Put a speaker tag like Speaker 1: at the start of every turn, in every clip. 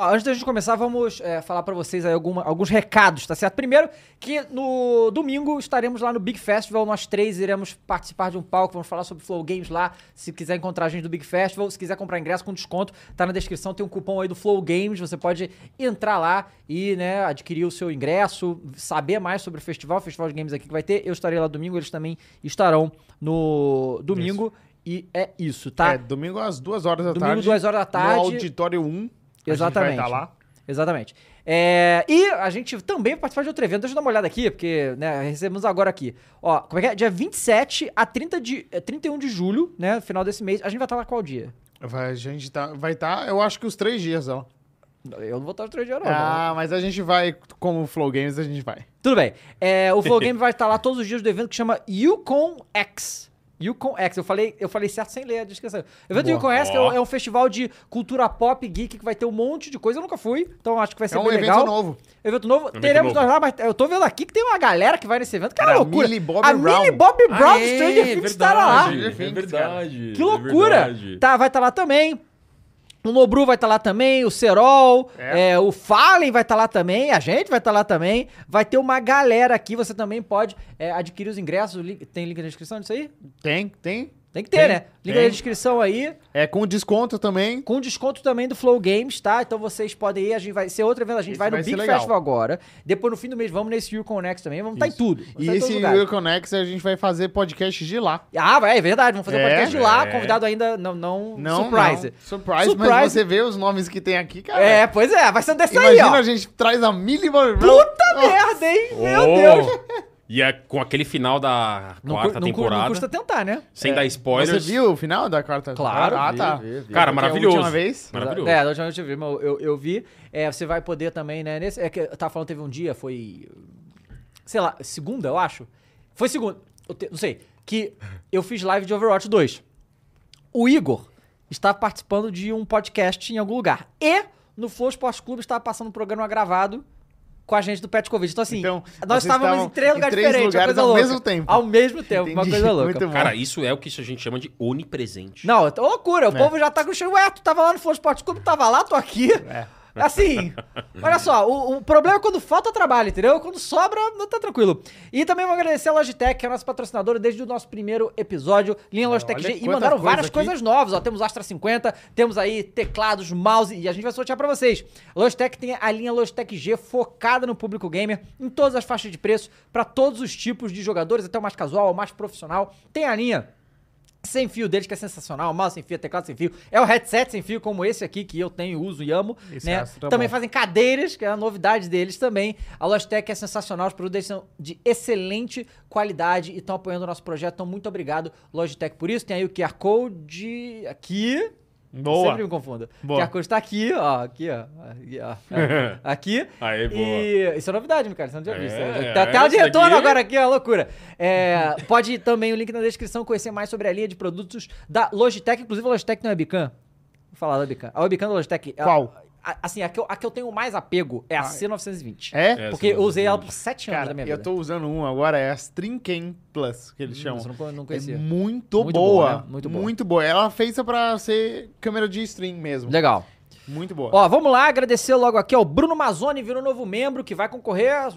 Speaker 1: Ó, antes da gente começar, vamos é, falar pra vocês aí alguma- alguns recados, tá certo? Primeiro, que no domingo estaremos lá no Big Festival, nós três iremos participar de um palco, vamos falar sobre Flow Games lá. Se quiser encontrar a gente do Big Festival, se quiser comprar ingresso com desconto, tá na descrição, tem um cupom aí do Flow Games, você pode entrar lá e, né, adquirir o seu ingresso, saber mais sobre o festival, o festival de games aqui que vai ter. Eu estarei lá domingo, eles também estarão no domingo. E é isso, tá?
Speaker 2: É, domingo às duas horas da
Speaker 1: Domingo,
Speaker 2: tarde.
Speaker 1: duas horas da tarde.
Speaker 2: No auditório 1.
Speaker 1: Exatamente.
Speaker 2: A gente vai estar lá.
Speaker 1: Exatamente. É, e a gente também vai participar de outro evento. Deixa eu dar uma olhada aqui, porque né, recebemos agora aqui. Ó, como é que é? Dia 27 a 30 de, eh, 31 de julho, né? Final desse mês. A gente vai estar lá qual dia?
Speaker 2: Vai, a gente tá, vai estar, eu acho que os três dias, ó.
Speaker 1: Eu não vou estar no 3 de julho, não. né?
Speaker 2: Ah, mas a gente vai, como o Flow Games, a gente vai.
Speaker 1: Tudo bem. É, o Flow Game vai estar lá todos os dias do evento que chama Yukon X. Yukon X, eu falei, eu falei certo sem ler a descrição. O evento
Speaker 2: Boa.
Speaker 1: Yukon X que é um,
Speaker 3: Ó.
Speaker 1: é um festival de cultura pop geek que vai ter um monte de coisa. Eu nunca fui, então acho que vai ser
Speaker 2: é um
Speaker 1: bem
Speaker 2: evento
Speaker 1: legal.
Speaker 2: novo.
Speaker 1: Evento novo,
Speaker 3: Evento
Speaker 1: teremos
Speaker 3: novo.
Speaker 1: nós lá, mas eu tô vendo aqui que tem uma galera que vai nesse evento. Cara,
Speaker 2: Era a
Speaker 1: loucura.
Speaker 2: Millie Bobby
Speaker 1: a
Speaker 2: Brown.
Speaker 1: Millie Bobby Brown
Speaker 3: Ah,
Speaker 1: do Stranger Things estará lá.
Speaker 3: verdade,
Speaker 2: Stranger
Speaker 3: É
Speaker 2: Things,
Speaker 3: verdade.
Speaker 1: Que
Speaker 3: é
Speaker 1: loucura.
Speaker 3: verdade.
Speaker 1: Tá, vai estar lá também. O Nobru vai estar lá também, o Serol,
Speaker 2: É.
Speaker 1: é, o Fallen vai estar lá também, a gente vai estar lá também. Vai ter uma galera aqui, você também pode é, adquirir os ingressos. o link- tem link na descrição disso aí?
Speaker 2: Tem, tem.
Speaker 1: Tem que ter,
Speaker 2: Tem,
Speaker 1: né? Link
Speaker 2: tem.
Speaker 1: na descrição aí.
Speaker 2: É com desconto também.
Speaker 1: Com desconto também do Flow Games, tá? Então vocês podem ir, a gente vai ser outro evento, a gente
Speaker 2: Esse
Speaker 1: vai no
Speaker 2: vai ser
Speaker 1: Big
Speaker 2: legal.
Speaker 1: Festival agora. Depois no fim do mês vamos nesse Uconex também, vamos estar em tudo. Vamos
Speaker 2: E
Speaker 1: tá em todos
Speaker 2: esse
Speaker 1: os lugares.
Speaker 2: Conex a gente vai fazer podcast de lá.
Speaker 1: Ah, vai, é verdade, vamos fazer um
Speaker 2: É,
Speaker 1: podcast lá,
Speaker 3: é.
Speaker 1: convidado ainda não não,
Speaker 2: Não,
Speaker 1: surprise.
Speaker 2: não. Surprise,
Speaker 1: Surprise.
Speaker 2: mas você vê os nomes que tem aqui, cara.
Speaker 1: É, pois é, vai ser dessa aí,
Speaker 2: Imagina
Speaker 1: ó.
Speaker 2: a gente traz a Millie Bobby Brown.
Speaker 1: Puta merda, hein? Meu
Speaker 3: Oh,
Speaker 1: Deus.
Speaker 3: E é com aquele final da
Speaker 1: Não, cu-
Speaker 3: quarta
Speaker 1: não cu-
Speaker 3: temporada,
Speaker 1: não custa tentar, né?
Speaker 3: sem dar
Speaker 2: Você
Speaker 3: spoilers.
Speaker 2: viu o final da quarta?
Speaker 1: Claro.
Speaker 2: Ah, tá.
Speaker 3: Cara,
Speaker 2: Porque
Speaker 3: maravilhoso.
Speaker 2: a última vez-
Speaker 3: Maravilhoso.
Speaker 1: É, da última vez eu vi, mas eu, eu, eu vi. É, você vai poder também, né? Nesse, é que eu tava falando, teve um dia, foi. Sei lá, segunda, eu acho. Foi segunda, eu te- não sei. Que eu fiz live de Overwatch 2. O Igor estava participando de um podcast em algum lugar. E no Flow Esporte Clube estava passando um programa gravado com a gente do Pet Covid. Então, assim,
Speaker 2: Então,
Speaker 1: nós estávamos
Speaker 2: vocês
Speaker 1: em
Speaker 2: estavam
Speaker 1: três
Speaker 2: em
Speaker 1: lugares
Speaker 2: três
Speaker 1: diferentes, uma
Speaker 2: lugares
Speaker 1: coisa
Speaker 2: ao
Speaker 1: louca.
Speaker 2: mesmo tempo.
Speaker 1: Ao mesmo tempo, uma
Speaker 2: Entendi,
Speaker 1: coisa louca.
Speaker 2: muito bom.
Speaker 3: Cara, isso é o que a gente chama de onipresente.
Speaker 1: Não, é loucura. O povo já tá com Ué, tu tava lá no Flow Esporte Clube, tava lá, tô aqui. Assim, olha só, o, o problema é quando falta trabalho, entendeu? Quando sobra, não tá tranquilo. E também vou agradecer a Logitech, que é a nossa patrocinadora desde o nosso primeiro episódio, linha Logitech
Speaker 2: olha
Speaker 1: G, e
Speaker 2: quanta
Speaker 1: mandaram
Speaker 2: coisa
Speaker 1: várias
Speaker 2: aqui.
Speaker 1: coisas novas, ó. Temos Astra 50, temos aí teclados, mouse, e a gente vai sortear pra vocês. Logitech tem a linha Logitech G focada no público gamer, em todas as faixas de preço, pra todos os tipos de jogadores, até o mais casual, o mais profissional. Tem a linha sem fio deles, que é sensacional. Mouse sem fio, teclado sem fio. É o headset sem fio, como esse aqui, que eu tenho, uso e amo.
Speaker 2: Esse
Speaker 1: né?
Speaker 2: astro tá
Speaker 1: também
Speaker 2: bom.
Speaker 1: fazem cadeiras, que é a novidade deles também. A Logitech é sensacional, os produtos são de excelente qualidade e estão apoiando o nosso projeto. Então, muito obrigado, Logitech, por isso. Tem aí o QR Code aqui.
Speaker 2: Boa.
Speaker 1: Sempre me confundo.
Speaker 2: Boa.
Speaker 1: O QR Code tá aqui, ó. Aqui, ó. Aqui, ó. aqui.
Speaker 3: Aê, boa.
Speaker 1: E isso é novidade, cara. Você não tinha
Speaker 3: É,
Speaker 1: visto.
Speaker 3: é,
Speaker 1: Tá tela de
Speaker 3: isso
Speaker 1: retorno
Speaker 3: daqui-
Speaker 1: agora aqui é uma loucura. É, pode ir também o link na descrição conhecer mais sobre a linha de produtos da Logitech, inclusive a Logitech tem uma webcam. Vou falar da webcam. A webcam da Logitech. ela-
Speaker 2: Qual?
Speaker 1: a- assim, a que, eu, a que eu tenho mais apego é a C920.
Speaker 2: É?
Speaker 3: É,
Speaker 1: Porque eu usei ela por
Speaker 3: sim.
Speaker 1: 7 anos
Speaker 2: Cara,
Speaker 1: da minha vida.
Speaker 2: eu tô usando um agora, é a Strinken Plus, que eles chamam.
Speaker 1: Nossa, eu não, não
Speaker 2: É
Speaker 1: conhecia.
Speaker 2: muito,
Speaker 1: Muito
Speaker 2: boa.
Speaker 1: boa, né? Muito
Speaker 2: Muito
Speaker 1: boa.
Speaker 2: boa. Ela fez pra ser câmera de stream mesmo.
Speaker 1: Legal.
Speaker 2: Muito boa.
Speaker 1: Ó, vamos lá, agradecer logo aqui ao Bruno Mazzoni, virou novo membro, que vai concorrer às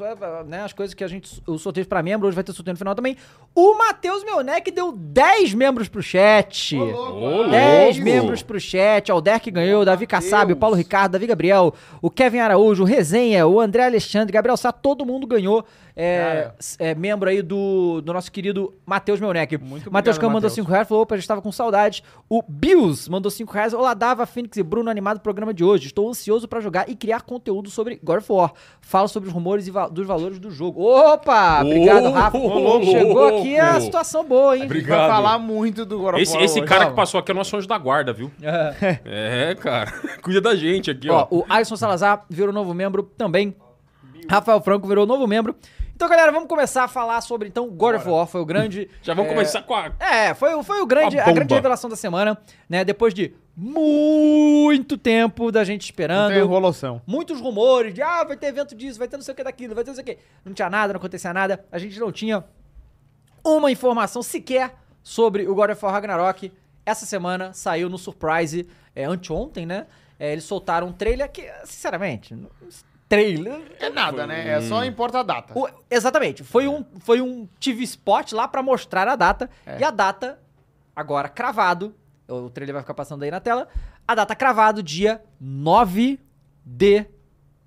Speaker 1: né, as coisas que a gente. O sorteio pra membro, hoje vai ter sorteio no final também. O Matheus Melnec deu 10 membros pro chat.
Speaker 3: louco.
Speaker 1: 10
Speaker 3: Louco.
Speaker 1: membros pro chat. Ó, o Derek ganhou, o Davi Kassab, o Paulo Ricardo, Davi Gabriel, o Kevin Araújo, o Resenha, o André Alexandre, Gabriel Sá, todo mundo ganhou. É,
Speaker 2: Cara.
Speaker 1: s- é, membro aí do, do nosso querido Matheus Melnec.
Speaker 2: Muito
Speaker 1: Matheus
Speaker 2: obrigado,
Speaker 1: Cam mandou
Speaker 2: Matheus.
Speaker 1: 5 reais, falou, opa, a gente tava com saudades. O Bills mandou 5 reais. Olá, Dava, Fênix e Bruno, animado o programa de hoje. Estou ansioso pra jogar e criar conteúdo sobre God of War. Fala sobre os rumores e va- dos valores do jogo. Opa! Obrigado,
Speaker 3: Ô,
Speaker 1: Rafa.
Speaker 3: louco!
Speaker 1: Chegou aqui a situação boa, hein?
Speaker 3: Obrigado.
Speaker 2: Vai falar muito do God of
Speaker 3: Esse,
Speaker 2: War
Speaker 3: esse
Speaker 2: hoje.
Speaker 3: cara
Speaker 2: Ó,
Speaker 3: que passou aqui é nosso anjo da guarda, viu? É, cara. Cuida da gente aqui,
Speaker 1: Ó,
Speaker 3: ó.
Speaker 1: o Alisson Salazar virou novo membro também. Rafael Franco virou novo membro. Então, galera, vamos começar a falar sobre, então, God of War. Foi o grande...
Speaker 3: Já vamos
Speaker 1: é,
Speaker 3: começar com a.
Speaker 1: É, foi, o- foi o grande,
Speaker 3: Uma
Speaker 1: a grande
Speaker 3: bomba.
Speaker 1: revelação da semana, né? Depois de muito tempo da gente
Speaker 2: Não tem
Speaker 1: esperando.
Speaker 2: enrolação.
Speaker 1: Muitos rumores de, ah, vai ter evento disso, vai ter não sei o que daquilo, vai ter não sei o que. Não tinha nada, não acontecia nada. A gente não tinha uma informação sequer sobre o God of War Ragnarok. Essa semana saiu no Surprise, é, anteontem, né? É, eles soltaram um trailer que, sinceramente, não- trailer.
Speaker 2: É nada, né? É
Speaker 1: Hum.
Speaker 2: só importa a data.
Speaker 1: O- exatamente, foi um, foi um TV spot lá pra mostrar a data.
Speaker 3: É.
Speaker 1: E a data, agora cravado, o trailer vai ficar passando aí na tela. A data cravado, dia 9 de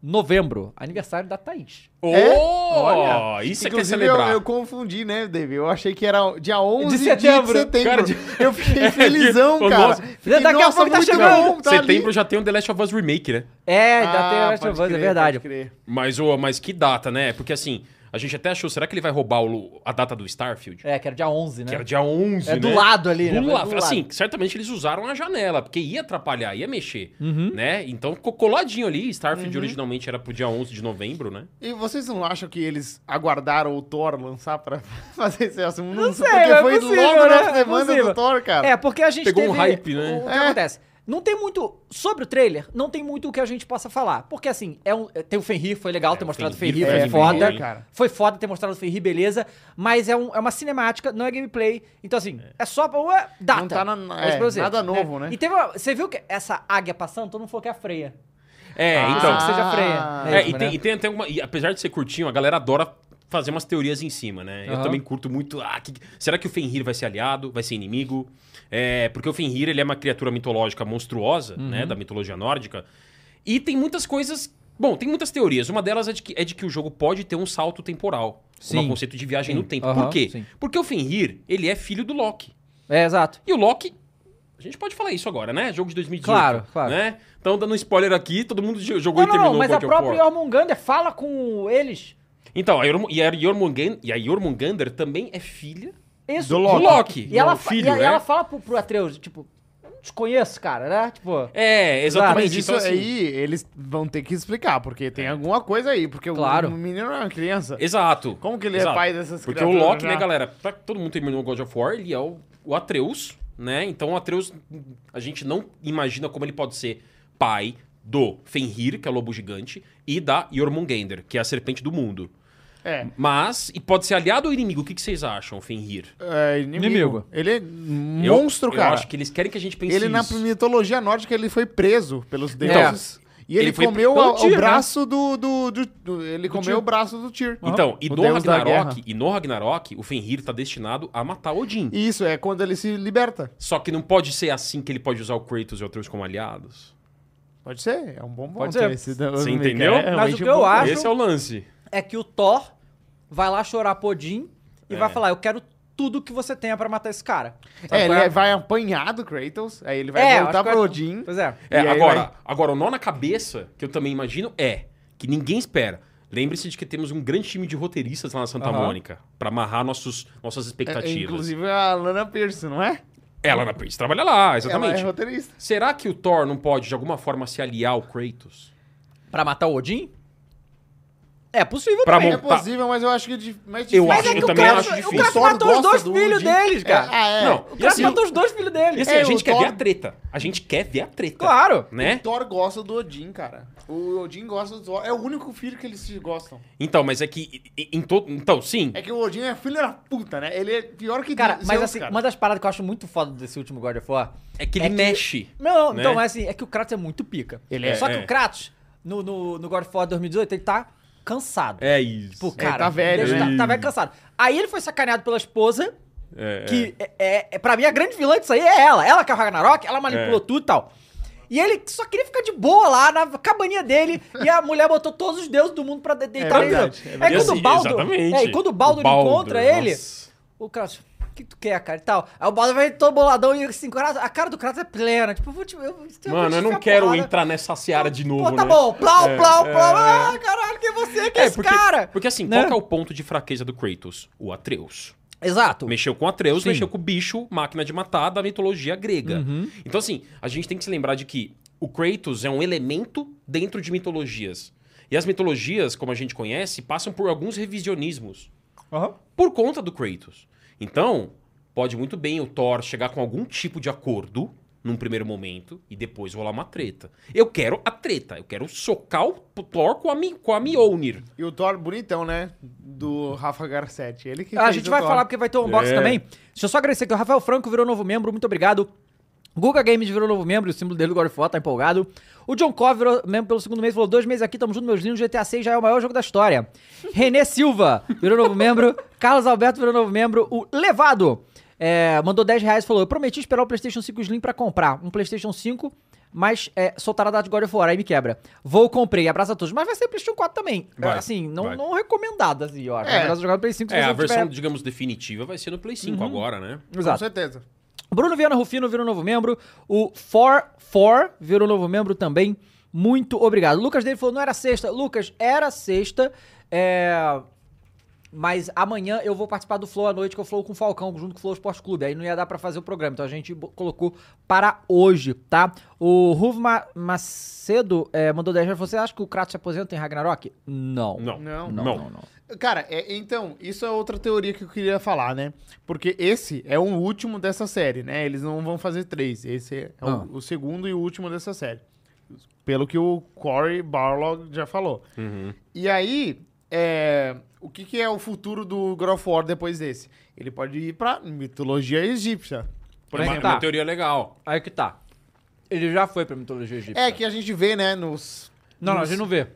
Speaker 1: novembro. Aniversário da Thaís.
Speaker 3: Oh,
Speaker 2: É?
Speaker 3: isso é que é
Speaker 2: Inclusive, eu,
Speaker 3: celebrar.
Speaker 2: eu confundi, né, David? Eu achei que era dia 11
Speaker 1: De
Speaker 2: de
Speaker 1: setembro. É,
Speaker 2: setembro.
Speaker 3: Cara,
Speaker 2: Eu fiquei
Speaker 3: Ô,
Speaker 2: felizão, cara.
Speaker 3: nossa.
Speaker 2: Fiquei,
Speaker 1: Daqui a pouco tá
Speaker 2: muito
Speaker 1: chegando.
Speaker 2: bom, tá ali.
Speaker 3: Setembro já tem um The Last of Us Remake, né?
Speaker 1: É,
Speaker 2: Ah,
Speaker 1: da The Last
Speaker 2: pode
Speaker 1: of Us, é
Speaker 2: crer,
Speaker 1: verdade.
Speaker 2: pode crer.
Speaker 3: Mas, ô, mas que data, né? Porque assim, a gente até achou, será que ele vai roubar o- a data do Starfield?
Speaker 1: É, que era dia 11, né?
Speaker 3: Que era dia 11,
Speaker 1: É
Speaker 3: né?
Speaker 1: do lado ali, né?
Speaker 3: Do
Speaker 1: Foi
Speaker 3: lado.
Speaker 1: do
Speaker 3: assim,
Speaker 1: lado.
Speaker 3: certamente eles usaram a janela, porque ia atrapalhar, ia mexer, né? Então ficou coladinho ali. Starfield
Speaker 1: Uhum.
Speaker 3: originalmente era pro dia 11 de novembro, né?
Speaker 2: E vocês não acham que eles aguardaram o Thor lançar pra fazer esse assunto? Não
Speaker 1: sei,
Speaker 2: porque
Speaker 1: é
Speaker 2: foi
Speaker 1: possível,
Speaker 2: logo
Speaker 1: né?
Speaker 2: na
Speaker 1: É
Speaker 2: semana
Speaker 1: possível.
Speaker 2: do Thor, cara.
Speaker 1: É, porque a gente
Speaker 3: Pegou um
Speaker 1: teve-
Speaker 3: hype, né?
Speaker 1: O, o que
Speaker 2: É.
Speaker 1: acontece? Não tem muito. Sobre o trailer, não tem muito o que a gente possa falar. Porque assim, é um, tem o Fenrir, foi legal ter
Speaker 3: É, o
Speaker 1: mostrado o Fenrir,
Speaker 3: Fenrir
Speaker 1: foi
Speaker 2: foi
Speaker 1: foda.
Speaker 2: legal, hein? Cara.
Speaker 1: Foi foda ter mostrado o Fenrir, beleza. Mas é, um- é uma cinemática, não é gameplay. Então, assim, é, só pra. Ué, data.
Speaker 2: Não tá na-
Speaker 1: É isso
Speaker 2: é,
Speaker 1: pra você,
Speaker 2: nada novo, né?
Speaker 1: E teve uma- Você viu que essa águia passando, todo mundo falou que é a freia.
Speaker 3: É,
Speaker 1: Ah,
Speaker 3: então.
Speaker 1: que seja
Speaker 2: Ah.
Speaker 1: freia.
Speaker 3: É, e, tem, e tem até uma. e apesar de ser curtinho, a galera adora fazer umas teorias em cima, né? Eu
Speaker 1: Aham.
Speaker 3: também curto muito. Ah, que- será que o Fenrir vai ser aliado? Vai ser inimigo? É, porque o Fenrir ele é uma criatura mitológica monstruosa,
Speaker 1: Uhum.
Speaker 3: né? Da mitologia nórdica. E tem muitas coisas. Bom, tem muitas teorias. Uma delas é de que, é de que o jogo pode ter um salto temporal.
Speaker 1: Sim.
Speaker 3: Um conceito de viagem
Speaker 1: Sim.
Speaker 3: no tempo.
Speaker 1: Aham,
Speaker 3: Por quê?
Speaker 1: sim.
Speaker 3: Porque o Fenrir, ele é filho do Loki.
Speaker 1: É, exato.
Speaker 3: E o Loki. A gente pode falar isso agora, né? Jogo de 2018.
Speaker 1: Claro, claro.
Speaker 3: Né? Então, dando um spoiler aqui, todo mundo jo- jogou
Speaker 1: Não,
Speaker 3: e
Speaker 1: não,
Speaker 3: terminou
Speaker 1: não, mas
Speaker 3: God
Speaker 1: a
Speaker 3: of
Speaker 1: própria
Speaker 3: War.
Speaker 1: Jormungandr fala com eles.
Speaker 3: Então, a Jormu- e a Jormungan- e a Jormungandr também é filha
Speaker 1: Isso.
Speaker 2: Do
Speaker 3: do
Speaker 2: Loki.
Speaker 3: Loki.
Speaker 1: E ela,
Speaker 3: do
Speaker 1: fa-
Speaker 3: filho,
Speaker 1: e a- e
Speaker 3: né?
Speaker 1: ela fala pro, pro Atreus, tipo, não te conheço, cara, né? Tipo, Mas
Speaker 3: É,
Speaker 2: Mas
Speaker 3: exatamente.
Speaker 2: isso
Speaker 3: Então, assim,
Speaker 2: aí, eles vão ter que explicar, porque tem alguma coisa aí, porque o-
Speaker 1: Claro.
Speaker 2: o menino é uma criança.
Speaker 3: Exato.
Speaker 2: Como que ele é
Speaker 3: exato.
Speaker 2: pai dessas
Speaker 3: Porque o
Speaker 2: criaturas
Speaker 3: Loki,
Speaker 2: já?
Speaker 3: né, galera? Pra todo mundo terminou o God of War, ele é o, o Atreus, né? Então o Atreus, a gente não imagina como ele pode ser pai do Fenrir, que é o lobo gigante, e da Jormungandr, que é a serpente do mundo.
Speaker 2: É.
Speaker 3: Mas, e pode ser aliado ou inimigo? O que, que vocês acham, Fenrir?
Speaker 2: É inimigo.
Speaker 1: Inimigo.
Speaker 2: Ele é
Speaker 3: Eu-
Speaker 2: monstro,
Speaker 3: eu
Speaker 2: cara.
Speaker 3: acho que eles querem que a gente pense
Speaker 2: Ele, na
Speaker 3: isso.
Speaker 2: mitologia nórdica, ele foi preso pelos deuses. E ele,
Speaker 3: Ele foi
Speaker 2: comeu
Speaker 1: pelo
Speaker 2: a-
Speaker 1: Tyr, né?
Speaker 2: o braço do, do, do- do- Ele comeu
Speaker 3: Tyr.
Speaker 2: o braço do Tyr.
Speaker 3: Então, e
Speaker 2: O
Speaker 3: no,
Speaker 2: deus da
Speaker 3: Ragnarok,
Speaker 2: guerra.
Speaker 3: e no Ragnarok, o Fenrir tá destinado a matar Odin.
Speaker 2: E Isso, é quando ele se liberta.
Speaker 3: Só que não pode ser assim que ele pode usar o Kratos e o Atreus como aliados.
Speaker 2: Pode ser, é um bom ponto.
Speaker 1: Pode ser.
Speaker 2: esse da-
Speaker 3: Você
Speaker 2: é,
Speaker 3: entendeu?
Speaker 2: é
Speaker 1: Mas
Speaker 2: realmente
Speaker 1: o que eu
Speaker 2: bom ponto.
Speaker 1: acho-
Speaker 3: Esse é o lance.
Speaker 1: é que o Thor vai lá chorar pro Odin e
Speaker 3: É.
Speaker 1: vai falar: Eu quero tudo que você tenha pra matar esse cara. Sabe
Speaker 2: É,
Speaker 1: qual
Speaker 2: ele vai apanhar do Kratos, aí ele vai
Speaker 1: É, eu acho
Speaker 2: voltar
Speaker 1: que
Speaker 2: pro
Speaker 1: vai-
Speaker 2: Odin.
Speaker 1: Pois é.
Speaker 3: É,
Speaker 2: E aí
Speaker 3: agora,
Speaker 2: vai-
Speaker 3: agora, o nó na cabeça, que eu também imagino, é que ninguém espera. Lembre-se de que temos um grande time de roteiristas lá na Santa
Speaker 1: Aham.
Speaker 3: Mônica pra amarrar nossos, nossas
Speaker 2: É,
Speaker 3: expectativas.
Speaker 2: inclusive a Lana Pearson, não é?
Speaker 3: Ela na Prince trabalha lá,
Speaker 2: Ela
Speaker 3: exatamente.
Speaker 2: é roteirista.
Speaker 3: Será que o Thor não pode, de alguma forma, se aliar ao Kratos?
Speaker 1: Pra matar o Odin? É possível
Speaker 3: Pra
Speaker 1: também.
Speaker 3: mon-
Speaker 2: É
Speaker 3: Tá.
Speaker 2: possível, mas eu acho que é dif- mais
Speaker 3: Eu
Speaker 2: difícil.
Speaker 1: Mas
Speaker 3: acho,
Speaker 1: é que
Speaker 3: eu
Speaker 1: o
Speaker 3: também
Speaker 1: Kratos,
Speaker 3: acho
Speaker 1: o
Speaker 3: difícil.
Speaker 1: Kratos
Speaker 2: Thor
Speaker 1: matou os
Speaker 2: gosta
Speaker 1: dois
Speaker 2: do
Speaker 1: filhos
Speaker 2: Odin.
Speaker 1: deles, cara.
Speaker 2: É, ah, é.
Speaker 3: Não,
Speaker 1: O
Speaker 3: e
Speaker 1: Kratos
Speaker 3: assim,
Speaker 1: matou os dois filhos
Speaker 3: e
Speaker 1: deles.
Speaker 3: assim, a
Speaker 2: É, o
Speaker 3: gente quer
Speaker 2: Thor-
Speaker 3: ver a treta. A gente quer ver a treta.
Speaker 1: Claro.
Speaker 3: Né?
Speaker 2: O Thor gosta do Odin, cara. O Odin gosta do Thor. É o único filho que eles se gostam.
Speaker 3: Então, mas é que e- e- em todo, então sim.
Speaker 2: É que o Odin é filho da puta, né? Ele é pior que
Speaker 1: Cara,
Speaker 2: Deus,
Speaker 1: mas
Speaker 2: Zeus,
Speaker 1: assim,
Speaker 2: cara.
Speaker 1: uma das paradas que eu acho muito foda desse último God of War
Speaker 3: É que ele
Speaker 1: É que-
Speaker 3: mexe.
Speaker 1: Não,
Speaker 3: né?
Speaker 1: então é assim, é que o Kratos é muito pica.
Speaker 2: Ele é,
Speaker 1: Só que
Speaker 3: é.
Speaker 1: o Kratos, no, no, no God of War 2018, ele tá cansado.
Speaker 3: É isso.
Speaker 1: Tipo, cara,
Speaker 2: tá velho,
Speaker 1: deixa-
Speaker 2: né?
Speaker 1: tá, tá velho cansado. Aí ele foi sacaneado pela esposa,
Speaker 3: É, é.
Speaker 1: que é. É, é- pra mim a grande vilã disso aí é ela. Ela que é o Ragnarok, ela manipulou
Speaker 3: É.
Speaker 1: tudo e tal. E ele só queria ficar de boa lá na cabaninha dele e a mulher botou todos os deuses do mundo pra de- deitar nele.
Speaker 2: verdade, é
Speaker 1: Aí
Speaker 2: verdade.
Speaker 3: E
Speaker 1: quando o
Speaker 3: assim,
Speaker 1: Baldo,
Speaker 3: exatamente.
Speaker 1: é, e quando o Baldo, encontra ele,
Speaker 3: nossa.
Speaker 1: o Kratos, o que tu quer, cara? E tal. Aí o Baldo vai todo boladão e assim, a cara do Kratos é plena. Tipo, eu vou te, eu, vou te- vou
Speaker 3: Mano,
Speaker 1: te
Speaker 3: eu não
Speaker 1: enfiar
Speaker 3: quero
Speaker 1: porrada.
Speaker 3: entrar nessa seara de novo,
Speaker 1: Pô, tá
Speaker 3: né?
Speaker 1: bom, plau, plau, plau. Ah, caralho, quem é você? Quem é, esse
Speaker 3: porque,
Speaker 1: cara?
Speaker 3: porque assim,
Speaker 1: Né?
Speaker 3: qual que é o ponto de fraqueza do Kratos? O Atreus.
Speaker 1: Exato.
Speaker 3: Mexeu com Atreus,
Speaker 1: Sim. Uhum.
Speaker 3: mexeu com o bicho, máquina de matar da mitologia grega. Então, assim, a gente tem que se lembrar de que o Kratos é um elemento dentro de mitologias. E as mitologias, como a gente conhece, passam por alguns revisionismos por conta do Kratos. Então, pode muito bem o Thor chegar com algum tipo de acordo num primeiro momento e depois rolar uma treta. Eu quero a treta, eu quero socar o Thor com a, Mi- com a Mjolnir.
Speaker 2: E o Thor bonitão, né? Do Rafa Garcetti. Ele que
Speaker 1: Ah, A
Speaker 2: fez
Speaker 1: gente
Speaker 2: o
Speaker 1: vai
Speaker 2: Thor.
Speaker 1: falar porque vai ter um unboxing
Speaker 3: É.
Speaker 1: também. Deixa eu só agradecer que o Rafael Franco virou novo membro, muito obrigado. Guga Games virou novo membro, o símbolo dele do God of War tá empolgado. O John Cove virou membro pelo segundo mês, falou: dois meses aqui, tamo junto, meus lindos. GTA 6 já é o maior jogo da história. Renê Silva virou novo membro. Carlos Alberto virou novo membro. O Levado é, mandou 10 reais e falou: Eu prometi esperar o PlayStation 5 Slim pra comprar um PlayStation 5, mas é, soltaram a data de God of War, aí me quebra. Vou, comprei, abraço a todos. Mas vai ser PlayStation 4 também. É,
Speaker 3: Vai,
Speaker 1: assim, não,
Speaker 3: vai.
Speaker 1: não recomendado, assim, ó.
Speaker 2: É.
Speaker 1: É. melhor jogar no Play 5 se
Speaker 3: É,
Speaker 1: você
Speaker 3: a
Speaker 1: não tiver-
Speaker 3: versão, digamos, definitiva vai ser no Play
Speaker 2: Uhum.
Speaker 3: 5 agora, né?
Speaker 1: Exato.
Speaker 2: Com certeza.
Speaker 1: Bruno Viana Rufino virou novo membro. O 44 virou novo membro também. Muito obrigado. Lucas dele falou: não era sexta. Lucas, era sexta. É. Mas amanhã eu vou participar do Flow à noite, que eu flow com o Falcão, junto com o Flow Esporte Clube. Aí não ia dar pra fazer o programa, então a gente bo- colocou para hoje, tá? O Ruvo Ma- Macedo eh, mandou 10 reais. Você acha que o Kratos se aposenta em Ragnarok? Não.
Speaker 3: Não.
Speaker 2: Não.
Speaker 1: Não,
Speaker 3: Não.
Speaker 1: não, não.
Speaker 2: Cara, é- então, isso é outra teoria que eu queria falar, né? Porque esse é o último dessa série, né? Eles não vão fazer três. Esse é o-
Speaker 1: Ah.
Speaker 2: o, segundo e o último dessa série. Pelo que o Corey Barlog já falou. E aí, é, o que, que é o futuro do God of War depois desse? Ele pode ir pra mitologia egípcia. Por
Speaker 3: É uma,
Speaker 2: exemplo.
Speaker 3: é uma teoria legal.
Speaker 1: tá, Aí que tá. Ele já foi pra mitologia egípcia.
Speaker 2: É, que a gente vê, né, nos...
Speaker 1: Não, não, a
Speaker 2: nos-
Speaker 1: gente não vê.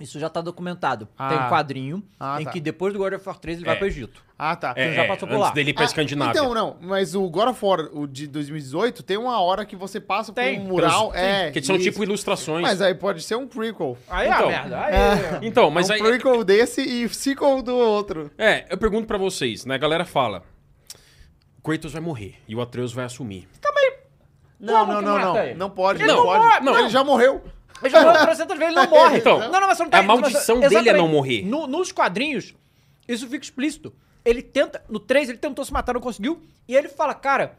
Speaker 1: Isso já tá documentado.
Speaker 2: Ah.
Speaker 1: Tem um quadrinho
Speaker 2: Ah,
Speaker 1: em
Speaker 2: tá.
Speaker 1: que depois do God of War 3 ele
Speaker 3: É.
Speaker 1: vai pro Egito.
Speaker 2: Ah, tá.
Speaker 3: É,
Speaker 1: já
Speaker 3: é,
Speaker 1: passou por
Speaker 3: antes
Speaker 1: lá.
Speaker 3: dele ir pra
Speaker 2: Ah,
Speaker 3: Escandinávia.
Speaker 2: Então, não, mas o God of War, o de 2018, tem uma hora que você passa
Speaker 1: Tem.
Speaker 2: por um mural.
Speaker 3: Pelos-
Speaker 2: é,
Speaker 3: que são
Speaker 2: isso.
Speaker 3: tipo ilustrações.
Speaker 2: Mas aí pode ser um prequel.
Speaker 1: Aí
Speaker 3: Então.
Speaker 1: a merda. Aí,
Speaker 3: Então, mas
Speaker 2: é um
Speaker 3: aí.
Speaker 2: prequel desse e sequel do outro.
Speaker 3: É, eu pergunto pra vocês, né? A galera fala. o Kratos vai morrer e o Atreus vai assumir.
Speaker 2: Não,
Speaker 1: Como
Speaker 2: não,
Speaker 1: que
Speaker 2: não,
Speaker 1: mata
Speaker 2: não.
Speaker 1: ele?
Speaker 2: Não pode,
Speaker 3: Ele
Speaker 2: não,
Speaker 3: não
Speaker 2: pode.
Speaker 3: morre, não.
Speaker 2: Ele já morreu.
Speaker 1: Ele já morreu 300 vezes e não morre.
Speaker 3: Então,
Speaker 1: não, não, tá mas você não
Speaker 3: a maldição dele é
Speaker 1: Exatamente.
Speaker 3: não morrer.
Speaker 1: No- nos quadrinhos, isso fica explícito. Ele tenta, no 3 ele tentou se matar, não conseguiu. E ele fala, cara,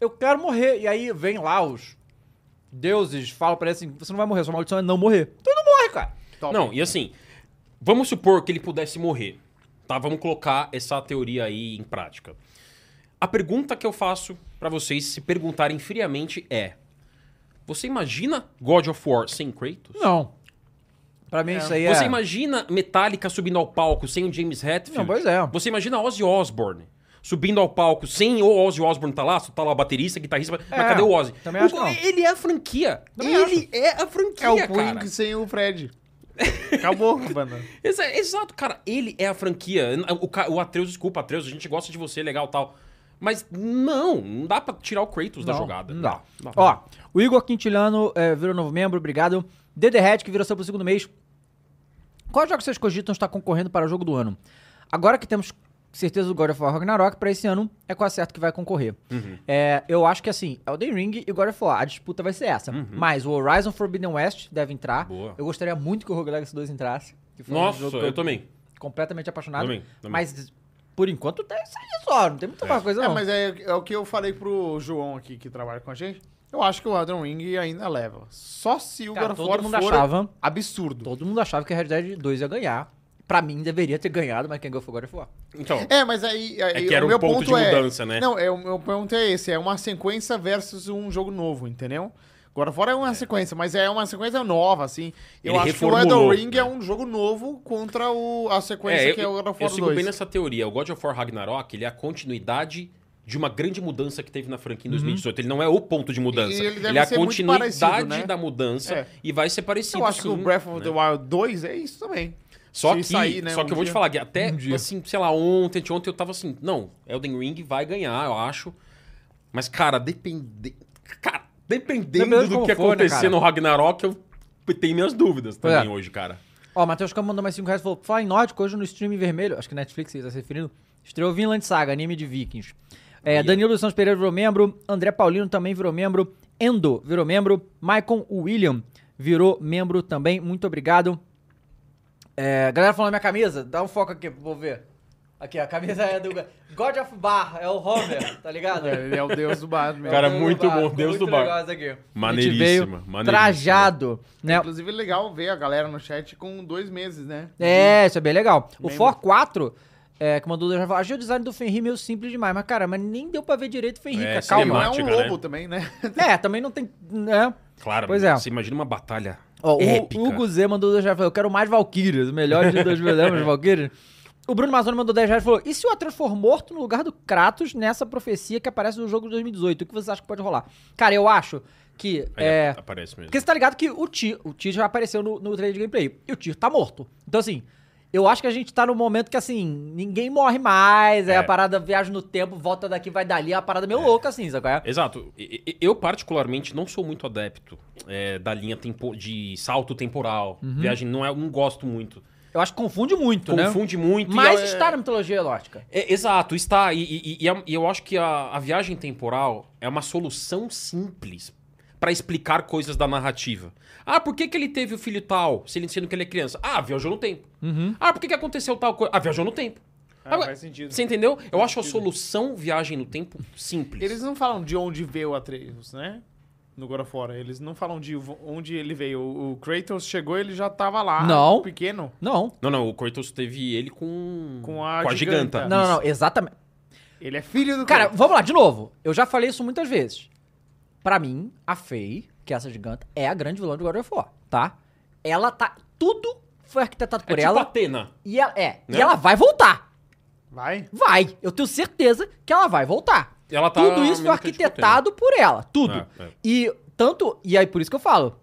Speaker 1: eu quero morrer. E aí vem lá os deuses, falam pra ele assim, você não vai morrer, sua maldição é não morrer. Então ele não morre, cara.
Speaker 2: Top.
Speaker 3: Não, e assim, vamos supor que ele pudesse morrer. Tá? Vamos colocar essa teoria aí em prática. A pergunta que eu faço pra vocês se perguntarem friamente é: Você imagina God of War sem Kratos?
Speaker 1: Não. Pra mim isso aí é...
Speaker 3: Você imagina Metallica subindo ao palco sem o James Hetfield?
Speaker 1: Não, pois é.
Speaker 3: Você imagina Ozzy Osbourne subindo ao palco sem o Ozzy Osbourne tá lá, só tá lá o baterista, guitarrista,
Speaker 1: É,
Speaker 3: mas cadê o Ozzy?
Speaker 1: também
Speaker 3: O-
Speaker 1: acho que não.
Speaker 3: Ele é a franquia.
Speaker 1: Também
Speaker 3: ele é a franquia,
Speaker 2: É o
Speaker 3: cara.
Speaker 2: Queen sem o Fred. Acabou, mano.
Speaker 3: Exa- Exato, cara. Ele é a franquia. O, ca- o Atreus, desculpa, Atreus, a gente gosta de você, legal tal. Mas não, não dá pra tirar o Kratos da
Speaker 1: Não,
Speaker 3: jogada.
Speaker 1: Não dá.
Speaker 3: Não.
Speaker 1: Ó, o Igor Quintiliano eh, virou novo membro, obrigado. Dede Red, que virou seu pro segundo mês. Qual jogo vocês cogitam estar concorrendo para o jogo do ano? Agora que temos certeza do God of War Ragnarok, para esse ano é quase certo que vai concorrer.
Speaker 3: Uhum.
Speaker 1: É, eu acho que assim, Elden Ring e God of War, a disputa vai ser essa. Mas o Horizon Forbidden West deve entrar.
Speaker 3: Uhum. Boa.
Speaker 1: Eu gostaria muito que o Rogue Legacy 2 entrasse. que foi um
Speaker 3: Nossa,
Speaker 1: jogo que
Speaker 3: eu também.
Speaker 1: Completamente apaixonado.
Speaker 3: Também, também.
Speaker 1: Mas por enquanto tá isso aí só, não tem muita mais coisa
Speaker 2: É,
Speaker 1: não.
Speaker 2: mas é, é o que eu falei pro João aqui, que trabalha com a gente. Eu acho que o Elden Ring ainda leva. Só se o
Speaker 1: Cara,
Speaker 2: God of
Speaker 1: todo
Speaker 2: War
Speaker 1: mundo
Speaker 2: for
Speaker 1: achava.
Speaker 2: absurdo.
Speaker 1: Todo mundo achava que a Red Dead 2 ia ganhar. Pra mim, deveria ter ganhado, mas quem ganhou foi God of War.
Speaker 3: Então,
Speaker 2: É, mas aí. aí
Speaker 3: que era
Speaker 2: o
Speaker 3: um
Speaker 2: meu
Speaker 3: ponto
Speaker 2: ponto,
Speaker 3: de
Speaker 2: é,
Speaker 3: mudança, né?
Speaker 2: Não, é, o meu ponto é esse: é uma sequência versus um jogo novo, entendeu? Agora fora é uma sequência, mas é uma sequência nova, assim. Eu
Speaker 3: Ele
Speaker 2: acho que o
Speaker 3: reformulou,
Speaker 2: Elden Ring
Speaker 3: né?
Speaker 2: é um jogo novo contra o, a sequência
Speaker 3: é, eu,
Speaker 2: que é o God
Speaker 3: eu
Speaker 2: of War
Speaker 3: sigo
Speaker 2: 2.
Speaker 3: bem nessa teoria. O God of War Ragnarok, ele é a continuidade de uma grande mudança que teve na franquia em 2018. Ele não é o ponto de mudança.
Speaker 2: E ele deve
Speaker 3: é a
Speaker 2: ser muito
Speaker 3: continuidade
Speaker 2: parecido, né?
Speaker 3: da mudança
Speaker 2: É.
Speaker 3: e vai ser parecido.
Speaker 2: Eu acho que o
Speaker 3: sim,
Speaker 2: Breath of the
Speaker 3: né?
Speaker 2: Wild 2 é isso também.
Speaker 3: Só
Speaker 2: se
Speaker 3: que,
Speaker 2: sair, né,
Speaker 3: só
Speaker 2: um
Speaker 3: que eu vou te
Speaker 2: dia.
Speaker 3: falar que até,
Speaker 1: Um dia.
Speaker 3: assim, sei lá, ontem, de ontem eu tava assim, não, Elden Ring vai ganhar, eu acho. Mas, cara, depende... Cara, dependendo
Speaker 1: Dependendo de
Speaker 3: do
Speaker 1: como
Speaker 3: que
Speaker 1: for, né,
Speaker 3: acontecer
Speaker 1: cara?
Speaker 3: no Ragnarok, eu tenho minhas dúvidas
Speaker 1: Pois
Speaker 3: também
Speaker 1: é.
Speaker 3: hoje, cara.
Speaker 1: Ó, Matheus Campos mandou mais 5 reais e falou: Fala em Nórdico hoje no stream vermelho, acho que Netflix ele tá se referindo. Estreou Vinland Saga, anime de Vikings. É,
Speaker 3: Ia.
Speaker 1: Danilo dos Santos Pereira virou membro, André Paulino também virou membro, Endo virou membro, Maicon William virou membro também, muito obrigado. É, galera falando minha camisa, dá um foco aqui, vou ver. Aqui, a camisa é do God of Bar, é o Homer, tá ligado?
Speaker 2: É, Ele é o deus do bar mesmo.
Speaker 3: Cara,
Speaker 1: Deus
Speaker 3: muito
Speaker 1: do bar,
Speaker 3: bom,
Speaker 1: ficou
Speaker 3: Deus
Speaker 1: muito
Speaker 3: do bar.
Speaker 1: legal essa aqui. A gente
Speaker 3: Maneiríssima,
Speaker 1: veio
Speaker 3: maneiríssima.
Speaker 1: Trajado, né?
Speaker 2: Inclusive, é legal ver a galera no chat com dois meses, né?
Speaker 1: É, isso é bem legal. O
Speaker 2: Bem
Speaker 1: For 4, é, que mandou já falou, achei o design do Fenrir meio simples demais, mas cara, mas nem deu pra ver direito o Fenrir,
Speaker 3: É,
Speaker 1: cara,
Speaker 2: Calma,
Speaker 1: calma.
Speaker 2: é um
Speaker 3: Cinemática,
Speaker 2: lobo
Speaker 3: né?
Speaker 2: também, né?
Speaker 1: É, também não tem, né?
Speaker 3: Claro,
Speaker 1: Pois é.
Speaker 3: você imagina uma batalha
Speaker 1: Ó, o
Speaker 3: épica.
Speaker 1: Hugo Z mandou já falou, eu quero mais Valkyrias, o melhor de 2000 anos, Valkyrias. O Bruno Mazzoni mandou 10 reais e falou: e se o Atreus for morto no lugar do Kratos nessa profecia que aparece no jogo de 2018? O que vocês acham que pode rolar? Cara, eu acho que.
Speaker 3: Aí
Speaker 1: é,
Speaker 3: a- aparece mesmo.
Speaker 1: porque você tá ligado que o Tyr, o Tyr já apareceu no, no trailer de gameplay. E o Tyr tá morto. Então, assim, eu acho que a gente tá no momento que, assim, ninguém morre mais. Aí
Speaker 3: É.
Speaker 1: a parada viaja no tempo, volta daqui, vai dali. É uma parada meio louca, assim, sabe qual é?
Speaker 3: Exato. E- e- Eu, particularmente, não sou muito adepto é, da linha tempo- de salto temporal.
Speaker 1: Uhum.
Speaker 3: Viagem não, é, não gosto muito.
Speaker 1: Eu acho que confunde muito, né?
Speaker 3: Confunde muito. e
Speaker 1: Mas
Speaker 3: é-
Speaker 1: está na mitologia lógica.
Speaker 3: É, exato, está. E, e- e- e a- e eu acho que a, a viagem temporal é uma solução simples para explicar coisas da narrativa. Ah, por que, que ele teve o filho tal, se ele sendo que ele é criança? Ah, viajou no tempo. Ah, por que, que aconteceu tal coisa? Ah, viajou no tempo.
Speaker 2: Ah,
Speaker 3: Agora,
Speaker 2: faz sentido.
Speaker 3: Você entendeu? Eu acho a solução viagem no tempo simples.
Speaker 2: Eles não falam de onde veio o Atreus, né? No God of War. Eles não falam de vo- onde ele veio. O o Kratos chegou ele já tava lá.
Speaker 1: Não.
Speaker 2: Pequeno.
Speaker 1: Não.
Speaker 3: Não, não, o Kratos teve ele com,
Speaker 2: Com a
Speaker 3: É.
Speaker 2: giganta.
Speaker 1: Não, não, não, exatamente.
Speaker 2: Ele é filho do
Speaker 1: Cara,
Speaker 2: Kratos.
Speaker 1: vamos lá, de novo. Eu já falei isso muitas vezes. Pra mim, a Faye, que é essa giganta, é a grande vilã do God of War, tá? Ela tá. Tudo foi arquitetado
Speaker 3: É
Speaker 1: por
Speaker 3: tipo
Speaker 1: ela.
Speaker 3: Atena.
Speaker 1: E ela, é,
Speaker 3: Né?
Speaker 1: e ela vai voltar.
Speaker 2: Vai.
Speaker 1: Vai. Eu tenho certeza que ela vai voltar.
Speaker 3: Ela tá
Speaker 1: tudo isso foi
Speaker 3: meio que tipo
Speaker 1: arquitetado por ela. Tudo.
Speaker 3: É, é.
Speaker 1: E tanto. E aí, por isso que eu falo.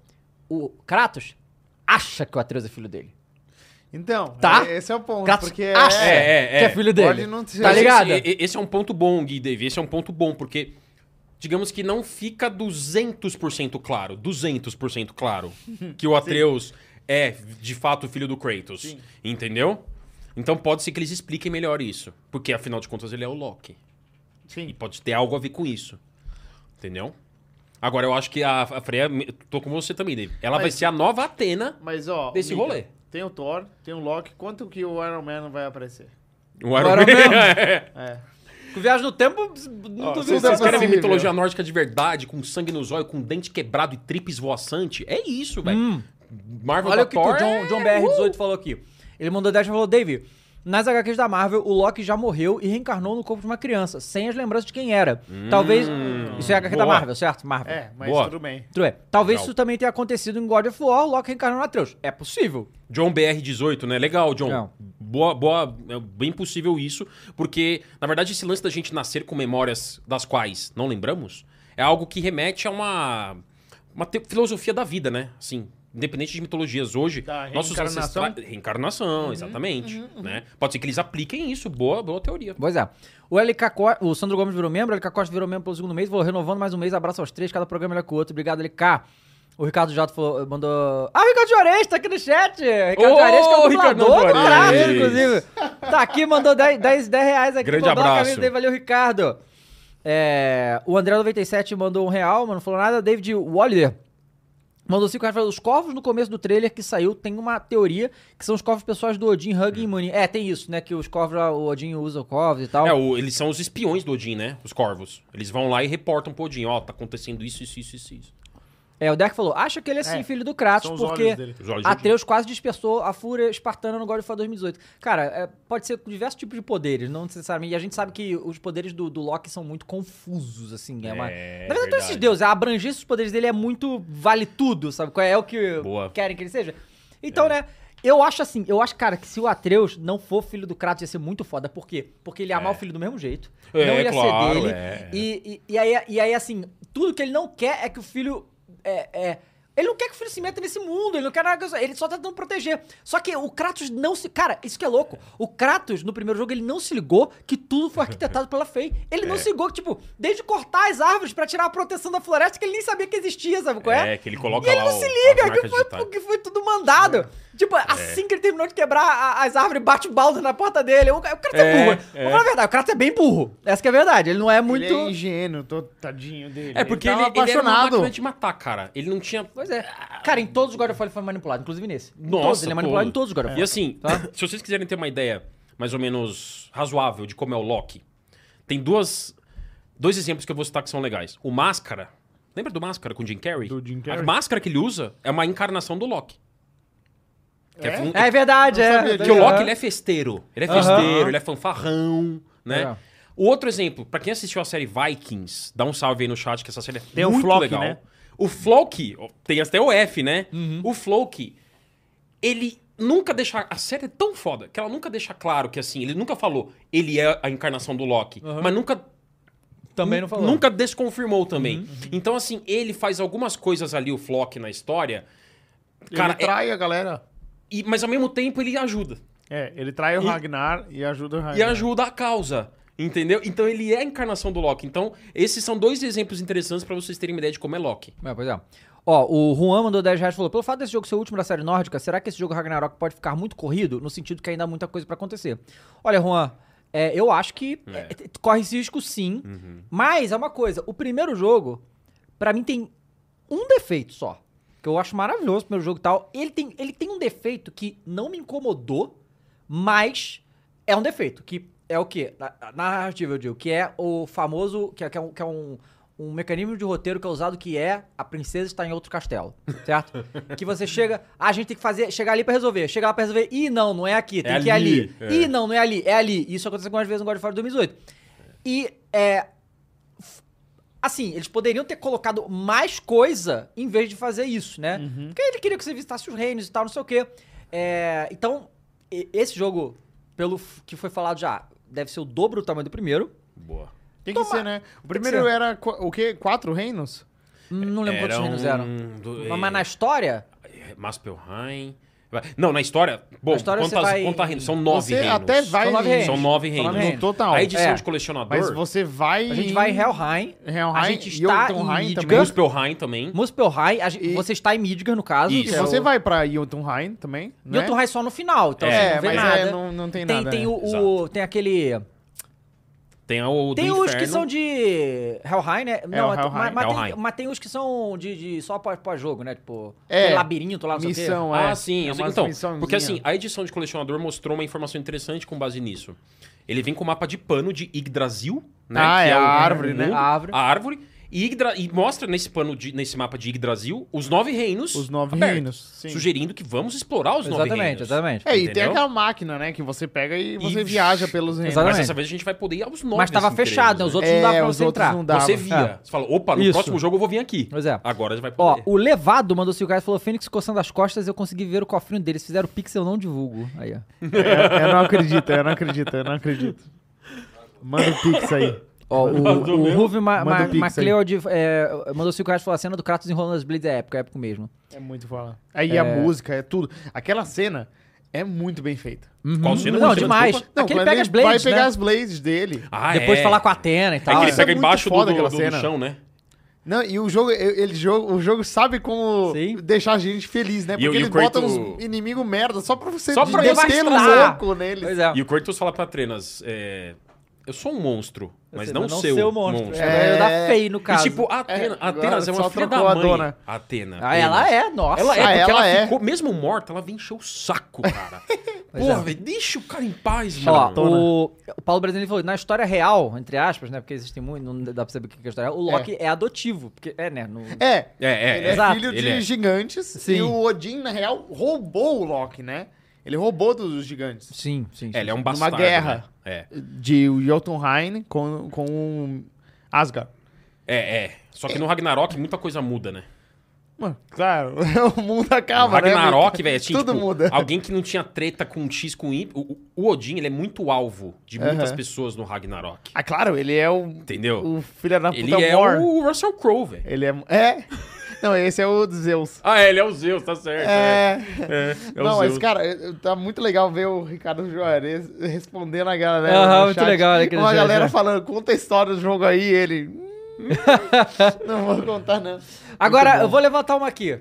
Speaker 1: O Kratos acha que o Atreus é filho dele.
Speaker 2: Então,
Speaker 1: Tá.
Speaker 2: é- esse é o ponto.
Speaker 1: Kratos
Speaker 2: porque
Speaker 1: acha
Speaker 2: é,
Speaker 3: É, é, é.
Speaker 1: que é filho
Speaker 2: Pode
Speaker 1: dele.
Speaker 2: não ser.
Speaker 1: Tá
Speaker 3: Mas
Speaker 2: Esse-
Speaker 1: ligado?
Speaker 3: Esse, e- esse é um ponto bom, Gui Dave. Esse é um ponto bom, porque digamos que não fica 200% claro, 200% claro, que o Atreus é de fato filho do Kratos.
Speaker 2: Sim.
Speaker 3: Entendeu? Então pode ser que eles expliquem melhor isso. Porque afinal de contas ele é o Loki. E
Speaker 2: Sim.
Speaker 3: pode ter algo a ver com isso. Entendeu? Agora eu acho que a, a Freya. Tô com você também, Dave. Ela
Speaker 2: Mas-
Speaker 3: vai ser a nova Atena.
Speaker 2: Mas, ó.
Speaker 3: Desse
Speaker 2: Mika,
Speaker 3: rolê.
Speaker 2: Tem o Thor, tem o Loki. Quanto que o Iron Man vai aparecer?
Speaker 3: O Iron
Speaker 1: Iron Man.
Speaker 3: Man. É.
Speaker 2: É.
Speaker 1: Tu viaja no tempo, não
Speaker 2: Ó,
Speaker 1: duvido.
Speaker 2: vocês-
Speaker 1: dessa
Speaker 3: Vocês querem ver
Speaker 2: possível.
Speaker 3: mitologia nórdica de verdade, com sangue nos olhos, com dente quebrado e tripes voaçante? É isso, velho. Marvel
Speaker 1: Hum. Olha
Speaker 3: da
Speaker 1: o que, que
Speaker 3: Thor
Speaker 1: o John,
Speaker 3: é-
Speaker 1: John
Speaker 2: uh!
Speaker 1: BR18 falou aqui. Ele mandou 10 e falou: Dave, nas HQs da Marvel, o Loki já morreu e reencarnou no corpo de uma criança, sem as lembranças de quem era. Talvez. Isso é HQ da
Speaker 3: Hum, boa.
Speaker 1: Marvel, certo? Marvel.
Speaker 2: É, mas
Speaker 3: Boa.
Speaker 2: tudo bem.
Speaker 1: Tudo bem. Talvez
Speaker 3: Legal.
Speaker 1: isso também tenha acontecido em God of War, Loki reencarnou no Atreus. É possível.
Speaker 3: John BR18, né? Legal, John.
Speaker 1: Não.
Speaker 3: Boa, boa, é bem possível isso, porque, na verdade, esse lance da gente nascer com memórias das quais não lembramos é algo que remete a uma, uma te- filosofia da vida, né? Assim, independente de mitologias hoje,
Speaker 2: Da
Speaker 3: nossos
Speaker 2: reencarnação?
Speaker 3: ancestrais. Reencarnação,
Speaker 1: Uhum,
Speaker 3: exatamente. Né? Pode ser que eles apliquem isso. Boa, boa teoria.
Speaker 1: Pois é. O LK Costa, o Sandro Gomes virou membro, o LK Costa virou membro pelo segundo mês, falou renovando mais um mês, abraço aos três, cada programa é melhor que o outro. Obrigado, LK. O Ricardo Jato falou, mandou. Ah, o Ricardo Juarez tá aqui no chat! Ricardo
Speaker 3: Ô,
Speaker 1: Juarez, que é o
Speaker 3: Ricardo
Speaker 1: dublador do Kratos,
Speaker 3: Juarez.
Speaker 1: inclusive. Tá aqui, mandou 10, 10, 10 reais aqui.
Speaker 3: Grande
Speaker 1: mandou uma
Speaker 3: abraço.
Speaker 1: camisa dele, valeu, Ricardo. É, o André97 mandou um real, mas não falou nada. David Waller Mandou 5 reais e falou, os corvos no começo do trailer que saiu tem uma teoria que são os corvos pessoais do Odin, Hug e Muni. É, tem isso, né? Que os corvos, lá, o Odin usa o corvos e tal.
Speaker 3: É, o- eles são os espiões do Odin, né? Os corvos. Eles vão lá e reportam pro Odin. Ó, tá acontecendo isso, isso, isso, isso. isso.
Speaker 1: É, o Derek falou, acha que ele é sim
Speaker 2: É,
Speaker 1: filho do Kratos,
Speaker 2: São os
Speaker 1: porque
Speaker 2: olhos dele.
Speaker 3: Os olhos de Odin.
Speaker 1: Atreus quase dispersou a fúria espartana no God of War 2018. Cara, é, pode ser com diversos tipos de poderes, não necessariamente. E a gente sabe que os poderes do, do Loki são muito confusos, assim. É, uma...
Speaker 3: É,
Speaker 1: Na verdade, todos esses
Speaker 3: verdade.
Speaker 1: deuses, a abrangência dos poderes dele é muito vale tudo, sabe? qual É É o que
Speaker 3: Boa. É.
Speaker 1: querem que ele seja. Então, né, eu acho assim, eu acho, cara, que se o Atreus não for filho do Kratos, ia ser muito foda. Por quê? Porque ele ia amar o filho do mesmo jeito.
Speaker 3: É,
Speaker 1: não ia
Speaker 3: claro,
Speaker 1: ser dele.
Speaker 3: é.
Speaker 1: E, e, e aí, e aí, assim, tudo que ele não quer é que o filho. É, é- ele não quer que o filho se meta nesse mundo, ele não quer nada, ele só tá tentando proteger. Só que o Kratos não se. Cara, isso que é louco. O Kratos, no primeiro jogo, ele não se ligou que tudo foi arquitetado pela Fei. Ele
Speaker 3: É.
Speaker 1: não se ligou que, tipo, desde cortar as árvores pra tirar a proteção da floresta, que ele nem sabia que existia, sabe qual é?
Speaker 3: É, que ele coloca
Speaker 1: E ele
Speaker 3: lá
Speaker 1: não
Speaker 3: o-
Speaker 1: se
Speaker 3: as
Speaker 1: liga, que
Speaker 3: marcas
Speaker 1: foi,
Speaker 3: digitais.
Speaker 1: que foi tudo mandado.
Speaker 3: É.
Speaker 1: Tipo, assim que ele terminou de quebrar a- as árvores, bate o balde na porta dele. O, ca- o Kratos é,
Speaker 3: É,
Speaker 1: burro. Vou falar a verdade, o Kratos é bem burro. Essa que é a verdade. Ele não é muito.
Speaker 2: Ele é ingênuo, tô tadinho dele.
Speaker 3: É, porque ele,
Speaker 2: tava
Speaker 3: ele era uma
Speaker 2: apaixonado.
Speaker 3: máquina de matar, cara. Ele não tinha...
Speaker 1: Pois é. Cara, em todos os God of War ele foi manipulado, inclusive nesse. Em
Speaker 3: Nossa,
Speaker 1: todos, ele é manipulado
Speaker 3: todo.
Speaker 1: em todos os God of War.
Speaker 3: E assim, se vocês quiserem ter uma ideia mais ou menos razoável de como é o Loki, tem duas... Dois exemplos que eu vou citar que são legais. O Máscara. Lembra do Máscara com o Jim Carrey?
Speaker 2: Do Jim Carrey.
Speaker 3: A máscara que ele usa é uma encarnação do Loki. Um Que
Speaker 2: É?
Speaker 3: fun-
Speaker 1: É verdade,
Speaker 2: Não
Speaker 1: é.
Speaker 2: sabia
Speaker 3: Porque o
Speaker 2: Aham.
Speaker 3: Loki ele é festeiro. Ele é
Speaker 1: Aham.
Speaker 3: festeiro, ele é fanfarrão, né?
Speaker 1: É.
Speaker 3: O outro exemplo, pra quem assistiu a série Vikings, dá um salve aí no chat que essa série é
Speaker 2: Tem o
Speaker 3: muito
Speaker 2: Flock,
Speaker 3: legal.
Speaker 2: né?
Speaker 1: Uhum.
Speaker 3: O Flock, ó, tem até o F, né? O Flock, ele nunca deixar. A série é tão foda que ela nunca deixa claro que assim, ele nunca falou ele é a encarnação do Loki, mas nunca
Speaker 1: Também não falou. Uhum,
Speaker 3: Nunca desconfirmou também. Então, assim, ele faz algumas coisas ali, o Flock, na história. Cara,
Speaker 2: ele trai a galera.
Speaker 3: é- e- mas ao mesmo tempo ele ajuda.
Speaker 2: É, ele trai o Ragnar e ajuda o Ragnar.
Speaker 3: E ajuda a causa. Entendeu? Então ele é a encarnação do Loki. Então, esses são dois exemplos interessantes pra vocês terem uma ideia de como é Loki.
Speaker 1: É, pois é. Ó, o Juan mandou 10 reais e falou: pelo fato desse jogo ser o último da série nórdica, será que esse jogo Ragnarok pode ficar muito corrido? No sentido que ainda há muita coisa pra acontecer. Olha, Juan, é, eu acho que é, t- t- corre esse risco sim.
Speaker 3: Uhum.
Speaker 1: Mas é uma coisa: o primeiro jogo, pra mim, tem um defeito só. Que eu acho maravilhoso o primeiro jogo e tal. Ele tem, ele tem um defeito que não me incomodou, mas é um defeito. Que é o quê? Na, na narrativa, eu digo. Que é o famoso. Que é, que é um. que é um um mecanismo de roteiro que é usado que é a princesa está em outro castelo, certo? que você chega, ah, a gente tem que fazer, chegar ali pra resolver, chegar lá pra resolver, ih, não, não é aqui, tem
Speaker 3: É
Speaker 1: que ir ali.
Speaker 3: ali, é.
Speaker 1: Ih, não, não é ali, é ali. Isso aconteceu algumas vezes no God of War 2018. E é, assim, eles poderiam ter colocado mais coisa em vez de fazer isso, né?
Speaker 3: Uhum.
Speaker 1: Porque ele queria que você visitasse os reinos e tal, não sei o quê. É, então, e- esse jogo, pelo f- que foi falado já, deve ser o dobro do tamanho do primeiro.
Speaker 3: Boa.
Speaker 2: Tem que
Speaker 1: Toma-
Speaker 2: ser, né? O primeiro
Speaker 1: ser.
Speaker 2: era qu- o quê? Quatro reinos?
Speaker 1: Hum, Não lembro quantos reinos
Speaker 3: um
Speaker 1: eram. Mas mas na história,
Speaker 3: é, Maspelheim. vai- Não, na história. Bom,
Speaker 1: Na história você
Speaker 3: quantas,
Speaker 1: vai-
Speaker 3: quantas reinos? São nove
Speaker 2: você
Speaker 3: reinos.
Speaker 2: até vai um.
Speaker 1: São nove
Speaker 2: em-
Speaker 1: reinos.
Speaker 3: São nove
Speaker 1: São
Speaker 3: reinos.
Speaker 1: nove
Speaker 2: No total.
Speaker 3: A edição
Speaker 1: É.
Speaker 3: de colecionador.
Speaker 2: Mas você vai
Speaker 1: a gente vai em Helheim,
Speaker 2: Helheim,
Speaker 1: a gente
Speaker 2: Jotunheim
Speaker 1: está em
Speaker 2: também.
Speaker 1: Midgar,
Speaker 3: Muspelheim também.
Speaker 1: Muspelheim, a gente-
Speaker 2: E-
Speaker 1: você está em Midgar, no caso.
Speaker 3: Isso.
Speaker 2: E
Speaker 1: que é
Speaker 2: você
Speaker 1: o-
Speaker 2: vai pra Jotunheim também, né?
Speaker 1: Jotunheim só no final, então
Speaker 3: É,
Speaker 1: você não
Speaker 2: É,
Speaker 1: vê
Speaker 2: mas
Speaker 1: nada.
Speaker 2: é, não, não tem,
Speaker 1: tem,
Speaker 2: nada.
Speaker 1: tem
Speaker 2: né?
Speaker 1: o- o, tem aquele...
Speaker 3: Tem o Tipo, do
Speaker 1: Tem os que
Speaker 3: Inferno. É,
Speaker 1: são de Hellheim, né? Não,
Speaker 2: o Hellheim.
Speaker 1: Mas, mas
Speaker 3: Hellheim.
Speaker 1: Tem, mas tem os que são de, de só pós- pós-jogo, né? Tipo,
Speaker 2: É.
Speaker 1: aquele labirinto lá, não sei o quê.
Speaker 2: Missão, é.
Speaker 3: Ah, sim. eu sei-
Speaker 2: umas
Speaker 3: então,
Speaker 2: missãozinha.
Speaker 3: porque assim, a edição de colecionador mostrou uma informação interessante com base nisso. Ele vem com o mapa de pano de Yggdrasil, né?
Speaker 2: Ah, é a
Speaker 3: o-
Speaker 2: árvore,
Speaker 3: o
Speaker 2: né?
Speaker 3: mundo,
Speaker 1: A árvore.
Speaker 3: A árvore. E, Yggdra- e mostra nesse pano de- nesse mapa de Yggdrasil os nove reinos.
Speaker 2: Os nove
Speaker 3: abertos,
Speaker 2: reinos. Sim.
Speaker 3: Sugerindo que vamos explorar os nove
Speaker 1: Exatamente,
Speaker 3: reinos.
Speaker 1: exatamente.
Speaker 2: É, e tem
Speaker 3: Entendeu?
Speaker 2: aquela máquina, né? Que você pega e você
Speaker 3: E-
Speaker 2: viaja pelos reinos.
Speaker 1: Exatamente.
Speaker 3: Mas dessa vez a gente vai poder ir aos nove.
Speaker 1: mas tava
Speaker 3: assim, creio,
Speaker 1: fechado, né?
Speaker 3: né?
Speaker 1: Os outros não
Speaker 2: É,
Speaker 1: dava pra
Speaker 2: os
Speaker 1: você
Speaker 2: outros
Speaker 1: entrar.
Speaker 2: não dava.
Speaker 3: Você via.
Speaker 1: É.
Speaker 3: Você fala, opa, no
Speaker 1: Isso.
Speaker 3: próximo jogo eu vou vir aqui.
Speaker 1: Pois é.
Speaker 3: Agora você vai
Speaker 1: Ó,
Speaker 3: poder.
Speaker 1: o Levado mandou 5 reais e falou: Fênix coçando as costas, eu consegui ver o cofrinho deles. Fizeram pixel, eu não divulgo. Aí, ó.
Speaker 2: É, eu não acredito, eu não acredito, eu não acredito. Manda o Pix aí.
Speaker 1: Ó,
Speaker 3: Mandou
Speaker 1: o, o
Speaker 3: mesmo?
Speaker 1: Ruve Ma-
Speaker 2: Manda
Speaker 1: Ma-
Speaker 2: o Pix aí.
Speaker 1: MacLeod é, mandou 5 reais e falou: a cena do Kratos enrolando as Blades é épica, é épico mesmo.
Speaker 2: É muito foda. Aí a música, é tudo. Aquela cena é muito bem feita.
Speaker 3: Qual
Speaker 1: Uhum.
Speaker 3: cena?
Speaker 1: Não,
Speaker 3: é Qual cena?
Speaker 1: demais.
Speaker 3: Desculpa.
Speaker 1: Não, Aquele
Speaker 2: quando
Speaker 1: pega
Speaker 2: ele
Speaker 1: as Blades.
Speaker 2: Vai pegar
Speaker 1: né?
Speaker 2: as blades dele.
Speaker 3: Ah,
Speaker 1: Depois
Speaker 3: é.
Speaker 1: falar com a Atena e
Speaker 3: É
Speaker 1: tal.
Speaker 3: que
Speaker 2: Ah,
Speaker 3: ele
Speaker 2: isso
Speaker 3: pega
Speaker 2: é muito
Speaker 3: embaixo do,
Speaker 2: foda
Speaker 3: do,
Speaker 2: aquela
Speaker 3: do
Speaker 2: cena.
Speaker 3: chão, né?
Speaker 2: Não, e o jogo, ele jogo, o jogo sabe como
Speaker 1: Sim.
Speaker 2: deixar a gente feliz, né?
Speaker 3: E
Speaker 2: Porque
Speaker 3: o- e o
Speaker 2: eles botam
Speaker 3: Kratos-
Speaker 2: uns inimigos merda só pra você
Speaker 3: Só pra
Speaker 2: meter um
Speaker 1: devastar.
Speaker 2: louco neles.
Speaker 1: Pois é.
Speaker 3: E o Kratos fala pra Trenas, é, eu sou um monstro, mas
Speaker 1: Você-
Speaker 3: não, seu, monstro.
Speaker 1: É,
Speaker 2: É.
Speaker 1: da Fey, no
Speaker 3: E
Speaker 1: caso.
Speaker 3: tipo, a Atena,
Speaker 2: É,
Speaker 3: a Atenas é
Speaker 2: agora
Speaker 3: uma
Speaker 2: só
Speaker 3: filha da
Speaker 2: trocou
Speaker 3: mãe.
Speaker 2: a dona.
Speaker 3: Atena.
Speaker 1: Ah, ela é, nossa.
Speaker 3: Ela é,
Speaker 2: Ah,
Speaker 3: porque
Speaker 2: ela
Speaker 3: ela,
Speaker 2: é.
Speaker 3: ficou, mesmo morta, ela vem encher o saco, cara. Porra,
Speaker 2: é.
Speaker 3: velho, deixa o cara em paz,
Speaker 1: Ó,
Speaker 3: mano.
Speaker 1: o, o Paulo Brasileiro falou, na história real, entre aspas, né? Porque existem muito, não dá pra saber o que é a história real. O Loki é, adotivo, porque é, né? no-
Speaker 2: É,
Speaker 3: É, é,
Speaker 2: ele
Speaker 3: é.
Speaker 2: é
Speaker 1: Exato.
Speaker 2: filho
Speaker 3: Ele
Speaker 2: de
Speaker 3: é.
Speaker 2: gigantes
Speaker 1: Sim.
Speaker 2: e o Odin, na real, roubou o Loki, né? Ele roubou dos gigantes.
Speaker 1: Sim, sim. sim.
Speaker 3: É, ele é um bastardo.
Speaker 2: guerra.
Speaker 3: né? É.
Speaker 2: De Jotunheim com, com Asgard.
Speaker 3: é, é. Só que no Ragnarok muita coisa muda, né?
Speaker 2: Mano, claro, o mundo
Speaker 3: No
Speaker 2: acaba, né?
Speaker 3: Ragnarok, velho, tinha,
Speaker 2: Tudo
Speaker 3: tipo,
Speaker 2: muda.
Speaker 3: alguém que não tinha treta com X, com Y. O, o- o Odin, ele é muito alvo de muitas
Speaker 2: Aham.
Speaker 3: pessoas no Ragnarok.
Speaker 2: Ah, claro, ele é o,
Speaker 3: Entendeu?
Speaker 2: o filho da puta
Speaker 3: Ele é
Speaker 2: Mor.
Speaker 3: o Russell Crowe, velho.
Speaker 2: Ele é... É? Não, esse é o Zeus.
Speaker 3: Ah, é, ele é o Zeus, tá certo.
Speaker 2: É...
Speaker 3: é, é o
Speaker 2: Não,
Speaker 3: Zeus.
Speaker 2: mas, cara, eh, tá muito legal ver o Ricardo Juarez respondendo a galera.
Speaker 1: Aham,
Speaker 2: no
Speaker 1: muito
Speaker 2: chat.
Speaker 1: legal, né, aquele
Speaker 2: Uma
Speaker 1: chat,
Speaker 2: galera
Speaker 1: né?
Speaker 2: falando, conta a história do jogo aí, ele. "Hum, não vou contar, não.
Speaker 1: Agora,
Speaker 2: Muito bom.
Speaker 1: eu vou levantar uma aqui.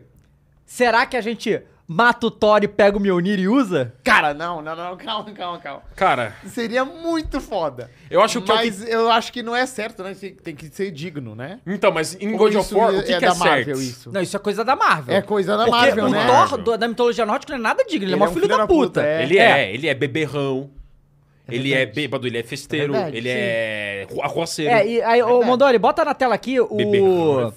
Speaker 1: Será que a gente mata o Thor e pega o Mjolnir e usa?
Speaker 2: Cara, não, não, não, calma, calma, calma.
Speaker 3: Cara,
Speaker 2: Seria muito foda.
Speaker 3: eu acho que, é o que-
Speaker 2: Mas eu acho que não é certo, né? Tem, tem que ser digno, né?
Speaker 3: Então, mas em
Speaker 2: Ou
Speaker 3: God of
Speaker 2: isso
Speaker 3: War, o que que é,
Speaker 2: da
Speaker 3: certo?
Speaker 2: Marvel isso?
Speaker 1: Não, isso é coisa da Marvel.
Speaker 2: É coisa da
Speaker 1: Porque
Speaker 2: Marvel,
Speaker 1: o
Speaker 2: né?
Speaker 1: Thor do- da mitologia nórdica não é nada digno, ele, é mó filho, da puta.
Speaker 2: é.
Speaker 3: Ele é, ele é beberrão, ele é
Speaker 2: verdade.
Speaker 3: bêbado, ele é festeiro,
Speaker 2: É verdade,
Speaker 3: ele
Speaker 2: sim.
Speaker 3: é ru- arroaceiro.
Speaker 1: É, e aí, ô
Speaker 2: Verdade.
Speaker 1: Mondori, bota na tela aqui o.
Speaker 3: Beberrão.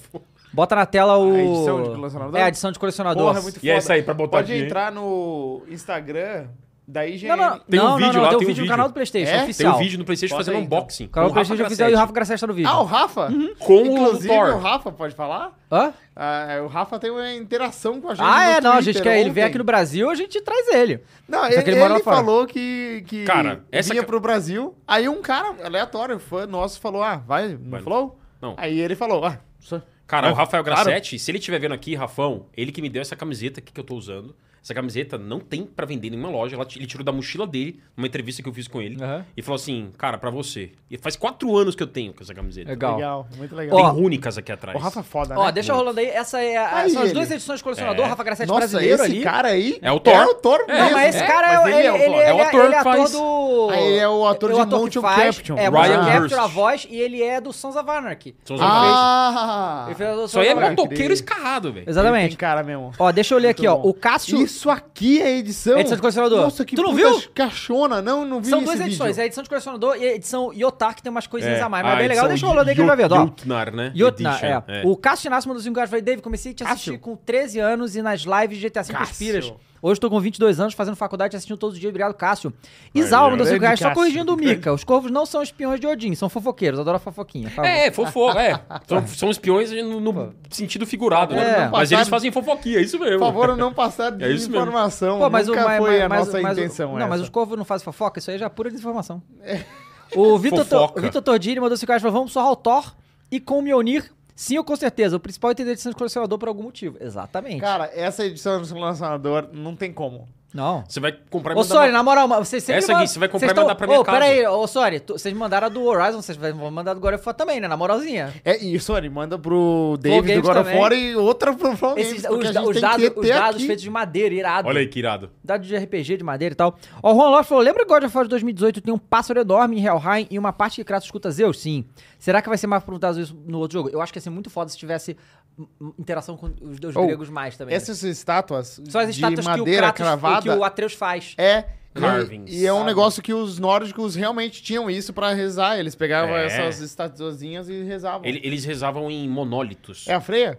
Speaker 1: Bota na tela o.
Speaker 2: A edição de colecionador?
Speaker 1: É, a edição de colecionador.
Speaker 2: Porra, é muito
Speaker 3: E é essa aí pra botar
Speaker 2: Pode
Speaker 3: aqui, hein?
Speaker 2: entrar no Instagram da IGN.
Speaker 1: Não, não,
Speaker 3: Tem um
Speaker 1: não,
Speaker 3: vídeo
Speaker 1: não,
Speaker 3: lá,
Speaker 1: tem um
Speaker 3: tem um
Speaker 1: vídeo no
Speaker 3: vídeo.
Speaker 1: canal do Playstation,
Speaker 2: É? Tem um
Speaker 3: Tem
Speaker 1: oficial.
Speaker 3: um vídeo no PlayStation
Speaker 2: Bota
Speaker 3: fazendo
Speaker 2: aí, então.
Speaker 3: unboxing.
Speaker 1: O canal do
Speaker 3: com Rafa
Speaker 1: Playstation oficial e o
Speaker 3: Grassetti.
Speaker 1: Rafa Grassetti tá no vídeo.
Speaker 2: Ah, o Rafa?
Speaker 1: Uhum.
Speaker 3: Com
Speaker 2: Inclusive,
Speaker 3: o Thor.
Speaker 2: o Rafa, pode falar?
Speaker 1: Hã?
Speaker 2: Ah, é, o Rafa tem uma interação com a gente.
Speaker 1: Ah,
Speaker 2: no
Speaker 1: é, não, a gente
Speaker 2: Twitter
Speaker 1: quer. Ele vem
Speaker 2: ontem.
Speaker 1: aqui no Brasil, a gente traz ele.
Speaker 2: Não,
Speaker 1: Só
Speaker 2: ele,
Speaker 1: que ele mora
Speaker 2: ele
Speaker 1: lá fora.
Speaker 2: falou que, que
Speaker 3: Cara, essa
Speaker 2: vinha
Speaker 3: ca-
Speaker 2: pro Brasil. Aí um cara aleatório, fã nosso, falou: Ah, vai, não
Speaker 3: Vai.
Speaker 2: falou?
Speaker 3: Não.
Speaker 2: Aí ele falou: Ah, só-
Speaker 3: Cara,
Speaker 2: Ah,
Speaker 3: o Rafael
Speaker 2: claro.
Speaker 3: Grassetti, se ele estiver vendo aqui, Rafão, ele que me deu essa camiseta aqui que eu tô usando. Essa camiseta não tem pra vender em nenhuma loja. Ela- ele tirou da mochila dele, numa entrevista que eu fiz com ele,
Speaker 1: Aham.
Speaker 3: e falou assim: Cara, pra você. E faz quatro anos que eu tenho com essa camiseta.
Speaker 1: Legal.
Speaker 2: legal, muito legal.
Speaker 3: Tem
Speaker 1: Ó,
Speaker 3: únicas aqui atrás.
Speaker 2: o É, Rafa é foda,
Speaker 1: Ó,
Speaker 2: né?
Speaker 1: deixa rolando aí. Essa é a-
Speaker 2: Aí
Speaker 1: são as
Speaker 2: ele.
Speaker 1: duas edições de colecionador,
Speaker 3: É.
Speaker 1: Rafa Grassetti
Speaker 2: Nossa,
Speaker 1: brasileiro
Speaker 2: esse
Speaker 1: ali.
Speaker 2: cara aí
Speaker 3: É o Thor.
Speaker 2: É o Thor mesmo.
Speaker 1: Não, mas esse
Speaker 3: É,
Speaker 1: cara
Speaker 2: mas
Speaker 1: é, ele, ele, ele,
Speaker 3: É o
Speaker 1: ele
Speaker 3: ator
Speaker 1: é
Speaker 3: que
Speaker 1: ator
Speaker 3: faz.
Speaker 1: do.
Speaker 2: Ah, ele é o ator de
Speaker 1: que
Speaker 2: Mountain
Speaker 1: faz,
Speaker 2: Caption.
Speaker 1: É,
Speaker 3: Ryan
Speaker 1: Mountain Caption,
Speaker 3: Hurst.
Speaker 1: a voz, e ele é do Sons of Anarchy.
Speaker 3: São os amigos.
Speaker 2: Ah!
Speaker 1: Ele fez a do
Speaker 3: Isso aí é
Speaker 1: Sons of Anarchy.
Speaker 3: motoqueiro escarrado, velho.
Speaker 2: Ele
Speaker 1: Exatamente.
Speaker 2: tem cara mesmo.
Speaker 1: Ó, deixa eu ler aqui, ó.
Speaker 2: bom.
Speaker 1: O Cássio.
Speaker 2: Isso aqui é edição.
Speaker 1: É edição de colecionador.
Speaker 2: Nossa, que
Speaker 1: Tu não
Speaker 2: puta
Speaker 1: viu?
Speaker 2: cachona. Não, não vi
Speaker 1: São
Speaker 2: esse
Speaker 1: duas
Speaker 2: vídeo.
Speaker 1: edições, é a edição de colecionador e a edição Yotar, que tem umas coisinhas
Speaker 3: É.
Speaker 1: a mais. Mas
Speaker 3: Ah,
Speaker 1: é bem legal,
Speaker 3: edição
Speaker 1: deixa eu rolando aí que ele vai
Speaker 3: Yo-
Speaker 1: vendo, ó.
Speaker 3: Yotnar, né?
Speaker 1: Yotna,
Speaker 3: Edition,
Speaker 1: é. O Cássio Inácio mandou cinco reais. Falei, Dave, comecei a te assistir
Speaker 2: Cássio.
Speaker 1: com 13 anos e nas lives de GTA V com os
Speaker 2: Cássio.
Speaker 1: Piras. Hoje tô com 22 anos, fazendo faculdade, assistindo todos os dias. Obrigado, Cássio. Isaura mandou
Speaker 2: grande
Speaker 1: 5 reais, só
Speaker 2: Cássio.
Speaker 1: corrigindo o Mika. Os corvos não são espiões de Odin, são fofoqueiros. Adoro a fofoquinha. Tá bom.
Speaker 3: É, é, fofo, é. São, são espiões no, no sentido figurado, né?
Speaker 1: É.
Speaker 3: Mas eles fazem fofoquia, é isso mesmo.
Speaker 2: Por favor, não passar
Speaker 3: É isso mesmo.
Speaker 2: desinformação.
Speaker 1: Pô, mas
Speaker 2: Nunca
Speaker 1: o, mas,
Speaker 2: foi a
Speaker 1: mas-
Speaker 2: nossa
Speaker 1: mas o-
Speaker 2: intenção
Speaker 1: Não,
Speaker 2: essa. É.
Speaker 1: mas os corvos não fazem fofoca, isso aí já é pura desinformação. O Vitor
Speaker 3: Fofoca.
Speaker 1: To- Vitor Tordini mandou 5 reais e falou: vamos surrar o Thor e com o Mionir. Sim, eu com certeza. O principal é entender a edição de colecionador por algum motivo. Exatamente.
Speaker 2: Cara, essa edição do lançador não tem como.
Speaker 1: não.
Speaker 3: Você vai comprar e
Speaker 1: Ô,
Speaker 3: mandar
Speaker 1: Sori,
Speaker 3: uma-
Speaker 1: na moral, mas vocês sempre
Speaker 3: Essa aqui,
Speaker 1: mandam-
Speaker 3: você vai comprar
Speaker 1: vocês
Speaker 3: e mandar
Speaker 1: tão-
Speaker 3: pra minha
Speaker 1: Ô,
Speaker 3: casa.
Speaker 1: pera aí, ô, Sori, tu- vocês mandaram a do Horizon, vocês vão mandar do God of War também, né? Na moralzinha.
Speaker 2: É isso, ele manda pro David
Speaker 1: Games
Speaker 2: agora
Speaker 1: também.
Speaker 2: fora e outra pro Flow
Speaker 1: Esses, os
Speaker 2: Games, Então, porque a
Speaker 1: da-
Speaker 2: gente
Speaker 1: os
Speaker 2: tem
Speaker 1: dados,
Speaker 2: que
Speaker 1: os
Speaker 2: ter
Speaker 1: dados
Speaker 2: aqui.
Speaker 1: feitos de madeira, irado.
Speaker 3: Olha aí que irado.
Speaker 1: Dado de RPG de madeira e tal. Ó, o Ron Lopes falou: lembra que God of War de 2018 tem um pássaro enorme em Helheim e uma parte que Kratos escuta Zeus? Sim. Será que vai ser mais aproveitado isso no outro jogo? Eu acho que ia ser muito foda se tivesse hum, hum, interação com os deus
Speaker 2: Oh,
Speaker 1: gregos mais também. né?
Speaker 2: Essas estátuas
Speaker 1: São as estátuas
Speaker 2: de
Speaker 1: que o
Speaker 2: madeira
Speaker 1: Kratos,
Speaker 2: cravada
Speaker 1: que o Atreus faz.
Speaker 2: é...
Speaker 3: Carvings,
Speaker 2: e é um
Speaker 3: sabe?
Speaker 2: negócio que os nórdicos realmente tinham isso pra rezar. Eles pegavam
Speaker 3: É.
Speaker 2: essas estatuazinhas e rezavam.
Speaker 3: Ele- Eles rezavam em monólitos,
Speaker 2: É a Freya?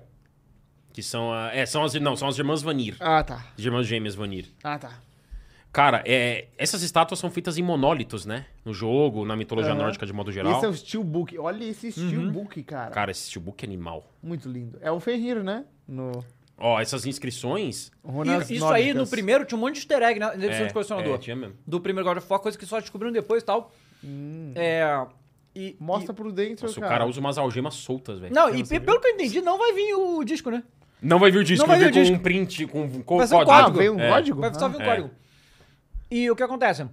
Speaker 3: que são, a- é, são as não, são as irmãs Vanir,
Speaker 2: Ah, tá.
Speaker 3: as irmãs gêmeas Vanir.
Speaker 2: Ah, tá.
Speaker 3: Cara, é, essas estátuas são feitas em monólitos, né? No jogo, na mitologia
Speaker 2: Aham.
Speaker 3: nórdica de modo geral.
Speaker 2: Esse é o Steelbook. Olha esse
Speaker 1: Uhum.
Speaker 2: Steelbook, cara.
Speaker 3: Cara, esse steelbook é animal.
Speaker 2: Muito lindo. É o Ferreiro, né? No
Speaker 3: Ó, essas inscrições.
Speaker 2: Runas
Speaker 1: E isso aí no
Speaker 2: Nórdicas.
Speaker 1: primeiro tinha um monte de easter egg na na edição
Speaker 3: é,
Speaker 1: de colecionador.
Speaker 3: é, tinha mesmo.
Speaker 1: do primeiro God of War, coisa que só descobriram depois e tal.
Speaker 2: Hum.
Speaker 1: É. E,
Speaker 2: Mostra pro dentro,
Speaker 3: Nossa, o
Speaker 2: cara.
Speaker 3: cara usa umas algemas soltas,
Speaker 1: e-
Speaker 3: velho.
Speaker 1: Então, Não, e pe- pelo que eu entendi, não vai vir o disco, né?
Speaker 3: Não vai vir o disco,
Speaker 1: Não vai
Speaker 3: vai vir
Speaker 1: vir o
Speaker 3: com um print, com um co-
Speaker 1: Vai ser um
Speaker 3: código.
Speaker 2: Ah,
Speaker 1: código.
Speaker 2: veio um
Speaker 3: É.
Speaker 2: código?
Speaker 1: Vai só
Speaker 2: Ah.
Speaker 1: vir o
Speaker 3: É.
Speaker 1: código. E o que acontece?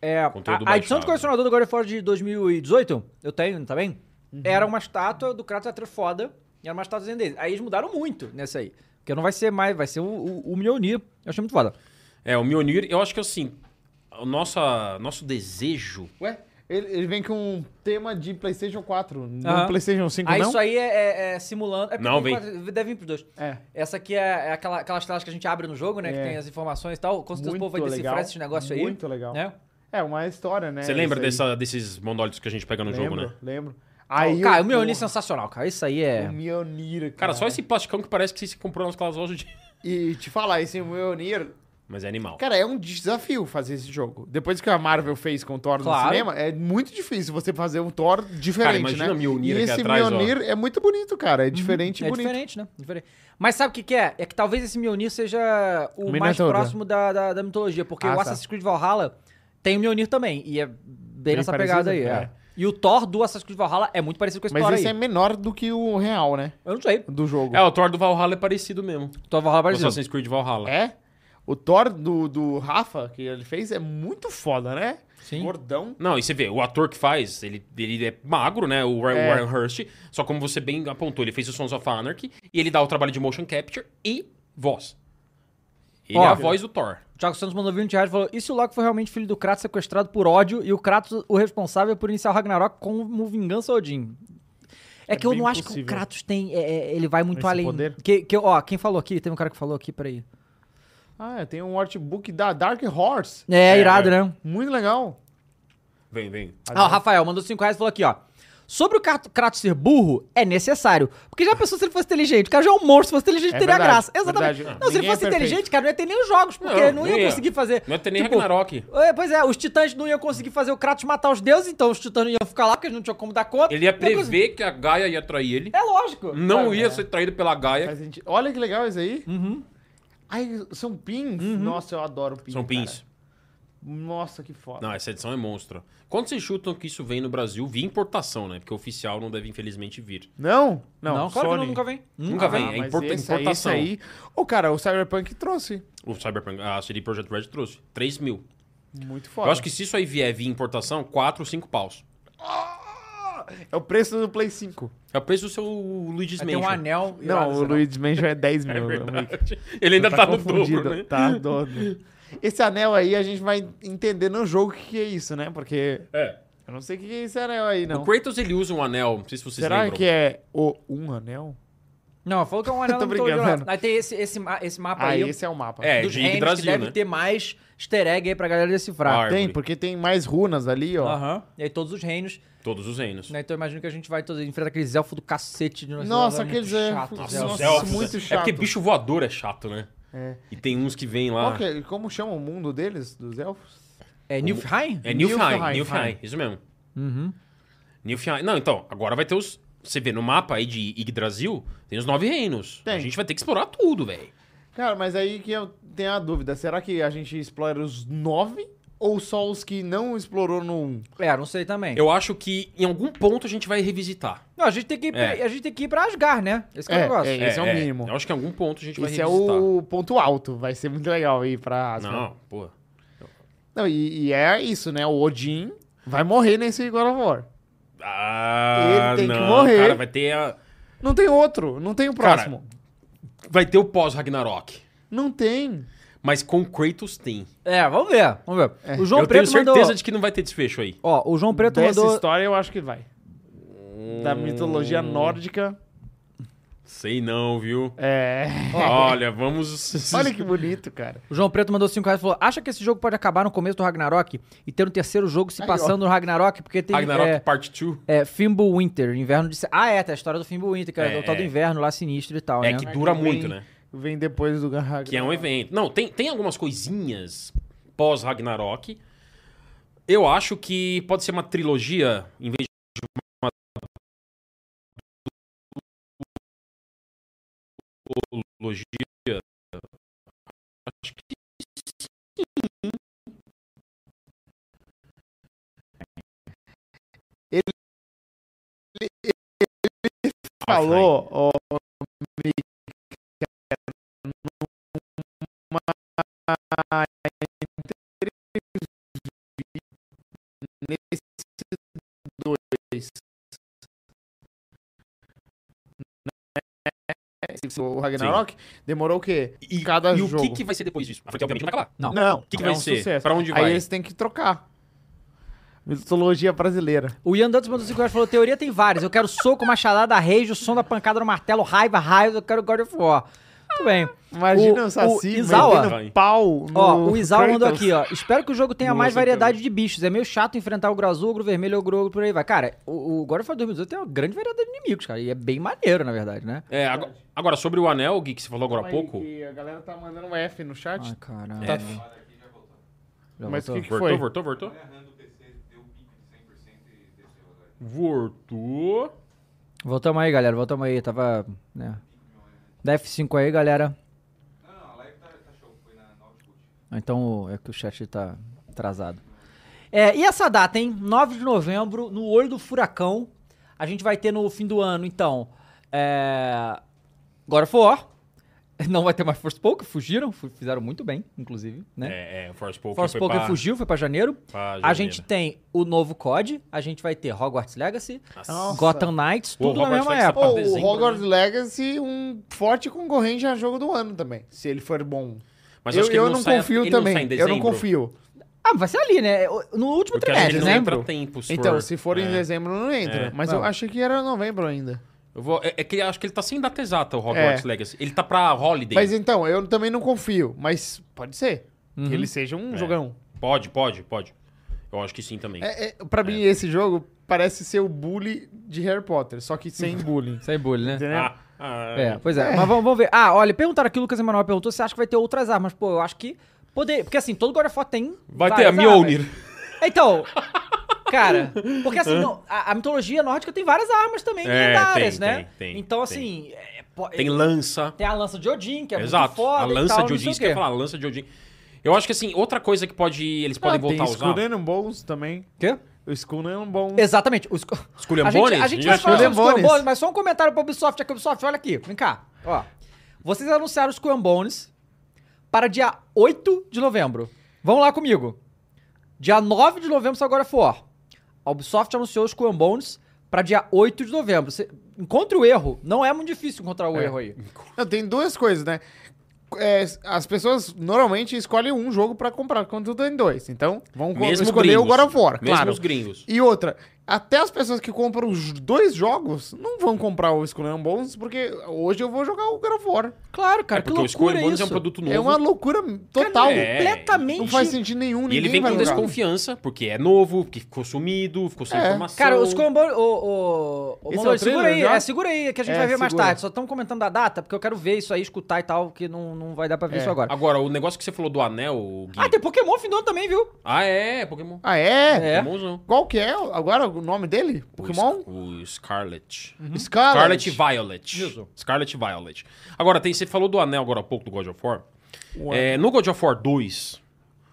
Speaker 1: É, a,
Speaker 3: Conteúdo
Speaker 1: a edição
Speaker 3: baixado.
Speaker 1: de colecionador do God of War de 2018, eu tenho, tá bem?
Speaker 2: Uhum.
Speaker 1: Era uma estátua do Kratos Atreus foda. E era uma estátua dele. Aí eles mudaram muito nessa aí. Porque não vai ser mais, vai ser o, o, o Mjolnir. Eu achei muito foda.
Speaker 3: É, o Mionir, eu acho que assim, o nossa, nosso desejo.
Speaker 2: Ué, ele, ele vem com um tema de PlayStation 4.
Speaker 1: Aham.
Speaker 2: No PlaySation 5,
Speaker 1: Aí
Speaker 2: não?
Speaker 1: isso aí é, é- é simulando. É porque tem
Speaker 3: Não, vem.
Speaker 1: quatro- Deve vir pros dois.
Speaker 2: É.
Speaker 1: Essa aqui é, é aquela, aquelas telas que a gente abre no jogo, né? Que
Speaker 2: É.
Speaker 1: tem as informações e tal. Com certeza o povo vai
Speaker 2: Muito
Speaker 1: decifrar
Speaker 2: legal,
Speaker 1: esse negócio aí.
Speaker 2: muito legal.
Speaker 1: Né?
Speaker 2: É uma história, né?
Speaker 3: Você lembra
Speaker 2: Isso aí.
Speaker 3: dessa- desses monólitos que a gente pega no
Speaker 2: lembro,
Speaker 3: jogo, né?
Speaker 2: Lembro. Aí
Speaker 1: cara, o Mjolnir é sensacional, cara. Isso aí é...
Speaker 2: O Mjolnir, cara.
Speaker 3: Cara, só esse plasticão que parece que você comprou naquelas lojas de.
Speaker 2: E te falar, esse Mjolnir...
Speaker 3: Mas é animal.
Speaker 2: Cara, é um desafio fazer esse jogo. Depois que a Marvel fez com o Thor
Speaker 1: Claro.
Speaker 2: no cinema, é muito difícil você fazer um Thor diferente,
Speaker 3: Cara, imagina
Speaker 2: né?
Speaker 3: Mjolnir
Speaker 2: e
Speaker 3: aqui
Speaker 2: esse
Speaker 3: atrás, ó.
Speaker 2: Mjolnir é muito bonito, cara. É diferente e
Speaker 1: é
Speaker 2: bonito.
Speaker 1: diferente, né? Diferente. Mas sabe o que, que é? É que talvez esse Mjolnir seja o mais
Speaker 2: Minotauro.
Speaker 1: próximo da, da, da mitologia. Porque
Speaker 2: Ah,
Speaker 1: o
Speaker 2: tá.
Speaker 1: Assassin's Creed Valhalla tem o Mjolnir também. E é bem
Speaker 2: Bem
Speaker 1: nessa
Speaker 2: parecido,
Speaker 1: pegada aí.
Speaker 2: é.
Speaker 1: é. E o Thor do Assassin's Creed Valhalla é muito parecido com esse
Speaker 2: Mas
Speaker 1: Thor aí.
Speaker 2: esse é menor do que o real, né?
Speaker 1: Eu não sei.
Speaker 2: Do jogo.
Speaker 3: É, o Thor do Valhalla é parecido mesmo.
Speaker 1: Thor Valhalla é
Speaker 3: O
Speaker 1: parecido.
Speaker 3: Assassin's Creed Valhalla.
Speaker 2: É? O Thor do, do Rafa, que ele fez, é muito foda, né?
Speaker 1: Sim.
Speaker 2: Gordão.
Speaker 3: Não, e você vê, o ator que faz, ele, ele é magro, né? O Ryan,
Speaker 2: É.
Speaker 3: Warren Hurst. Só como você bem apontou, ele fez o Sons of Anarchy e ele dá o trabalho de motion capture e voz. Ele
Speaker 1: Ó.
Speaker 3: é a voz do Thor.
Speaker 1: O Thiago Santos mandou 20 reais e falou: E se o Loki foi realmente filho do Kratos sequestrado por ódio e o Kratos o responsável por iniciar o Ragnarok como vingança a Odin? É,
Speaker 2: É
Speaker 1: que eu
Speaker 2: bem
Speaker 1: não acho que o
Speaker 2: possível.
Speaker 1: Kratos tem. é, é, ele vai muito
Speaker 2: Esse
Speaker 1: além.
Speaker 2: poder.
Speaker 1: Que, que, ó, quem falou aqui? Tem um cara que falou aqui, peraí.
Speaker 2: Ah, tem um artbook da Dark Horse.
Speaker 1: É,
Speaker 3: É,
Speaker 1: irado,
Speaker 3: é.
Speaker 1: né?
Speaker 2: Muito legal.
Speaker 3: Vem, vem.
Speaker 1: Ah, o Rafael mandou 5 reais e falou aqui, ó. Sobre o Kat- Kratos ser burro, é necessário. Porque já pensou se ele fosse inteligente? O cara já é um monstro, se fosse inteligente,
Speaker 2: É
Speaker 1: teria
Speaker 2: verdade,
Speaker 1: graça. Exatamente.
Speaker 2: verdade.
Speaker 1: Não, se ele
Speaker 2: Ninguém é
Speaker 1: fosse
Speaker 2: perfeito.
Speaker 1: inteligente, cara, não ia ter nem os jogos, porque não,
Speaker 3: não
Speaker 1: ia
Speaker 3: ia.
Speaker 1: conseguir fazer.
Speaker 3: Não ia ter nem
Speaker 2: Tipo,
Speaker 3: Ragnarok.
Speaker 1: é, Pois é, os titãs não iam conseguir fazer o Kratos matar os deuses, então os titãs não iam ficar lá porque eles não tinham como dar conta.
Speaker 3: Ele ia
Speaker 1: Não consegui-
Speaker 3: prever que a Gaia ia trair ele.
Speaker 1: É lógico.
Speaker 3: Não
Speaker 1: É.
Speaker 3: ia ser traído pela Gaia.
Speaker 2: Faz sentido. Olha que legal isso aí.
Speaker 1: Uhum.
Speaker 2: Ai, são pins? Nossa, eu adoro pins.
Speaker 3: São
Speaker 2: cara.
Speaker 3: pins.
Speaker 2: Nossa, que foda.
Speaker 3: Não, essa edição é monstra. Quando vocês chutam que isso vem no Brasil via importação, né? Porque oficial não deve, infelizmente, vir.
Speaker 2: Não? Não,
Speaker 1: Não, claro
Speaker 2: Sony. Ah,
Speaker 1: que não, nunca vem.
Speaker 3: Nunca vem, é
Speaker 2: mas
Speaker 3: import-
Speaker 2: esse aí-
Speaker 3: importação.
Speaker 2: esse aí- Ô, cara, o Cyberpunk trouxe.
Speaker 3: O Cyberpunk, a CD Projekt Red trouxe. 3 mil.
Speaker 2: Muito foda.
Speaker 3: Eu acho que se isso aí vier via importação, 4 ou 5 paus.
Speaker 2: Ah! É o preço do Play 5.
Speaker 3: É o preço do seu Luigi's
Speaker 1: Aí Tem um
Speaker 3: Mansion.
Speaker 1: anel. irado,
Speaker 2: Não, o
Speaker 1: sei lá.
Speaker 2: Luigi's Mansion é 10 mil.
Speaker 3: É
Speaker 2: meu amigo.
Speaker 3: verdade. Ele ainda tá, no
Speaker 2: confundido,
Speaker 3: dobro, né?
Speaker 2: Tá dobro. Esse anel aí a gente vai entender no jogo o que, que é isso, né? Porque
Speaker 3: É.
Speaker 2: eu não sei o que, que é esse anel aí, não.
Speaker 3: O Kratos, ele usa um anel, não sei se vocês
Speaker 2: Será
Speaker 3: lembram.
Speaker 2: que é o um anel?
Speaker 1: Não, falou que é um anel
Speaker 2: Tô
Speaker 1: do
Speaker 2: brincando.
Speaker 1: Michelangelo. Aí tem esse, esse, ma- esse mapa
Speaker 2: Ah,
Speaker 1: aí.
Speaker 2: esse é o mapa.
Speaker 3: É,
Speaker 1: dos
Speaker 3: de
Speaker 1: Ends, que
Speaker 3: Brasil,
Speaker 1: deve
Speaker 3: né?
Speaker 1: ter mais easter egg aí pra galera decifrar.
Speaker 3: Ah,
Speaker 2: Tem,
Speaker 3: árvore.
Speaker 2: porque tem mais runas ali, ó.
Speaker 1: Aham. E aí todos os reinos.
Speaker 3: Todos os reinos.
Speaker 1: Né? Então eu imagino que a gente vai todo, enfrentar aqueles elfos do cacete. De
Speaker 2: Nossa,
Speaker 1: é muito
Speaker 2: aqueles elfos.
Speaker 1: chato,
Speaker 2: Nossa,
Speaker 1: os elfos.
Speaker 3: os
Speaker 2: isso
Speaker 3: elfos,
Speaker 2: é muito
Speaker 3: né? É
Speaker 2: chato.
Speaker 3: porque bicho voador é chato, né?
Speaker 2: É.
Speaker 3: E tem uns que vêm lá...
Speaker 2: Qual que é- como chama o mundo deles, dos elfos?
Speaker 1: É Nilfheim?
Speaker 3: É Nilfheim,
Speaker 2: Nilfheim,
Speaker 3: Nilfheim, isso mesmo. Uhum. Nilfheim. Não, então, agora vai ter os... Você vê no mapa aí de Yggdrasil, tem os nove reinos.
Speaker 2: Tem.
Speaker 3: A gente vai ter que explorar tudo, velho.
Speaker 2: Cara, mas aí que eu tenho a dúvida. Será que a gente explora os nove ou só os que não explorou no um?
Speaker 1: É, não sei também.
Speaker 3: Eu acho que em algum ponto a gente vai revisitar.
Speaker 1: Não, a gente, tem que ir, pra-
Speaker 3: É.
Speaker 1: a gente tem que ir pra Asgard, né? Esse que é, o
Speaker 2: É,
Speaker 1: negócio.
Speaker 2: é. Esse o mínimo.
Speaker 3: Eu acho que em algum ponto a gente vai
Speaker 2: Esse é
Speaker 3: revisitar.
Speaker 2: o ponto alto. Vai ser muito legal ir pra Asgard.
Speaker 3: Não, pô.
Speaker 2: Não, e, e é isso, né? O Odin vai morrer nesse God of War.
Speaker 3: Ah,
Speaker 2: Ele tem que
Speaker 3: não,
Speaker 2: morrer.
Speaker 3: Cara, vai ter, a-
Speaker 2: Não tem outro, não tem o próximo.
Speaker 3: vai ter o pós-Ragnarok.
Speaker 2: Não tem.
Speaker 3: Mas com o Kratos tem.
Speaker 1: É, vamos ver. Vamos ver.
Speaker 2: É.
Speaker 1: O João
Speaker 3: eu
Speaker 1: Preto
Speaker 3: tenho certeza
Speaker 1: mandou.
Speaker 3: de que não vai ter desfecho aí.
Speaker 1: Ó, o João Preto
Speaker 2: Dessa
Speaker 1: mandou.
Speaker 2: história eu acho que vai. Da mitologia
Speaker 3: Hum.
Speaker 2: nórdica.
Speaker 3: Sei não, viu?
Speaker 2: É.
Speaker 3: Olha, vamos...
Speaker 2: Olha que bonito, cara.
Speaker 1: O João Preto mandou 5 reais e falou: Acha que esse jogo pode acabar no começo do Ragnarok e ter um terceiro jogo se
Speaker 2: Aí, ó.
Speaker 1: passando no Ragnarok? Porque tem.
Speaker 3: Ragnarok
Speaker 1: é,
Speaker 3: Part 2.
Speaker 1: É, Fimbulwinter, inverno de... Se- Ah, é, tá a história do Fimbulwinter, que é,
Speaker 3: É,
Speaker 1: o tal do
Speaker 3: é.
Speaker 1: inverno lá sinistro e tal,
Speaker 3: É
Speaker 1: né?
Speaker 3: que dura
Speaker 2: Vem-
Speaker 3: muito, né?
Speaker 2: Vem depois do Garraga.
Speaker 3: Que é um evento. Não, tem, tem algumas coisinhas pós-Ragnarok. Eu acho que pode ser uma trilogia em vez de uma. Trilogia. Acho que
Speaker 2: Falou, ó, numa entrevista nesses dois. Né? O Ragnarok demorou o quê?
Speaker 3: E,
Speaker 2: Cada
Speaker 3: e o
Speaker 2: jogo.
Speaker 3: que, que vai ser depois disso? A franquia obviamente não vai acabar.
Speaker 1: Não.
Speaker 2: Não,
Speaker 3: O que, que
Speaker 2: é
Speaker 3: vai
Speaker 2: um
Speaker 3: ser?
Speaker 2: sucesso.
Speaker 3: Pra onde
Speaker 2: Aí
Speaker 3: vai?
Speaker 2: eles têm que trocar. Mitologia brasileira.
Speaker 1: O Ian Dantas mandou 5 reais e falou: Teoria tem várias. Eu quero soco, machadada, rage, o som da pancada no martelo, raiva, raio, eu quero God of War. Muito bem.
Speaker 2: Imagina
Speaker 1: O-
Speaker 2: o,
Speaker 1: o
Speaker 2: Saci
Speaker 1: Izawa-
Speaker 2: metendo pau no
Speaker 1: Ó, o Isal mandou
Speaker 2: Ah, Kratos.
Speaker 1: aqui, ó. Espero que o jogo tenha
Speaker 3: Nossa,
Speaker 1: mais variedade de bichos. É meio chato enfrentar o ogro azul, ogro vermelho, ogro, ogro por aí vai. Cara, o, o God of War 2018 tem uma grande variedade de inimigos, cara. E é bem maneiro, na verdade, né?
Speaker 3: É, agora, agora, sobre o anel, Gui, que você falou agora há
Speaker 2: Calma aí,
Speaker 3: pouco.
Speaker 2: que A galera tá mandando um F no chat.
Speaker 1: Ai, caralho.
Speaker 3: É,
Speaker 1: Já
Speaker 2: Mas
Speaker 1: voltou?
Speaker 2: que
Speaker 3: Voltou,
Speaker 2: foi?
Speaker 3: voltou, voltou? Voltou.
Speaker 1: Voltamos aí, galera. Voltamos aí. Tava. Né? Dá F5 aí, galera. Ah, Então é que o chat tá atrasado. É, e essa data, hein? 9 de novembro, no olho do furacão. A gente vai ter no fim do ano, então. É... God of War. Não vai ter mais Forspoken, fugiram, fu- fizeram muito bem, inclusive, né?
Speaker 3: É, é, o Forspoken, foi
Speaker 1: Forspoken
Speaker 3: pra-
Speaker 1: fugiu, foi pra janeiro.
Speaker 3: pra
Speaker 1: A
Speaker 3: janeiro.
Speaker 1: gente tem o novo COD, a gente vai ter Hogwarts Legacy,
Speaker 3: Nossa.
Speaker 1: Gotham Knights,
Speaker 3: Pô,
Speaker 1: tudo na
Speaker 3: Hogwarts
Speaker 1: mesma
Speaker 3: Legacy
Speaker 1: época.
Speaker 2: Pô,
Speaker 3: pra dezembro,
Speaker 2: o Hogwarts Legacy, um forte concorrente a jogo do ano também, se ele for bom.
Speaker 3: Mas
Speaker 2: eu
Speaker 3: acho que ele
Speaker 2: eu não
Speaker 3: sai-
Speaker 2: confio
Speaker 3: ele sai
Speaker 2: também.
Speaker 3: em
Speaker 2: eu não
Speaker 3: dezembro.
Speaker 2: confio.
Speaker 1: Ah, vai ser ali, né? No último
Speaker 3: Porque acho que
Speaker 1: trimestre,
Speaker 3: ele
Speaker 1: né?
Speaker 3: não entra
Speaker 2: dezembro.
Speaker 3: tempo, se
Speaker 2: Então,
Speaker 3: for-
Speaker 2: se for em
Speaker 3: é.
Speaker 2: dezembro, não entra.
Speaker 3: É.
Speaker 2: Mas
Speaker 1: Não.
Speaker 2: eu achei que era novembro ainda.
Speaker 3: Eu vou- é, é que eu acho que ele tá sem data exata, o Hogwarts Legacy. Ele tá pra Holiday.
Speaker 2: É. Mas então, eu também não confio. Mas pode ser
Speaker 1: Uhum.
Speaker 2: que
Speaker 3: É.
Speaker 2: ele seja um jogão.
Speaker 3: Pode, pode, pode. Eu acho que sim também.
Speaker 2: É, é, pra mim, esse jogo parece ser o bully de Harry Potter, só que sem bullying.
Speaker 1: Sem bullying, né?
Speaker 2: Entendeu?
Speaker 3: Ah, ah,
Speaker 1: É, pois é. Mas vamos, vamos ver. Ah, olha, perguntaram aqui, o Lucas Emanuel perguntou se acha que vai ter outras armas. Pô, eu acho que poderia. Porque assim, todo God of War tem.
Speaker 3: Vai ter a
Speaker 1: várias
Speaker 3: Mjolnir.
Speaker 1: armas. Então. Cara, porque assim, não, a, a mitologia nórdica tem várias armas também
Speaker 3: É,
Speaker 1: lendárias,
Speaker 3: tem,
Speaker 1: né?
Speaker 3: tem, tem,
Speaker 1: então,
Speaker 3: tem.
Speaker 1: assim. é, po-
Speaker 3: Tem lança.
Speaker 1: tem a lança de Odin, que é muito
Speaker 3: Exato.
Speaker 1: foda.
Speaker 3: a
Speaker 1: e
Speaker 3: lança
Speaker 1: tal,
Speaker 3: de
Speaker 1: não sei
Speaker 3: Odin,
Speaker 1: o
Speaker 3: isso que eu ia
Speaker 1: quê.
Speaker 3: falar, a lança de Odin. Eu acho que assim, outra coisa que pode. Eles podem
Speaker 2: Ah,
Speaker 3: voltar a
Speaker 2: tem
Speaker 3: usar.
Speaker 2: Skull and Bones também.
Speaker 1: Quê?
Speaker 2: O Skull and Bones.
Speaker 1: Exatamente. Os... A gente,
Speaker 3: Esculhambones?
Speaker 1: a gente vai
Speaker 3: Já
Speaker 1: falar sobre
Speaker 2: falou.
Speaker 1: os Skull and Bones,
Speaker 2: Bones.
Speaker 1: mas só um comentário pra Ubisoft aqui. Ubisoft, olha aqui. Vem cá. Ó. Vocês anunciaram os Skull and Bones para dia 8 de novembro. Vão lá comigo. Dia 9 de novembro saiu agora for. A Ubisoft anunciou os Skull and Bones para dia 8 de novembro. Você encontra o erro. Não é muito difícil encontrar o erro aí.
Speaker 2: Não, tem duas coisas, né? É, as pessoas normalmente escolhem um jogo pra comprar, quando tem dois. Então, vão co-
Speaker 3: Mesmo
Speaker 2: escolher
Speaker 3: gringos.
Speaker 2: o God of War,
Speaker 3: Mesmo
Speaker 2: claro.
Speaker 3: os gringos.
Speaker 2: E outra, até as pessoas que compram os dois jogos não vão comprar o Skull and Bones, porque hoje eu vou jogar o God of War.
Speaker 1: Claro, cara.
Speaker 3: é
Speaker 1: que
Speaker 3: porque o Skull
Speaker 1: loucura
Speaker 3: and
Speaker 1: é
Speaker 3: Bones
Speaker 1: isso.
Speaker 3: é um produto novo.
Speaker 2: É uma loucura total.
Speaker 3: É.
Speaker 1: Completamente...
Speaker 2: Não faz sentido nenhum,
Speaker 3: E
Speaker 2: ninguém
Speaker 3: ele vem
Speaker 2: vai
Speaker 3: com
Speaker 2: jogar.
Speaker 3: desconfiança, porque é novo, porque ficou sumido, ficou sem
Speaker 2: É.
Speaker 3: informação.
Speaker 1: Cara, os combos. O, o,
Speaker 2: Esse é
Speaker 1: segura
Speaker 2: o trailer
Speaker 1: aí,
Speaker 2: já?
Speaker 1: é, segura aí, que a gente
Speaker 2: É,
Speaker 1: vai ver mais
Speaker 2: segura.
Speaker 1: tarde. Só estão comentando a data, porque eu quero ver isso aí, escutar e tal, que não, não vai dar
Speaker 2: É,
Speaker 1: pra ver isso agora.
Speaker 3: Agora, o negócio que você falou do anel, Gui.
Speaker 1: Ah, tem Pokémon fim do ano também, viu?
Speaker 3: Ah, é, Pokémon.
Speaker 2: Ah, é?
Speaker 1: É.
Speaker 3: Pokémonzão.
Speaker 2: Qual que é agora o nome dele? Pokémon?
Speaker 3: O, Sc- o Scarlet.
Speaker 2: Scarlet.
Speaker 3: Uhum. Scarlet e Violet.
Speaker 1: Isso.
Speaker 3: Scarlet e Violet. Agora, tem, você falou do anel agora há pouco do God of War.
Speaker 2: Ué.
Speaker 3: É, no God of War 2,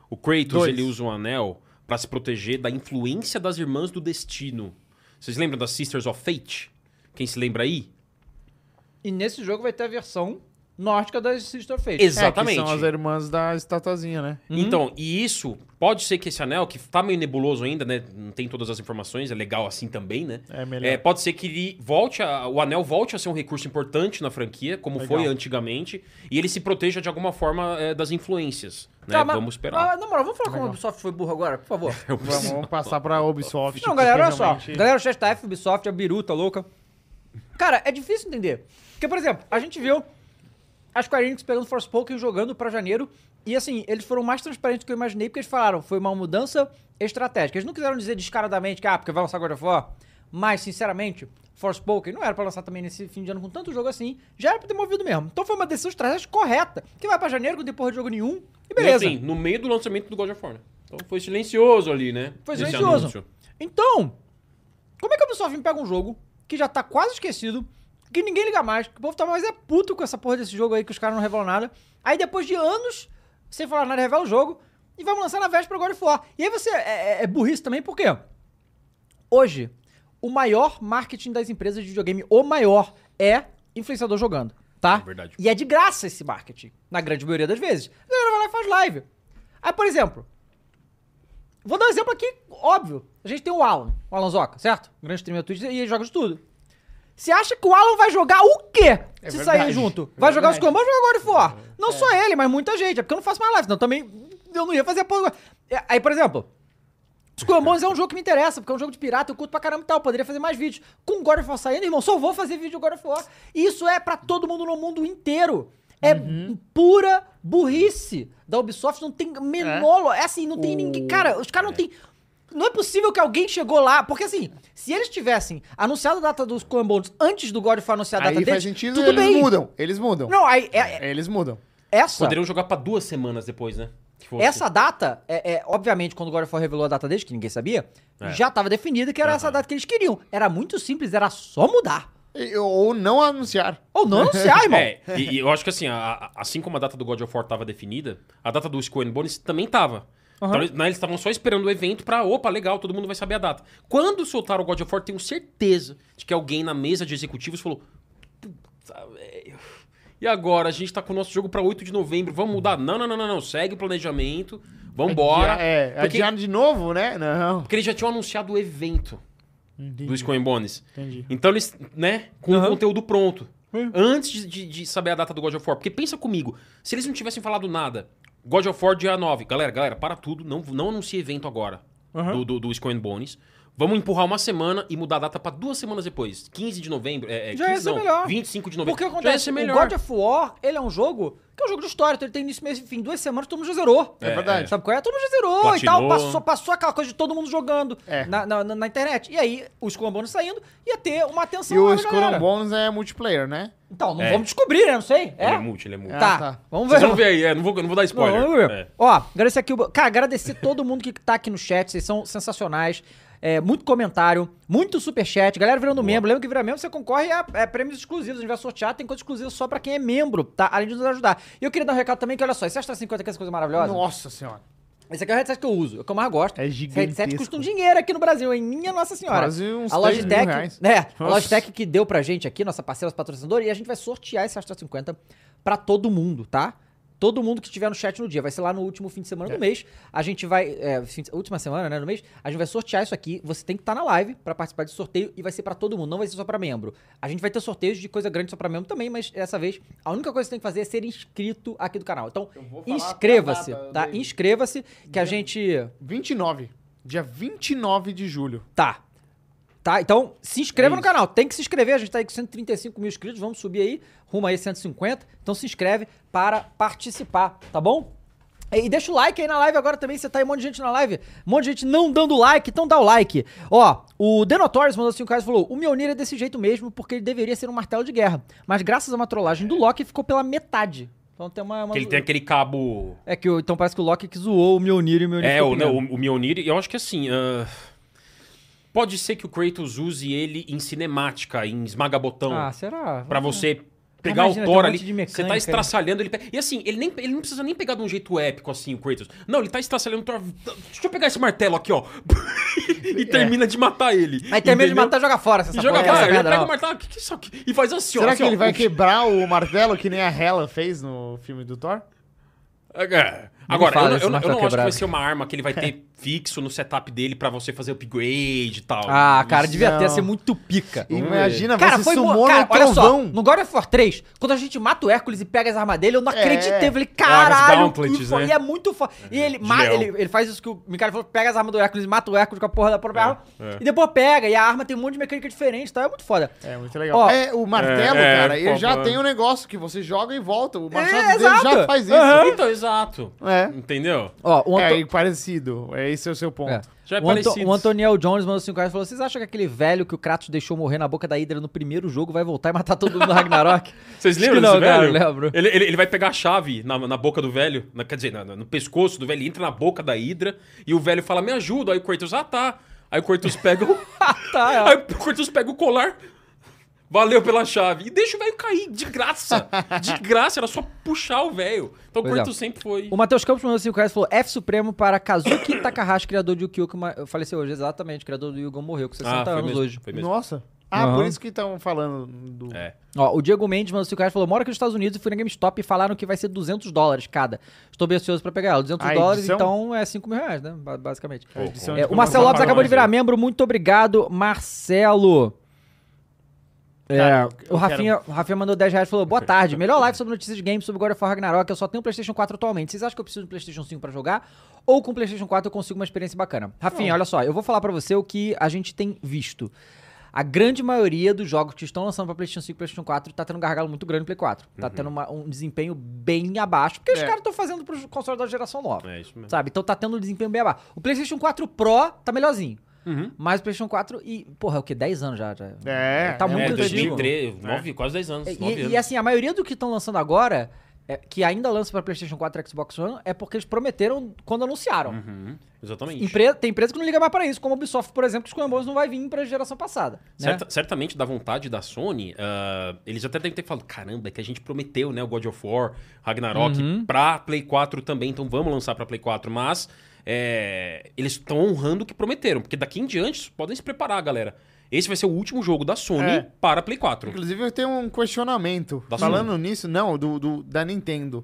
Speaker 3: o Kratos
Speaker 2: Dois.
Speaker 3: ele usa um anel pra se proteger da influência das irmãs do destino. Vocês lembram das Sisters of Fate? Quem se lembra aí?
Speaker 1: E nesse jogo vai ter a versão nórdica das Sister Fate.
Speaker 2: É, que
Speaker 3: Exatamente.
Speaker 2: são as irmãs da estatuazinha, né?
Speaker 3: Então, e isso pode ser que esse anel, que tá meio nebuloso ainda, né? Não tem todas as informações, é legal assim também, né?
Speaker 2: É melhor.
Speaker 3: pode ser que ele volte a, o anel volte a ser um recurso importante na franquia, como
Speaker 2: Legal.
Speaker 3: foi antigamente, e ele se proteja de alguma forma é, das influências. Né?
Speaker 1: Tá, mas-
Speaker 3: Vamos esperar.
Speaker 1: Ah, na moral, vamos falar como a Ubisoft foi burro agora, por favor.
Speaker 2: Vamos, vamos passar pra Ubisoft.
Speaker 1: Não,
Speaker 2: porque
Speaker 1: galera, olha só.
Speaker 2: realmente-
Speaker 1: Galera, o chat tá F, Ubisoft, a biruta louca. Cara, é difícil entender. Porque, por exemplo, a gente viu as Square Enix pegando Forspoken e jogando pra janeiro. E assim, eles foram mais transparentes do que eu imaginei, porque eles falaram, foi uma mudança estratégica. Eles não quiseram dizer descaradamente que, ah, porque vai lançar God of War. Mas, sinceramente, Forspoken não era pra lançar também nesse fim de ano com tanto jogo assim. Já era pra ter movido mesmo. Então foi uma decisão estratégica correta. Que vai pra janeiro, que não tem porra de jogo nenhum. E beleza.
Speaker 3: E assim, no meio do lançamento do God of War, né? Então foi silencioso ali, né?
Speaker 1: Foi
Speaker 3: Esse
Speaker 1: silencioso.
Speaker 3: anúncio.
Speaker 1: Então, como é que a Ubisoft me pega um jogo que já tá quase esquecido, que ninguém liga mais, que o povo tá mais é puto com essa porra desse jogo aí, que os caras não revelam nada. Aí depois de anos, sem falar nada, revela o jogo e vai lançar na véspera agora e for. E aí você é, é- é burrice também, por quê? Hoje, o maior marketing das empresas de videogame, o maior, é influenciador jogando, tá?
Speaker 3: É verdade.
Speaker 1: E é de graça esse marketing, na grande maioria das vezes. A galera vai lá e faz live. Aí, por exemplo, Vou dar um exemplo aqui, óbvio. A gente tem o Alan, o Alan Zoca, certo? Um Grande streamer da Twitch e ele joga de tudo. Você acha que o Alan vai jogar o quê?
Speaker 2: É
Speaker 1: se
Speaker 2: verdade.
Speaker 1: sair junto.
Speaker 2: É
Speaker 1: Vai jogar os
Speaker 2: verdade. É.
Speaker 1: comandos ou jogar God of War? Não só ele, mas muita gente. É porque eu não faço mais live, senão também eu não ia fazer a porra. É, Aí, por exemplo, os Comandos é um jogo que me interessa, porque é um jogo de pirata, eu curto pra caramba e tal, eu poderia fazer mais vídeos. Com God of War saindo, irmão, só vou fazer vídeo de God of War. E isso é pra todo mundo no mundo inteiro. É
Speaker 2: Uhum.
Speaker 1: pura burrice da Ubisoft, não tem menor. É, assim, não tem ninguém. Cara, os caras não tem. Não é possível que alguém chegou lá, porque assim, se eles tivessem anunciado a data dos Comandos antes do God of War anunciar a data
Speaker 2: Aí
Speaker 1: deles,
Speaker 2: faz sentido né?
Speaker 1: tudo
Speaker 2: eles
Speaker 1: bem.
Speaker 2: mudam. Eles mudam.
Speaker 1: Não, aí é- é-
Speaker 2: Eles mudam.
Speaker 1: essa
Speaker 3: Poderiam jogar pra duas semanas depois, né? Que fosse.
Speaker 1: Essa data, é, é, obviamente, quando o God of War revelou a data deles, que ninguém sabia,
Speaker 3: É.
Speaker 1: já estava definida que era essa data que eles queriam. Era muito simples, era só mudar.
Speaker 2: E- Ou não anunciar.
Speaker 1: Ou não anunciar, irmão.
Speaker 3: É, e, e eu acho que assim, a- a- assim como a data do God of War tava definida, a data do Skull and Bones também tava. Então, eles- né, eles estavam só esperando o evento pra, opa, legal, todo mundo vai saber a data. Quando soltaram o God of War, tenho certeza de que alguém na mesa de executivos falou: Puta, velho. E agora? A gente tá com o nosso jogo pra 8 de novembro, vamos mudar? Não, não, não, não, não. Segue o planejamento, vambora.
Speaker 2: Adiar- É,
Speaker 3: porque,
Speaker 2: adiando de novo, né? Não.
Speaker 3: porque eles já tinham anunciado o evento do
Speaker 2: Entendi.
Speaker 3: Skull and Bones.
Speaker 2: Entendi.
Speaker 3: Então eles, né, com
Speaker 1: Aham. É.
Speaker 3: o conteúdo pronto.
Speaker 2: Hum.
Speaker 3: Antes de- de, de saber a data do God of War. Porque pensa comigo, se eles não tivessem falado nada, God of War dia 9. Galera, galera, para tudo, não, não anuncie evento agora
Speaker 1: Aham.
Speaker 3: do, do, do Skull and Bones. Vamos empurrar uma semana e mudar a data pra duas semanas depois. 15 de novembro. É, é,
Speaker 1: Já ia
Speaker 3: 15
Speaker 1: ser
Speaker 3: não,
Speaker 1: melhor.
Speaker 3: 25 de novembro.
Speaker 1: Porque o que
Speaker 3: Já ia
Speaker 1: acontece,
Speaker 3: ser
Speaker 1: o
Speaker 3: melhor.
Speaker 1: God of War, ele é um jogo que é um jogo de história, então ele tem início, meio e fim. Duas semanas todo mundo já zerou.
Speaker 2: É verdade.
Speaker 1: Sabe qual é? Todo mundo já zerou e
Speaker 3: Platinou.
Speaker 1: tal. Passou, passou aquela coisa de todo mundo jogando
Speaker 2: É.
Speaker 1: na, na, na- na internet. E aí, os colombanos saindo, ia ter uma atenção
Speaker 2: E o
Speaker 1: maior da galera.
Speaker 2: Skull Bones é multiplayer, né?
Speaker 1: Então, não
Speaker 3: É.
Speaker 1: vamos descobrir, né? Não sei. É?
Speaker 3: Ele é multi, ele é multi.
Speaker 2: Ah,
Speaker 1: Tá.
Speaker 2: tá.
Speaker 1: Vamos ver.
Speaker 3: Vocês vão ver aí, é, não, vou, não vou dar
Speaker 1: Não,
Speaker 3: spoiler.
Speaker 1: vamos ver.
Speaker 3: É.
Speaker 1: Ó, agradecer aqui o. Cara, agradecer todo mundo que tá aqui no chat. Vocês são sensacionais. É, muito comentário, muito superchat. Galera virando membro. Lembra que virar membro, você concorre a, a prêmios exclusivos. A gente vai sortear, tem coisa exclusiva só pra quem é membro, tá? Além de nos ajudar. E eu queria dar um recado também, que olha só, esse Astra 50 que é essa coisa maravilhosa.
Speaker 2: Nossa senhora.
Speaker 1: Esse aqui é o headset que eu uso, é o que eu mais gosto.
Speaker 2: É
Speaker 1: Esse headset
Speaker 2: gigantesco.
Speaker 1: custa um dinheiro aqui no Brasil, hein? Minha Nossa Senhora.
Speaker 2: Quase uns
Speaker 1: a
Speaker 2: 3 mil
Speaker 1: Logitech,
Speaker 2: reais.
Speaker 1: É, a
Speaker 2: Nossa.
Speaker 1: Logitech que deu pra gente aqui, nossa parceira patrocinadora, e a gente vai sortear esse Astra 50 pra todo mundo, tá? Todo mundo que tiver no chat no dia. Vai ser lá no último fim de semana
Speaker 2: É.
Speaker 1: do mês. A gente vai. É, fim de- última semana, né? No mês. A gente vai sortear isso aqui. Você tem que estar na live pra participar desse sorteio e vai ser pra todo mundo, não vai ser só pra membro. A gente vai ter sorteios de coisa grande só pra membro também, mas dessa vez a única coisa que você tem que fazer é ser inscrito aqui do canal. Então,
Speaker 2: Eu vou falar
Speaker 1: inscreva-se,
Speaker 2: a data,
Speaker 1: tá?
Speaker 2: David.
Speaker 1: Inscreva-se que a gente
Speaker 2: 29. Dia 29 de julho.
Speaker 1: tá. Tá? Então, se inscreva
Speaker 2: É
Speaker 1: no
Speaker 2: isso.
Speaker 1: canal. Tem que se inscrever. A gente tá aí com 135 mil inscritos. Vamos subir aí, rumo aí 150. Então se inscreve para participar, tá bom? E e deixa o like aí na live agora também. Você tá aí, um monte de gente na live. Um monte de gente não dando like. Então dá o like. Ó, o The Notorious mandou 5 reais e falou: O Mjolnir é desse jeito mesmo, porque ele deveria ser um martelo de guerra. Mas graças a uma trollagem do Loki, ficou pela metade. Então tem uma... uma-
Speaker 3: Que ele tem aquele cabo...
Speaker 1: É que o- então parece que o Loki que zoou o Mjolnir e o Mjolnir
Speaker 3: É,
Speaker 1: ficou
Speaker 3: o, não,
Speaker 1: primeiro.
Speaker 3: o, o Mjolnir, eu acho que assim. ah, pode ser que o Kratos use ele em cinemática, em esmagabotão.
Speaker 1: Ah, será?
Speaker 3: Pra você pegar
Speaker 1: imagina,
Speaker 3: o
Speaker 1: tem um
Speaker 3: Thor
Speaker 1: monte
Speaker 3: ali.
Speaker 1: de
Speaker 3: Você
Speaker 1: mecânica,
Speaker 3: tá
Speaker 1: né?
Speaker 3: estraçalhando ele. pe- E assim, ele, nem, ele não precisa nem pegar de um jeito épico assim, o Kratos. Não, ele tá estraçalhando o Thor. Deixa eu pegar esse martelo aqui, ó. e termina de matar ele.
Speaker 1: Aí É. termina de
Speaker 3: entendeu?
Speaker 1: matar, joga fora. Essa
Speaker 3: E joga
Speaker 1: porra, essa
Speaker 3: fora, ele
Speaker 1: merda,
Speaker 3: pega
Speaker 1: não.
Speaker 3: o martelo, "Que que é isso aqui?" E faz assim, ó.
Speaker 2: Será
Speaker 3: assim,
Speaker 2: que ele
Speaker 3: ó.
Speaker 2: vai quebrar o martelo que nem a Hela fez no filme do Thor?
Speaker 3: É. Agora,
Speaker 1: fala
Speaker 3: eu, não-
Speaker 1: desse
Speaker 3: eu não-
Speaker 1: martelo
Speaker 3: eu não acho que
Speaker 1: quebrado.
Speaker 3: vai ser uma arma que ele vai ter fixo no setup dele pra você fazer upgrade e tal.
Speaker 1: Ah, cara, devia ter
Speaker 2: Não.
Speaker 1: ia ser muito pica.
Speaker 2: Imagina,
Speaker 1: Cara,
Speaker 2: você
Speaker 1: foi mo-
Speaker 2: sumou
Speaker 1: cara,
Speaker 2: no
Speaker 1: olha só,
Speaker 2: trovão.
Speaker 1: no God of War 3, quando a gente mata o Hércules e pega as armas dele, eu não
Speaker 2: É.
Speaker 1: acreditei. Eu falei,
Speaker 3: as
Speaker 1: caralho,
Speaker 3: gauntlets,
Speaker 1: que fo-
Speaker 3: Ah, né?
Speaker 1: e é muito foda. E ele, ma-
Speaker 3: leão.
Speaker 1: ele, ele faz isso que o Mikael falou, pega as armas do Hércules, mata o Hércules com a porra da própria
Speaker 3: É,
Speaker 1: arma,
Speaker 3: é.
Speaker 1: e depois pega, e a arma tem um monte de mecânica diferente, tá? É muito foda.
Speaker 2: É muito legal.
Speaker 1: Ó.
Speaker 2: é, o martelo,
Speaker 3: É, é,
Speaker 2: cara, ele
Speaker 3: pô,
Speaker 2: já
Speaker 3: pô.
Speaker 2: tem um negócio que você joga e volta. O machado dele
Speaker 1: É, exato.
Speaker 2: já faz isso.
Speaker 1: Aham.
Speaker 3: Então, exato.
Speaker 2: É.
Speaker 3: Entendeu?
Speaker 1: Ó, o
Speaker 2: É,
Speaker 1: Anto-
Speaker 2: e parecido. É, Esse é o seu ponto.
Speaker 1: É.
Speaker 3: Já é
Speaker 1: o, Anto-
Speaker 3: parecido.
Speaker 1: o Antoniel Jones mandou 5 reais e falou: Vocês acham que aquele velho que o Kratos deixou morrer na boca da Hydra no primeiro jogo vai voltar e matar todo mundo no Ragnarok?
Speaker 3: Vocês
Speaker 1: Acho que
Speaker 3: lembram
Speaker 1: não,
Speaker 3: desse velho?
Speaker 1: Cara, eu lembro.
Speaker 3: Ele, ele, ele vai pegar a chave na, na boca do velho, na- quer dizer, na- na- no pescoço do velho, ele entra na boca da Hidra e o velho fala, me ajuda. Aí o Kratos, ah tá. Aí o Kratos pega o...
Speaker 1: Tá, é.
Speaker 3: Aí o Kratos pega o colar, valeu pela chave. E deixa o velho cair, de graça. De graça, era só puxar o velho. Então
Speaker 1: Pois
Speaker 3: o Kratos
Speaker 1: é.
Speaker 3: sempre foi...
Speaker 1: O Matheus Campos mandou 5 reais e falou F Supremo para Kazuki Takahashi, criador de Yu-Gi-Oh! que ma- faleceu hoje. Exatamente, o criador do Yu-Gi-Oh! morreu com 60
Speaker 3: Ah, foi
Speaker 1: tá anos
Speaker 3: mesmo,
Speaker 1: hoje.
Speaker 3: Foi mesmo.
Speaker 2: Nossa. Ah,
Speaker 1: Aham.
Speaker 2: por isso que estão falando do...
Speaker 3: É.
Speaker 1: Ó, o Diego Mendes mandou 5 reais e falou Moro aqui nos Estados Unidos e fui na GameStop e falaram que vai ser 200 dólares cada. Estou bem ansioso para pegar ela. 200
Speaker 2: A
Speaker 1: dólares,
Speaker 2: edição?
Speaker 1: então é 5 mil reais, né? Ba- Basicamente.
Speaker 2: a edição
Speaker 1: É,
Speaker 2: de
Speaker 1: o Marcelo Lopes
Speaker 2: comemoração.
Speaker 1: acabou de virar membro, muito obrigado, Marcelo. É,
Speaker 2: Cara, eu
Speaker 1: o, Rafinha, o Rafinha mandou 10 reais e falou: Boa tarde, melhor live sobre notícias de games sobre God of War Ragnarok. Eu só tenho o PlayStation 4 atualmente. Vocês acham que eu preciso do PlayStation 5 pra jogar? Ou com o PlayStation 4 eu consigo uma experiência bacana? Rafinha, olha só, eu vou falar pra você o que a gente tem visto. A grande maioria dos jogos que estão lançando pra PlayStation 5 e PlayStation 4 tá tendo um gargalo muito grande no Play 4. Tá tendo uma- um desempenho bem abaixo, porque os
Speaker 2: Uhum. É.
Speaker 1: caras estão fazendo pros consoles da geração nova.
Speaker 3: É isso mesmo.
Speaker 1: Sabe? Então tá tendo um desempenho bem abaixo. O PlayStation 4 Pro tá melhorzinho.
Speaker 3: Uhum.
Speaker 1: Mas o PlayStation 4 e. Porra, é o quê? 10 anos já. já.
Speaker 2: É,
Speaker 1: Tá
Speaker 2: é
Speaker 1: muito
Speaker 3: É,
Speaker 1: antigo.
Speaker 3: 2003, nove, quase 10 anos.
Speaker 1: É. E-
Speaker 3: nove
Speaker 1: E,
Speaker 3: anos.
Speaker 1: e assim, a maioria do que estão lançando agora, é, que ainda lança pra PlayStation 4 e Xbox One, é porque eles prometeram quando anunciaram.
Speaker 3: Uhum, Exatamente.
Speaker 1: Empre- tem empresa que não liga mais pra isso, como a Ubisoft, por exemplo, que os Combos não vai vir pra geração passada. né?
Speaker 3: Certa- certamente, da vontade da Sony, ah, eles até devem ter falado: caramba, é que a gente prometeu, né? O God of War, Ragnarok, pra Play 4 também, então vamos lançar pra Play 4. Mas é, eles estão honrando o que prometeram, porque daqui em diante podem se preparar, galera. Esse vai ser o último jogo da Sony
Speaker 2: É.
Speaker 3: para Play 4.
Speaker 2: Inclusive, eu tenho um questionamento.
Speaker 3: Da
Speaker 2: Falando nisso, não, do, do- da Nintendo.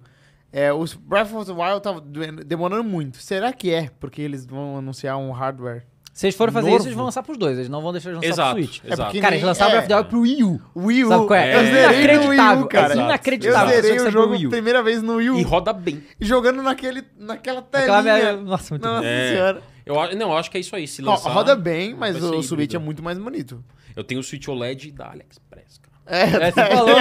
Speaker 2: É, os Breath of the Wild tá doendo- demorando muito. Será que é? Porque eles vão anunciar um hardware.
Speaker 1: Se eles forem fazer
Speaker 2: Novo.
Speaker 1: isso, eles vão lançar pros dois. Eles não vão deixar eles lançar
Speaker 3: Exato,
Speaker 1: pro Switch.
Speaker 3: exato.
Speaker 2: É porque-
Speaker 1: Cara, eles lançaram o
Speaker 2: É.
Speaker 1: Breath of the Wild pro Wii U.
Speaker 2: Wii U.
Speaker 1: Sabe qual é?
Speaker 2: Eu
Speaker 3: É.
Speaker 2: zerei no Wii
Speaker 1: Inacreditável,
Speaker 2: U, cara.
Speaker 1: é
Speaker 2: Eu
Speaker 1: inacreditável.
Speaker 2: zerei
Speaker 1: Só que
Speaker 2: o
Speaker 1: saiu pro
Speaker 2: jogo
Speaker 1: Wii U.
Speaker 2: primeira vez no Wii U.
Speaker 3: E roda bem.
Speaker 2: E jogando naquele, naquela
Speaker 1: Aquela
Speaker 2: telinha.
Speaker 1: minha- Nossa, muito bom.
Speaker 2: Nossa
Speaker 3: É.
Speaker 2: senhora.
Speaker 3: Eu, a- não, eu acho que é isso aí. Se
Speaker 2: Ó,
Speaker 3: lançar, um
Speaker 2: roda bem, mas
Speaker 3: vai ser
Speaker 2: o Switch é
Speaker 3: híbrido.
Speaker 2: muito mais bonito.
Speaker 3: Eu tenho o Switch OLED da AliExpress, cara.
Speaker 1: É, você falou.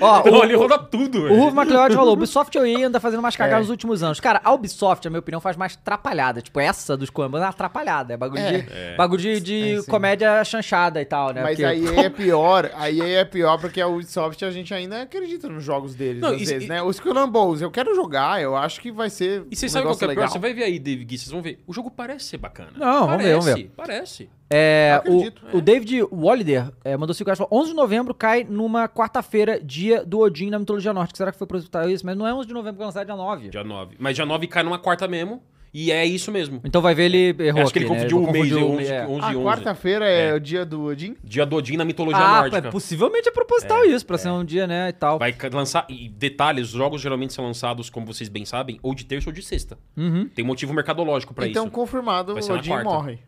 Speaker 1: Ó,
Speaker 3: Então
Speaker 1: o-
Speaker 3: ali roda tudo,
Speaker 1: O
Speaker 3: velho.
Speaker 1: Ruben McLeod falou, Ubisoft eu ia anda fazendo mais cagadas
Speaker 2: É.
Speaker 1: nos últimos anos. Cara, a Ubisoft, na minha opinião, faz mais atrapalhada. Tipo, essa dos Combos é atrapalhada. É bagulho
Speaker 2: É.
Speaker 1: de, Bagulho de, de
Speaker 2: É, sim.
Speaker 1: comédia chanchada e tal, né?
Speaker 2: mas
Speaker 1: Porque-
Speaker 2: aí é pior, aí é pior porque a Ubisoft a gente ainda acredita nos jogos deles,
Speaker 3: Não,
Speaker 2: às
Speaker 3: e-
Speaker 2: vezes,
Speaker 3: e-
Speaker 2: né? Os Skull and Bones, eu quero jogar, eu acho que vai ser
Speaker 3: E vocês
Speaker 2: um
Speaker 3: sabem qual
Speaker 2: negócio
Speaker 3: que é o pior?
Speaker 2: legal.
Speaker 3: Você vai ver aí, David Gui, vocês vão ver. O jogo parece ser bacana.
Speaker 1: Não, vamos ver,
Speaker 3: parece,
Speaker 1: vamos ver.
Speaker 3: Parece.
Speaker 1: É,
Speaker 2: acredito, né?
Speaker 1: o, o David Wallider é, mandou 5 reais e falou, 11 de novembro cai numa quarta-feira, dia do Odin na mitologia norte. Será que foi proposital isso? Mas não é 11 de novembro, que é lançado dia 9.
Speaker 3: Dia 9. Mas dia 9 cai numa quarta mesmo. E é isso mesmo.
Speaker 1: Então vai ver, ele errou
Speaker 3: É. acho que ele
Speaker 1: aqui, né?
Speaker 3: confundiu o mês,
Speaker 1: confundiu o
Speaker 3: 11
Speaker 1: mês, é.
Speaker 3: 11
Speaker 2: Ah,
Speaker 3: e 11.
Speaker 2: quarta-feira é,
Speaker 3: É.
Speaker 2: o dia do Odin?
Speaker 3: Dia do Odin na mitologia
Speaker 1: Ah,
Speaker 3: nórdica.
Speaker 1: é, possivelmente é proposital isso, pra ser um dia, né, e tal.
Speaker 3: Vai ca- lançar. E detalhes, os jogos geralmente são lançados, como vocês bem sabem, ou de terça ou de sexta.
Speaker 1: Uhum.
Speaker 3: Tem um motivo mercadológico pra
Speaker 2: então,
Speaker 3: isso.
Speaker 2: confirmado,
Speaker 3: Vai
Speaker 2: o
Speaker 3: ser na
Speaker 2: Odin
Speaker 3: quarta.
Speaker 2: morre.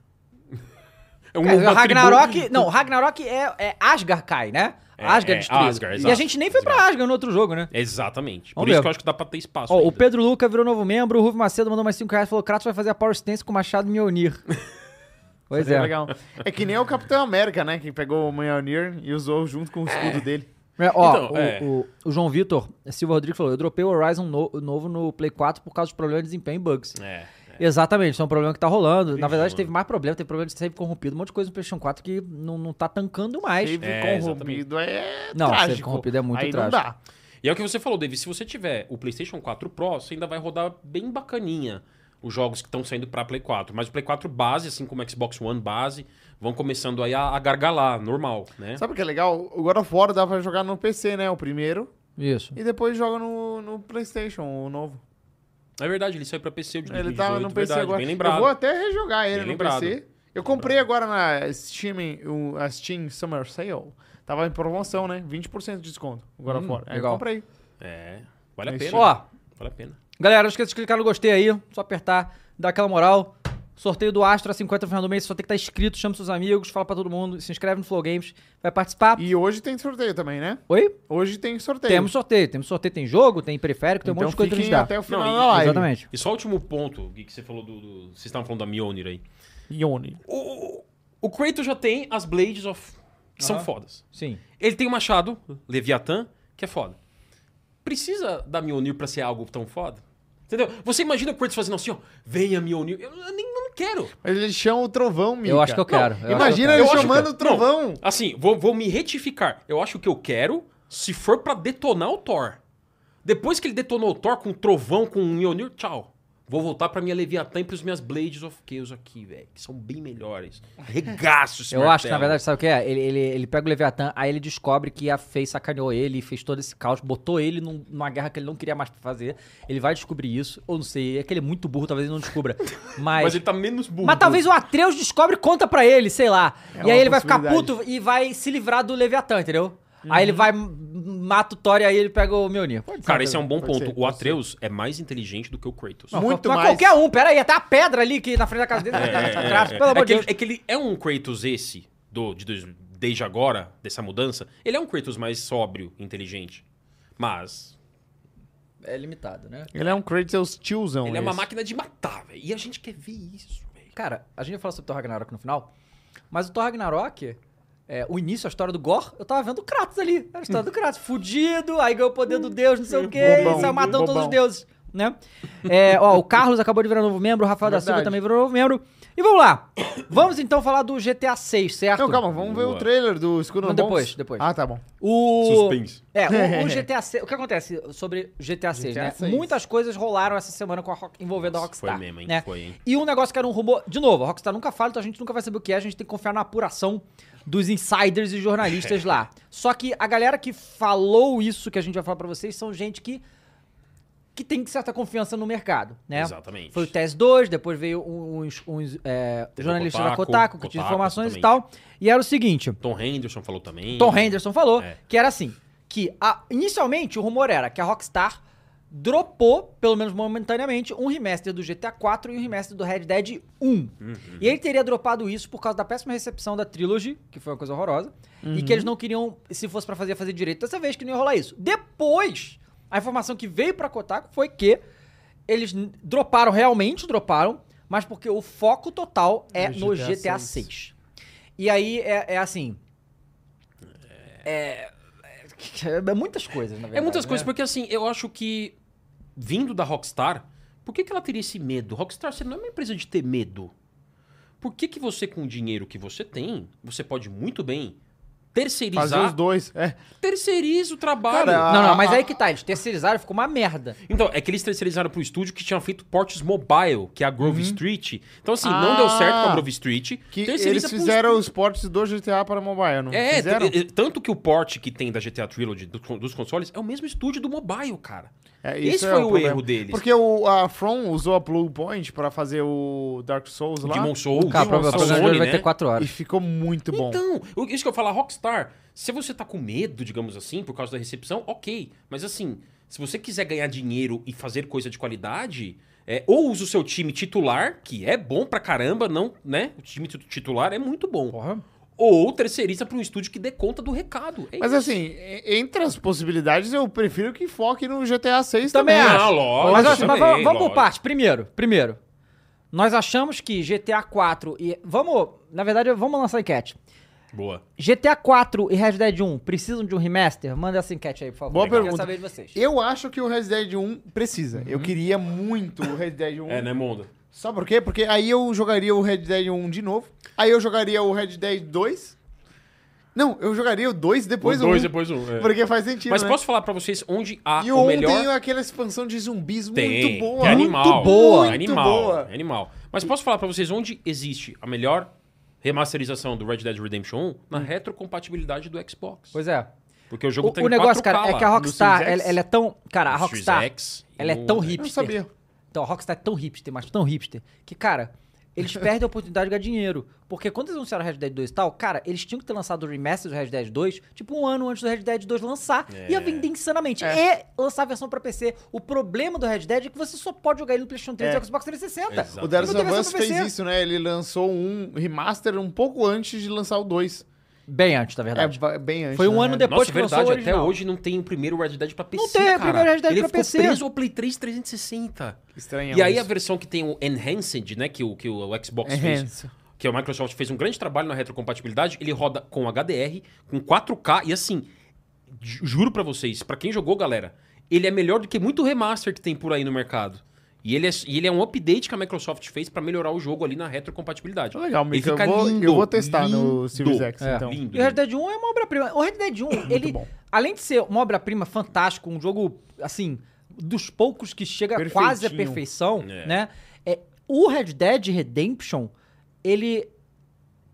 Speaker 3: É um-
Speaker 1: É,
Speaker 3: uma
Speaker 1: Ragnarok.
Speaker 3: tribu-
Speaker 1: Não, Ragnarok é, é Asgard cai, né?
Speaker 3: É,
Speaker 1: Asgard
Speaker 3: é,
Speaker 1: destruído.
Speaker 3: Asgard,
Speaker 1: e a
Speaker 3: exato.
Speaker 1: gente nem foi pra Asgard no outro jogo, né?
Speaker 3: Exatamente. Por
Speaker 1: Vamos
Speaker 3: isso
Speaker 1: ver.
Speaker 3: que eu acho que dá pra ter espaço.
Speaker 1: Ó, o
Speaker 3: ainda.
Speaker 1: Pedro Luca virou novo membro, o Ruvo Macedo mandou mais 5 reais e falou: Kratos vai fazer a Power Stance com o Machado Mjolnir. pois
Speaker 2: Seria
Speaker 1: é.
Speaker 2: legal. É que nem o Capitão América, né? Que pegou o Mjolnir e usou junto com o escudo dele.
Speaker 1: É, ó,
Speaker 3: Então,
Speaker 1: o,
Speaker 3: é.
Speaker 1: o- o João Vitor Silva Rodrigues falou: Eu dropei o Horizon no- novo no Play 4 por causa de problemas de desempenho e bugs.
Speaker 3: É.
Speaker 1: Exatamente, isso é um problema que tá rolando. Na
Speaker 3: Ixi,
Speaker 1: verdade,
Speaker 3: mano.
Speaker 1: teve mais problema, teve problema de ser corrompido, um monte de coisa no PlayStation 4 que não, não tá tancando mais.
Speaker 2: Save
Speaker 3: É,
Speaker 2: corrompido é
Speaker 1: Não, save
Speaker 2: trágico.
Speaker 1: corrompido é muito
Speaker 2: Aí
Speaker 1: trágico.
Speaker 2: não dá.
Speaker 3: E é o que você falou, David. Se você tiver o PlayStation 4 Pro, você ainda vai rodar bem bacaninha os jogos que estão saindo pra Play 4. Mas o Play 4 base, assim como o Xbox One base, vão começando aí a, a gargalar, normal, né?
Speaker 2: Sabe o que é legal? O God of War dá pra jogar no PC, né? O primeiro.
Speaker 1: Isso.
Speaker 2: E depois joga no, no PlayStation, o novo.
Speaker 3: É verdade, ele saiu pra PC de 2018,
Speaker 2: Ele tá no PC
Speaker 3: verdade,
Speaker 2: agora.
Speaker 3: bem
Speaker 2: Eu
Speaker 3: lembrado.
Speaker 2: vou até rejogar ele
Speaker 3: Bem
Speaker 2: no
Speaker 3: lembrado.
Speaker 2: PC. Eu comprei agora na Steam, o- a Steam Summer Sale. Tava em promoção, né? 20% de desconto. O God of
Speaker 1: Hum,
Speaker 2: War. Aí eu
Speaker 1: legal.
Speaker 2: comprei.
Speaker 3: É, vale a
Speaker 2: Mas-
Speaker 3: pena.
Speaker 1: Ó,
Speaker 3: Vale a pena.
Speaker 1: Galera, não esqueça de clicar no gostei aí, só apertar, dar aquela moral. Sorteio do Astra 50 no final do mês, só tem que estar inscrito, chama seus amigos, fala pra todo mundo, se inscreve no Flow Games, vai participar.
Speaker 2: E hoje tem sorteio também, né?
Speaker 1: Oi?
Speaker 2: Hoje tem sorteio.
Speaker 1: Temos sorteio, temos sorteio, tem jogo, tem periférico, tem um
Speaker 2: então
Speaker 1: monte de coisa pra gente
Speaker 2: fiquem
Speaker 1: dar.
Speaker 2: até o final
Speaker 3: Não, e-
Speaker 2: da live.
Speaker 1: Exatamente.
Speaker 3: E só o último ponto, Gui, que você falou do. do- vocês estavam falando da Mjolnir aí.
Speaker 2: Ione.
Speaker 3: O, o- o Kratos já tem as Blades of. que são fodas.
Speaker 1: Sim.
Speaker 3: Ele tem o machado, Leviatã, que é foda. Precisa da Mjolnir pra ser algo tão foda? Entendeu? Você imagina o Kratos fazendo assim, ó, venha Mjolnir. Eu, eu nem eu não quero.
Speaker 2: Mas ele chama o trovão, Mika.
Speaker 1: Eu acho que eu quero. eu acho que eu
Speaker 2: Imagina
Speaker 1: quero.
Speaker 2: ele
Speaker 3: Eu acho que-
Speaker 2: chamando o trovão.
Speaker 3: Assim, vou, vou me retificar. Eu acho que eu quero se for pra detonar o Thor. Depois que ele detonou o Thor com um trovão, com um Mjolnir, tchau. Vou voltar pra minha Leviatã e pros minhas Blades of Chaos aqui, velho. Que são bem melhores. Regaço esse
Speaker 1: Eu acho que, na
Speaker 3: martelo.
Speaker 1: verdade, sabe o que é? Ele, ele, ele pega o Leviatã, aí ele descobre que a Faye sacaneou ele, fez todo esse caos, botou ele num- numa guerra que ele não queria mais fazer. Ele vai descobrir isso, ou não sei, é que ele é muito burro, talvez ele não descubra. Mas,
Speaker 3: Mas ele tá menos burro.
Speaker 1: Mas talvez o Atreus descobre e conta pra ele, sei lá.
Speaker 3: É
Speaker 1: e
Speaker 2: uma
Speaker 1: aí ele vai ficar
Speaker 2: possibilidade.
Speaker 1: puto e vai se livrar do Leviatã, entendeu? Aí
Speaker 3: Uhum.
Speaker 1: ele vai, m- mata o Thor e aí ele pega o Mjolnir.
Speaker 3: Cara, esse é um bom
Speaker 2: Pode
Speaker 3: ponto.
Speaker 2: ser,
Speaker 3: o Atreus é mais inteligente do que o Kratos.
Speaker 2: Não, muito
Speaker 1: mas
Speaker 2: mais.
Speaker 1: qualquer um, pera aí, até a pedra ali que na frente da casa dele. tá,
Speaker 3: É, é, é,
Speaker 1: Kratos,
Speaker 3: é.
Speaker 1: Pelo
Speaker 3: É
Speaker 1: amor
Speaker 3: que,
Speaker 1: de
Speaker 3: ele-
Speaker 1: Deus.
Speaker 3: é que ele é um Kratos esse, do, de dois- desde agora, dessa mudança. Ele é um Kratos mais sóbrio, inteligente. Mas
Speaker 1: É limitado, né?
Speaker 2: Ele é um Kratos tiozão.
Speaker 3: ele é uma
Speaker 2: esse.
Speaker 3: máquina de matar, velho. E a gente quer ver isso, velho.
Speaker 1: Cara, a gente vai falar sobre o Thor Ragnarok no final, mas o Thor Ragnarok, é, o início, a história do Gore, eu tava vendo o Kratos ali. Era a história do Kratos, fudido, aí ganhou o poder do Deus, não sei o quê,
Speaker 2: Bobão,
Speaker 1: e saiu matando todos
Speaker 2: bobão.
Speaker 1: os deuses, né? É, ó, o Carlos acabou de virar novo membro, o Rafael da Silva
Speaker 2: Verdade.
Speaker 1: também virou novo membro. E vamos lá, vamos então falar do GTA 6, certo?
Speaker 2: Não, calma, vamos ver
Speaker 3: Boa.
Speaker 2: o trailer do Escuro
Speaker 1: Mas depois, depois.
Speaker 2: Ah, tá bom.
Speaker 1: O... É, o, o GTA 6, o que acontece sobre GTA 6, né?
Speaker 2: GTA VI.
Speaker 1: Muitas coisas rolaram essa semana com a Rock, envolvendo a
Speaker 3: Nossa, foi
Speaker 1: Rockstar.
Speaker 3: mesmo, hein?
Speaker 1: né?
Speaker 3: Foi, hein?
Speaker 1: E um negócio que era um rumor. De novo, a Rockstar nunca fala, então a gente nunca vai saber o que é, a gente tem que confiar na apuração dos insiders e jornalistas lá. Só que a galera que falou isso que a gente vai falar pra vocês são gente que. Que tem certa confiança no mercado,
Speaker 2: É.
Speaker 1: né?
Speaker 3: Exatamente.
Speaker 1: Foi o TES 2, depois veio um, uns, uns, é,
Speaker 3: Teve
Speaker 1: jornalistas
Speaker 3: o
Speaker 1: da
Speaker 3: Kotaku,
Speaker 1: Kotaku que tinham
Speaker 3: Kotaku,
Speaker 1: informações e
Speaker 3: exatamente.
Speaker 1: tal. E era o seguinte:
Speaker 3: Tom Henderson falou também.
Speaker 1: Tom Henderson falou
Speaker 3: É.
Speaker 1: que era assim, que a- inicialmente o rumor era que a Rockstar dropou, pelo menos momentaneamente, um remaster do GTA 4 e um remaster do Red Dead 1. E ele teria dropado isso por causa da péssima recepção da Trilogy, que foi uma coisa horrorosa, e que eles não queriam, se fosse pra fazer, fazer direito dessa vez, que não ia rolar isso. Depois, a informação que veio pra Kotaku foi que eles n- droparam, realmente droparam, mas porque o foco total é
Speaker 2: No
Speaker 1: no
Speaker 2: GTA
Speaker 1: GTA
Speaker 2: VI.
Speaker 1: 6. E aí é, é assim. É, é- é muitas coisas, na verdade.
Speaker 3: É muitas
Speaker 1: né?
Speaker 3: coisas, porque assim, eu acho que vindo da Rockstar, por que, que ela teria esse medo? Rockstar, você não é uma empresa de ter medo. Por que, que você, com o dinheiro que você tem, você pode muito bem terceirizar?
Speaker 2: Fazer os dois. É.
Speaker 3: Terceiriza o trabalho.
Speaker 2: Cara,
Speaker 1: Não, não, mas
Speaker 2: Ah,
Speaker 1: aí que tá, eles terceirizaram, ficou uma merda.
Speaker 3: Então, é que eles terceirizaram pro estúdio que tinha feito portes mobile, que é a Grove Street. Então, assim,
Speaker 2: Ah.
Speaker 3: não deu certo com a Grove Street.
Speaker 2: Que
Speaker 3: terceiriza
Speaker 2: eles
Speaker 3: pro
Speaker 2: fizeram os portes do GTA para mobile, não
Speaker 3: É,
Speaker 2: fizeram?
Speaker 3: t- é, tanto que o porte que tem da GTA Trilogy do- dos consoles é o mesmo estúdio do mobile, cara.
Speaker 2: É,
Speaker 3: Esse
Speaker 2: isso é
Speaker 3: foi o,
Speaker 2: problema.
Speaker 3: erro deles.
Speaker 2: Porque o, a From usou a Blue Point pra fazer o Dark Souls lá.
Speaker 3: Demon Souls,
Speaker 1: Cara,
Speaker 2: Demon
Speaker 1: o
Speaker 2: Souls,
Speaker 1: jogo
Speaker 3: Sony,
Speaker 1: vai
Speaker 3: né?
Speaker 1: ter 4
Speaker 2: E
Speaker 1: horas.
Speaker 2: ficou muito bom.
Speaker 3: Então, o- isso que eu falo, a Rockstar, se você tá com medo, digamos assim, por causa da recepção, ok. Mas assim, se você quiser ganhar dinheiro e fazer coisa de qualidade, é, ou usa o seu time titular, que é bom pra caramba, não, né? O time tit- titular é muito bom. Ou terceiriza pra um estúdio que dê conta do recado. É
Speaker 2: Mas
Speaker 3: isso.
Speaker 2: assim, e- entre as possibilidades, eu prefiro que foque no GTA 6
Speaker 1: Também
Speaker 2: também. né?
Speaker 1: acho.
Speaker 3: Ah, lógico,
Speaker 1: mas assim, mas
Speaker 3: também,
Speaker 1: vamos, vamos por
Speaker 3: lógico.
Speaker 1: parte. Primeiro, primeiro. Nós achamos que GTA 4 e. Vamos. Na verdade, vamos lançar a enquete.
Speaker 3: Boa.
Speaker 1: GTA 4 e Red Dead 1 precisam de um remaster? Manda essa enquete aí, por favor.
Speaker 2: Boa
Speaker 1: Eu quero
Speaker 2: pergunta.
Speaker 1: saber de vocês.
Speaker 2: Eu acho que o Resident Evil 1 precisa. Eu queria muito o um Resident Evil 1.
Speaker 3: Uhum. É, né, Mondo?
Speaker 2: Sabe por quê? Porque aí eu jogaria o Red Dead 1 de novo. Aí eu jogaria o Red Dead 2. Não, eu jogaria o 2 depois o 1.
Speaker 3: depois um. é.
Speaker 2: Porque faz sentido,
Speaker 3: Mas
Speaker 2: né?
Speaker 3: posso falar pra vocês onde há
Speaker 2: E um
Speaker 3: o
Speaker 2: o 1
Speaker 3: melhor...
Speaker 2: tem aquela expansão de zumbis muito
Speaker 3: Tem.
Speaker 2: boa.
Speaker 3: que é animal.
Speaker 1: Muito boa.
Speaker 3: É animal.
Speaker 2: Muito boa.
Speaker 3: é animal. Mas posso falar pra vocês onde existe a melhor remasterização do Red Dead Redemption 1? Na retrocompatibilidade do Xbox.
Speaker 1: Pois é.
Speaker 3: Porque o jogo
Speaker 1: Hum.
Speaker 3: tá
Speaker 1: O,
Speaker 3: tem
Speaker 1: o negócio,
Speaker 3: 4K
Speaker 1: cara, é
Speaker 3: lá
Speaker 1: que a
Speaker 3: no
Speaker 1: Rockstar,
Speaker 2: Series X.
Speaker 1: ela, ela é tão. Cara, a
Speaker 3: Series
Speaker 1: Rockstar.
Speaker 3: X e
Speaker 1: ela é
Speaker 3: no-
Speaker 1: tão
Speaker 2: Eu não
Speaker 1: hipster.
Speaker 2: sabia.
Speaker 1: Então, a Rockstar é tão hipster, mas tão hipster, que, cara, eles perdem a oportunidade de ganhar dinheiro. Porque quando eles anunciaram Red Dead 2 e tal, cara, eles tinham que ter lançado o remaster do Red Dead 2, tipo um ano antes do Red Dead 2 lançar. Ia vender insanamente. E lançar a versão pra PC. O problema do Red Dead é que você só pode jogar ele no PlayStation 3
Speaker 2: É.
Speaker 1: e no Xbox 360.
Speaker 3: Exato.
Speaker 2: O The Last
Speaker 1: Não tem
Speaker 2: of
Speaker 1: versão
Speaker 2: Us
Speaker 1: pra
Speaker 2: fez
Speaker 1: PC.
Speaker 2: isso, né? Ele lançou um remaster um pouco antes de lançar o 2.
Speaker 1: Bem antes, na
Speaker 2: É,
Speaker 1: verdade.
Speaker 2: ba- bem antes. né?
Speaker 1: Foi um
Speaker 2: na
Speaker 1: ano
Speaker 2: realidade.
Speaker 1: depois
Speaker 3: Nossa,
Speaker 1: que lançou
Speaker 3: verdade,
Speaker 1: o
Speaker 3: até
Speaker 1: original.
Speaker 3: hoje não tem o primeiro Red Dead pra PC,
Speaker 1: tem o
Speaker 3: cara.
Speaker 1: primeiro Red Dead
Speaker 3: Ele
Speaker 1: pra
Speaker 3: ficou
Speaker 1: PC.
Speaker 3: preso ao Play 3 360.
Speaker 2: Estranhão
Speaker 3: E aí a
Speaker 2: isso.
Speaker 3: versão que tem o Enhanced, né, que o, que o
Speaker 2: É.
Speaker 1: É
Speaker 3: Xbox fez,
Speaker 2: Enhanced.
Speaker 3: que a Microsoft fez um grande trabalho na retrocompatibilidade, ele roda com HDR, com 4K e assim, ju- juro pra vocês, pra quem jogou, galera, ele é melhor do que muito remaster que tem por aí no mercado. E ele é, e ele é um update que a Microsoft fez pra melhorar o jogo ali na retrocompatibilidade.
Speaker 2: Legal,
Speaker 3: E
Speaker 2: Mico. Eu
Speaker 3: fica
Speaker 2: vou,
Speaker 3: lindo,
Speaker 2: eu vou testar no
Speaker 3: lindo.
Speaker 2: Series X,
Speaker 1: É.
Speaker 2: então.
Speaker 3: Lindo.
Speaker 1: E o Red Dead 1 é uma obra-prima. O Red Dead 1, ele,
Speaker 2: bom.
Speaker 1: além de ser uma obra-prima fantástica, um jogo, assim, dos poucos que chega quase à
Speaker 2: Perfeitinho.
Speaker 1: perfeição,
Speaker 3: É.
Speaker 1: né? É, o Red Dead Redemption, ele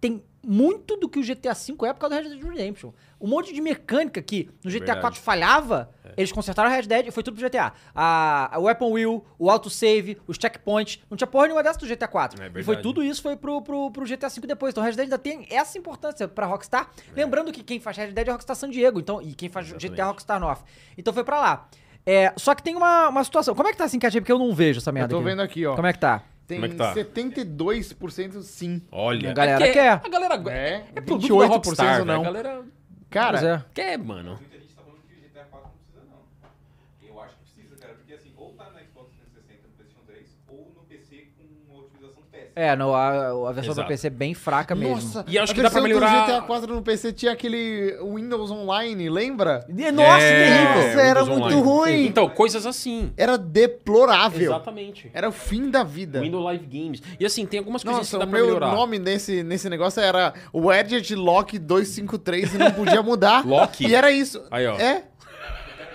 Speaker 1: tem muito do que o GTA V é por causa do Red Dead Redemption. Um monte de mecânica que no GTA
Speaker 3: Verdade. É.
Speaker 1: IV falhava, eles consertaram o Red Dead e foi tudo pro GTA. A, a Weapon Wheel, o autosave, os checkpoints, não tinha porra nenhuma dessa do GTA IV.
Speaker 3: É
Speaker 1: e foi tudo
Speaker 3: verdade.
Speaker 1: tudo isso foi pro, pro, pro GTA V depois. Então, o Red Dead ainda tem essa importância pra Rockstar. Lembrando que quem faz Red Dead é Rockstar San Diego, então, e quem faz GTA é Rockstar North. Então foi pra lá. É, só que tem uma, uma situação. Como é que tá essa enquete aí? Porque eu não vejo essa merda.
Speaker 2: tô
Speaker 1: aqui.
Speaker 2: vendo aqui, ó.
Speaker 1: Como é que tá?
Speaker 2: Tem
Speaker 3: Como é que tá?
Speaker 2: 72% sim.
Speaker 3: Olha,
Speaker 1: A galera
Speaker 3: é que-
Speaker 1: quer.
Speaker 3: A galera
Speaker 2: É, um
Speaker 3: é, produto da
Speaker 2: 28%
Speaker 3: Rockstar,
Speaker 2: ou
Speaker 3: não.
Speaker 2: não.
Speaker 3: A galera
Speaker 2: Cara,
Speaker 1: Pois é.
Speaker 3: quer, mano.
Speaker 4: Muita gente tá falando que o GTA 4 não precisa, não. Eu acho que precisa, cara, porque assim, ou tá no Xbox 360 no PlayStation 3, ou no PC com uma otimização péssima.
Speaker 1: É, no, a, a versão do
Speaker 3: Exato.
Speaker 1: PC é bem fraca mesmo.
Speaker 2: Nossa,
Speaker 3: E acho
Speaker 2: a
Speaker 3: que dá pra
Speaker 2: versão do
Speaker 3: melhorar-
Speaker 2: GTA 4 no PC tinha aquele Windows Online, lembra?
Speaker 1: E- Nossa,
Speaker 3: É.
Speaker 1: terrível!
Speaker 2: Nossa, era
Speaker 3: Windows
Speaker 2: muito ruim.
Speaker 3: Então, coisas assim.
Speaker 2: Era deplorável.
Speaker 3: Exatamente.
Speaker 2: Era o fim da vida.
Speaker 3: Windows Live Games. E assim, tem algumas coisas que
Speaker 2: Nossa,
Speaker 3: dá
Speaker 2: o
Speaker 3: pra
Speaker 2: meu
Speaker 3: melhorar.
Speaker 2: nome nesse, nesse negócio era Wedget Lock 253 e não podia mudar.
Speaker 3: Lock?
Speaker 2: E era isso.
Speaker 3: Aí, ó.
Speaker 2: É,
Speaker 4: Era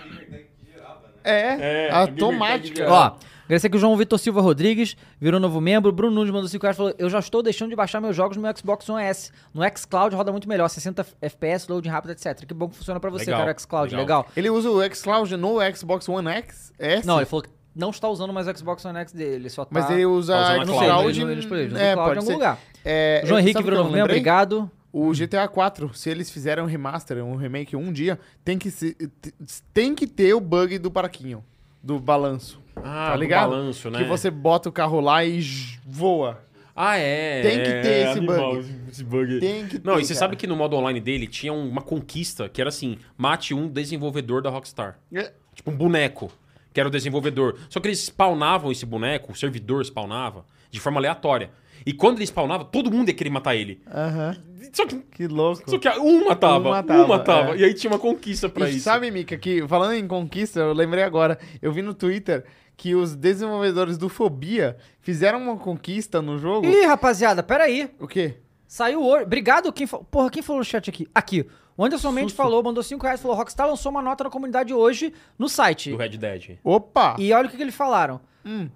Speaker 4: a liberdade que gerava, né?
Speaker 2: é,
Speaker 3: É,
Speaker 2: automática.
Speaker 1: Ó, agradecer aqui o João Vitor Silva Rodrigues, virou novo membro. Bruno Nunes mandou 5 reais e falou: Eu já estou deixando de baixar meus jogos no meu Xbox One S. No Xcloud roda muito melhor, 60 FPS, loading rápido, etc. Que bom que funciona pra você,
Speaker 3: Legal,
Speaker 1: cara, o Xcloud.
Speaker 3: legal.
Speaker 1: legal.
Speaker 2: Ele usa o xCloud no Xbox One X? S?
Speaker 1: Não, ele falou que não está usando mais o Xbox One X dele, ele só tá...
Speaker 2: Mas ele usa
Speaker 3: Tá usando a
Speaker 1: não
Speaker 3: cloud,
Speaker 1: sei,
Speaker 2: xCloud.
Speaker 1: ele não- ele escolheu, ele usa
Speaker 2: é,
Speaker 1: o cloud em
Speaker 2: pode
Speaker 1: algum
Speaker 2: ser.
Speaker 1: lugar.
Speaker 2: É,
Speaker 1: João Henrique
Speaker 2: sabe o que
Speaker 1: virou
Speaker 2: eu
Speaker 1: novo membro,
Speaker 2: lembrei?
Speaker 1: obrigado.
Speaker 2: O GTA 4, se eles fizeram um remaster, um remake um dia, tem que, se- t- tem que ter o bug do barquinho, do balanço.
Speaker 3: Ah,
Speaker 2: tá
Speaker 3: do
Speaker 2: ligado?
Speaker 3: balanço, né?
Speaker 2: Que você bota o carro lá e j- voa.
Speaker 3: Ah, é.
Speaker 2: Tem que ter
Speaker 3: é
Speaker 2: esse
Speaker 3: animal,
Speaker 2: bug.
Speaker 3: esse- esse bug.
Speaker 2: Tem que ter.
Speaker 3: Não, e você
Speaker 2: cara.
Speaker 3: sabe que no modo online dele tinha uma conquista que era assim: mate um desenvolvedor da um Rockstar.
Speaker 2: É.
Speaker 3: Tipo um boneco. que era o desenvolvedor. Só que eles spawnavam esse boneco, o servidor spawnava, de forma aleatória. E quando ele spawnava, todo mundo ia querer matar ele.
Speaker 2: Aham.
Speaker 3: Só
Speaker 1: É,
Speaker 3: que,
Speaker 2: Que louco.
Speaker 3: só que um matava,
Speaker 2: Um
Speaker 3: um
Speaker 2: matava,
Speaker 3: matava.
Speaker 2: é.
Speaker 3: E aí tinha uma conquista pra
Speaker 2: E
Speaker 3: isso.
Speaker 2: sabe, Mika, que falando em conquista, eu lembrei agora, eu vi no Twitter que os desenvolvedores do Fobia fizeram uma conquista no jogo.
Speaker 1: Ih, rapaziada, peraí.
Speaker 2: O quê?
Speaker 1: Saiu hoje. Obrigado, quem fa- Porra, quem falou no chat aqui? Aqui. O Anderson Mendes
Speaker 2: Susto.
Speaker 1: falou, mandou 5 reais, falou: Rockstar lançou uma nota na comunidade hoje no site.
Speaker 3: Do Red Dead.
Speaker 2: Opa!
Speaker 1: Ah. E olha o que, que eles falaram.
Speaker 2: Hum.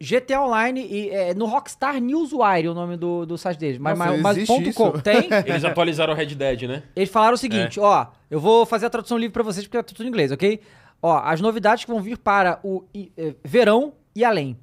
Speaker 1: GTA Online e é, no Rockstar Newswire o nome do, do site deles. Mas,
Speaker 2: Nossa,
Speaker 1: mas, mas
Speaker 2: existe
Speaker 1: ponto
Speaker 2: isso?
Speaker 1: com. Tem?
Speaker 3: Eles atualizaram o Red Dead, né?
Speaker 1: Eles falaram o seguinte, ó, eu vou fazer a tradução livre pra vocês porque é tudo em inglês, ok? Ó, as novidades que vão vir para o i- eh, verão e além.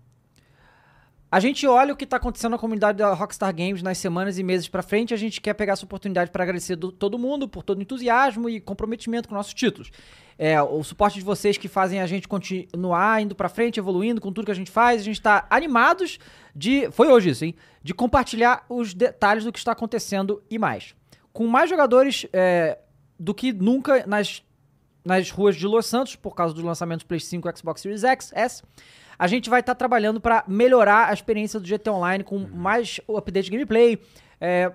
Speaker 1: A gente olha o que tá acontecendo na comunidade da Rockstar Games nas semanas e meses pra frente, a gente quer pegar essa oportunidade pra agradecer do- todo mundo por todo o entusiasmo e comprometimento com nossos títulos. É, o suporte de vocês que fazem a gente continuar indo pra frente, evoluindo com tudo que a gente faz, a gente tá animados de, foi hoje isso, hein? De compartilhar os detalhes do que está acontecendo e mais com mais jogadores é, do que nunca nas, nas ruas de Los Santos, por causa dos lançamentos do PlayStation 5 Xbox Series X, S. A gente vai estar trabalhando para melhorar a experiência do GT Online com mais update de gameplay, é,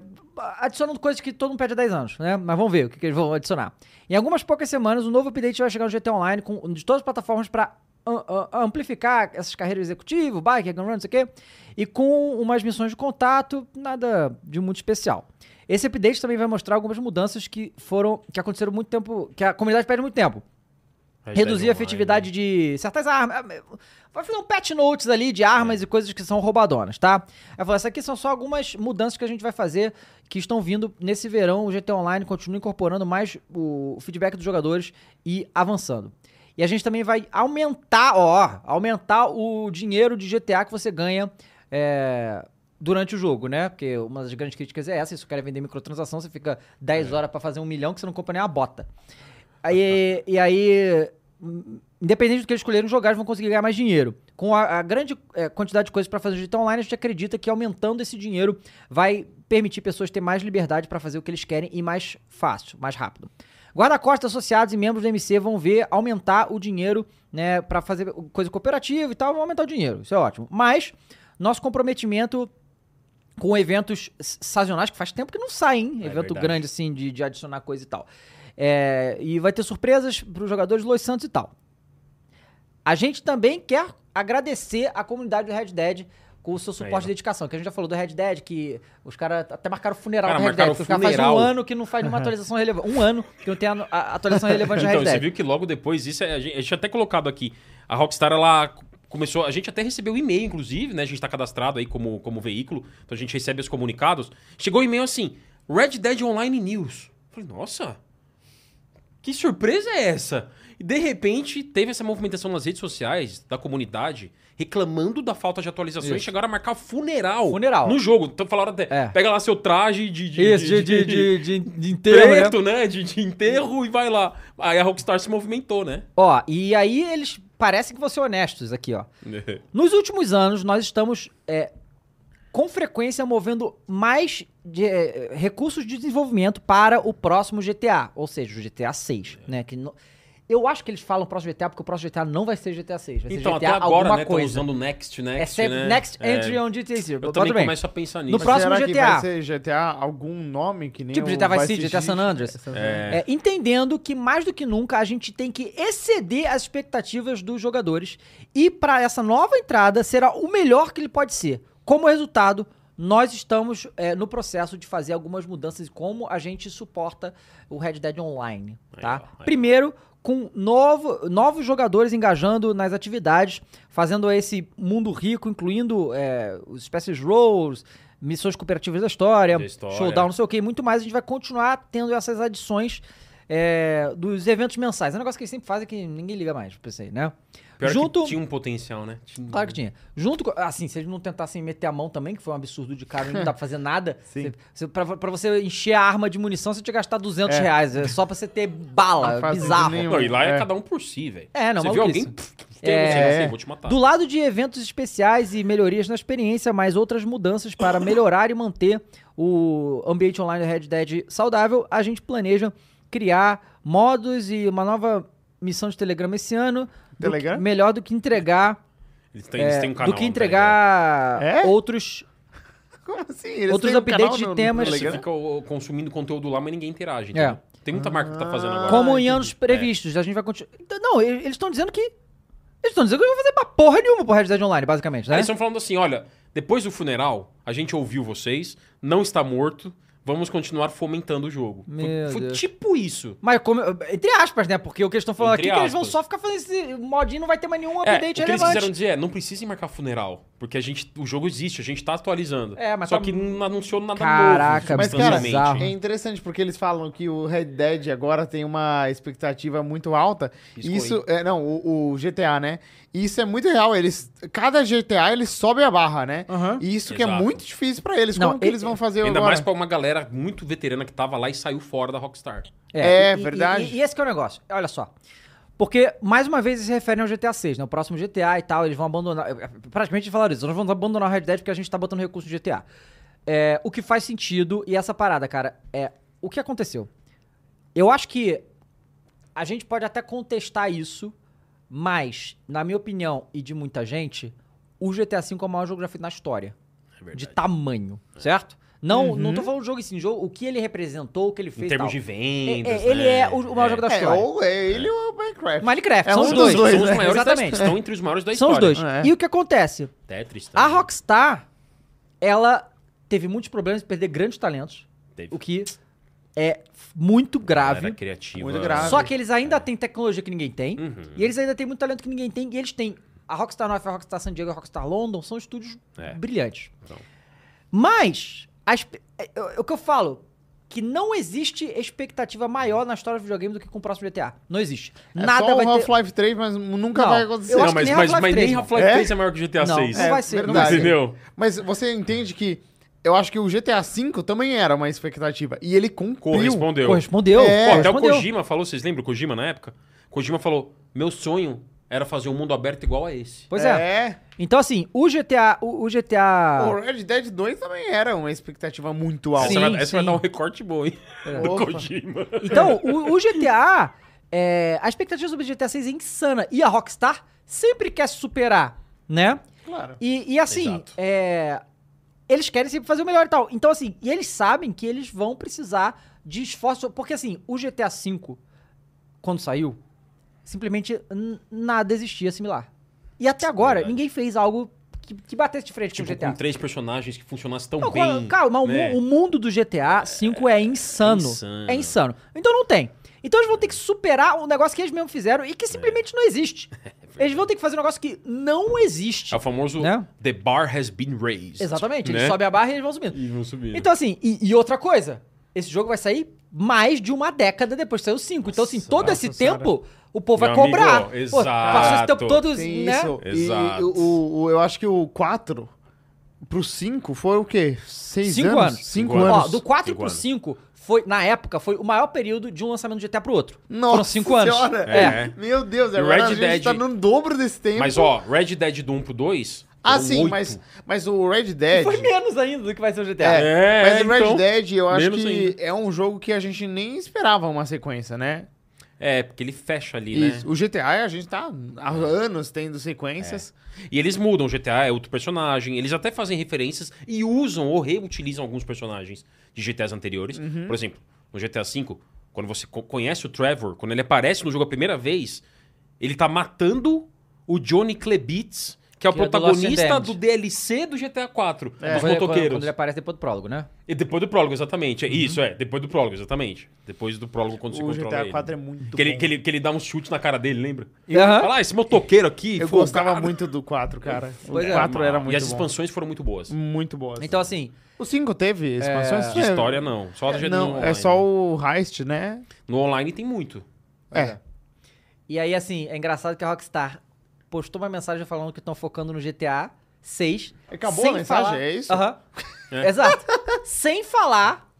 Speaker 1: adicionando coisas que todo mundo pede há 10 anos, né? Mas vamos ver o que, que eles vão adicionar. Em algumas poucas semanas, um novo update vai chegar no GT Online com, de todas as plataformas para amplificar essas carreiras executivas, bike, hang and run, não sei o quê, e com umas missões de contato, nada de muito especial. Esse update também vai mostrar algumas mudanças que foram que aconteceram muito tempo, que a comunidade pede muito tempo.
Speaker 3: Red Dead
Speaker 1: Reduzir a
Speaker 3: Online.
Speaker 1: efetividade de certas armas. ah, Vai fazer um patch notes ali de armas e coisas que são roubadonas, tá? Aí falou, essas aqui são só algumas mudanças que a gente vai fazer que estão vindo nesse verão. O GT Online continua incorporando mais o feedback dos jogadores e avançando. E a gente também vai aumentar, ó, aumentar o dinheiro de GTA que você ganha é, durante o jogo, né? Porque uma das grandes críticas é essa, se você quer vender microtransação, você fica 10 horas pra fazer um milhão que você não compra nem uma bota. Aí, e aí, hum, independente do que eles escolherem jogar, eles vão conseguir ganhar mais dinheiro. Com a, a grande eh, quantidade de coisas pra fazer no digital online, a gente acredita que aumentando esse dinheiro vai permitir pessoas ter mais liberdade pra fazer o que eles querem e mais fácil, mais rápido. Guarda-costas associados e membros do MC vão ver aumentar o dinheiro, né, para fazer coisa cooperativa e tal, vão aumentar o dinheiro. Isso é ótimo. Mas nosso comprometimento com eventos s- sazonais, que faz tempo que não sai, hein?
Speaker 3: É
Speaker 1: Evento
Speaker 3: verdade.
Speaker 1: grande, assim, de, de adicionar coisa e tal. É, e vai ter surpresas para os jogadores Los Santos e tal. A gente também quer agradecer a comunidade do Red Dead com o seu suporte e
Speaker 3: ó.
Speaker 1: dedicação. Que a gente já falou do Red Dead, que os caras até marcaram funeral
Speaker 3: Cara,
Speaker 1: do Red Dead.
Speaker 3: marcaram
Speaker 1: Porque os caras fazem um
Speaker 3: funeral.
Speaker 1: ano que não faz nenhuma atualização relevante. Um ano que não tem a, a atualização relevante do
Speaker 3: Então,
Speaker 1: Red
Speaker 3: você
Speaker 1: Dead.
Speaker 3: viu que logo depois isso, a gente, a gente tinha até colocado aqui, a Rockstar, ela começou, a gente até recebeu e-mail, inclusive, né? A gente tá cadastrado aí como, como veículo, então a gente recebe os comunicados. Chegou e-mail assim, Red Dead Online News. Eu Falei, nossa, que surpresa é essa? E de repente teve essa movimentação nas redes sociais da comunidade reclamando da falta de atualizações e chegaram a marcar funeral,
Speaker 1: Funeral.
Speaker 3: no jogo. Então falaram até,
Speaker 1: É.
Speaker 3: pega lá seu traje de, de-
Speaker 1: Isso, de, de,
Speaker 3: de- de-
Speaker 1: de, de, de enterro, né?
Speaker 3: preto, né? De, de enterro e vai lá. Aí a Rockstar se movimentou, né?
Speaker 1: Ó, e aí eles parecem que vão ser honestos aqui, ó. Nos últimos anos, nós estamos é, com frequência movendo mais de- eh, recursos de desenvolvimento para o próximo GTA, ou seja, o GTA 6,
Speaker 3: É.
Speaker 1: né? Que no- eu acho que eles falam próximo GTA porque o próximo GTA não vai ser GTA 6, vai
Speaker 3: Então,
Speaker 1: ser
Speaker 3: até
Speaker 1: GTA
Speaker 3: agora,
Speaker 1: alguma
Speaker 3: né? Estão
Speaker 1: coisa.
Speaker 3: usando Next, Next,
Speaker 1: é sempre
Speaker 3: né?
Speaker 1: Next
Speaker 3: É,
Speaker 1: Entry on GTA 6.
Speaker 3: Eu
Speaker 1: bota
Speaker 3: também
Speaker 1: bem.
Speaker 3: começo a pensar nisso.
Speaker 1: No próximo
Speaker 2: Será que
Speaker 1: GTA.
Speaker 2: vai ser GTA algum nome que nem
Speaker 1: Tipo
Speaker 2: o
Speaker 1: GTA Vice
Speaker 2: Vice
Speaker 1: City, GTA San Andreas.
Speaker 3: É.
Speaker 1: É, entendendo que mais do que nunca a gente tem que exceder as expectativas dos jogadores e para essa nova entrada será o melhor que ele pode ser. Como resultado, nós estamos é, no processo de fazer algumas mudanças e como a gente suporta o Red Dead Online,
Speaker 3: Aí,
Speaker 1: tá?
Speaker 3: ó, aí.
Speaker 1: Primeiro, com novo, novos jogadores engajando nas atividades, fazendo esse mundo rico, incluindo é, os espécies roles, missões cooperativas da história,
Speaker 3: Da história.
Speaker 1: showdown, não sei o que, muito mais. A gente vai continuar tendo essas adições é, dos eventos mensais. É um negócio que eles sempre fazem que ninguém liga mais, pensei, né?
Speaker 3: Pior que
Speaker 1: Junto.
Speaker 3: tinha um potencial, né? Tinha...
Speaker 1: Claro que tinha. Junto com. Assim, se eles não tentassem meter a mão também, que foi um absurdo de caro, não dá pra fazer nada.
Speaker 2: Sim.
Speaker 1: Você, você, pra, pra você encher a arma de munição, você tinha que gastar 200
Speaker 2: É.
Speaker 1: reais. É só pra você ter
Speaker 2: Não
Speaker 1: bala.
Speaker 2: faz
Speaker 1: bizarro.
Speaker 2: sentido nenhum.
Speaker 3: Não, e lá é,
Speaker 2: É.
Speaker 3: cada um por si, velho.
Speaker 1: É, não,
Speaker 3: Você viu
Speaker 1: maluquice.
Speaker 3: alguém... pff, Tem
Speaker 1: um
Speaker 3: é... você,
Speaker 1: Assim,
Speaker 2: É.
Speaker 3: vou te matar.
Speaker 1: Do lado de eventos especiais e melhorias na experiência, mais outras mudanças para melhorar e manter o ambiente online do Red Dead saudável, a gente planeja criar modos e uma nova missão de Telegram esse ano. do que-
Speaker 2: Telegram?
Speaker 1: melhor do que entregar.
Speaker 3: Eles têm, eles
Speaker 1: é,
Speaker 3: têm um canal.
Speaker 1: do que
Speaker 3: no
Speaker 1: entregar
Speaker 2: É?
Speaker 1: outros.
Speaker 2: Como assim? Eles
Speaker 1: Outros
Speaker 2: têm um
Speaker 1: updates
Speaker 2: canal
Speaker 1: de
Speaker 2: no- no
Speaker 1: temas. tipo,
Speaker 3: Telegram. Você
Speaker 2: Telegram?
Speaker 3: fica ó, consumindo conteúdo lá, mas ninguém interage.
Speaker 1: É.
Speaker 3: entendeu? Tem muita marca que tá fazendo
Speaker 2: Ah,
Speaker 3: agora.
Speaker 1: como em
Speaker 2: entendi.
Speaker 1: anos previstos. A gente vai continuar. Não, e- eles estão dizendo que. Eles estão dizendo que eu não vou fazer pra porra nenhuma pro Realidade Online, basicamente, né?
Speaker 3: Aí eles estão falando assim: olha, depois do funeral, a gente ouviu vocês, não está morto, vamos continuar fomentando o jogo. Foi-
Speaker 1: Meu
Speaker 3: foi
Speaker 1: Deus.
Speaker 3: tipo isso.
Speaker 1: Mas como. Entre aspas, né? Porque o que eles estão falando
Speaker 3: Entre
Speaker 1: aqui é que eles vão
Speaker 3: aspas.
Speaker 1: só ficar fazendo esse modinho, não vai ter mais nenhum
Speaker 3: É, o
Speaker 1: update
Speaker 3: que eles
Speaker 1: relevante.
Speaker 3: quiseram dizer é, não precisem marcar funeral, porque a gente, o jogo existe, a gente tá atualizando.
Speaker 1: É, mas
Speaker 3: Só
Speaker 1: tá-
Speaker 3: que não anunciou nada
Speaker 1: Caraca,
Speaker 3: novo,
Speaker 2: Mas, cara,
Speaker 3: substancialmente.
Speaker 1: bizarro.
Speaker 2: é interessante porque eles falam que o Red Dead agora tem uma expectativa muito alta.
Speaker 3: Piscou,
Speaker 2: Isso, é, não, o, o GTA, né? E Isso é muito real. Eles, cada GTA eles sobem a barra, né?
Speaker 1: Aham.
Speaker 2: E isso que é
Speaker 3: Exato.
Speaker 2: muito difícil pra eles.
Speaker 1: Não,
Speaker 2: Como que
Speaker 1: e-
Speaker 2: eles vão fazer
Speaker 3: Ainda
Speaker 2: agora?
Speaker 3: mais pra uma galera muito veterana que tava lá e saiu fora da Rockstar.
Speaker 2: É,
Speaker 1: e- e-
Speaker 2: verdade.
Speaker 1: E, e esse que é o negócio. Olha só. Porque, mais uma vez, eles se referem ao GTA 6, né? O próximo GTA e tal, eles vão abandonar. eh, Praticamente eles falaram isso. Nós vamos abandonar o Red Dead porque a gente tá botando recurso no GTA. É, o que faz sentido, e essa parada, cara, é. O que aconteceu? Eu acho que a gente pode até contestar isso, mas, na minha opinião e de muita gente, o GTA V é o maior jogo já feito na história
Speaker 3: É verdade. É.
Speaker 1: de tamanho, certo? Não, não
Speaker 2: Uhum.
Speaker 1: tô falando do jogo em si, o jogo, o que ele representou, o que ele fez.
Speaker 3: Em
Speaker 1: tal.
Speaker 3: termos de vendas.
Speaker 1: É, é, ele
Speaker 3: né?
Speaker 1: é o- o maior jogo da
Speaker 2: É,
Speaker 1: história.
Speaker 2: ou é ele ou é o Minecraft.
Speaker 1: Minecraft,
Speaker 2: É
Speaker 1: são
Speaker 2: um
Speaker 1: os
Speaker 2: dos
Speaker 1: dois.
Speaker 2: dois,
Speaker 3: São os
Speaker 2: né?
Speaker 3: maiores
Speaker 1: Exatamente.
Speaker 3: da Estão entre os maiores da
Speaker 1: São os
Speaker 3: história.
Speaker 1: dois.
Speaker 2: É.
Speaker 1: E o que acontece?
Speaker 3: Tetris também.
Speaker 1: A Rockstar, ela teve muitos problemas de perder grandes talentos,
Speaker 3: Teve.
Speaker 1: o que é muito grave.
Speaker 3: Era criativa.
Speaker 2: Muito grave.
Speaker 1: Só que eles ainda têm tecnologia que ninguém tem,
Speaker 3: Uhum.
Speaker 1: e eles ainda têm muito talento que ninguém tem, e eles têm. A Rockstar North, a Rockstar San Diego, a Rockstar London são estúdios
Speaker 3: É.
Speaker 1: brilhantes.
Speaker 3: Então.
Speaker 1: Mas, a espe- é, é o que eu falo, que não existe expectativa maior na história do videogame do que com o próximo GTA. Não existe.
Speaker 2: É
Speaker 1: Nada
Speaker 2: só
Speaker 1: vai
Speaker 2: o
Speaker 1: ter...
Speaker 2: Half-Life 3, mas nunca
Speaker 1: Não,
Speaker 2: vai
Speaker 1: eu
Speaker 2: acontecer.
Speaker 1: acho
Speaker 3: Não,
Speaker 1: que
Speaker 3: mas,
Speaker 1: nem Half-Life
Speaker 3: mas, mas nem
Speaker 1: 3,
Speaker 3: Half-Life
Speaker 2: mano.
Speaker 3: 3 é maior que o GTA
Speaker 1: Não,
Speaker 3: 6.
Speaker 1: não vai ser, não vai
Speaker 2: verdade.
Speaker 1: ser.
Speaker 3: Entendeu?
Speaker 2: Mas você entende que eu acho que o GTA V também era uma expectativa. E ele cumpriu.
Speaker 3: Correspondeu.
Speaker 1: Correspondeu.
Speaker 2: É,
Speaker 3: Pô, até
Speaker 1: correspondeu.
Speaker 3: o Kojima falou, vocês lembram o Kojima na época? Kojima falou: meu sonho era fazer um mundo aberto igual a esse.
Speaker 1: Pois é. Então, assim, o GTA. O, o
Speaker 2: O
Speaker 1: GTA.
Speaker 2: Red Dead 2 também era uma expectativa muito alta.
Speaker 1: Sim,
Speaker 3: essa vai, essa vai
Speaker 1: sim.
Speaker 3: dar um recorte bom, hein? Do
Speaker 2: Opa.
Speaker 3: Kojima.
Speaker 1: Então, o, o GTA. é, a expectativa sobre o GTA 6 é insana. E a Rockstar sempre quer se superar, né?
Speaker 2: Claro.
Speaker 1: E, e assim,
Speaker 3: Exato.
Speaker 1: é, eles querem sempre fazer o melhor e tal. Então, assim, e eles sabem que eles vão precisar de esforço. Porque, assim, o GTA V, quando saiu, simplesmente n- nada existia similar. E até agora,
Speaker 3: é Verdade.
Speaker 1: ninguém fez algo que, que batesse de frente com
Speaker 3: Tipo,
Speaker 1: o GTA.
Speaker 3: com três personagens que assim. funcionassem tão
Speaker 1: Não,
Speaker 3: bem.
Speaker 1: Calma, o, mu-
Speaker 3: né?
Speaker 1: o mundo do GTA V é, insano. É insano.
Speaker 3: insano.
Speaker 1: Então não tem. Então eles vão ter que superar um negócio que eles mesmos fizeram
Speaker 3: É.
Speaker 1: e que simplesmente não existe. Eles vão ter que fazer um negócio que não existe.
Speaker 3: É o famoso
Speaker 1: Né?
Speaker 3: The Bar Has Been Raised.
Speaker 1: Exatamente.
Speaker 3: Né?
Speaker 1: Eles sobem a barra e eles vão subindo.
Speaker 3: E vão subindo.
Speaker 1: Então, assim, e, e outra coisa, esse jogo vai sair mais de uma década depois, saiu cinco. Então, assim,
Speaker 3: Nossa,
Speaker 1: todo esse
Speaker 2: nossa senhora.
Speaker 1: tempo, o povo vai
Speaker 3: Meu amigo,
Speaker 1: cobrar. Pô, Passou esse
Speaker 3: exato.
Speaker 1: tempo todo,
Speaker 2: Tem
Speaker 1: né?
Speaker 2: isso. E
Speaker 3: Exato.
Speaker 2: o, o- o- eu acho que o 4 pro 5 foi o quê? 6
Speaker 1: Cinco
Speaker 2: anos?
Speaker 1: anos.
Speaker 2: 5
Speaker 3: Cinco
Speaker 2: anos.
Speaker 1: Ó, do 4
Speaker 3: Cinco
Speaker 1: pro
Speaker 3: anos.
Speaker 1: 5, foi, na época, foi o maior período de um lançamento de GTA pro outro.
Speaker 2: Nossa
Speaker 1: Foram 5 anos.
Speaker 2: Senhora.
Speaker 3: É.
Speaker 2: Meu Deus,
Speaker 3: E o
Speaker 2: agora
Speaker 3: Red
Speaker 2: a gente
Speaker 3: Dead-
Speaker 2: tá no dobro desse
Speaker 1: é
Speaker 2: tempo.
Speaker 3: Mas, ó, Red Dead do 1 pro 2.
Speaker 2: Ah,
Speaker 3: foram
Speaker 2: sim,
Speaker 3: oito.
Speaker 2: mas, mas o Red
Speaker 1: E
Speaker 2: Dead...
Speaker 1: Foi menos ainda do que vai ser o GTA.
Speaker 3: É,
Speaker 2: mas o Red
Speaker 3: então,
Speaker 2: Dead, eu acho
Speaker 3: menos
Speaker 2: que
Speaker 3: ainda.
Speaker 2: é um jogo que a gente nem esperava uma sequência, né?
Speaker 3: É, porque ele fecha ali,
Speaker 2: Isso.
Speaker 3: né?
Speaker 2: O GTA, a gente tá há anos tendo sequências.
Speaker 3: E eles mudam, GTA é outro personagem, eles até fazem referências e usam ou reutilizam alguns personagens de GTAs anteriores.
Speaker 2: Uhum.
Speaker 3: Por exemplo, no GTA V, quando você co- conhece o Trevor, quando ele aparece no jogo a primeira vez, ele tá matando o Johnny Klebitz, que é o
Speaker 1: Que é do Lost
Speaker 3: protagonista
Speaker 1: and
Speaker 3: do
Speaker 1: Damned.
Speaker 3: DLC do GTA IV,
Speaker 2: É,
Speaker 3: dos
Speaker 1: Quando ele- Quando,
Speaker 3: motoqueiros.
Speaker 1: quando ele aparece depois do prólogo, né?
Speaker 3: E depois do prólogo, exatamente. É Isso, é. Depois do prólogo, exatamente. Depois do prólogo, quando você
Speaker 2: Uhum. o
Speaker 3: controla
Speaker 2: GTA
Speaker 3: ele.
Speaker 2: 4 é muito
Speaker 3: que, ele,
Speaker 2: bom.
Speaker 3: que, ele, que ele dá um chute na cara dele, lembra?
Speaker 1: Aham.
Speaker 3: Fala, ah, esse motoqueiro aqui.
Speaker 2: Eu
Speaker 3: folgado."
Speaker 2: gostava muito do 4, cara. O
Speaker 1: Pois é.
Speaker 2: 4 era
Speaker 3: E
Speaker 2: muito
Speaker 3: as
Speaker 2: bom.
Speaker 3: expansões foram muito boas.
Speaker 2: Muito boas.
Speaker 1: Então, assim,
Speaker 2: o 5 teve expansões?
Speaker 3: De história, não. Só do jeito no
Speaker 2: Não,
Speaker 3: online.
Speaker 2: é só o Heist, né?
Speaker 3: No online tem muito.
Speaker 2: É.
Speaker 1: E aí, assim, é engraçado que a Rockstar postou uma mensagem falando que estão focando no GTA 6.
Speaker 2: Acabou
Speaker 1: sem
Speaker 2: a mensagem,
Speaker 1: falar-
Speaker 2: é isso?
Speaker 1: Aham.
Speaker 3: É.
Speaker 1: Exato. sem falar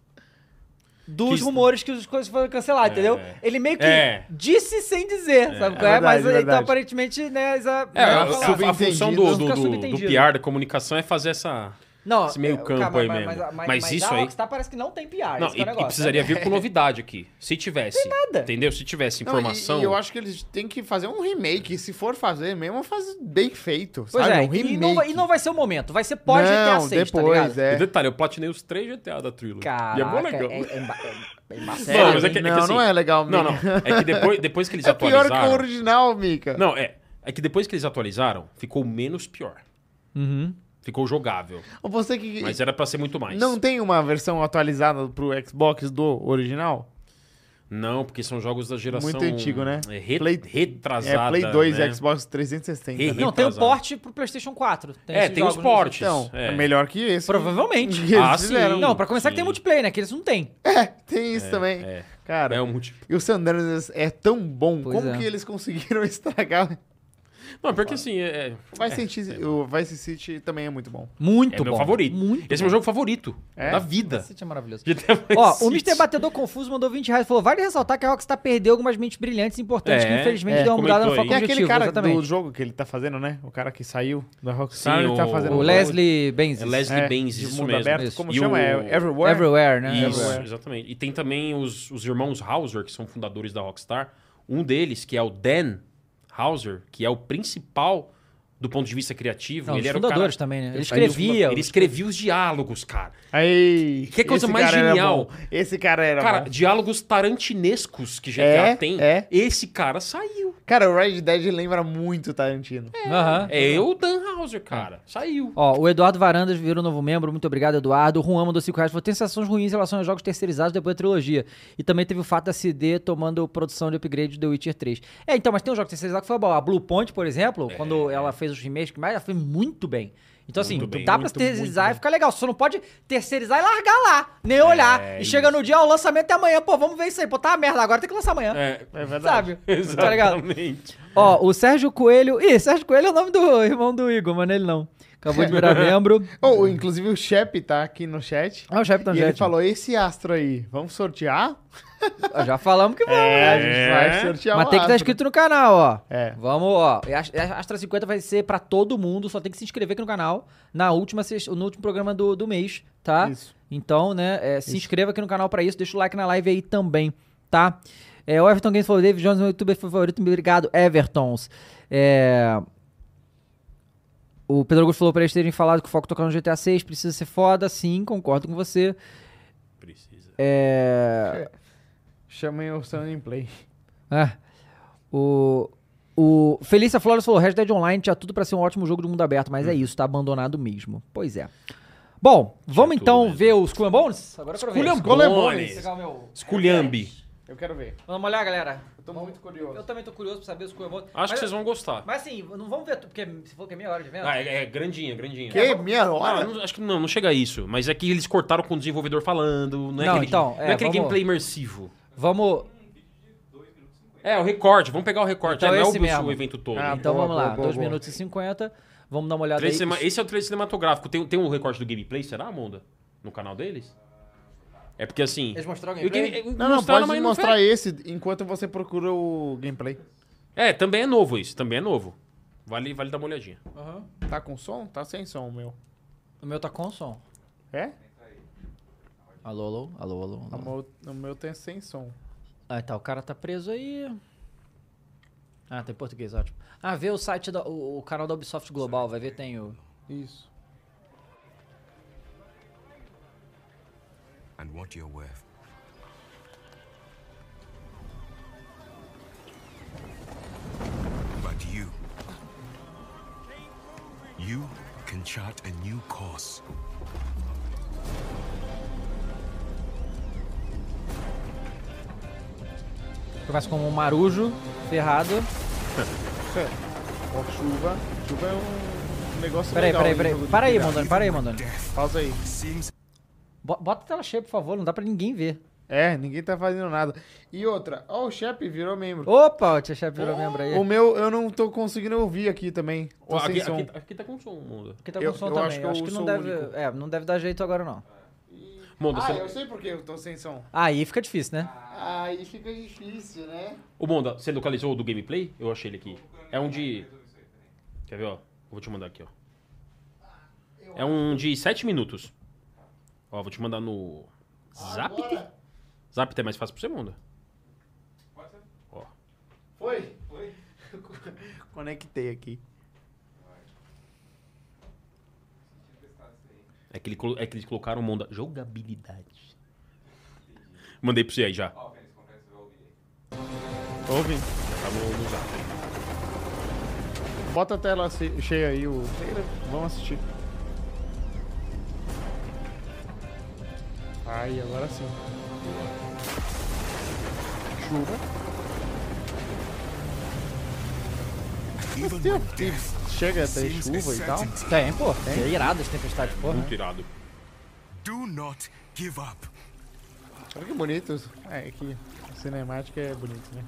Speaker 1: dos
Speaker 3: Que-
Speaker 1: rumores que os coisas foram canceladas,
Speaker 3: É.
Speaker 1: entendeu? Ele meio que
Speaker 3: É.
Speaker 1: disse sem dizer, sabe qual é?
Speaker 2: verdade,
Speaker 1: Mas então,
Speaker 2: verdade.
Speaker 1: aparentemente, né, essa...
Speaker 3: É,
Speaker 2: Não,
Speaker 3: a,
Speaker 1: não,
Speaker 2: eu-
Speaker 1: falar.
Speaker 2: eu-
Speaker 3: a- a função do, do,
Speaker 1: Fica
Speaker 3: do, do
Speaker 1: subentendido.
Speaker 3: PR, da comunicação, é fazer essa...
Speaker 1: Não,
Speaker 3: esse meio
Speaker 1: é,
Speaker 3: campo
Speaker 1: cara,
Speaker 3: aí
Speaker 1: mas-
Speaker 3: mesmo.
Speaker 1: Mas, mas,
Speaker 3: Mas
Speaker 1: mas
Speaker 3: isso
Speaker 1: a
Speaker 3: aí-
Speaker 1: Rockstar parece que não tem
Speaker 2: Ah,
Speaker 1: PR. esse
Speaker 2: um
Speaker 3: Não, e,
Speaker 1: que é o
Speaker 3: e
Speaker 1: negócio,
Speaker 3: precisaria
Speaker 1: né?
Speaker 3: vir com novidade aqui. Se tivesse.
Speaker 1: nada.
Speaker 3: Entendeu? Se tivesse
Speaker 2: Não, e-
Speaker 3: informação.
Speaker 2: e eu acho que eles têm que fazer um remake. Se for fazer mesmo, faz bem feito.
Speaker 1: Pois
Speaker 2: sabe?
Speaker 1: é,
Speaker 2: um remake.
Speaker 1: e não, vai- e não vai ser o momento. Vai ser pós GTA
Speaker 2: Não,
Speaker 1: 6, tá
Speaker 2: depois,
Speaker 1: ligado?
Speaker 3: E
Speaker 2: é.
Speaker 3: detalhe, eu platinei os três GTA da Trilogy. e é
Speaker 1: Caraca,
Speaker 3: bom legal.
Speaker 1: é- é emba- é- é embaçado.
Speaker 3: Não, mas é que- é que
Speaker 2: não,
Speaker 3: assim-
Speaker 2: não é legal mesmo.
Speaker 3: Não, não. É que depois, depois que eles
Speaker 2: É pior que o
Speaker 3: atualizaram.
Speaker 2: original, Mika.
Speaker 3: né? Não, é. É que depois que eles atualizaram, ficou menos pior.
Speaker 1: Uhum.
Speaker 3: Ficou jogável.
Speaker 2: Você que
Speaker 3: Mas era pra ser muito mais.
Speaker 2: não tem uma versão atualizada pro Xbox do original?
Speaker 3: Não, porque são jogos da geração.
Speaker 2: Muito antigo, né?
Speaker 3: é, re-
Speaker 2: Play-
Speaker 3: retrasada.
Speaker 2: é Play 2
Speaker 3: né?
Speaker 2: e Xbox 360.
Speaker 3: Ei,
Speaker 2: né?
Speaker 1: Não, tem o
Speaker 3: Retrasado.
Speaker 1: porte pro PlayStation 4.
Speaker 3: é,
Speaker 1: esses
Speaker 3: tem os
Speaker 1: jogos no-
Speaker 3: portes.
Speaker 2: Então, é.
Speaker 3: é.
Speaker 2: melhor que esse.
Speaker 1: Provavelmente.
Speaker 2: Que eles
Speaker 3: Ah, sim.
Speaker 2: fizeram.
Speaker 1: Não, pra começar que tem
Speaker 3: Sim.
Speaker 1: multiplayer, né? Que eles não têm.
Speaker 2: Tem isso também.
Speaker 3: é.
Speaker 2: Cara,
Speaker 3: É o múltiplo.
Speaker 2: e o San Andreas é tão bom.
Speaker 1: Pois
Speaker 2: como
Speaker 1: é.
Speaker 2: que eles conseguiram estragar?
Speaker 3: Não, porque assim, é, é-
Speaker 2: Vice City, o Vice City também é muito bom.
Speaker 1: Muito
Speaker 3: é
Speaker 1: bom.
Speaker 3: meu favorito.
Speaker 1: Muito
Speaker 3: Esse é meu jogo favorito
Speaker 2: É?
Speaker 3: da vida.
Speaker 1: Esse é maravilhoso.
Speaker 3: GTA Vice
Speaker 1: Ó, o
Speaker 3: City.
Speaker 1: Mr. Batedor Confuso mandou 20 reais e falou: vale ressaltar que a Rockstar perdeu algumas mentes brilhantes e importantes
Speaker 3: É,
Speaker 1: que infelizmente
Speaker 2: é,
Speaker 1: deu uma mudada no foco
Speaker 3: comentou aí.
Speaker 2: Tem aquele
Speaker 1: objetivo.
Speaker 2: cara
Speaker 1: exatamente.
Speaker 2: do jogo que ele tá fazendo, né? O cara que saiu da Rockstar,
Speaker 3: Sim,
Speaker 2: ele tá
Speaker 3: o-
Speaker 2: fazendo...
Speaker 1: O
Speaker 2: um
Speaker 1: Leslie Benz.
Speaker 3: É Leslie
Speaker 2: jogo, é,
Speaker 3: Benz,
Speaker 2: de
Speaker 3: isso
Speaker 2: mundo
Speaker 3: mesmo.
Speaker 2: aberto.
Speaker 1: Isso.
Speaker 2: Como
Speaker 3: E
Speaker 2: chama?
Speaker 3: o-
Speaker 2: É Everywhere?
Speaker 1: Everywhere, né?
Speaker 3: Isso,
Speaker 1: Everywhere.
Speaker 3: exatamente. E tem também os, os irmãos Hauser, que são fundadores da Rockstar. Um deles, que é o Dan Hauser, que é o principal do ponto de vista criativo.
Speaker 1: Não,
Speaker 3: ele
Speaker 1: os
Speaker 3: era o
Speaker 1: fundadores
Speaker 3: cara...
Speaker 1: também, né? Ele
Speaker 3: Aí, o
Speaker 1: escrevia.
Speaker 3: funda- Ele escrevia os diálogos, cara.
Speaker 2: Aí,
Speaker 3: Que é coisa
Speaker 2: esse
Speaker 3: mais
Speaker 2: cara era
Speaker 3: genial.
Speaker 2: bom. Esse cara
Speaker 1: Tá
Speaker 2: era
Speaker 3: Cara,
Speaker 2: bom.
Speaker 3: diálogos tarantinescos que GTA
Speaker 2: É,
Speaker 3: tem.
Speaker 2: é.
Speaker 3: Esse cara saiu.
Speaker 2: Cara, o Red Dead lembra muito Tarantino.
Speaker 1: Aham.
Speaker 3: É eu, Dan Hauser, cara. Saiu.
Speaker 1: Ó, o Eduardo Varandas virou novo membro. Muito obrigado, Eduardo. O Juan mandou 5 reais. Falou, tem sensações ruins em relação aos jogos terceirizados depois da trilogia. E também teve o fato da CD tomando produção de upgrade do The Witcher 3. É, então, mas tem um jogo terceirizado que foi bom. A Blue Point, por
Speaker 3: É.
Speaker 1: exemplo, quando ela fez os remakes, mas ela foi muito bem. Então, assim,
Speaker 3: Muito bem,
Speaker 1: dá pra
Speaker 3: muito,
Speaker 1: terceirizar
Speaker 3: muito
Speaker 1: e ficar legal. Só não pode terceirizar e largar lá, nem olhar. e chega no dia, ó, o lançamento é amanhã. Pô, vamos ver isso aí. Pô, tá uma merda, agora tem que lançar amanhã.
Speaker 3: É,
Speaker 2: É verdade.
Speaker 1: Sabe? Tá ligado?
Speaker 3: exatamente.
Speaker 1: Ó, o Sérgio Coelho. Ih, Sérgio Coelho é o nome do irmão do Igor, mas ele não. Acabou de virar membro.
Speaker 2: Ou, inclusive, Oh, o Shep tá aqui no chat.
Speaker 1: Ah, o chefe tá
Speaker 2: e ele falou, esse astro aí, vamos sortear?
Speaker 1: Ah, Já falamos que vamos.
Speaker 2: É, a
Speaker 1: né?
Speaker 2: gente vai sortear
Speaker 1: Mas
Speaker 2: um
Speaker 1: tem que estar
Speaker 2: astro.
Speaker 1: escrito no canal, ó.
Speaker 2: É.
Speaker 1: Vamos, ó. E A a Astra 50 vai ser pra todo mundo, só tem que se inscrever aqui no canal na última, ses- no último programa do, do mês, tá?
Speaker 2: Isso.
Speaker 1: Então, né, é, se inscreva aqui no canal pra isso, deixa o like na live aí também, tá? É, o Everton Games falou, David Jones, meu youtuber favorito, obrigado, Evertons. É, O Pedro Augusto falou pra eles terem falado que o foco tocar no GTA 6 precisa ser foda, sim, concordo com você.
Speaker 3: Precisa.
Speaker 1: É...
Speaker 2: Chamem o Sun in Play.
Speaker 1: É. O, o Felícia Flores falou: Red Dead Online tinha tudo pra ser um ótimo jogo de mundo aberto, mas é isso, tá abandonado mesmo. Pois é. Bom, vamos
Speaker 3: tudo
Speaker 1: então
Speaker 3: mesmo.
Speaker 1: ver os Skull and Bones? Agora eu quero ver.
Speaker 3: Esculhambones.
Speaker 1: Vou
Speaker 2: Esculhambones.
Speaker 1: pegar o meu- É.
Speaker 3: Esculhambe.
Speaker 2: Eu quero ver.
Speaker 1: Vamos olhar, galera.
Speaker 2: Eu tô muito curioso.
Speaker 1: Eu também tô curioso pra saber os Skull and Bones.
Speaker 3: Acho
Speaker 1: mas,
Speaker 3: que vocês vão gostar.
Speaker 1: Mas assim, não vamos ver tudo, porque se for que é meia hora de venda.
Speaker 3: Ah, é, é grandinha, grandinha.
Speaker 2: Que? Meia
Speaker 3: Ah,
Speaker 2: hora?
Speaker 3: não- acho que não, não chega a isso. Mas é que eles cortaram com o desenvolvedor falando. Não é
Speaker 1: Não,
Speaker 3: aquele,
Speaker 1: então,
Speaker 3: não
Speaker 1: é,
Speaker 3: é aquele
Speaker 1: vamos-
Speaker 3: gameplay imersivo.
Speaker 1: Vamos.
Speaker 3: É, o recorte. Vamos pegar o recorte.
Speaker 1: Então
Speaker 3: é, não é
Speaker 1: esse
Speaker 3: o,
Speaker 1: mesmo.
Speaker 3: o evento todo.
Speaker 2: Ah,
Speaker 1: Então
Speaker 2: boa,
Speaker 1: vamos
Speaker 2: boa,
Speaker 1: lá,
Speaker 2: boa,
Speaker 1: 2
Speaker 2: boa.
Speaker 1: minutos e 50. Vamos dar uma olhada
Speaker 3: Trailer
Speaker 1: aí.
Speaker 3: cinema- Esse é o trailer cinematográfico. Tem, tem um recorte do gameplay, será, Monda? No canal deles? É porque assim.
Speaker 1: Eles mostraram
Speaker 3: eu-
Speaker 1: gameplay?
Speaker 3: eu- eu-
Speaker 2: Não, não,
Speaker 3: mostraram,
Speaker 2: pode
Speaker 3: mas
Speaker 2: mostrar
Speaker 3: foi-
Speaker 2: esse enquanto você procura o gameplay.
Speaker 3: É, também é novo isso. Também é novo. Vale, vale dar uma olhadinha.
Speaker 1: Aham.
Speaker 2: Tá com som? Tá sem som, o meu.
Speaker 1: O meu tá com som.
Speaker 2: É?
Speaker 1: Alô, alô, alô, alô.
Speaker 2: O
Speaker 1: alô.
Speaker 2: meu, o meu tem sem som.
Speaker 1: Ah, tá. O cara tá preso aí. Ah, tem português, ótimo. Ah, vê o site, da, o, o canal da Ubisoft Global, vai ver, tem o...
Speaker 2: Isso.
Speaker 5: and what you're worth. But you, you can chart a new course.
Speaker 1: Começa como um marujo, ferrado.
Speaker 2: Ó, chuva. Chuva é um negócio
Speaker 1: Peraí,
Speaker 2: legal.
Speaker 1: peraí,
Speaker 2: no
Speaker 1: peraí.
Speaker 2: jogo de
Speaker 1: Para aí,
Speaker 2: pirata.
Speaker 1: Mondoni, para aí, Mondoni.
Speaker 2: Pausa aí.
Speaker 5: Seems
Speaker 1: Bo- Bota a tela cheia, por favor, não dá pra ninguém ver.
Speaker 2: É, ninguém tá fazendo nada. E outra, ó, o Shep virou membro.
Speaker 1: Opa, o Tia Chefe virou membro aí.
Speaker 2: O meu, eu não tô conseguindo ouvir aqui também. Tô sem
Speaker 3: aqui,
Speaker 2: som.
Speaker 3: aqui- aqui tá com som, Monda.
Speaker 1: Aqui tá
Speaker 2: eu-
Speaker 1: com som
Speaker 2: eu
Speaker 1: também.
Speaker 2: acho que
Speaker 1: eu acho
Speaker 2: eu
Speaker 1: que não
Speaker 2: sou o
Speaker 1: deve...
Speaker 2: único.
Speaker 1: É, não deve dar jeito agora, não.
Speaker 3: Monda,
Speaker 2: Ah,
Speaker 3: você-
Speaker 2: eu sei porque eu tô sem som.
Speaker 1: Aí fica difícil, né?
Speaker 2: Ah, Aí fica difícil, né?
Speaker 3: Ô, Monda, você localizou o do gameplay? Eu achei ele aqui. É um de. Quer ver, ó? Eu vou te mandar aqui, ó. É um de 7 minutos. Ó, vou te mandar no. Zapte? Zapte é mais fácil pro segundo.
Speaker 2: Foi?
Speaker 4: Foi?
Speaker 2: Conectei aqui.
Speaker 3: É que, ele colo- é que eles colocaram o mão da jogabilidade. Mandei pra você aí já.
Speaker 4: Ó, o Fênix confere se você vai ouvir aí.
Speaker 2: Ouve.
Speaker 3: Tá no, no Zapte.
Speaker 2: Bota a tela che- cheia aí, o trailer. Vamos assistir. Ai, agora sim. Chuva.
Speaker 5: Even
Speaker 2: Tem-
Speaker 5: when
Speaker 2: tem-
Speaker 5: death
Speaker 2: Chega até
Speaker 5: seems a
Speaker 2: chuva e tal.
Speaker 5: certainty,
Speaker 1: Tem, pô. É irado as tempestades, porra.
Speaker 3: Muito irado.
Speaker 5: do not give up.
Speaker 2: Olha que bonito. É, aqui. A cinemática é bonita, né?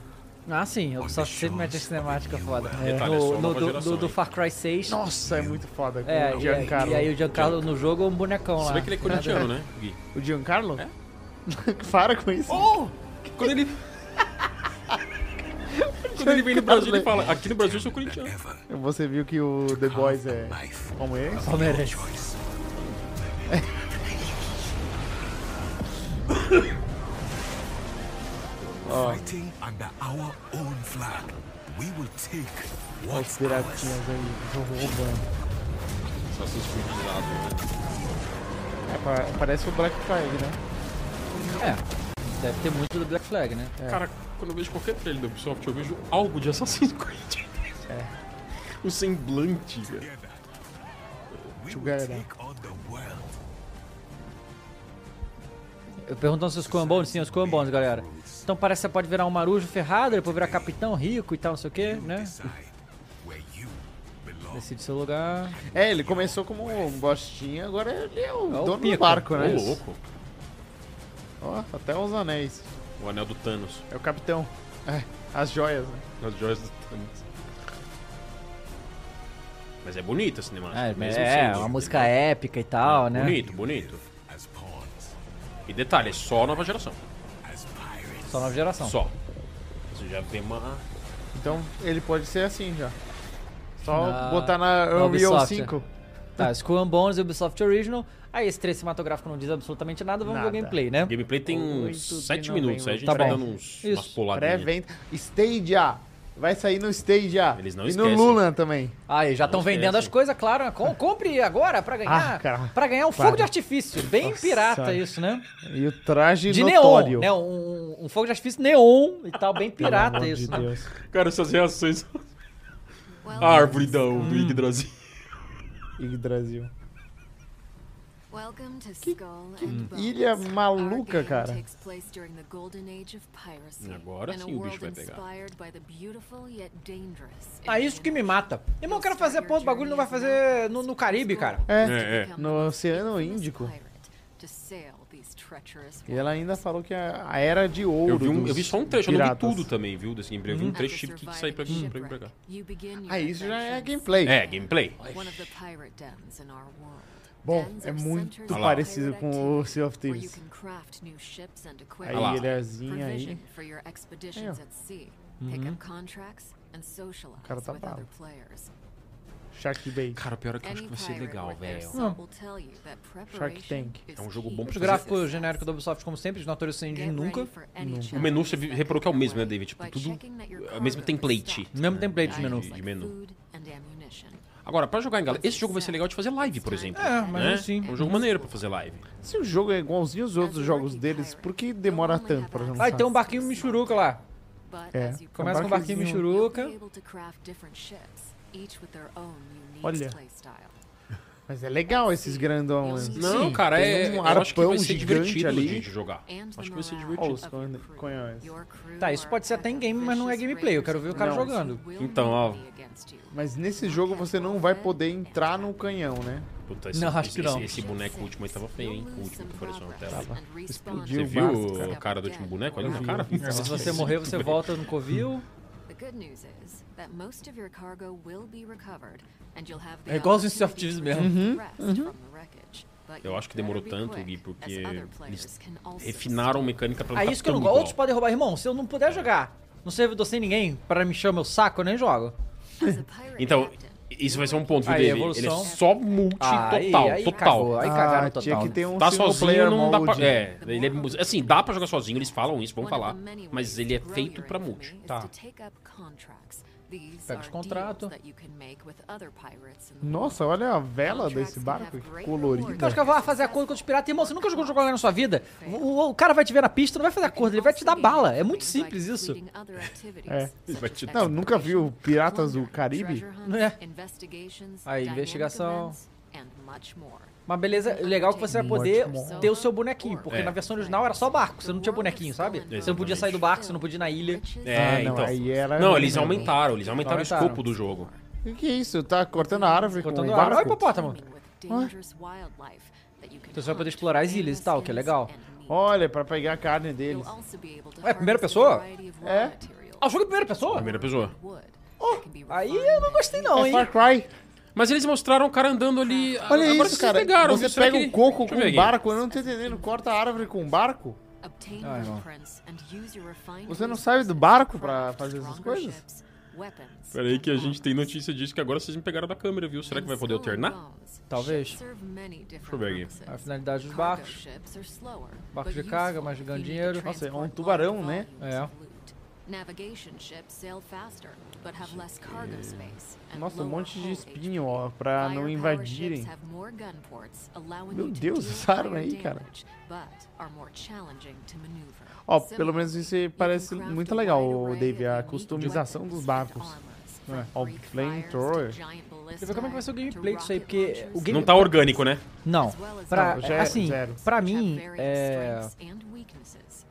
Speaker 1: Ah, sim. Eu só sempre mete a cinemática foda. É,
Speaker 3: Detalhe, é só
Speaker 1: no,
Speaker 3: a
Speaker 1: no-
Speaker 3: nova
Speaker 1: do,
Speaker 3: geração,
Speaker 1: do- do
Speaker 3: hein?
Speaker 1: Far Cry 6.
Speaker 2: Nossa, é muito foda. com
Speaker 1: É,
Speaker 2: o
Speaker 1: e,
Speaker 2: Giancarlo.
Speaker 1: e aí o Giancarlo no jogo é um bonecão lá.
Speaker 3: Você vê que ele é corintiano, né, Gui?
Speaker 2: O Giancarlo? É? Para com isso.
Speaker 3: Oh! Quando ele. Quando ele vem no Brasil, ele fala: Aqui no Brasil eu sou corintiano.
Speaker 5: Ever
Speaker 2: Você viu que o The Boys é
Speaker 5: life
Speaker 2: como é?
Speaker 1: Palmeiras.
Speaker 5: choice. Fighting under our own flag, we will take
Speaker 2: Os
Speaker 5: what's ours.
Speaker 2: piratinhas aí, vão roubando.
Speaker 3: Assassin's Creed irado, né?
Speaker 2: É, pa- parece o Black Flag, né?
Speaker 1: É. Deve ter muito do Black Flag, né?
Speaker 3: Cara, quando eu vejo qualquer trailer da Ubisoft, eu vejo algo de Assassin's Creed. É. Um semblante, velho.
Speaker 5: We will
Speaker 2: Together.
Speaker 5: take on the world.
Speaker 1: É, Eu perguntando se os Bones, sim, os Bones, galera. Então parece que você pode virar um marujo ferrado, depois virar capitão rico e tal, não sei o que, né?
Speaker 5: Decide where you belong.
Speaker 1: Decide seu lugar.
Speaker 2: É, ele começou como um bostinha, agora ele é
Speaker 1: É
Speaker 2: o
Speaker 1: o Oh!
Speaker 2: dono do
Speaker 1: pica.
Speaker 2: barco, né?
Speaker 3: Ô, louco.
Speaker 2: Ó, até os anéis.
Speaker 3: O anel do Thanos.
Speaker 2: É o capitão. É, as joias, né?
Speaker 3: As joias do Thanos. Mas é bonita a cinemática.
Speaker 1: É,
Speaker 3: mesmo
Speaker 1: é
Speaker 3: sendo-
Speaker 1: uma música épica e tal, né?
Speaker 3: Bonito, bonito.
Speaker 5: As pawns,
Speaker 3: E detalhe, é só a nova geração.
Speaker 5: as pirates.
Speaker 1: Só nova geração.
Speaker 3: Só. Você já vê uma.
Speaker 2: Então ele pode ser assim já. Só
Speaker 1: Na-
Speaker 2: botar na
Speaker 1: na
Speaker 2: Unreal
Speaker 1: Ubisoft, é.
Speaker 2: 5.
Speaker 1: Tá, Skull and Bones e Ubisoft Original. Aí esse trailer cinematográfico não diz absolutamente nada, vamos ver
Speaker 2: Nada.
Speaker 1: o gameplay, né?
Speaker 3: Gameplay tem uns
Speaker 2: Oito de
Speaker 3: 7
Speaker 2: novembro.
Speaker 3: minutos, aí a gente
Speaker 1: Tá
Speaker 3: vai
Speaker 1: bom.
Speaker 3: dando uns,
Speaker 1: Isso.
Speaker 3: umas puladinhas.
Speaker 2: Pré-venda. Stadia! Vai sair no Stadia.
Speaker 3: Eles não
Speaker 2: e no
Speaker 3: esquecem.
Speaker 2: Luna também.
Speaker 1: Aí, já estão
Speaker 3: esquece.
Speaker 1: vendendo as coisas, claro. né? Com- compre agora pra
Speaker 2: Ah,
Speaker 1: ganhar.
Speaker 2: cara.
Speaker 1: pra ganhar um
Speaker 2: Claro.
Speaker 1: fogo de artifício. Bem
Speaker 2: Nossa
Speaker 1: pirata
Speaker 2: senhora.
Speaker 1: isso, né?
Speaker 2: E o traje
Speaker 1: De
Speaker 2: notório.
Speaker 1: neon, né? Um, um- um fogo de artifício neon e tal, bem
Speaker 2: Pelo
Speaker 1: pirata
Speaker 2: amor
Speaker 1: isso,
Speaker 2: de
Speaker 1: né?
Speaker 2: Deus.
Speaker 3: Cara, essas reações.
Speaker 6: Well,
Speaker 3: A árvore da, do Yggdrasil.
Speaker 2: Yggdrasil.
Speaker 6: welcome to Skull and Bones.
Speaker 2: ilha maluca,
Speaker 6: Our game
Speaker 2: cara.
Speaker 6: Takes place during the golden age of piracy,
Speaker 3: Agora
Speaker 6: in a
Speaker 3: sim o bicho
Speaker 6: world
Speaker 3: vai pegar.
Speaker 6: inspired by the beautiful yet dangerous
Speaker 1: Ah, isso que me mata. Irmão, eu quero fazer, pô, o bagulho não vai fazer no, no Caribe, cara.
Speaker 2: É.
Speaker 3: É,
Speaker 6: Become
Speaker 2: No
Speaker 6: the most
Speaker 2: Oceano
Speaker 6: infamous
Speaker 2: Índico.
Speaker 6: pirate to sail these treacherous
Speaker 2: E ela
Speaker 6: waters.
Speaker 2: ainda falou que a, a era de ouro.
Speaker 3: Eu vi, um-
Speaker 2: dos
Speaker 3: eu vi só um trecho, eu não vi
Speaker 2: piratas.
Speaker 3: tudo também, viu, desse gameplay. Eu vi um
Speaker 6: After
Speaker 3: trecho, tive que sair pra,
Speaker 6: surviving
Speaker 3: pra vir pra cá.
Speaker 6: shipwreck, you begin your
Speaker 2: Ah, isso já é
Speaker 6: adventures
Speaker 2: gameplay.
Speaker 3: É, gameplay.
Speaker 6: in One of the pirate dens in our world.
Speaker 2: Bom,
Speaker 6: Dens
Speaker 2: é
Speaker 6: are
Speaker 2: muito
Speaker 6: centers of
Speaker 2: parecido
Speaker 6: pirate
Speaker 2: com o Sea of
Speaker 6: where you
Speaker 2: Thieves.
Speaker 6: can craft new ships and
Speaker 2: Aí,
Speaker 3: lá.
Speaker 6: equipment.
Speaker 2: ilhazinha aí.
Speaker 6: Provision for your expeditions at sea. Pick up contracts and
Speaker 2: cara
Speaker 6: socialize
Speaker 2: tá
Speaker 6: with
Speaker 2: bravo.
Speaker 6: other players.
Speaker 2: Shark Bait.
Speaker 3: Cara, o pior é que eu acho
Speaker 6: Any
Speaker 3: que vai ser
Speaker 6: pirate
Speaker 3: legal,
Speaker 6: with their
Speaker 3: velho.
Speaker 6: soul will tell you that preparation
Speaker 2: Tank.
Speaker 6: is
Speaker 3: É um jogo
Speaker 6: key
Speaker 3: bom pra
Speaker 1: O
Speaker 6: to
Speaker 1: gráfico
Speaker 6: success.
Speaker 1: genérico da Ubisoft, como sempre, de Notorious Engine
Speaker 6: Get
Speaker 1: nunca.
Speaker 6: ready for any
Speaker 3: O menu você
Speaker 6: challenges that
Speaker 3: reparou que é o
Speaker 6: come
Speaker 3: mesmo, né,
Speaker 6: your
Speaker 3: David?
Speaker 6: way
Speaker 3: Tipo,
Speaker 6: by
Speaker 3: tudo
Speaker 6: checking that your
Speaker 3: é o
Speaker 6: cargo
Speaker 3: mesmo
Speaker 6: is
Speaker 3: template.
Speaker 6: stocked.
Speaker 1: Mesmo template de
Speaker 6: Items
Speaker 1: menu.
Speaker 6: like
Speaker 3: de menu.
Speaker 6: food and ammunition.
Speaker 3: Agora, pra jogar em galera, esse jogo vai ser legal de fazer live, por exemplo.
Speaker 6: É,
Speaker 1: mas
Speaker 3: né?
Speaker 1: sim.
Speaker 3: É um jogo maneiro pra fazer live.
Speaker 2: Se o jogo é igualzinho aos outros jogos deles, por que demora tanto pra lançar?
Speaker 1: Ah, e tem um barquinho Michuruca lá.
Speaker 6: But
Speaker 2: É.
Speaker 6: as you
Speaker 1: Começa com um barquinho
Speaker 2: barquinho.
Speaker 1: Michuruca.
Speaker 6: You'll be able to craft different ships, each with their own unique
Speaker 2: Olha.
Speaker 6: playstyle.
Speaker 2: Mas é legal esses grandão. né?
Speaker 3: Não,
Speaker 6: Sim,
Speaker 3: cara,
Speaker 2: tem
Speaker 3: é.
Speaker 2: um
Speaker 3: eu acho que vai
Speaker 2: arpão
Speaker 3: ser
Speaker 2: gigante
Speaker 3: divertido
Speaker 2: ali.
Speaker 3: de- de jogar.
Speaker 6: And
Speaker 3: Acho
Speaker 6: the
Speaker 3: que vai ser
Speaker 6: morale
Speaker 3: divertido.
Speaker 6: of
Speaker 2: Os con-
Speaker 6: your crew.
Speaker 2: conhece.
Speaker 6: Your crew
Speaker 1: Tá, isso
Speaker 6: are
Speaker 1: pode ser até em game, mas não é
Speaker 6: ambitious
Speaker 1: gameplay, eu quero ver o cara
Speaker 6: raiders who
Speaker 1: jogando.
Speaker 6: will
Speaker 3: Então,
Speaker 6: not
Speaker 3: ó.
Speaker 6: be against you.
Speaker 2: Mas nesse jogo você não vai poder entrar no canhão, né?
Speaker 3: Puta, esse,
Speaker 1: Não, acho
Speaker 3: esse-
Speaker 1: que não.
Speaker 3: Esse, esse boneco último aí tava feio, hein? O último que apareceu na tela.
Speaker 2: Explodiu
Speaker 3: Você
Speaker 2: o
Speaker 3: viu
Speaker 2: básico,
Speaker 3: a cara do último boneco ali
Speaker 2: Eu
Speaker 3: na
Speaker 2: vi.
Speaker 3: cara?
Speaker 1: É, Se você morrer, você volta no covil.
Speaker 6: The good news is that most of your cargo will be recovered and you'll have
Speaker 1: É igualzinho Sea of Thieves mesmo. Uhum.
Speaker 3: Eu acho que demorou tanto, Gui, porque eles
Speaker 6: refinaram
Speaker 3: Refinaram a mecânica pra
Speaker 1: É
Speaker 3: ficar
Speaker 1: isso que eu
Speaker 3: tão
Speaker 1: não gosto.
Speaker 3: igual.
Speaker 1: Outros podem roubar, irmão. Se eu não puder jogar no servidor sem ninguém pra me encher o meu saco, eu nem jogo.
Speaker 3: Então, Isso vai ser um ponto
Speaker 1: Aí,
Speaker 3: dele. Ele é
Speaker 1: evolução.
Speaker 3: só multi
Speaker 1: Aí-
Speaker 3: total,
Speaker 1: aí
Speaker 3: total.
Speaker 1: cagou, aí
Speaker 2: Ah,
Speaker 1: cagaram total.
Speaker 2: Tinha que
Speaker 1: né?
Speaker 2: ter um
Speaker 3: Tá
Speaker 2: single
Speaker 3: sozinho,
Speaker 2: player
Speaker 3: não dá pra.
Speaker 2: mode.
Speaker 3: É, ele é. Assim, dá pra jogar sozinho, eles falam isso, vão falar. Mas ele é feito pra multi.
Speaker 1: Tá.
Speaker 6: Pega os
Speaker 1: contrato.
Speaker 6: contratos.
Speaker 2: Nossa, olha a vela desse barco
Speaker 1: Então,
Speaker 2: colorida.
Speaker 1: acho que eu vou fazer acordo com os piratas. Irmão, você nunca jogou jogo online na sua vida? O, o- o cara vai te ver na pista, não vai fazer acordo, ele vai te dar bala. É muito simples isso.
Speaker 2: É.
Speaker 6: Ele vai te-
Speaker 2: Não, nunca viu Piratas do Caribe?
Speaker 1: É. Aí,
Speaker 6: Aí,
Speaker 1: investigação.
Speaker 6: investigação.
Speaker 1: Mas beleza, o legal é que você vai poder
Speaker 6: Muito bom.
Speaker 1: ter o seu bonequinho, porque
Speaker 3: É.
Speaker 1: na versão original era só barco, você não tinha bonequinho,
Speaker 6: é
Speaker 1: sabe? Você não podia sair do barco, você não podia ir na ilha.
Speaker 3: É,
Speaker 2: Ah, não,
Speaker 3: então.
Speaker 2: aí era-
Speaker 3: Não, eles aumentaram, eles aumentaram,
Speaker 1: Aumentaram.
Speaker 3: o escopo do jogo.
Speaker 2: O que é isso? Tá cortando a árvore
Speaker 1: Cortando
Speaker 2: com
Speaker 1: a
Speaker 2: um barco?
Speaker 1: árvore. Olha o hipopótamo.
Speaker 6: Então
Speaker 1: você vai poder explorar as ilhas e tal, que é legal.
Speaker 2: Olha, pra pegar a carne deles.
Speaker 1: É, primeira pessoa?
Speaker 2: É. Oh,
Speaker 1: Ah, o jogo é primeira pessoa?
Speaker 3: Primeira pessoa.
Speaker 1: Aí eu não gostei não,
Speaker 2: É
Speaker 1: hein?
Speaker 2: Far Cry.
Speaker 3: Mas eles mostraram o cara andando ali.
Speaker 2: Olha
Speaker 3: Agora
Speaker 2: isso,
Speaker 3: vocês
Speaker 2: cara.
Speaker 3: pegaram,
Speaker 2: você
Speaker 3: será
Speaker 2: pega
Speaker 3: que-
Speaker 2: um coco
Speaker 3: Deixa eu
Speaker 2: com
Speaker 3: ver
Speaker 2: um
Speaker 3: aqui.
Speaker 2: barco. Eu não tô entendendo. Corta a árvore com um barco?
Speaker 3: Ah,
Speaker 2: Você não sabe do barco pra fazer essas coisas?
Speaker 3: Peraí que a gente tem notícia disso que agora vocês me pegaram da câmera, viu? Será que vai poder alternar?
Speaker 1: Talvez.
Speaker 6: Deixa
Speaker 3: eu ver aqui.
Speaker 1: A finalidade dos barcos. Barcos de carga, mas ganham dinheiro.
Speaker 2: Nossa, é um tubarão, né?
Speaker 1: É.
Speaker 2: Nossa, um monte de espinho, ó, pra não invadirem.
Speaker 6: Meu Deus, essa arma aí, cara.
Speaker 2: Ó, pelo menos isso parece muito legal, ô, Dave, a customização dos barcos. É. Ó, flamethrower.
Speaker 1: Deixa eu ver como é que vai ser o gameplay disso aí, porque o game...
Speaker 3: Não tá orgânico, né?
Speaker 1: Não, pra,
Speaker 2: Não, já é
Speaker 1: assim,
Speaker 2: zero.
Speaker 1: pra mim, é,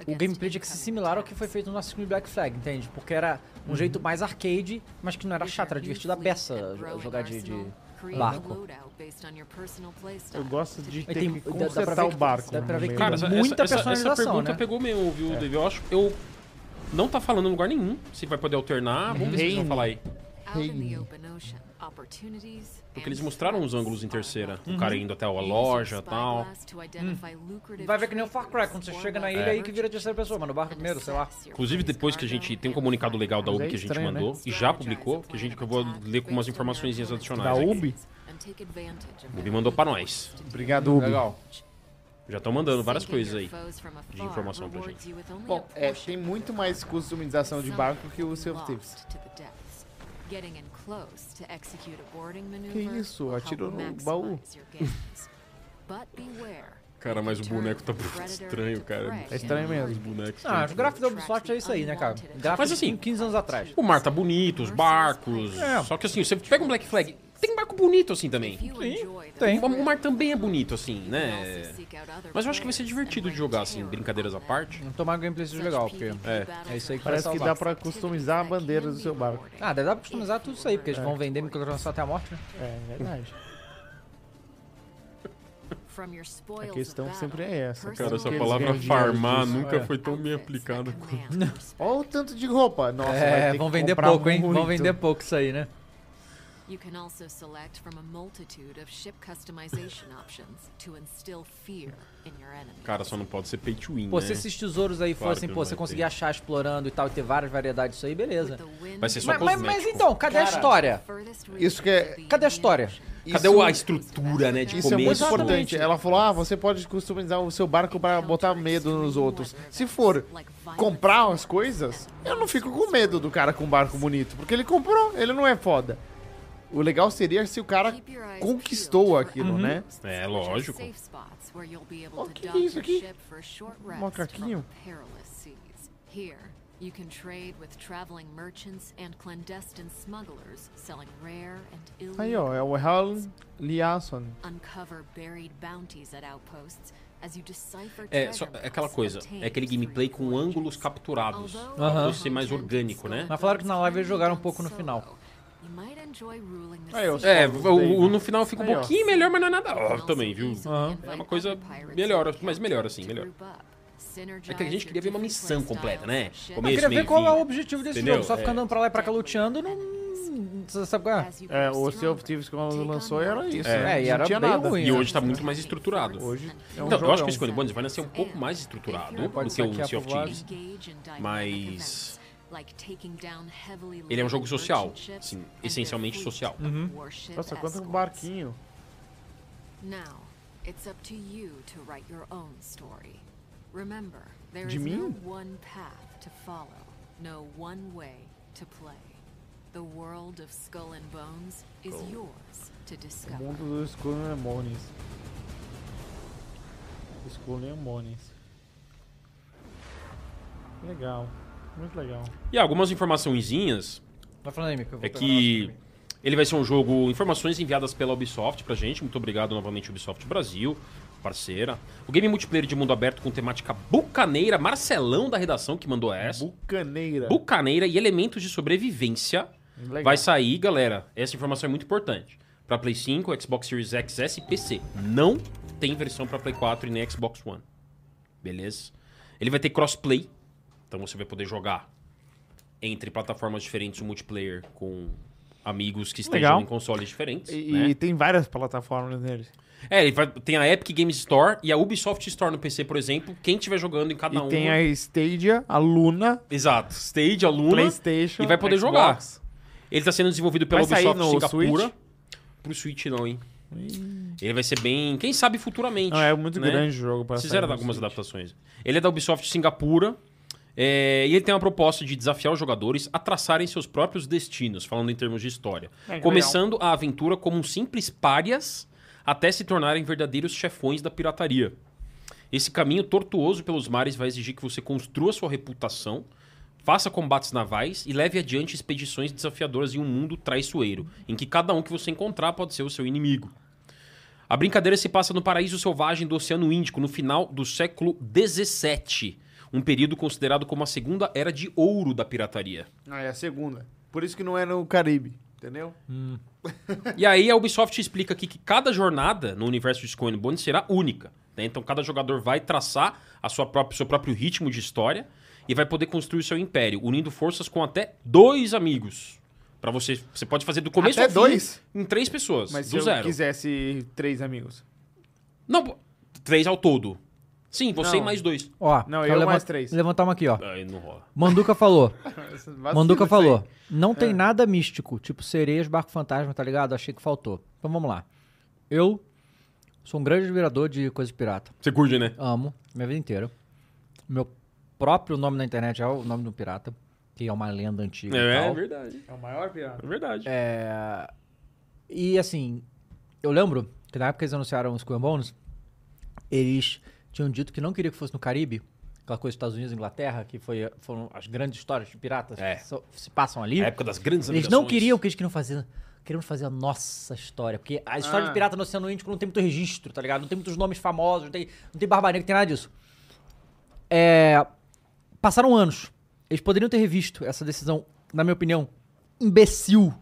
Speaker 1: o gameplay tinha que ser similar ao que foi feito no nosso filme Black Flag, entende? Porque era um
Speaker 3: Uhum.
Speaker 1: jeito mais arcade, mas que não era chato, era divertido a beça jo- jogar de, de barco.
Speaker 2: Eu gosto de ter
Speaker 1: tem-
Speaker 2: que
Speaker 1: dá- dá pra
Speaker 2: consertar
Speaker 1: ver
Speaker 2: o
Speaker 1: que-
Speaker 2: barco.
Speaker 1: dá pra ver
Speaker 2: no
Speaker 1: que-
Speaker 2: meio.
Speaker 3: Cara, essa,
Speaker 1: Muita
Speaker 3: essa, essa, essa
Speaker 1: personalização,
Speaker 3: pergunta
Speaker 1: né?
Speaker 3: pegou mesmo,
Speaker 2: É.
Speaker 3: viu, David? Eu acho. Eu não tá falando em lugar nenhum se vai poder alternar. Vamos ver se eles vão
Speaker 2: Reino.
Speaker 3: falar aí.
Speaker 6: Porque
Speaker 3: Porque eles mostraram os ângulos em terceira. O cara indo até a loja e tal.
Speaker 1: Hum. Vai ver que nem o Far Cry, quando você chega na ilha aí que vira terceira pessoa, mano, o barco primeiro, sei lá.
Speaker 3: Inclusive, depois que a gente tem um comunicado legal da
Speaker 2: Mas
Speaker 3: UB
Speaker 2: é
Speaker 3: que a gente
Speaker 2: estranho, né?
Speaker 3: mandou e já publicou, que a gente que eu vou ler com umas informações adicionais.
Speaker 2: Da
Speaker 3: aqui.
Speaker 2: UB?
Speaker 3: O UB mandou pra nós.
Speaker 2: Obrigado, Ubi.
Speaker 1: Legal.
Speaker 3: Já estão mandando várias coisas aí. de informação pra
Speaker 2: Bom, é, tem muito mais customização de barco que o Sea of Thieves.
Speaker 6: Que
Speaker 2: Que isso? Atirou no baú.
Speaker 3: Cara, mas o boneco tá muito estranho, cara.
Speaker 2: É estranho mesmo.
Speaker 3: bonecos.
Speaker 1: Ah, os gráficos da Ubisoft é isso aí, né, cara? Gráficos
Speaker 3: Mas assim-
Speaker 1: de 15 anos atrás.
Speaker 3: O mar tá bonito, os barcos.
Speaker 2: É.
Speaker 3: Só que assim, você pega um Black Flag, tem barco bonito assim também.
Speaker 1: tem.
Speaker 3: O o mar também é bonito assim, né? Mas eu acho que vai ser divertido de jogar assim, brincadeiras à parte.
Speaker 1: Não tomar um gameplay seja legal, porque...
Speaker 6: É,
Speaker 1: é isso aí que
Speaker 2: Parece
Speaker 1: vai
Speaker 2: que
Speaker 1: salvar.
Speaker 2: dá pra customizar a bandeira do seu barco.
Speaker 1: Ah, deve dar pra customizar tudo isso aí, porque
Speaker 3: É.
Speaker 1: eles vão vender microtransação até a morte, né?
Speaker 2: É verdade.
Speaker 6: A
Speaker 2: questão sempre é essa.
Speaker 6: Cara, essa
Speaker 2: Eles
Speaker 6: palavra
Speaker 2: ganham dinheiro disso. É.
Speaker 3: foi
Speaker 2: Olha o tanto de roupa. Nossa, vai ter
Speaker 1: É,
Speaker 2: que
Speaker 1: vão vender
Speaker 2: comprar
Speaker 1: pouco, hein? Vão
Speaker 2: muito.
Speaker 1: vender pouco isso aí, né?
Speaker 6: You can also select from a multitude of ship customization options to instill fear in your enemy.
Speaker 3: Cara, só não pode ser pay to win,
Speaker 1: Pô,
Speaker 3: né?
Speaker 1: se esses tesouros aí
Speaker 3: Claro
Speaker 1: fossem,
Speaker 3: que
Speaker 1: pô,
Speaker 3: não
Speaker 1: você
Speaker 3: vai
Speaker 1: conseguir
Speaker 3: ter.
Speaker 1: achar explorando e tal, e ter várias variedades disso aí, beleza.
Speaker 3: Vai ser só
Speaker 1: Mas, mas, mas
Speaker 3: cosmético.
Speaker 1: então, cadê a história?
Speaker 2: Isso que é-
Speaker 1: Cadê a história?
Speaker 3: Cadê
Speaker 2: Isso-
Speaker 3: a estrutura, né? De
Speaker 2: Isso é
Speaker 3: começo.
Speaker 2: muito importante. Ela falou: ah, você pode customizar o seu barco pra botar medo nos outros. Se for comprar as coisas, eu não fico com medo do cara com um barco bonito, porque ele comprou, ele não é foda. O legal seria se o cara conquistou aquilo, né?
Speaker 3: É, lógico.
Speaker 6: O
Speaker 2: que que é isso aqui? Macaquinho?
Speaker 6: Here, you can trade with traveling merchants and clandestine smugglers selling rare and illegal
Speaker 2: Aí, ó, é o Hal Liasson.
Speaker 6: Uncover buried bounties at outposts as you decipher
Speaker 3: É, só, é aquela coisa, é aquele gameplay com ângulos capturados. Pra você ser mais orgânico, né?
Speaker 1: Mas falaram que na live eles jogaram um pouco no final.
Speaker 2: Aí, ó,
Speaker 3: É, o, o- no final fica um
Speaker 2: Aí, ó.
Speaker 3: pouquinho melhor, mas não é nada óbvio também, viu? É uma coisa melhor, mas melhor assim, melhor. É que a gente queria ver uma missão completa, né?
Speaker 1: Eu
Speaker 3: Começo,
Speaker 1: queria
Speaker 3: meio,
Speaker 1: ver qual é o
Speaker 3: fim.
Speaker 1: objetivo desse
Speaker 3: Entendeu?
Speaker 1: jogo. Só ficar
Speaker 3: É.
Speaker 1: andando pra lá e pra cá luteando, não. Você sabe qual é?
Speaker 2: É, o Sea of Thieves quando lançou era isso.
Speaker 1: É,
Speaker 2: né?
Speaker 1: e
Speaker 2: Não
Speaker 1: era
Speaker 2: tinha
Speaker 1: bem
Speaker 2: nada.
Speaker 1: ruim.
Speaker 3: E hoje tá muito mais estruturado.
Speaker 2: Hoje é um
Speaker 3: Então, eu acho
Speaker 2: jogão. É,
Speaker 3: que
Speaker 6: É.
Speaker 3: o Skull and Bones vai nascer um pouco mais estruturado do
Speaker 1: Pode
Speaker 3: que o
Speaker 1: saquear
Speaker 3: Sea of
Speaker 1: pro lado.
Speaker 3: Thieves. Mas
Speaker 6: like taking down heavily
Speaker 3: Ele é um jogo
Speaker 6: laden
Speaker 3: social,
Speaker 6: merchant ships
Speaker 3: sim,
Speaker 6: and their
Speaker 3: essencialmente
Speaker 6: fleet
Speaker 3: social. Uhum.
Speaker 6: of warship
Speaker 2: Uhum. Nossa, quanto
Speaker 6: escorts.
Speaker 2: barquinho.
Speaker 6: Now, it's up to you to write your own story. Remember, there
Speaker 2: De
Speaker 6: is no
Speaker 2: mim?
Speaker 6: one path to follow, no one way to play. The world of Skull and Bones is yours to
Speaker 2: O
Speaker 6: discover.
Speaker 2: mundo dos Skull and Bones. Skull and Bones. Legal. Muito legal.
Speaker 3: E algumas informaçõezinhas
Speaker 1: Vai falando aí, Mico. eu vou
Speaker 3: é
Speaker 1: pegar o
Speaker 3: que
Speaker 1: nosso aqui.
Speaker 3: ele vai ser um jogo, informações enviadas pela Ubisoft pra gente. Muito obrigado novamente Ubisoft Brasil, parceira. O game multiplayer de mundo aberto com temática bucaneira, Marcelão da redação que mandou essa.
Speaker 2: Bucaneira.
Speaker 3: Bucaneira e elementos de sobrevivência.
Speaker 2: Legal.
Speaker 3: Vai sair, galera. Essa informação é muito importante. Pra Play 5, Xbox Series X, S e PC. Não tem versão pra Play 4 e nem Xbox One. Beleza? Ele vai ter crossplay. Então você vai poder jogar entre plataformas diferentes o multiplayer com amigos que estejam
Speaker 2: Legal.
Speaker 3: em consoles diferentes.
Speaker 2: E,
Speaker 3: né?
Speaker 2: e tem várias plataformas nele.
Speaker 3: É, ele vai, tem a Epic Games Store e a Ubisoft Store no PC, por exemplo. Quem estiver jogando em cada
Speaker 2: E
Speaker 3: uma.
Speaker 2: tem a Stadia, a Luna,
Speaker 3: Exato. Stage, Aluna.
Speaker 2: PlayStation.
Speaker 3: e vai poder jogar.
Speaker 2: Xbox.
Speaker 3: Ele tá sendo desenvolvido pela
Speaker 2: Vai sair
Speaker 3: Ubisoft
Speaker 2: no
Speaker 3: Singapura.
Speaker 2: Switch?
Speaker 3: Pro Switch não, hein? Ele vai ser bem... Quem sabe futuramente.
Speaker 2: Não, é muito
Speaker 3: né?
Speaker 2: grande o jogo para
Speaker 3: Fizeram algumas adaptações. Ele é da Ubisoft Singapura. é, e ele tem uma proposta de desafiar os jogadores a traçarem seus próprios destinos, falando em termos de história.
Speaker 2: É, que
Speaker 3: Começando a aventura como um simples párias até se tornarem verdadeiros chefões da pirataria. Esse caminho tortuoso pelos mares vai exigir que você construa sua reputação, faça combates navais e leve adiante expedições desafiadoras em um mundo traiçoeiro, em que cada um que você encontrar pode ser o seu inimigo. A brincadeira se passa no paraíso selvagem do Oceano Índico, no final do século XVII, um período considerado como a segunda era de ouro da pirataria.
Speaker 2: Ah, é a segunda. Por isso que não é no Caribe, entendeu?
Speaker 3: E aí a Ubisoft explica aqui que cada jornada no universo de Skull and Bones será única. né? Então cada jogador vai traçar a sua própria, seu próprio ritmo de história e vai poder construir seu império, unindo forças com até dois amigos. Para você, você pode fazer do começo
Speaker 2: Até
Speaker 3: ao fim
Speaker 2: dois?
Speaker 3: em três pessoas,
Speaker 2: Mas
Speaker 3: do
Speaker 2: se eu
Speaker 3: zero.
Speaker 2: quisesse três amigos.
Speaker 3: Não, pô, três ao todo. Sim, você
Speaker 2: Não.
Speaker 3: e mais dois.
Speaker 1: Ó,
Speaker 2: Não,
Speaker 1: só
Speaker 2: eu
Speaker 1: levan-
Speaker 2: mais três.
Speaker 1: Levantar uma aqui, ó.
Speaker 3: Aí não rola.
Speaker 1: Manduca falou.
Speaker 2: Vacilo
Speaker 1: Manduca
Speaker 2: isso aí. É.
Speaker 1: falou. Não tem nada místico, tipo sereias, barco fantasma, tá ligado? Achei que faltou. Então vamos lá. Eu sou um grande admirador de coisa pirata.
Speaker 3: Você curte, né?
Speaker 1: Amo, minha vida inteira. Meu próprio nome na internet é o nome de um pirata, que é uma lenda antiga. e
Speaker 3: É,
Speaker 1: tal.
Speaker 3: verdade.
Speaker 2: É o maior pirata.
Speaker 3: É verdade.
Speaker 1: E assim, eu lembro que na época que eles anunciaram os Skull and Bones, eles tinham dito que não queria que fosse no Caribe, aquela coisa dos Estados Unidos e Inglaterra, que foi, foram as grandes histórias de piratas
Speaker 3: É.
Speaker 1: que só- se passam ali.
Speaker 3: A época das grandes
Speaker 1: eles não
Speaker 3: navegações.
Speaker 1: queriam que eles queriam fazer. Queremos fazer a nossa história. Porque a história
Speaker 2: Ah.
Speaker 1: de pirata no Oceano Índico não tem muito registro, tá ligado? Não tem muitos nomes famosos, não tem, não tem barba negra, não tem nada disso. É, passaram anos. Eles poderiam ter revisto essa decisão, na minha opinião, imbecil.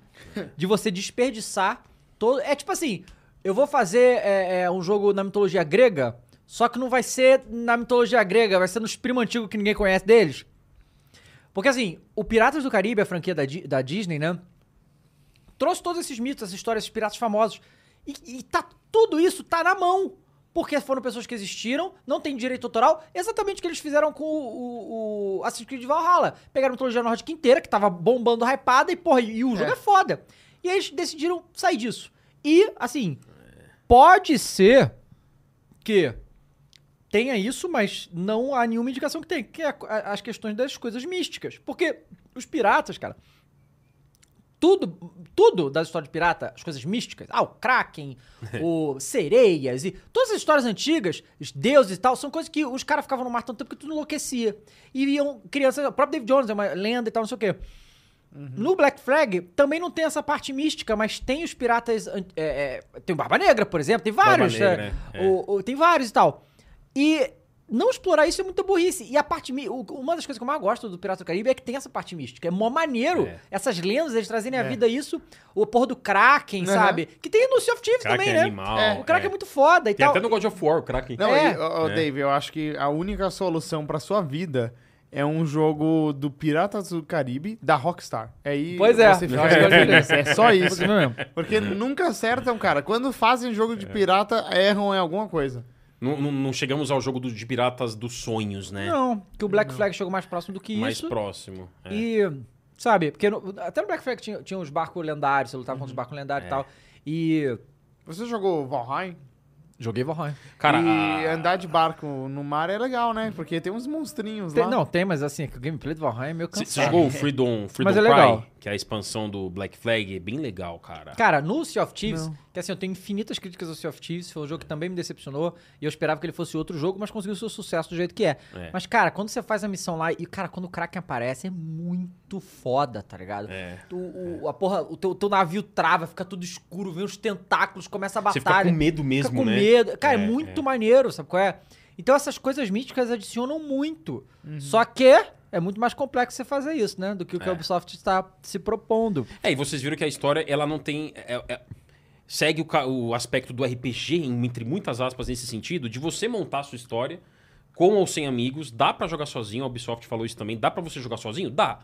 Speaker 1: De você desperdiçar todo. É tipo assim: eu vou fazer é, é, um jogo na mitologia grega, só que não vai ser na mitologia grega, vai ser nos primos antigos que ninguém conhece deles. Porque assim, o Piratas do Caribe, a franquia da, Di- da Disney, né? Trouxe todos esses mitos, essas histórias, esses piratas famosos. E, e tá, tudo isso tá na mão. Porque foram pessoas que existiram, não tem direito autoral. Exatamente o que eles fizeram com o, o, o Assassin's Creed Valhalla. Pegaram a mitologia nórdica inteira, que tava bombando, hypada, e porra, e o jogo é, foda. E aí eles decidiram sair disso. E, assim, pode ser que tenha isso, mas não há nenhuma indicação que tem, que é a- a- as questões das coisas místicas. Porque os piratas, cara, tudo, tudo das histórias de pirata, as coisas místicas, ah, o Kraken, o sereias e todas as histórias antigas, os deuses e tal, são coisas que os caras ficavam no mar tanto tempo que tudo enlouquecia. E iam crianças, o próprio David Jones é uma lenda e tal, não sei o quê.
Speaker 3: Uhum.
Speaker 1: No Black Flag também não tem essa parte mística, mas tem os piratas. an- é, é, tem o Barba Negra, por exemplo, tem vários.
Speaker 3: Barba
Speaker 1: né?
Speaker 3: Negra, é.
Speaker 1: O- o- tem vários e tal. E não explorar isso é muita burrice. E a parte. mí- o- Uma das coisas que eu mais gosto do Pirata do Caribe é que tem essa parte mística. É mó maneiro.
Speaker 3: É.
Speaker 1: Essas lendas, eles trazerem à
Speaker 2: É.
Speaker 1: vida isso. O porra do Kraken,
Speaker 2: Aham.
Speaker 1: sabe? Que tem no Sea of Thieves
Speaker 3: Kraken
Speaker 1: também,
Speaker 3: é
Speaker 1: né?
Speaker 3: animal,
Speaker 1: o Kraken é.
Speaker 3: é.
Speaker 1: muito foda e
Speaker 3: Tem
Speaker 1: tal.
Speaker 3: até no God of War o Kraken.
Speaker 2: Não,
Speaker 1: É.
Speaker 2: e, ó, ó,
Speaker 3: É.
Speaker 2: Dave, eu acho que a única solução pra sua vida é um jogo do Piratas do Caribe da Rockstar. Aí
Speaker 1: Pois é.
Speaker 2: você
Speaker 1: Eu acho que
Speaker 2: fica
Speaker 1: eu acho
Speaker 2: feliz. É só isso.
Speaker 1: mesmo.
Speaker 3: É.
Speaker 2: Porque nunca acertam, cara. Quando fazem jogo de pirata, erram em alguma coisa.
Speaker 3: Não, não- não chegamos ao jogo do- de piratas dos sonhos, né?
Speaker 1: Não, que o Black Flag chegou mais próximo do que
Speaker 3: Mais
Speaker 1: isso.
Speaker 3: próximo. é.
Speaker 1: E, sabe, porque no- até no Black Flag tinha, tinha os barcos lendários, você lutava
Speaker 3: Uhum.
Speaker 1: contra os barcos lendários
Speaker 3: É.
Speaker 1: e tal. E.
Speaker 2: Você jogou Valheim?
Speaker 1: Joguei Valheim.
Speaker 3: Cara, ah.
Speaker 2: e
Speaker 3: a-
Speaker 2: andar de barco no mar é legal, né? Porque tem uns monstrinhos
Speaker 1: Tem-
Speaker 2: lá.
Speaker 1: não, tem, mas assim, é que o gameplay do Valheim é meio
Speaker 3: tá você
Speaker 1: cansado.
Speaker 3: você jogou o Freedom, Freedom
Speaker 1: Mas é legal.
Speaker 3: Cry, que é a expansão do Black Flag, é bem legal, cara.
Speaker 1: Cara, no Sea of Thieves, que assim, eu tenho infinitas críticas ao Sea of Thieves, foi um jogo que também me decepcionou, e eu esperava que ele fosse outro jogo, mas conseguiu o seu sucesso do jeito que é.
Speaker 3: É.
Speaker 1: Mas, cara, quando você faz a missão lá, e, cara, quando o Kraken aparece, é muito foda, tá ligado?
Speaker 3: É.
Speaker 1: O, o- a porra, o teu, teu navio trava, fica tudo escuro, vem os tentáculos, começa a
Speaker 3: Você
Speaker 1: batalha.
Speaker 3: fica com medo
Speaker 1: Fica
Speaker 3: mesmo,
Speaker 1: com
Speaker 3: né?
Speaker 1: medo. Cara, é,
Speaker 3: É,
Speaker 1: muito
Speaker 3: é.
Speaker 1: maneiro, sabe qual é? Então essas coisas míticas adicionam muito. Só que é muito mais complexo você fazer isso, né? Do que o que a Ubisoft está se propondo.
Speaker 3: É, e vocês viram que a história, ela não tem. é- é- segue o, ca- o aspecto do RPG, em- entre muitas aspas, nesse sentido, de você montar a sua história com ou sem amigos. Dá pra jogar sozinho, a Ubisoft falou isso também. Dá pra você jogar sozinho? Dá.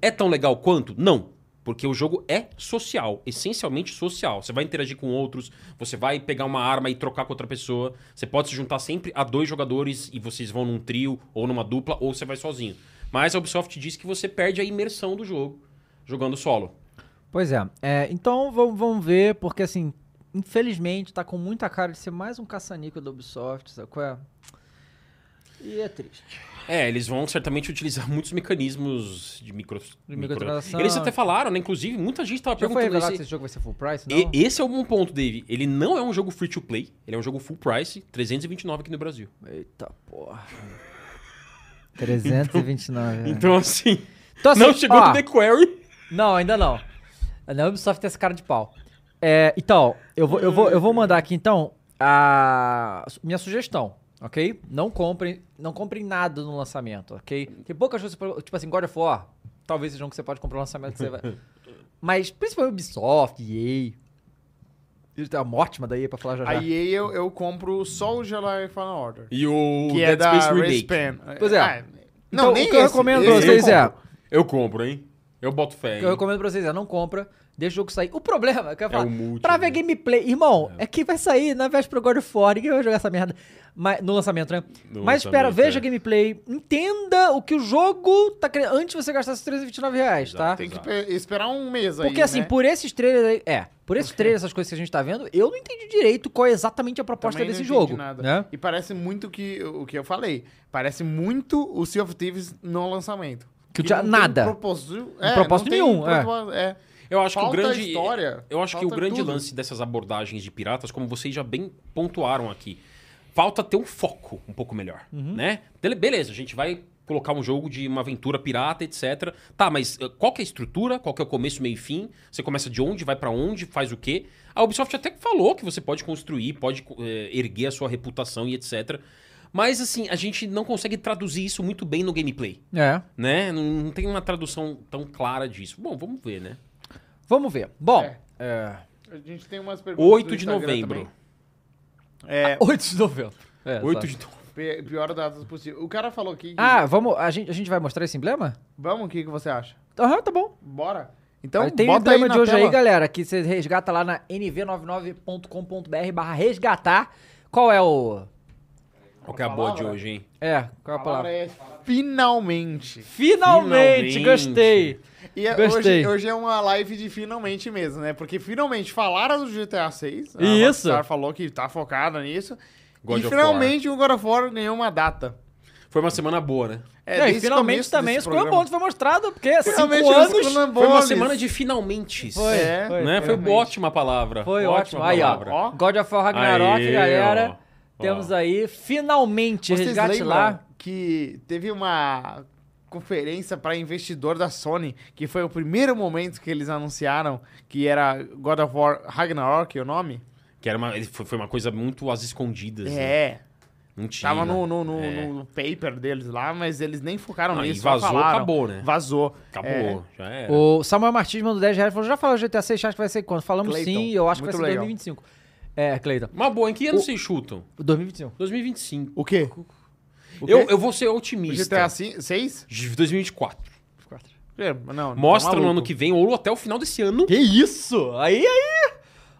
Speaker 3: É tão legal quanto? Não. Porque o jogo é social, essencialmente social. Você vai interagir com outros, você vai pegar uma arma e trocar com outra pessoa. Você pode se juntar sempre a dois jogadores e vocês vão num trio ou numa dupla ou você vai sozinho. Mas a Ubisoft diz que você perde a imersão do jogo jogando solo.
Speaker 1: Pois é. É, então vamos, vamos ver, porque assim, infelizmente tá com muita cara de ser mais um caça-níquel da Ubisoft, sabe qual é? E é triste.
Speaker 3: É, eles vão certamente utilizar muitos mecanismos de micro...
Speaker 1: microtransação.
Speaker 3: Eles até falaram, né? Inclusive, muita gente tava
Speaker 1: Já foi
Speaker 3: perguntando...
Speaker 1: revelado se
Speaker 3: esse-
Speaker 1: esse jogo vai ser full price? Não?
Speaker 3: E- esse é o bom ponto, Dave. Ele não é um jogo free to play, ele é um jogo full price, 329 aqui no Brasil.
Speaker 1: Eita porra. 329.
Speaker 2: É.
Speaker 1: né?
Speaker 3: Então, assim,
Speaker 1: Então, assim,
Speaker 3: não chegou
Speaker 1: ó,
Speaker 3: no The Quarry.
Speaker 1: Não, ainda não. A Ubisoft tem essa cara de pau. É, então, eu vou, eu, vou, eu vou mandar aqui, então, a su- minha sugestão, ok? Não comprem, não comprem nada no lançamento, ok? Tem poucas coisas, pra- tipo assim, God of War, talvez seja um que você pode comprar no lançamento que você vai... Mas, principalmente Ubisoft, EA... Eles têm a Mortimer da EA é pra falar já já.
Speaker 2: A EA eu, eu compro só o Jedi Final Order.
Speaker 3: E o
Speaker 2: Que é
Speaker 3: Dead
Speaker 2: da
Speaker 3: Space Remake.
Speaker 2: Respawn.
Speaker 1: Pois é.
Speaker 2: Ah,
Speaker 1: Então,
Speaker 2: não, nem
Speaker 1: o que eu
Speaker 2: esse.
Speaker 1: recomendo
Speaker 2: Esse
Speaker 1: pra vocês
Speaker 2: eu
Speaker 1: é...
Speaker 2: compro.
Speaker 3: Eu compro, hein? Eu boto fé,
Speaker 1: O
Speaker 3: hein?
Speaker 1: que eu recomendo pra vocês é não compra, deixa o jogo sair. O problema, que eu ia
Speaker 3: É
Speaker 1: falar,
Speaker 3: o multi,
Speaker 1: pra
Speaker 3: né?
Speaker 1: ver gameplay, irmão, é. que vai sair na véspera do God of War, ninguém vai jogar essa merda Mas- no lançamento, né?
Speaker 3: No
Speaker 1: Mas espera,
Speaker 3: lançamento,
Speaker 1: veja
Speaker 3: é.
Speaker 1: gameplay, entenda o que o jogo tá querendo, antes de você gastar esses 329 reais, tá?
Speaker 2: Tem que pe- esperar um mês aí,
Speaker 1: Porque assim,
Speaker 2: né?
Speaker 1: por esses trailers aí, é, por esses trailers, essas coisas que a gente tá vendo, eu não entendi direito qual é exatamente a proposta
Speaker 2: Também não
Speaker 1: desse
Speaker 2: entendi
Speaker 1: jogo,
Speaker 2: nada.
Speaker 1: né?
Speaker 2: E parece muito que o que eu falei. Parece muito o Sea of Thieves no lançamento.
Speaker 1: Que tinha nada.
Speaker 2: um
Speaker 1: Um
Speaker 2: Propósito,
Speaker 1: propósito nenhum, é.
Speaker 2: é.
Speaker 3: Eu acho
Speaker 2: Falta
Speaker 3: que o grande
Speaker 2: história,
Speaker 3: Eu acho que o
Speaker 2: falta
Speaker 3: grande
Speaker 2: tudo.
Speaker 3: lance dessas abordagens de piratas, como vocês já bem pontuaram aqui, falta ter um foco um pouco melhor,
Speaker 2: Uhum.
Speaker 3: né? Dele- Beleza, a gente vai colocar um jogo de uma aventura pirata, etc. Tá, mas eh, qual que é a estrutura? Qual que é o começo, meio e fim? Você começa de onde, vai pra onde, faz o quê? A Ubisoft até falou que você pode construir, pode eh, erguer a sua reputação e etc. Mas assim, a gente não consegue traduzir isso muito bem no gameplay,
Speaker 1: É.
Speaker 3: né? Não, não tem uma tradução tão clara disso. Bom, vamos ver, né?
Speaker 1: Vamos ver. Bom,
Speaker 2: É.
Speaker 1: é.
Speaker 2: A gente tem umas perguntas. do
Speaker 3: 8 de
Speaker 2: Instagram
Speaker 3: novembro.
Speaker 2: também. É,
Speaker 1: 8 de novembro. É,
Speaker 3: 8
Speaker 1: só-
Speaker 3: de novembro.
Speaker 2: pi- pior data possível. O cara falou aqui. que-
Speaker 1: Ah, vamos, a gente, a gente vai mostrar esse emblema?
Speaker 2: Vamos, o que, que você acha?
Speaker 1: Aham, tá bom.
Speaker 2: Bora. Então,
Speaker 1: tem o
Speaker 2: bota aí
Speaker 1: emblema
Speaker 2: na
Speaker 1: de hoje
Speaker 2: tela.
Speaker 1: aí, galera, que você resgata lá na nv99.com.br barra resgatar. Qual é o...
Speaker 3: Qual que é a boa de hoje, hein?
Speaker 1: É, qual é a
Speaker 2: A palavra
Speaker 1: palavra?
Speaker 2: é finalmente.
Speaker 1: Finalmente,
Speaker 3: Finalmente.
Speaker 1: gostei.
Speaker 2: E é-
Speaker 1: Gostei.
Speaker 2: hoje, hoje é uma live de finalmente mesmo, né? Porque finalmente falaram do GTA 6. A
Speaker 1: Isso.
Speaker 2: Rockstar falou que tá focada nisso.
Speaker 3: God
Speaker 2: e
Speaker 3: of
Speaker 2: finalmente o God of War ganhou uma data. É,
Speaker 3: Foi uma semana boa, né?
Speaker 1: Não, e
Speaker 2: desde o
Speaker 1: finalmente
Speaker 2: começo
Speaker 1: também o
Speaker 2: desse
Speaker 1: Scrum
Speaker 2: programa.
Speaker 1: foi mostrado, porque
Speaker 2: Finalmente
Speaker 1: cinco
Speaker 2: o
Speaker 1: anos...
Speaker 2: Scrum
Speaker 3: Foi uma
Speaker 2: Bones.
Speaker 3: semana de finalmente.
Speaker 1: Foi,
Speaker 2: É,
Speaker 1: foi,
Speaker 3: Né? Foi
Speaker 1: foi.
Speaker 3: boa, ótima palavra.
Speaker 1: Foi ótimo. Aí,
Speaker 3: palavra.
Speaker 1: ó. God of War Ragnarok,
Speaker 3: Aê,
Speaker 1: galera.
Speaker 3: ó,
Speaker 1: Temos
Speaker 3: ó.
Speaker 1: aí, finalmente,
Speaker 2: Vocês
Speaker 1: resgate
Speaker 2: lembram
Speaker 1: lá.
Speaker 2: que teve uma conferência para investidor da Sony, que foi o primeiro momento que eles anunciaram que era God of War Ragnarok o nome?
Speaker 3: Que era uma, ele foi, foi uma coisa muito às escondidas. né?
Speaker 2: É.
Speaker 3: Não tinha.
Speaker 2: Tava no, no, no-
Speaker 3: É.
Speaker 2: no paper deles lá, mas eles nem focaram
Speaker 3: Não, e
Speaker 2: nisso.
Speaker 3: vazou,
Speaker 2: só falaram.
Speaker 3: acabou, né?
Speaker 2: Vazou.
Speaker 3: Acabou.
Speaker 2: É.
Speaker 3: Já era.
Speaker 1: O Samuel Martins mandou 10 reais falou: já falou GTA 6, acho que vai ser quando? Falamos
Speaker 2: Clayton,
Speaker 1: sim, eu acho que vai
Speaker 2: muito
Speaker 1: ser
Speaker 2: legal.
Speaker 1: 2025. É, Cleiton.
Speaker 3: Uma boa, em que ano vocês chutam?
Speaker 1: 2025.
Speaker 3: 2025.
Speaker 2: O quê?
Speaker 3: Eu, eu vou ser
Speaker 2: O
Speaker 3: otimista.
Speaker 2: GTA 6?
Speaker 3: De 2024.
Speaker 2: Não, tá
Speaker 3: Mostra no
Speaker 2: maluco.
Speaker 3: ano que vem ou até o final desse ano.
Speaker 1: Que isso? Aí, aí!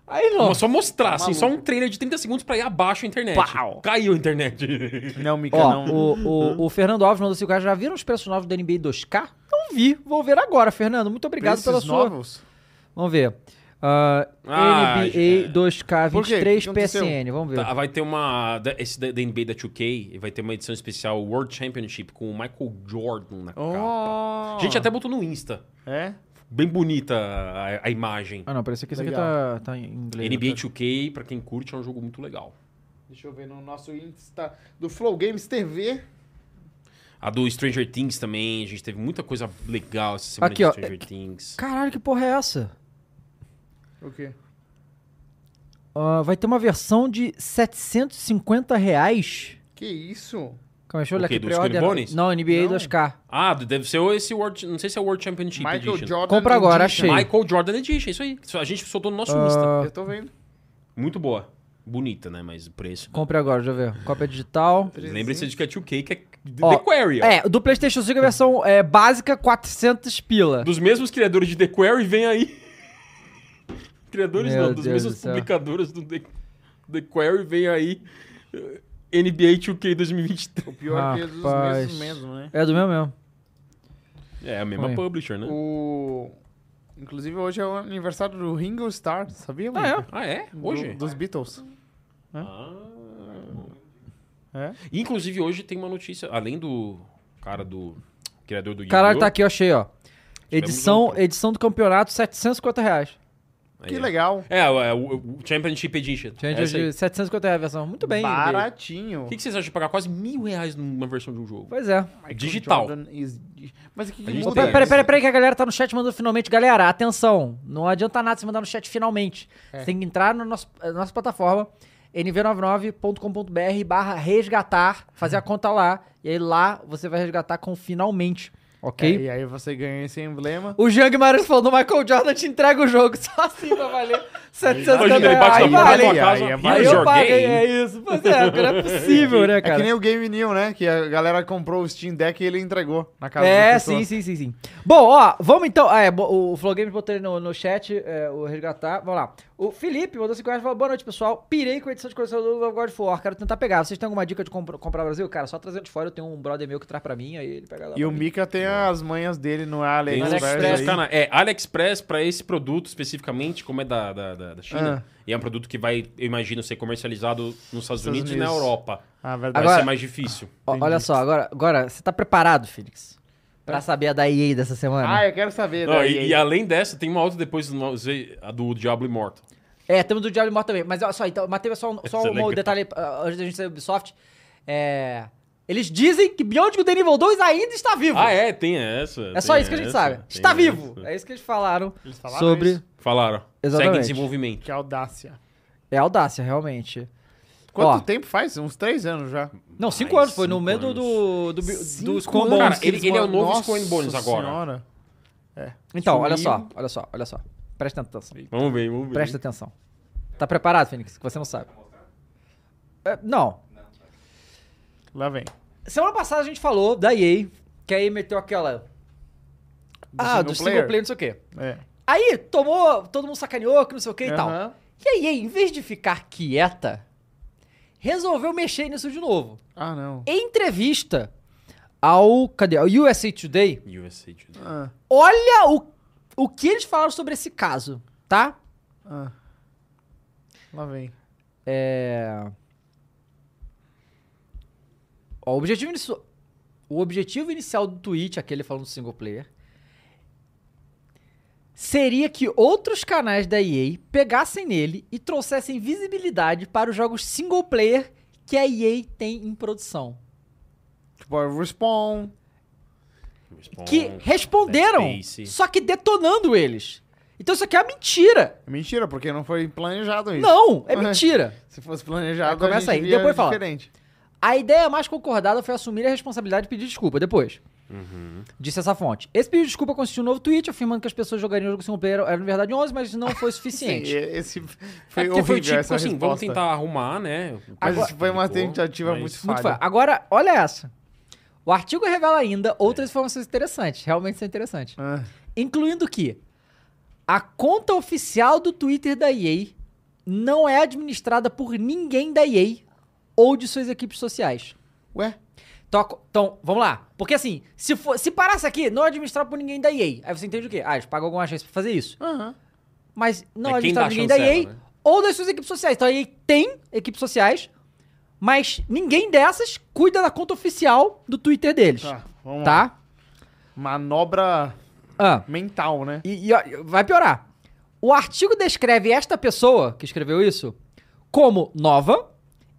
Speaker 1: Aí não.
Speaker 3: Mas só mostrar, assim, só um trailer de 30 segundos pra ir abaixo a internet.
Speaker 2: Pau.
Speaker 3: Caiu a internet.
Speaker 2: Não, Mika,
Speaker 1: Ó,
Speaker 2: não.
Speaker 1: o, o, o Fernando Alves mandou 5 reais. Já viram os preços novos do NBA 2K? Não vi. Vou ver agora, Fernando. Muito obrigado
Speaker 2: Preços
Speaker 1: pela sua.
Speaker 2: novos?
Speaker 1: Vamos ver. Ah,
Speaker 3: Ah,
Speaker 1: NBA
Speaker 3: já.
Speaker 1: 2K
Speaker 2: é. Por quê?
Speaker 1: 23
Speaker 2: O que aconteceu?
Speaker 1: PSN. Vamos ver.
Speaker 3: Tá, vai ter uma. da- Esse da, da NBA da 2K vai ter uma edição especial World Championship com o Michael Jordan na capa.
Speaker 2: Oh.
Speaker 3: A gente até botou no Insta.
Speaker 2: É?
Speaker 3: Bem bonita a, a imagem.
Speaker 1: Ah, não. Parecia que isso aqui
Speaker 2: Legal.
Speaker 1: tá, tá em inglês.
Speaker 3: NBA 2K, pra quem curte, é um jogo muito legal.
Speaker 2: Deixa eu ver no nosso Insta do Flow Games TV.
Speaker 3: A do Stranger Things também, a gente teve muita coisa legal essa semana
Speaker 1: Aqui,
Speaker 3: de
Speaker 1: ó.
Speaker 3: Stranger Things.
Speaker 1: Caralho, que porra é essa?
Speaker 2: O quê?
Speaker 1: Ah, vai ter uma versão de 750 reais.
Speaker 2: Que isso?
Speaker 1: Calma, deixa eu
Speaker 3: O
Speaker 1: olhar
Speaker 3: quê?
Speaker 1: aqui.
Speaker 3: Dos
Speaker 1: pré-order.
Speaker 3: Curibones?
Speaker 1: Não, NBA
Speaker 2: Não.
Speaker 1: 2K.
Speaker 3: Ah, deve ser esse World. Não sei se é World Championship
Speaker 2: Michael
Speaker 3: Edition.
Speaker 2: Jordan.
Speaker 1: Compra agora,
Speaker 2: Edition.
Speaker 1: achei.
Speaker 3: Michael Jordan Edition, isso aí. Isso A gente soltou no nosso
Speaker 1: Ah.
Speaker 3: Insta.
Speaker 2: Eu tô vendo.
Speaker 3: Muito boa. Bonita, né? Mas o preço.
Speaker 1: Compre agora, deixa eu ver. Cópia digital.
Speaker 3: Lembre-se de que é 2K, que é
Speaker 1: Ó,
Speaker 3: The Quarry. ó.
Speaker 1: É, do PlayStation 5 a versão é, básica 400 pila.
Speaker 3: Dos mesmos criadores de The Quarry, vem aí. criadores
Speaker 1: Meu
Speaker 3: não, dos
Speaker 1: Deus
Speaker 3: mesmos
Speaker 1: do céu.
Speaker 3: publicadores do The, The Quarry, vem aí. eh, NBA 2K 2023.
Speaker 2: O pior que é dos mesmos
Speaker 1: Rapaz.
Speaker 2: mesmo, né?
Speaker 1: É do meu mesmo.
Speaker 3: É a mesma
Speaker 1: Oi.
Speaker 3: publisher, né?
Speaker 2: O... Inclusive, hoje é o aniversário do Ringo Starr, sabia?
Speaker 1: Ah, é?
Speaker 2: Mika?
Speaker 3: Ah, é?
Speaker 2: Do-
Speaker 3: Hoje?
Speaker 2: dos Beatles. É?
Speaker 3: E, Ah. Inclusive, hoje tem uma notícia, além do cara do criador do
Speaker 1: Caralho, tá
Speaker 3: Yu-Gi-Oh!
Speaker 1: aqui, eu achei, ó.
Speaker 3: um
Speaker 1: Edição,
Speaker 3: ontem.
Speaker 1: edição do campeonato, 750 reais.
Speaker 3: Aí,
Speaker 2: Que
Speaker 3: ó.
Speaker 2: legal.
Speaker 3: É, é, o, o Championship Edition.
Speaker 1: Change
Speaker 3: Essa É aí.
Speaker 1: de 750 reais a versão. Muito bem. NBA.
Speaker 2: Baratinho.
Speaker 3: O que, que vocês acham de pagar quase mil reais numa versão de um jogo?
Speaker 1: Pois é.
Speaker 2: Michael
Speaker 3: Digital.
Speaker 2: Jordan is- Mas o que, que
Speaker 3: gente
Speaker 1: Ô,
Speaker 2: muda?
Speaker 3: tem-
Speaker 1: Peraí, peraí,
Speaker 2: isso?
Speaker 1: peraí, peraí, que a galera tá no chat mandando finalmente. Galera, atenção. Não adianta nada você mandar no chat finalmente. Você tem que entrar na no nosso- na nossa plataforma, nv99.com.br barra resgatar, fazer a conta lá. E aí lá você vai resgatar com finalmente,
Speaker 2: É,
Speaker 1: ok?
Speaker 2: e aí você ganha esse emblema.
Speaker 1: O Jean Guimarães falou, do Michael Jordan te entrega o jogo. Só assim vai valer 750
Speaker 3: Imagina,
Speaker 1: reais.
Speaker 3: ele bate na
Speaker 1: Aí vale.
Speaker 3: porta da tua
Speaker 2: aí,
Speaker 3: casa.
Speaker 2: aí é
Speaker 3: "Here's
Speaker 1: Aí
Speaker 3: your
Speaker 1: eu paguei,
Speaker 3: game."
Speaker 1: é isso. Pois é, cara, é possível, né,
Speaker 2: É
Speaker 1: cara?
Speaker 2: que nem o Game New, né? Que a galera comprou o Steam Deck e ele entregou na casa
Speaker 1: É,
Speaker 2: das
Speaker 1: sim,
Speaker 2: pessoas.
Speaker 1: sim, sim, sim. Bom, ó, vamos então. ah, é, bo- o Flow Games botou ele no, no chat, é, o resgatar. Vamos lá. O Felipe mandou 5 reais e falou: boa noite, pessoal. Pirei com a edição de coleção do God of War. Quero tentar pegar. Vocês têm alguma dica de compro- comprar no Brasil? Cara, só trazer de fora. Eu tenho um brother meu que traz pra mim, aí ele pega lá.
Speaker 2: E
Speaker 1: pra
Speaker 2: o
Speaker 1: mim.
Speaker 2: Mika tem as manhas dele no
Speaker 3: É. Tem uns-
Speaker 2: AliExpress.
Speaker 1: um AliExpress,
Speaker 3: uns
Speaker 2: um aí.
Speaker 3: cana- É, AliExpress, pra esse produto especificamente, como é da, da, da- da
Speaker 1: Ah.
Speaker 3: China, e é um produto que vai, eu imagino, ser comercializado nos Estados Unidos, e na
Speaker 2: Unidos.
Speaker 3: Europa.
Speaker 2: Ah,
Speaker 3: Vai
Speaker 2: verdade.
Speaker 1: Agora-
Speaker 3: ser mais difícil.
Speaker 1: Ó, olha só, agora, agora você tá preparado, Fênix?
Speaker 2: Tá.
Speaker 1: Pra saber a da EA dessa semana?
Speaker 2: Ah, eu quero saber.
Speaker 3: Não,
Speaker 2: daí,
Speaker 3: e, e além dessa, tem uma outra depois, no- a do Diablo Immortal.
Speaker 1: É, temos do Diablo Morto também. Mas olha só, então, mas teve só, um- só
Speaker 3: Isso é
Speaker 1: um
Speaker 3: legal.
Speaker 1: detalhe ah, antes da gente sair do Ubisoft. É, Eles dizem que Beyond Good and Evil 2 ainda está vivo.
Speaker 3: Ah, é, tem essa.
Speaker 1: É só isso que a gente sabe. Está vivo. É isso que eles falaram,
Speaker 2: Eles falaram
Speaker 1: sobre.
Speaker 2: isso?
Speaker 3: Falaram. Segue
Speaker 1: Exatamente.
Speaker 3: em desenvolvimento.
Speaker 2: Que audácia.
Speaker 1: É audácia, realmente.
Speaker 2: Quanto
Speaker 1: Ó.
Speaker 2: tempo faz? Uns três anos já.
Speaker 1: Não, cinco
Speaker 3: Ai,
Speaker 1: anos foi no
Speaker 3: cinco
Speaker 1: meio do, do, do, do Skull and
Speaker 2: anos
Speaker 1: Bones.
Speaker 3: Cara,
Speaker 2: que
Speaker 3: ele-
Speaker 2: eles
Speaker 3: ele é o
Speaker 2: mandam-
Speaker 3: novo Skull and Bones
Speaker 2: Nossa
Speaker 3: agora.
Speaker 2: Senhora.
Speaker 1: Então, olha só, olha só, olha só. Presta atenção.
Speaker 3: Vamos ver, vamos ver.
Speaker 1: Presta atenção. Tá preparado, Fênix? Que você não sabe. É, não.
Speaker 2: Lá vem.
Speaker 1: Semana passada a gente falou da EA, que aí meteu aquela. ah, do single player, não sei o quê.
Speaker 2: É.
Speaker 1: Aí tomou, todo mundo sacaneou, que não sei o que e tal.
Speaker 2: Aham.
Speaker 1: E aí, em vez de ficar quieta, resolveu mexer nisso de novo.
Speaker 2: Ah, não.
Speaker 1: Em entrevista ao, cadê? Ao USA Today,
Speaker 3: USA Today.
Speaker 2: Ah,
Speaker 1: olha o, o que eles falaram sobre esse caso, tá?
Speaker 2: ah. Lá vem.
Speaker 1: É... Ó, o, objetivo inicio- o objetivo inicial do tweet, aquele falando do single player, seria que outros canais da EA pegassem nele e trouxessem visibilidade para os jogos single player que a EA tem em produção.
Speaker 2: Tipo, a Respawn.
Speaker 3: Respawn,
Speaker 1: que responderam,
Speaker 3: Dead Space.
Speaker 1: só que detonando eles. Então isso aqui é uma mentira.
Speaker 2: Mentira, porque não foi planejado isso.
Speaker 1: Não, é
Speaker 2: Uhum.
Speaker 1: mentira.
Speaker 2: Se fosse planejado,
Speaker 1: Começa
Speaker 2: a gente
Speaker 1: aí,
Speaker 2: via
Speaker 1: depois fala.
Speaker 2: diferente.
Speaker 1: A ideia mais concordada foi assumir a responsabilidade e pedir desculpa depois. Disse essa fonte. Esse pedido de desculpa consistiu em um novo tweet afirmando que as pessoas jogariam o jogo single player. Era na verdade 11, mas não foi
Speaker 2: Sim,
Speaker 1: suficiente.
Speaker 2: esse
Speaker 3: É
Speaker 2: foi
Speaker 3: porque
Speaker 2: horrível
Speaker 3: foi tipo
Speaker 2: essa
Speaker 3: assim, vamos
Speaker 2: resposta.
Speaker 3: tentar arrumar, né? O
Speaker 2: Mas
Speaker 3: cara
Speaker 2: isso foi uma
Speaker 3: explicou,
Speaker 2: tentativa
Speaker 3: mas-
Speaker 2: muito
Speaker 1: Muito
Speaker 2: falha.
Speaker 1: fa- Agora, olha essa. O artigo revela ainda outras informações interessantes. Realmente são interessantes.
Speaker 2: Ah,
Speaker 1: Incluindo que a conta oficial do Twitter da EA não é administrada por ninguém da EA ou de suas equipes sociais.
Speaker 2: Ué?
Speaker 1: Então, a- então, vamos lá. Porque assim, se, for, se parasse aqui, não é administrado por ninguém da EA. Aí você entende o quê? Ah, eles pagam alguma agência pra fazer isso.
Speaker 2: Aham.
Speaker 1: Mas não
Speaker 3: É
Speaker 1: é
Speaker 3: quem
Speaker 1: administrado
Speaker 3: dá
Speaker 1: por ninguém da EA
Speaker 3: chancela, né?
Speaker 1: ou das suas equipes sociais. Então a EA tem equipes sociais, mas ninguém dessas cuida da conta oficial do Twitter deles.
Speaker 2: Tá, vamos lá.
Speaker 1: Tá?
Speaker 2: Manobra
Speaker 1: Ah.
Speaker 2: mental, né?
Speaker 1: E, e, ó, vai piorar. O artigo descreve esta pessoa que escreveu isso como nova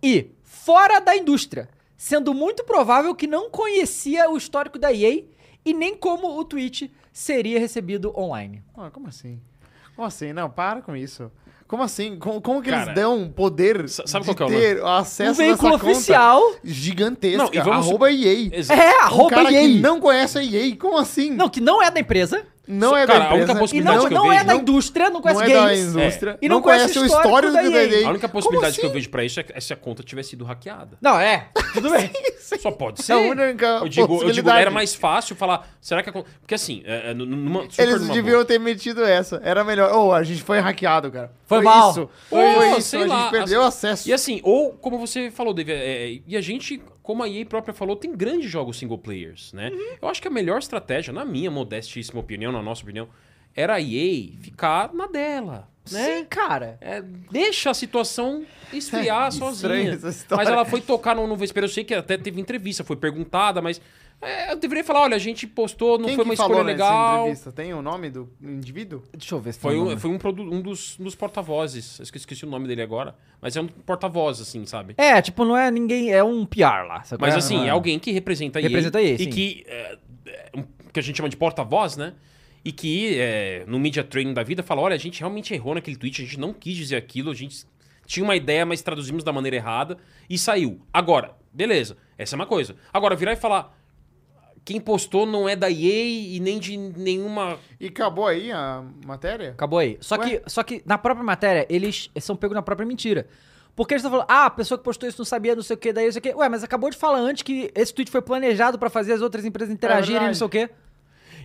Speaker 1: e fora da indústria, sendo muito provável que não conhecia o histórico da EA e nem como o tweet seria recebido online.
Speaker 2: Ah, como assim? Como assim? Não, para com isso. Como assim? Como, como que
Speaker 3: Cara,
Speaker 2: eles dão um poder
Speaker 3: sa- sabe
Speaker 2: de
Speaker 3: qual que é o
Speaker 2: ter acesso
Speaker 1: um veículo
Speaker 2: nessa conta
Speaker 1: oficial.
Speaker 2: gigantesca?
Speaker 3: Não, e vamos-
Speaker 2: Arroba EA.
Speaker 3: Exato.
Speaker 1: É,
Speaker 2: Um
Speaker 1: arroba
Speaker 2: cara
Speaker 1: EA.
Speaker 2: que não conhece a EA. Como assim?
Speaker 1: Não, que não é da empresa.
Speaker 2: Não é
Speaker 3: Cara, a
Speaker 2: da
Speaker 3: única
Speaker 2: empresa.
Speaker 1: E
Speaker 3: possibilidade
Speaker 1: não,
Speaker 3: que eu
Speaker 1: não é
Speaker 3: vejo-
Speaker 1: da indústria, não
Speaker 2: não
Speaker 1: conhece
Speaker 2: é da
Speaker 1: games.
Speaker 2: indústria.
Speaker 1: E
Speaker 2: não, conhece o histórico
Speaker 1: da
Speaker 2: do
Speaker 1: EA.
Speaker 2: EA.
Speaker 3: A única
Speaker 1: Como
Speaker 3: possibilidade que eu
Speaker 1: assim?
Speaker 3: vejo pra isso é que- é se a conta tivesse sido hackeada.
Speaker 1: Não, é. Tudo bem.
Speaker 3: Só pode ser. um.
Speaker 2: É a única
Speaker 3: Eu digo, eu digo,
Speaker 2: possibilidade.
Speaker 3: era mais fácil falar. Será que a conta. Porque assim, é, é, numa. super
Speaker 2: Eles
Speaker 3: numa
Speaker 2: deviam
Speaker 3: boa.
Speaker 2: ter metido essa. Era melhor. Ô, a gente foi hackeado, cara.
Speaker 1: Foi mal.
Speaker 2: Isso. Foi,
Speaker 3: Ou,
Speaker 2: isso.
Speaker 3: sei
Speaker 2: a gente
Speaker 3: lá,
Speaker 2: perdeu
Speaker 3: assim-
Speaker 2: acesso.
Speaker 3: E assim, ou como você falou, David, é, é, e a gente, como a EA própria falou, tem grandes jogos single players, né?
Speaker 2: Uhum.
Speaker 3: Eu acho que a melhor estratégia, na minha modestíssima opinião, na nossa opinião, era a EA ficar na dela, né?
Speaker 1: Sim, cara.
Speaker 3: É, deixa a situação esfriar sozinha.
Speaker 2: estranha essa história.
Speaker 3: Mas ela foi tocar no, no Vespeiro. Eu sei que até teve entrevista, foi perguntada, mas é, eu deveria falar: olha, a gente postou, não
Speaker 2: Quem
Speaker 3: foi
Speaker 2: que
Speaker 3: uma
Speaker 2: falou
Speaker 3: escolha
Speaker 2: nessa
Speaker 3: legal.
Speaker 2: entrevista? né? Tem o nome do indivíduo?
Speaker 1: Deixa eu ver se
Speaker 3: Foi,
Speaker 1: tem
Speaker 3: um,
Speaker 1: nome.
Speaker 3: foi um, produ- um dos, um dos porta-vozes. Eu esque- esqueci o nome dele agora. Mas é um porta-voz, assim, sabe?
Speaker 1: É, tipo, não é ninguém, é um PR lá. sacou?
Speaker 3: Mas
Speaker 1: É,
Speaker 3: assim,
Speaker 1: não
Speaker 3: é alguém que representa a EA.
Speaker 1: Representa a EA,
Speaker 3: E
Speaker 1: sim.
Speaker 3: que. é, é, um- que a gente chama de porta-voz, né? E que é, no media training da vida fala: olha, a gente realmente errou naquele tweet, a gente não quis dizer aquilo, a gente tinha uma ideia, mas traduzimos da maneira errada e saiu. Agora, beleza, essa é uma coisa. Agora, virar e falar. Quem postou não é da EA e nem de nenhuma.
Speaker 2: E acabou aí a matéria?
Speaker 1: Acabou aí. Só
Speaker 2: Ué?
Speaker 1: que, só que na própria matéria, eles são pegos na própria mentira. Porque eles estão falando, ah, a pessoa que postou isso não sabia, não sei o que, daí não sei o que. Ué, mas acabou de falar antes que esse tweet foi planejado pra fazer as outras empresas interagirem, não
Speaker 2: É verdade.
Speaker 1: sei o que.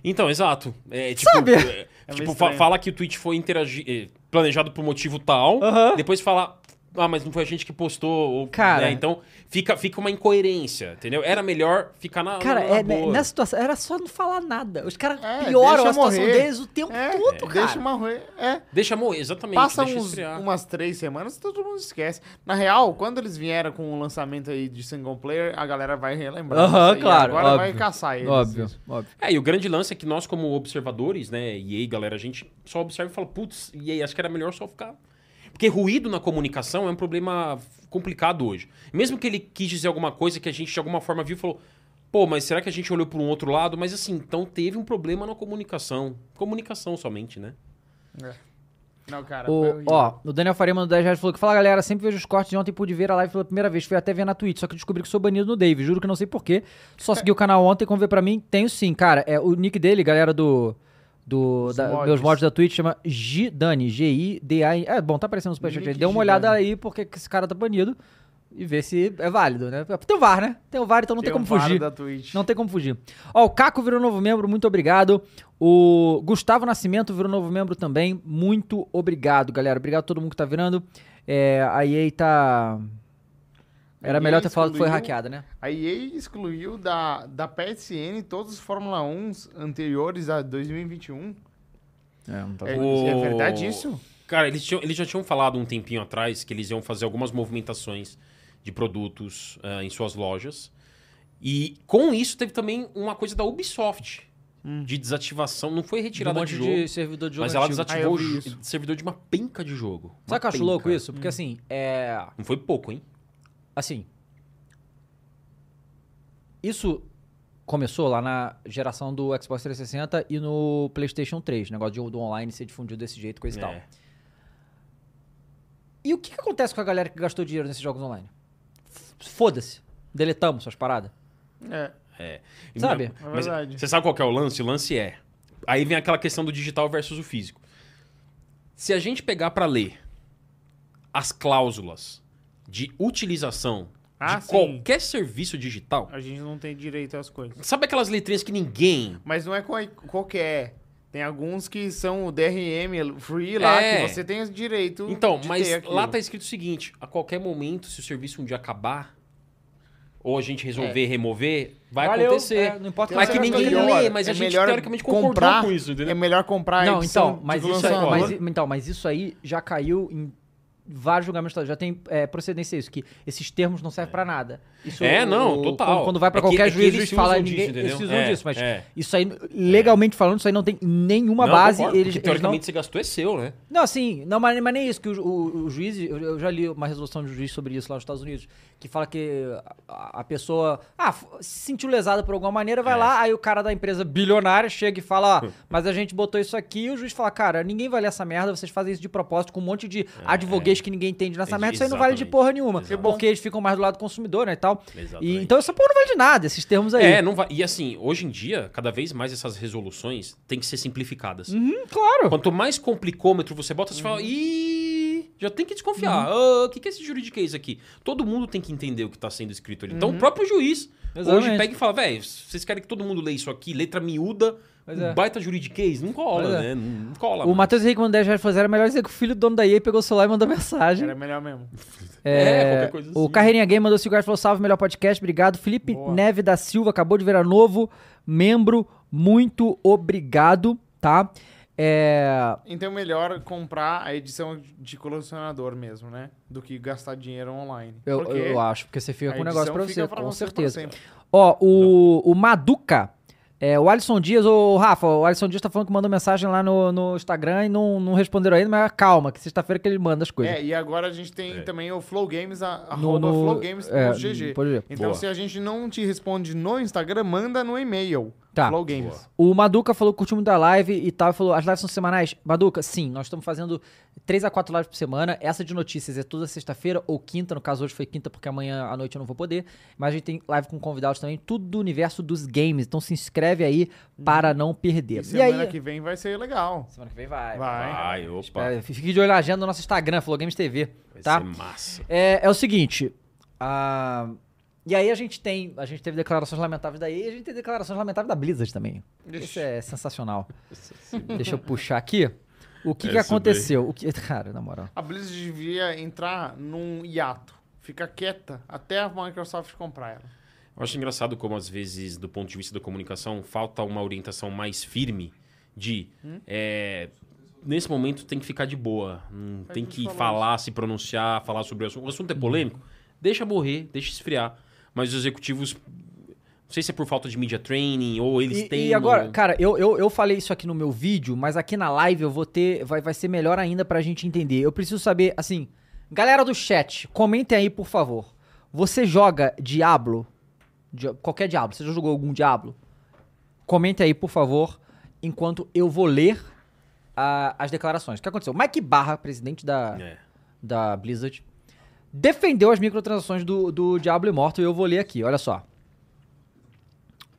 Speaker 3: Então, exato. É, tipo,
Speaker 1: Sabe?
Speaker 3: é,
Speaker 2: meio
Speaker 3: tipo, fa-
Speaker 2: estranho.
Speaker 3: fala que o tweet foi interagi- eh, planejado por motivo tal,
Speaker 1: Aham.
Speaker 3: depois fala. Ah, mas não foi a gente que postou. Ou,
Speaker 1: Cara.
Speaker 3: né, Então fica, fica uma incoerência, entendeu? Era melhor ficar na.
Speaker 1: Cara,
Speaker 3: Ah, na
Speaker 1: é,
Speaker 3: boa.
Speaker 1: nessa situação, era só não falar nada. Os caras
Speaker 2: É,
Speaker 1: pioram
Speaker 2: deixa
Speaker 1: a situação
Speaker 2: morrer.
Speaker 1: deles o tempo
Speaker 2: É,
Speaker 1: todo, cara.
Speaker 2: Deixa uma... rua- É.
Speaker 3: Deixa morrer, exatamente.
Speaker 2: Passa
Speaker 3: deixa
Speaker 2: uns,
Speaker 3: esfriar.
Speaker 2: umas três semanas e todo mundo esquece. Na real, quando eles vieram com o lançamento aí de single player, a galera vai relembrar.
Speaker 1: Aham,
Speaker 2: disso aí.
Speaker 1: claro,
Speaker 2: Agora vai
Speaker 1: óbvio.
Speaker 2: caçar eles. isso.
Speaker 1: óbvio.
Speaker 3: É, e o grande lance é que nós, como observadores, né, e aí, galera, a gente só observa e fala, putz, e aí, acho que era melhor só ficar. Porque ruído na comunicação é um problema complicado hoje. Mesmo que ele quis dizer alguma coisa que a gente de alguma forma viu e falou, pô, mas será que a gente olhou por um outro lado? Mas assim, então teve um problema na comunicação. Comunicação somente, né?
Speaker 2: Não, cara, foi um
Speaker 1: O,
Speaker 2: horrível.
Speaker 1: ó, o Daniel Farema no 10 reais falou que fala, galera, sempre vejo os cortes de ontem pude ver a live pela primeira vez. Fui até ver na Twitch, só que descobri que sou banido no Dave. Juro que não sei porquê. Só segui o canal ontem, como ver pra mim, tenho sim, cara. É, o nick dele, galera do. do da-
Speaker 2: mods.
Speaker 1: meus mods da Twitch chama Gidani, G-I-D-A. É, bom, tá aparecendo no superchat aí.
Speaker 2: Nick
Speaker 1: Dê uma olhada
Speaker 2: Gidani.
Speaker 1: aí porque que esse cara tá banido e ver se é válido, né? Tem o VAR, né? Tem o VAR, então não tem,
Speaker 2: um
Speaker 1: como
Speaker 2: VAR
Speaker 1: fugir.
Speaker 2: Da Twitch.
Speaker 1: Não tem como fugir. Ó, o Caco virou novo membro, muito obrigado. O Gustavo Nascimento virou novo membro também, muito obrigado, galera. Obrigado a todo mundo que tá virando. É, a EA tá. Era
Speaker 2: A
Speaker 1: melhor
Speaker 2: EA
Speaker 1: ter falado que foi
Speaker 2: excluiu-
Speaker 1: hackeada, né?
Speaker 2: A EA excluiu da, da PSN todos os Fórmula 1 anteriores a 2021.
Speaker 1: É, não tá
Speaker 2: É,
Speaker 3: O-
Speaker 2: é verdade isso?
Speaker 3: Cara, eles, tinham- eles já tinham falado um tempinho atrás que eles iam fazer algumas movimentações de produtos ah, em suas lojas. E com isso teve também uma coisa da Ubisoft de desativação. Não foi retirada
Speaker 1: um
Speaker 3: de
Speaker 1: monte
Speaker 3: jogo,
Speaker 1: Hum. de, servidor de jogo.
Speaker 3: mas ela
Speaker 1: antigo.
Speaker 2: Ah, eu
Speaker 3: desativou o
Speaker 2: vi
Speaker 3: jo-
Speaker 2: isso.
Speaker 3: servidor de uma penca de jogo. Uma
Speaker 1: Sabe o que eu acho
Speaker 3: penca.
Speaker 1: louco isso? Porque assim, é.
Speaker 3: Não foi pouco, hein?
Speaker 1: Assim. Isso começou lá na geração do Xbox 360 e no PlayStation 3, negócio de, do online ser difundido desse jeito, coisa e tal.
Speaker 3: É.
Speaker 1: E o que, que acontece com a galera que gastou dinheiro nesses jogos online? F- Foda-se. Deletamos suas paradas.
Speaker 2: É.
Speaker 1: Sabe? É
Speaker 3: Mas
Speaker 2: verdade.
Speaker 3: você sabe qual que é o lance? O lance é. Aí vem aquela questão do digital versus o físico. Se a gente pegar pra ler as cláusulas de utilização
Speaker 2: Ah,
Speaker 3: de
Speaker 2: sim.
Speaker 3: qualquer serviço digital,
Speaker 2: A gente não tem direito às coisas.
Speaker 3: sabe aquelas letrinhas que ninguém
Speaker 2: Mas não é qual- qualquer. Tem alguns que são o DRM free lá,
Speaker 3: É.
Speaker 2: que você tem o direito
Speaker 3: Então,
Speaker 2: de
Speaker 3: mas
Speaker 2: ter aquilo.
Speaker 3: lá tá escrito o seguinte: a qualquer momento, se o serviço um dia acabar, ou a gente resolver remover, vai
Speaker 1: É. Valeu,
Speaker 3: acontecer.
Speaker 1: é, não
Speaker 2: um
Speaker 1: importa
Speaker 3: mas
Speaker 1: quanto
Speaker 3: que
Speaker 1: você
Speaker 3: ninguém
Speaker 1: gastou.
Speaker 3: lê, mas a gente teoricamente concordou
Speaker 2: É comprar,
Speaker 3: com isso, entendeu?
Speaker 2: É melhor comprar a
Speaker 1: Não,
Speaker 2: edição
Speaker 1: então,
Speaker 2: de
Speaker 1: mas isso, aí,
Speaker 2: lançamento.
Speaker 1: mas, então, mas isso aí já caiu em vários julgamentos. da- Já tem é, procedência isso, que esses termos não servem pra nada. Isso,
Speaker 3: É, não,
Speaker 1: o-
Speaker 3: total.
Speaker 1: Quando, quando vai pra
Speaker 3: É que-
Speaker 1: qualquer
Speaker 3: é que
Speaker 1: juiz,
Speaker 3: eles
Speaker 1: eles
Speaker 3: usam
Speaker 1: falam
Speaker 3: disso,
Speaker 1: ninguém,
Speaker 3: entendeu?
Speaker 1: eles usam
Speaker 3: É,
Speaker 1: disso, mas
Speaker 3: é.
Speaker 1: isso aí, legalmente falando, isso aí não tem nenhuma
Speaker 3: Não,
Speaker 1: base.
Speaker 3: concordo,
Speaker 1: eles,
Speaker 3: porque
Speaker 1: eles não-
Speaker 3: teoricamente você gastou é seu, né?
Speaker 1: não, assim, não, mas, mas nem isso, que o, ju- o- o juiz, eu, eu já li uma resolução de um juiz sobre isso lá nos Estados Unidos, que fala que a, a pessoa ah, f- se sentiu lesada por alguma maneira,
Speaker 3: É.
Speaker 1: vai lá, aí o cara da empresa bilionária chega e fala, ó, mas a gente botou isso aqui, e o juiz fala, cara, ninguém vai ler essa merda, vocês fazem isso de propósito com um monte de advoguês que ninguém entende nessa
Speaker 3: É, Entendi,
Speaker 1: merda, isso aí não vale de
Speaker 3: exatamente,
Speaker 1: porra nenhuma,
Speaker 3: exato.
Speaker 1: porque eles ficam mais do lado do consumidor, né, e tal. E,
Speaker 3: Exatamente.
Speaker 1: então essa porra não vale de nada, esses termos aí.
Speaker 3: É, não vai. E assim, hoje em dia, cada vez mais essas resoluções têm que ser simplificadas.
Speaker 1: Hum, claro.
Speaker 3: Quanto mais complicômetro você bota, você
Speaker 1: Uhum.
Speaker 3: fala, ih, já tem que desconfiar. Ah, o que, que é esse juridiquês aqui? Todo mundo tem que entender o que está sendo escrito ali. Então, o próprio juiz hoje
Speaker 1: Uhum. Exatamente.
Speaker 3: pega e fala, velho, vocês querem que todo mundo leia isso aqui, letra miúda,
Speaker 1: Pois
Speaker 3: um
Speaker 1: é.
Speaker 3: baita juridiquês? Não cola,
Speaker 1: Pois é.
Speaker 3: né? Não, não cola.
Speaker 1: O
Speaker 3: mano.
Speaker 1: Matheus Henrique mandou 10 reais pra fazer, era melhor dizer que o filho do dono da EA pegou o celular e mandou mensagem.
Speaker 2: Era melhor mesmo.
Speaker 3: É,
Speaker 1: É,
Speaker 3: qualquer coisa
Speaker 1: O
Speaker 3: assim.
Speaker 1: Carreirinha Game mandou 5 reais falou: salve, melhor podcast, obrigado. Felipe Neve da Silva acabou de virar novo membro, muito obrigado, tá? É.
Speaker 2: Então é melhor comprar a edição de colecionador mesmo, né? Do que gastar dinheiro online.
Speaker 1: Eu,
Speaker 2: Porque
Speaker 1: eu acho, porque você fica
Speaker 2: a
Speaker 1: com o negócio
Speaker 2: edição
Speaker 1: pra
Speaker 2: fica
Speaker 1: você,
Speaker 2: um pra
Speaker 1: com
Speaker 2: você pra
Speaker 1: certeza.
Speaker 2: sempre.
Speaker 1: Ó, o, o Maduca, é, o Alisson Dias, o Rafa, o Alisson Dias tá falando que mandou mensagem lá no, no Instagram e não, não responderam ainda, mas calma, que sexta-feira que ele manda as coisas.
Speaker 2: É, e agora a gente tem também o Flow Games, a,
Speaker 1: No-
Speaker 2: arroba
Speaker 1: no-
Speaker 2: Flow Games
Speaker 1: é,
Speaker 2: ponto GG.
Speaker 1: pode ver.
Speaker 2: Então
Speaker 3: Boa.
Speaker 2: se a gente não te responde no Instagram, manda no e-mail.
Speaker 1: Tá.
Speaker 2: Flow Games.
Speaker 1: O Maduca falou que curtiu muito a live e tal, e falou, as lives são semanais? Maduca, sim, nós estamos fazendo 3 a 4 lives por semana. Essa de notícias é toda sexta-feira ou quinta, no caso hoje foi quinta porque amanhã à noite eu não vou poder. Mas a gente tem live com convidados também, tudo do universo dos games. Então se inscreve aí para não perder.
Speaker 2: E
Speaker 1: E, aí...
Speaker 2: semana que vem vai ser legal.
Speaker 1: Semana que vem vai.
Speaker 2: Vai.
Speaker 3: Ai, opa.
Speaker 1: É, fique de olho na agenda do nosso Instagram, Flow Games TV,
Speaker 3: Vai
Speaker 1: tá?
Speaker 3: ser massa.
Speaker 1: É, é o seguinte. ah, e aí a gente tem. A gente teve declarações lamentáveis daí e a gente tem declarações lamentáveis da Blizzard também. Isso é sensacional. Deixa eu puxar aqui. O que, que
Speaker 3: Essa daí.
Speaker 1: aconteceu? O que, cara, na moral.
Speaker 2: A Blizzard devia entrar num hiato. Fica quieta até a Microsoft comprar ela.
Speaker 3: Eu acho engraçado como, às vezes, do ponto de vista da comunicação, falta uma orientação mais firme de.
Speaker 1: Hum?
Speaker 3: é, nesse momento tem que ficar de boa. Não tem
Speaker 1: um
Speaker 2: que
Speaker 3: que
Speaker 2: falar
Speaker 3: falar, se pronunciar, falar sobre o assunto. O
Speaker 1: Uhum.
Speaker 3: assunto é polêmico? Deixa morrer, deixa esfriar. Mas os executivos. Não sei se é por falta de media training ou eles
Speaker 1: E,
Speaker 3: têm. um-
Speaker 1: e agora,
Speaker 3: ou-
Speaker 1: cara, eu, eu, eu falei isso aqui no meu vídeo, mas aqui na live eu vou ter. Vai, vai ser melhor ainda pra gente entender. Eu preciso saber, assim. Galera do chat, comentem aí, por favor. Você joga Diablo? Dia- qualquer Diablo. Você já jogou algum Diablo? Comente aí, por favor, enquanto eu vou ler ah, as declarações. O que aconteceu? Mike Barra, presidente da,
Speaker 3: É.
Speaker 1: da Blizzard, defendeu as microtransações do, do Diablo Immortal e eu vou ler aqui, olha só.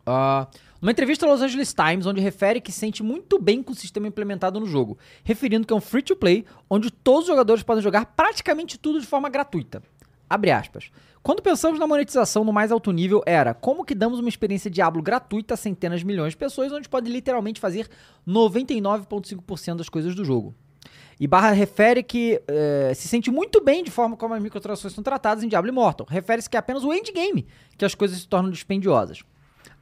Speaker 1: Ah, numa entrevista ao Los Angeles Times, onde refere que sente muito bem com o sistema implementado no jogo, referindo que é um free-to-play onde todos os jogadores podem jogar praticamente tudo de forma gratuita. Abre aspas. Quando pensamos na monetização no mais alto nível, era como que damos uma experiência Diablo gratuita a centenas de milhões de pessoas, onde podem literalmente fazer 99,5% das coisas do jogo. E Barra refere que eh, se sente muito bem de forma como as microtransações são tratadas em Diablo Immortal. Refere-se que é apenas o endgame que as coisas se tornam dispendiosas.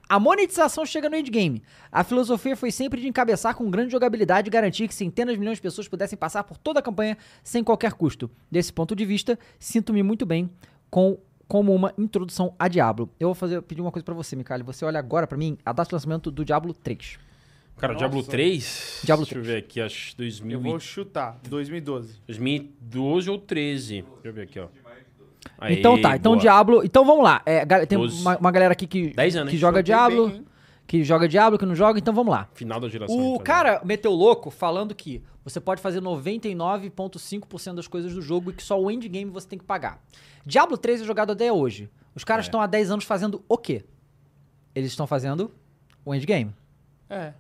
Speaker 1: A monetização chega no endgame. A filosofia foi sempre de encabeçar com grande jogabilidade e garantir que centenas de milhões de pessoas pudessem passar por toda a campanha sem qualquer custo. Desse ponto de vista, sinto-me muito bem com como uma introdução a Diablo. Eu vou fazer, pedir uma coisa pra você, Mikali. Você olha agora pra mim a data de lançamento do Diablo 3.
Speaker 3: Cara, Diablo 3.
Speaker 1: Diablo
Speaker 3: deixa eu ver aqui, acho 2000
Speaker 2: Eu vou chutar, 2012.
Speaker 3: 2012 ou 13. Deixa eu ver aqui, ó. Aí,
Speaker 1: então tá, então
Speaker 3: boa.
Speaker 1: Diablo. Então vamos lá. É, gal- tem
Speaker 3: Doze.
Speaker 1: uma, uma galera aqui que,
Speaker 3: Dez anos,
Speaker 1: que
Speaker 3: hein?
Speaker 1: joga
Speaker 2: Joguei
Speaker 1: Diablo,
Speaker 2: bem, hein?
Speaker 1: que joga Diablo, que não joga, então vamos lá.
Speaker 3: Final da geração.
Speaker 1: O
Speaker 3: italiana.
Speaker 2: tá
Speaker 1: cara meteu louco falando que você pode fazer 99,5% das coisas do jogo e que só o endgame você tem que pagar. Diablo 3 é jogado até hoje. Os
Speaker 2: É.
Speaker 1: caras estão há 10 anos fazendo o quê? Eles estão fazendo o endgame.
Speaker 2: É.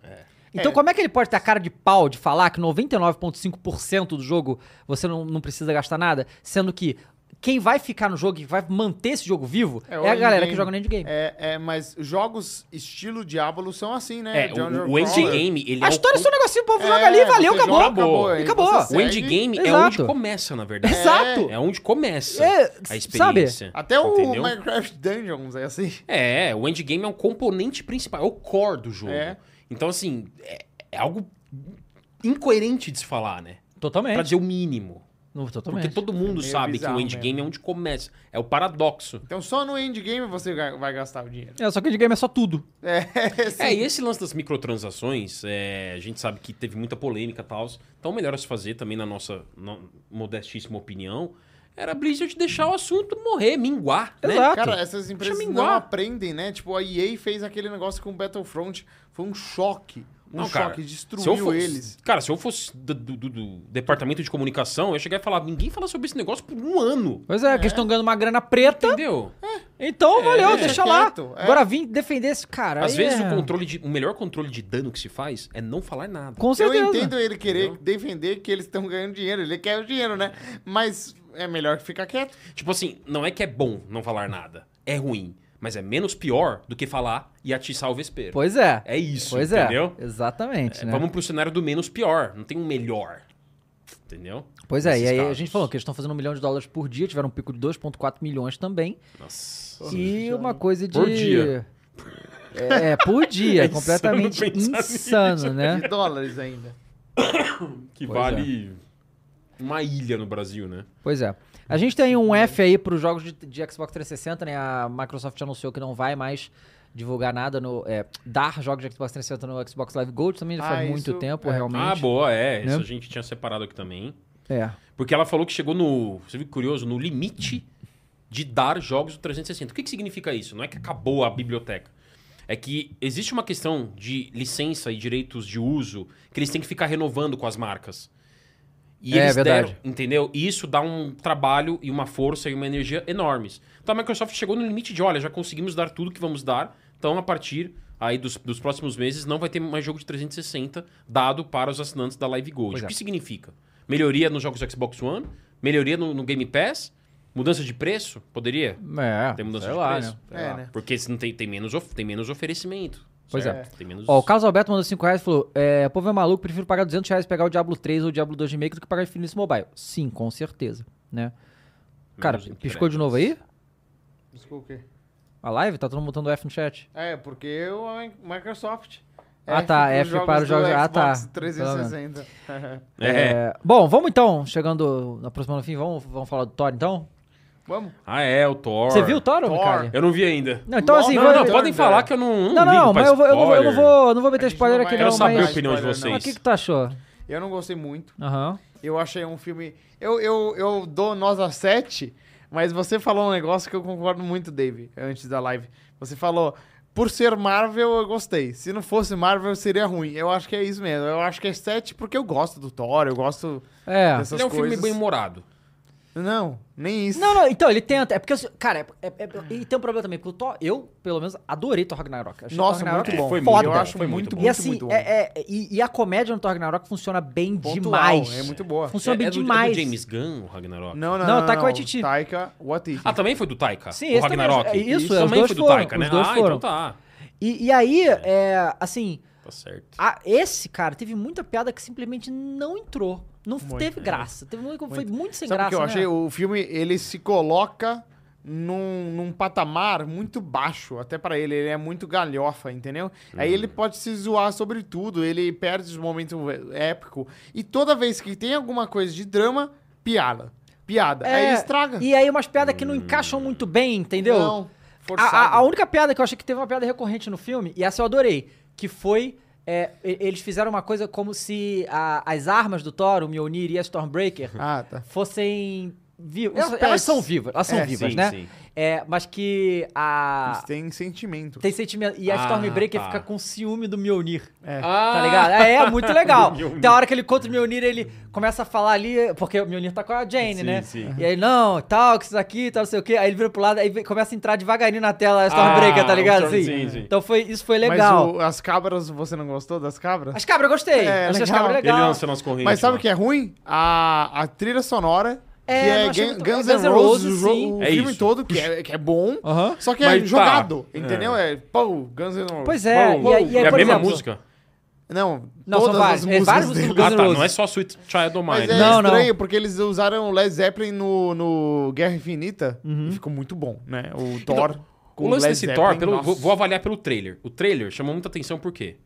Speaker 1: Então,
Speaker 2: É.
Speaker 1: como é que ele pode ter a cara de pau de falar que 99,5% do jogo você não, não precisa gastar nada, sendo que quem vai ficar no jogo e vai manter esse jogo vivo é,
Speaker 2: o
Speaker 1: a galera
Speaker 2: endgame.
Speaker 1: que joga no endgame.
Speaker 2: É, é, mas jogos estilo Diablo são assim, né?
Speaker 3: É,
Speaker 2: Dungeon
Speaker 3: o, o
Speaker 2: Crawler.
Speaker 3: endgame, ele é
Speaker 1: a
Speaker 3: o
Speaker 1: história é só um
Speaker 3: ponto-
Speaker 1: negocinho, o povo
Speaker 2: É,
Speaker 1: joga ali, valeu,
Speaker 2: você
Speaker 1: acabou.
Speaker 2: joga, acabou, aí
Speaker 1: e acabou.
Speaker 2: você
Speaker 3: O
Speaker 2: segue.
Speaker 3: endgame é
Speaker 1: Exato.
Speaker 3: onde começa, na verdade.
Speaker 1: Exato.
Speaker 3: É onde começa
Speaker 1: É,
Speaker 3: a
Speaker 1: sabe?
Speaker 3: experiência.
Speaker 2: Até um o
Speaker 3: entendeu?
Speaker 2: Minecraft Dungeons é assim.
Speaker 3: É, o endgame é um componente principal, é o core do jogo.
Speaker 2: É.
Speaker 3: Então, assim, é, é algo incoerente de se falar, né? Pra
Speaker 1: Totalmente.
Speaker 3: dizer o mínimo.
Speaker 1: No-
Speaker 3: Porque
Speaker 1: Totalmente.
Speaker 3: todo mundo
Speaker 2: É meio
Speaker 3: sabe que
Speaker 2: bizarro
Speaker 3: o endgame
Speaker 2: mesmo.
Speaker 3: é onde começa. É o paradoxo.
Speaker 2: Então só no endgame você ga- vai gastar o dinheiro.
Speaker 1: É, só que o endgame é só tudo.
Speaker 2: É, assim.
Speaker 3: É, e esse lance das microtransações, é, a gente sabe que teve muita polêmica e tal. Então, o melhor a se fazer também, na nossa no- modestíssima opinião, era a Blizzard deixar o assunto morrer, minguar, né?
Speaker 1: Exato.
Speaker 2: Cara, essas empresas
Speaker 3: Deixa eu
Speaker 2: não
Speaker 3: minguar.
Speaker 2: aprendem, né? Tipo, a EA fez aquele negócio com o Battlefront. Foi um choque. Um
Speaker 3: Não, cara,
Speaker 2: choque.
Speaker 3: Se eu
Speaker 2: Destruiu
Speaker 3: fosse-
Speaker 2: eles.
Speaker 3: Cara, se eu fosse do, do- do- do departamento de comunicação, eu ia chegar e falar, ninguém fala sobre esse negócio por um ano.
Speaker 1: Pois é, que eles estão ganhando uma grana preta,
Speaker 3: Entendeu? É,
Speaker 1: então valeu,
Speaker 2: deixa
Speaker 1: deixa lá.
Speaker 2: quieto, é.
Speaker 1: Agora vim defender esse cara.
Speaker 3: Às
Speaker 1: aí
Speaker 3: vezes
Speaker 1: é-
Speaker 3: o controle de. O melhor controle de dano que se faz é não falar nada.
Speaker 1: Com certeza.
Speaker 2: Eu entendo ele querer defender que eles estão ganhando dinheiro. Ele quer o dinheiro, né? Mas é melhor que ficar quieto.
Speaker 3: Tipo assim, não é que é bom não falar nada. É ruim. Mas é menos pior do que falar e atiçar o vespeiro.
Speaker 1: Pois é.
Speaker 3: É isso,
Speaker 1: Pois
Speaker 3: entendeu?
Speaker 1: é. Exatamente, né?
Speaker 3: Vamos pro cenário do menos pior. Não tem um melhor. Entendeu?
Speaker 1: Pois é, e
Speaker 3: Nesses
Speaker 1: aí a
Speaker 3: casos.
Speaker 1: gente falou que eles estão fazendo um milhão de dólares por dia, tiveram um pico de 2,4 milhões também.
Speaker 3: Nossa.
Speaker 1: e uma coisa de.
Speaker 3: Por dia.
Speaker 1: É, é, por dia.
Speaker 3: É insano assim.
Speaker 1: completamente
Speaker 3: pensar
Speaker 1: insano, né?
Speaker 2: De dólares ainda.
Speaker 3: Que
Speaker 1: Pois é.
Speaker 3: vale uma ilha no Brasil, né?
Speaker 1: Pois é. A gente tem um F aí para os jogos de, de Xbox 360, né? A Microsoft anunciou que não vai mais divulgar nada no. é, dar jogos de Xbox 360 no Xbox Live Gold também já
Speaker 2: Ah,
Speaker 1: faz
Speaker 2: isso
Speaker 1: muito tempo,
Speaker 2: é.
Speaker 1: realmente.
Speaker 3: Ah, boa, é. Isso
Speaker 1: Né?
Speaker 3: a gente tinha separado aqui também.
Speaker 1: É.
Speaker 3: Porque ela falou que chegou no. Você viu que curioso? No limite de dar jogos do 360. O que, que significa isso? Não é que acabou a biblioteca. É que existe uma questão de licença e direitos de uso que eles têm que ficar renovando com as marcas. E
Speaker 1: É,
Speaker 3: eles
Speaker 1: verdade.
Speaker 3: deram, entendeu? E isso dá um trabalho e uma força e uma energia enormes. Então a Microsoft chegou no limite de, olha, já conseguimos dar tudo que vamos dar, então a partir aí dos, dos próximos meses não vai ter mais jogo de 360 dado para os assinantes da Live Gold.
Speaker 1: Pois é.
Speaker 3: O que significa? Melhoria nos jogos Xbox One, melhoria no, no Game Pass, mudança de preço? Poderia
Speaker 1: É.
Speaker 3: ter mudança
Speaker 1: sei
Speaker 3: de
Speaker 1: lá,
Speaker 3: preço.
Speaker 1: né?
Speaker 2: É, né?
Speaker 3: Porque se não tem, tem, menos of- tem menos oferecimento.
Speaker 1: Pois é.
Speaker 3: certo? Tem menos...
Speaker 1: Ó, o Carlos Alberto mandou 5 reais e falou: é, o povo é maluco, prefiro pagar 200 reais e pegar o Diablo 3 ou o Diablo 2 Remake do que pagar Infinity Mobile. Sim, com certeza, né? Cara,
Speaker 3: Menos
Speaker 1: piscou de novo aí?
Speaker 2: Desculpa. o quê?
Speaker 1: A live? Tá todo mundo botando F no chat.
Speaker 2: É, porque o Microsoft. é
Speaker 1: Ah, tá,
Speaker 2: pros
Speaker 1: F para os jogos-
Speaker 2: do
Speaker 1: ah, tá.
Speaker 2: Xbox 360.
Speaker 3: É.
Speaker 1: Bom, vamos então, chegando, aproximando o fim, vamos, vamos falar do Thor então?
Speaker 2: Vamos.
Speaker 3: Ah, é, o Thor.
Speaker 1: Você viu o Thor,
Speaker 2: Thor.
Speaker 1: Micali?
Speaker 3: Eu não vi ainda.
Speaker 1: Não, então
Speaker 2: Não,
Speaker 1: assim.
Speaker 3: não,
Speaker 1: vou-
Speaker 3: não,
Speaker 2: eu-
Speaker 3: podem
Speaker 2: eu-
Speaker 3: falar que eu
Speaker 1: não,
Speaker 3: não.
Speaker 1: não,
Speaker 3: ligo
Speaker 1: não,
Speaker 3: pra
Speaker 1: mas eu vou, eu, não vou, eu não
Speaker 3: spoiler.
Speaker 1: vou, não vou
Speaker 2: A
Speaker 1: meter
Speaker 2: gente não
Speaker 1: spoiler
Speaker 2: vai-
Speaker 1: aqui,
Speaker 2: Quero
Speaker 1: não.
Speaker 3: saber
Speaker 1: mas...
Speaker 3: a opinião de
Speaker 2: Spoiler, não.
Speaker 1: Mas
Speaker 2: é
Speaker 3: vocês.
Speaker 1: o que, que tu achou?
Speaker 2: Eu não gostei muito.
Speaker 1: Aham.
Speaker 2: Eu achei um filme. Eu, eu, eu dou nota 7, mas você falou um negócio que eu concordo muito, Dave, antes da live. Você falou. Por ser Marvel, eu gostei. Se não fosse Marvel, seria ruim. Eu acho que é isso mesmo. Eu acho que é 7 porque eu gosto do Thor, eu gosto
Speaker 1: É.
Speaker 2: dessas
Speaker 3: Ele é um
Speaker 2: coisas.
Speaker 3: filme bem humorado.
Speaker 2: Não, nem isso.
Speaker 1: Não, não, então, ele tenta. É porque, eu- cara, é, é- é- e tem um problema também, porque o Thor, eu, pelo menos, adorei Thor Ragnarok. Achei
Speaker 2: Nossa,
Speaker 1: Thor Ragnarok
Speaker 2: muito bom.
Speaker 3: foi
Speaker 1: foda.
Speaker 2: eu
Speaker 3: bom,
Speaker 2: acho
Speaker 3: foi
Speaker 2: muito,
Speaker 3: muito bom.
Speaker 2: muito,
Speaker 1: e assim,
Speaker 2: muito bom.
Speaker 1: é, é- e, e a comédia no Thor Ragnarok funciona bem
Speaker 2: Pontual,
Speaker 1: demais.
Speaker 2: É muito boa.
Speaker 1: Funciona bem
Speaker 3: é, é do- é
Speaker 1: demais.
Speaker 3: Do, James Gunn, o Ragnarok.
Speaker 2: Não, não,
Speaker 1: Não,
Speaker 2: não.
Speaker 1: Taika Waititi.
Speaker 2: Taika Waititi.
Speaker 3: Ah, também foi do Taika?
Speaker 1: Sim,
Speaker 3: o
Speaker 1: esse também-
Speaker 3: Ragnarok.
Speaker 1: é isso, é, os
Speaker 3: também
Speaker 1: dois
Speaker 3: foi do
Speaker 1: foram,
Speaker 3: Taika, né?
Speaker 1: os dois
Speaker 3: ah,
Speaker 1: foram.
Speaker 3: então tá.
Speaker 1: E, e aí, é, assim,
Speaker 3: Tá certo.
Speaker 1: a- esse cara teve muita piada que simplesmente não entrou. Não
Speaker 2: Muito,
Speaker 1: teve
Speaker 2: é.
Speaker 1: graça. Teve muito- Foi muito sem
Speaker 2: Sabe o
Speaker 1: graça.
Speaker 2: que eu
Speaker 1: né?
Speaker 2: achei? O filme, ele se coloca num, num patamar muito baixo, até pra ele. Ele é muito galhofa, entendeu? Aí ele pode se zoar sobre tudo, ele perde os momentos épicos. E toda vez que tem alguma coisa de drama, piada. Piada.
Speaker 1: É,
Speaker 2: Aí estraga.
Speaker 1: E aí umas piadas que não encaixam muito bem, entendeu?
Speaker 2: Não, forçado.
Speaker 1: A, a- a única piada que eu achei que teve uma piada recorrente no filme, e essa eu adorei, que foi. é, e- eles fizeram uma coisa como se a- as armas do Thor, o Mjolnir e a Stormbreaker,
Speaker 2: Ah, tá.
Speaker 1: fossem vivas.
Speaker 2: Os
Speaker 1: Elas,
Speaker 2: pés.
Speaker 1: elas são vivas, elas são
Speaker 2: É,
Speaker 1: vivas,
Speaker 3: sim,
Speaker 1: né?
Speaker 3: sim.
Speaker 1: É, mas que a.
Speaker 2: Eles têm sentimento.
Speaker 1: Tem sentimento. E a
Speaker 3: Ah,
Speaker 1: Stormbreaker
Speaker 3: tá.
Speaker 1: fica com ciúme do Mjolnir.
Speaker 2: É.
Speaker 1: Tá ligado? É, é muito legal. Tem a hora que ele contra o Mjolnir, ele começa a falar ali, porque o Mjolnir tá com a Jane,
Speaker 3: Sim,
Speaker 1: né?
Speaker 3: sim.
Speaker 1: E aí, não, tal, que isso aqui, tal, não sei o quê. Aí ele vira pro lado, aí vem- começa a entrar devagarinho na tela a Stormbreaker,
Speaker 3: Ah,
Speaker 1: tá ligado?
Speaker 3: o Storm-
Speaker 1: Assim.
Speaker 3: sim, sim.
Speaker 1: Então foi, isso foi legal.
Speaker 2: Mas o- as cabras, você não gostou das cabras?
Speaker 1: As cabras eu gostei.
Speaker 2: É,
Speaker 1: Achei as
Speaker 2: legal.
Speaker 1: cabras
Speaker 3: Ele
Speaker 1: legal.
Speaker 2: é?
Speaker 3: lança nas correntes.
Speaker 2: Mas sabe o
Speaker 3: lá.
Speaker 2: que é ruim? A, a trilha sonora que é
Speaker 1: não achei
Speaker 2: Gun-
Speaker 1: muito-
Speaker 2: Guns
Speaker 1: é
Speaker 2: N' Roses, o,
Speaker 1: sim.
Speaker 2: jogo, o
Speaker 3: É
Speaker 2: filme
Speaker 3: isso.
Speaker 2: todo, que é, que é bom,
Speaker 1: Aham.
Speaker 2: só que é
Speaker 3: Mas tá.
Speaker 2: jogado, entendeu? É, pô, Guns N' Roses.
Speaker 1: Pois é,
Speaker 2: pô,
Speaker 1: e aí-
Speaker 2: pô.
Speaker 1: e aí,
Speaker 3: é a
Speaker 1: por
Speaker 3: mesma
Speaker 1: exemplo,
Speaker 3: música?
Speaker 2: Não,
Speaker 1: Não, são
Speaker 2: todas
Speaker 1: várias,
Speaker 2: as
Speaker 1: é
Speaker 2: músicas
Speaker 1: várias
Speaker 2: dele.
Speaker 1: músicas do
Speaker 3: Ah,
Speaker 1: Guns N'
Speaker 3: tá. Não é
Speaker 1: Roses.
Speaker 3: só Sweet Child O'
Speaker 2: Mas
Speaker 3: Mine.
Speaker 2: é
Speaker 3: né?
Speaker 1: Não, não.
Speaker 2: estranho, porque eles usaram o Led Zeppelin no, no Guerra Infinita
Speaker 1: Uhum.
Speaker 2: e ficou muito bom, né? O
Speaker 1: Então,
Speaker 2: Thor com
Speaker 3: O lance
Speaker 2: Led
Speaker 3: desse
Speaker 2: Zeppelin,
Speaker 3: Thor, pelo,
Speaker 2: nossa.
Speaker 3: vou, vou avaliar pelo trailer. O trailer chamou muita atenção por quê?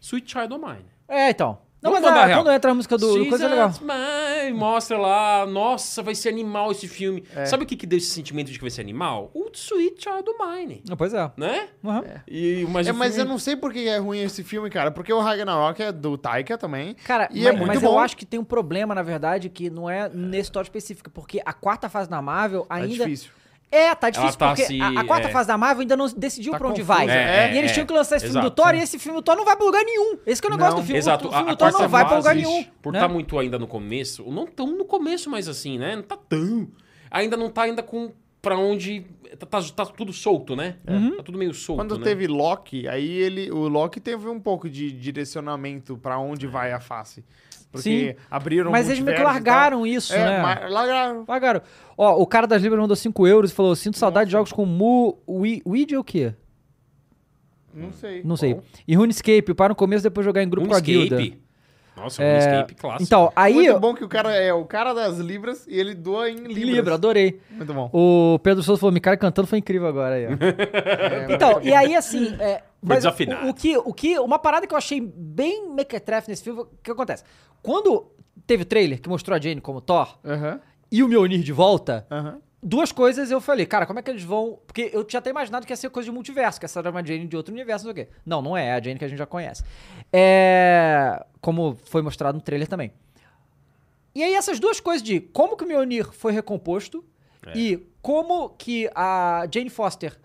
Speaker 3: Sweet Child O' Mine.
Speaker 1: É, então. Não,
Speaker 3: Vamos
Speaker 1: mas
Speaker 3: mandar
Speaker 1: ah,
Speaker 3: real.
Speaker 1: quando entra a música do, do coisa é legal.
Speaker 3: Jesus Mine, mostra lá, nossa, vai ser animal esse filme.
Speaker 1: É.
Speaker 3: Sabe o que, que deu esse sentimento de que vai ser animal? O Sweet Child O' Mine,
Speaker 1: Ah, Pois é.
Speaker 3: né?
Speaker 1: Aham.
Speaker 3: E, mas
Speaker 2: É,
Speaker 3: o
Speaker 2: mas eu
Speaker 3: filme-
Speaker 2: não sei por que é ruim esse filme, cara. Porque o Ragnarok é do Taika também.
Speaker 1: Cara,
Speaker 2: e
Speaker 1: mas,
Speaker 2: é muito
Speaker 1: mas
Speaker 2: bom.
Speaker 1: eu acho que tem um problema, na verdade, que não é nesse Thor específico, porque a quarta fase da Marvel
Speaker 2: é
Speaker 1: ainda.
Speaker 2: difícil.
Speaker 1: É, tá difícil
Speaker 3: Ela tá
Speaker 1: porque
Speaker 3: se-
Speaker 1: a, a quarta
Speaker 3: é.
Speaker 1: fase da Marvel ainda não decidiu
Speaker 2: Tá
Speaker 1: pra onde
Speaker 2: confusa.
Speaker 1: vai.
Speaker 3: É,
Speaker 1: e eles
Speaker 3: é,
Speaker 1: tinham que lançar esse filme do
Speaker 3: exato.
Speaker 1: Thor e esse filme do Thor não vai pra lugar nenhum. Esse que é o negócio
Speaker 2: Não,
Speaker 1: do filme.
Speaker 3: Exato,
Speaker 1: o
Speaker 3: a,
Speaker 1: filme
Speaker 3: a
Speaker 1: do Thor
Speaker 3: quarta
Speaker 1: não vai pra
Speaker 3: fase,
Speaker 1: lugar nenhum.
Speaker 3: por tá
Speaker 1: né?
Speaker 3: estar muito ainda no começo, não tão no começo mais assim, né? Não tá tão. Ainda não tá ainda com pra onde. Tá, tá- tá tudo solto, né?
Speaker 1: Uhum.
Speaker 3: Tá tudo meio solto.
Speaker 2: Quando
Speaker 3: né?
Speaker 2: teve Loki, aí ele, o Loki teve um pouco de direcionamento pra onde vai a face. Porque
Speaker 1: Sim.
Speaker 2: abriram
Speaker 1: Mas eles meio que
Speaker 2: multiverso e tal.
Speaker 1: largaram isso,
Speaker 2: É,
Speaker 1: né?
Speaker 2: mas largaram.
Speaker 1: Pagaram. Ó, o cara das Libras mandou 5 euros e falou: sinto saudade de jogos com Mu. Wi- Wid ou o quê?
Speaker 2: Não sei.
Speaker 1: Não sei. E RuneScape, para no começo depois jogar em grupo com a guilda.
Speaker 3: RuneScape. Um Nossa, o RuneScape clássico.
Speaker 1: Então, aí.
Speaker 2: Muito bom que o cara é o cara das libras e ele doa em libras.
Speaker 1: Libra, adorei.
Speaker 2: Muito bom.
Speaker 1: O Pedro Souza falou: me cara cantando foi incrível agora aí, ó. então, e aí assim. É, mas o,
Speaker 3: desafinado.
Speaker 1: o que, o que. Uma parada que eu achei bem mequetrefe nesse filme, o que acontece? Quando teve o trailer que mostrou a Jane como Thor
Speaker 2: Aham,
Speaker 1: e o Mjolnir de volta,
Speaker 2: aham.
Speaker 1: duas coisas eu falei, cara, como é que eles vão. Porque eu já até imaginado que ia ser coisa de multiverso, que essa era uma Jane de outro universo, não sei o quê. Não, não é, é a Jane que a gente já conhece. É. Como foi mostrado no trailer também. E aí essas duas coisas de como que o Mjolnir foi recomposto
Speaker 2: É.
Speaker 1: e como que a Jane Foster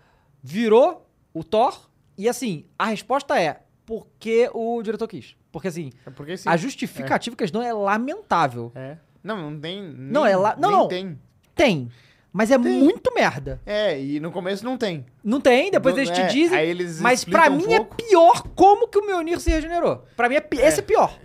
Speaker 1: virou o Thor. E assim, a resposta é porque o diretor quis. Porque assim,
Speaker 2: É porque sim.
Speaker 1: a justificativa que eles dão é lamentável.
Speaker 2: É. Não, não tem.
Speaker 1: Não,
Speaker 2: nem-
Speaker 1: é lá- não,
Speaker 2: nem
Speaker 1: não.
Speaker 2: tem.
Speaker 1: Tem, mas é muito merda.
Speaker 2: É, e no começo não tem.
Speaker 1: Não tem, depois
Speaker 2: Não-
Speaker 1: eles te
Speaker 2: é,
Speaker 1: dizem.
Speaker 2: aí eles
Speaker 1: mas pra
Speaker 2: explicam um
Speaker 1: mim
Speaker 2: pouco.
Speaker 1: é pior como que o Mjolnir se regenerou. Pra mim, é pi- esse é pior.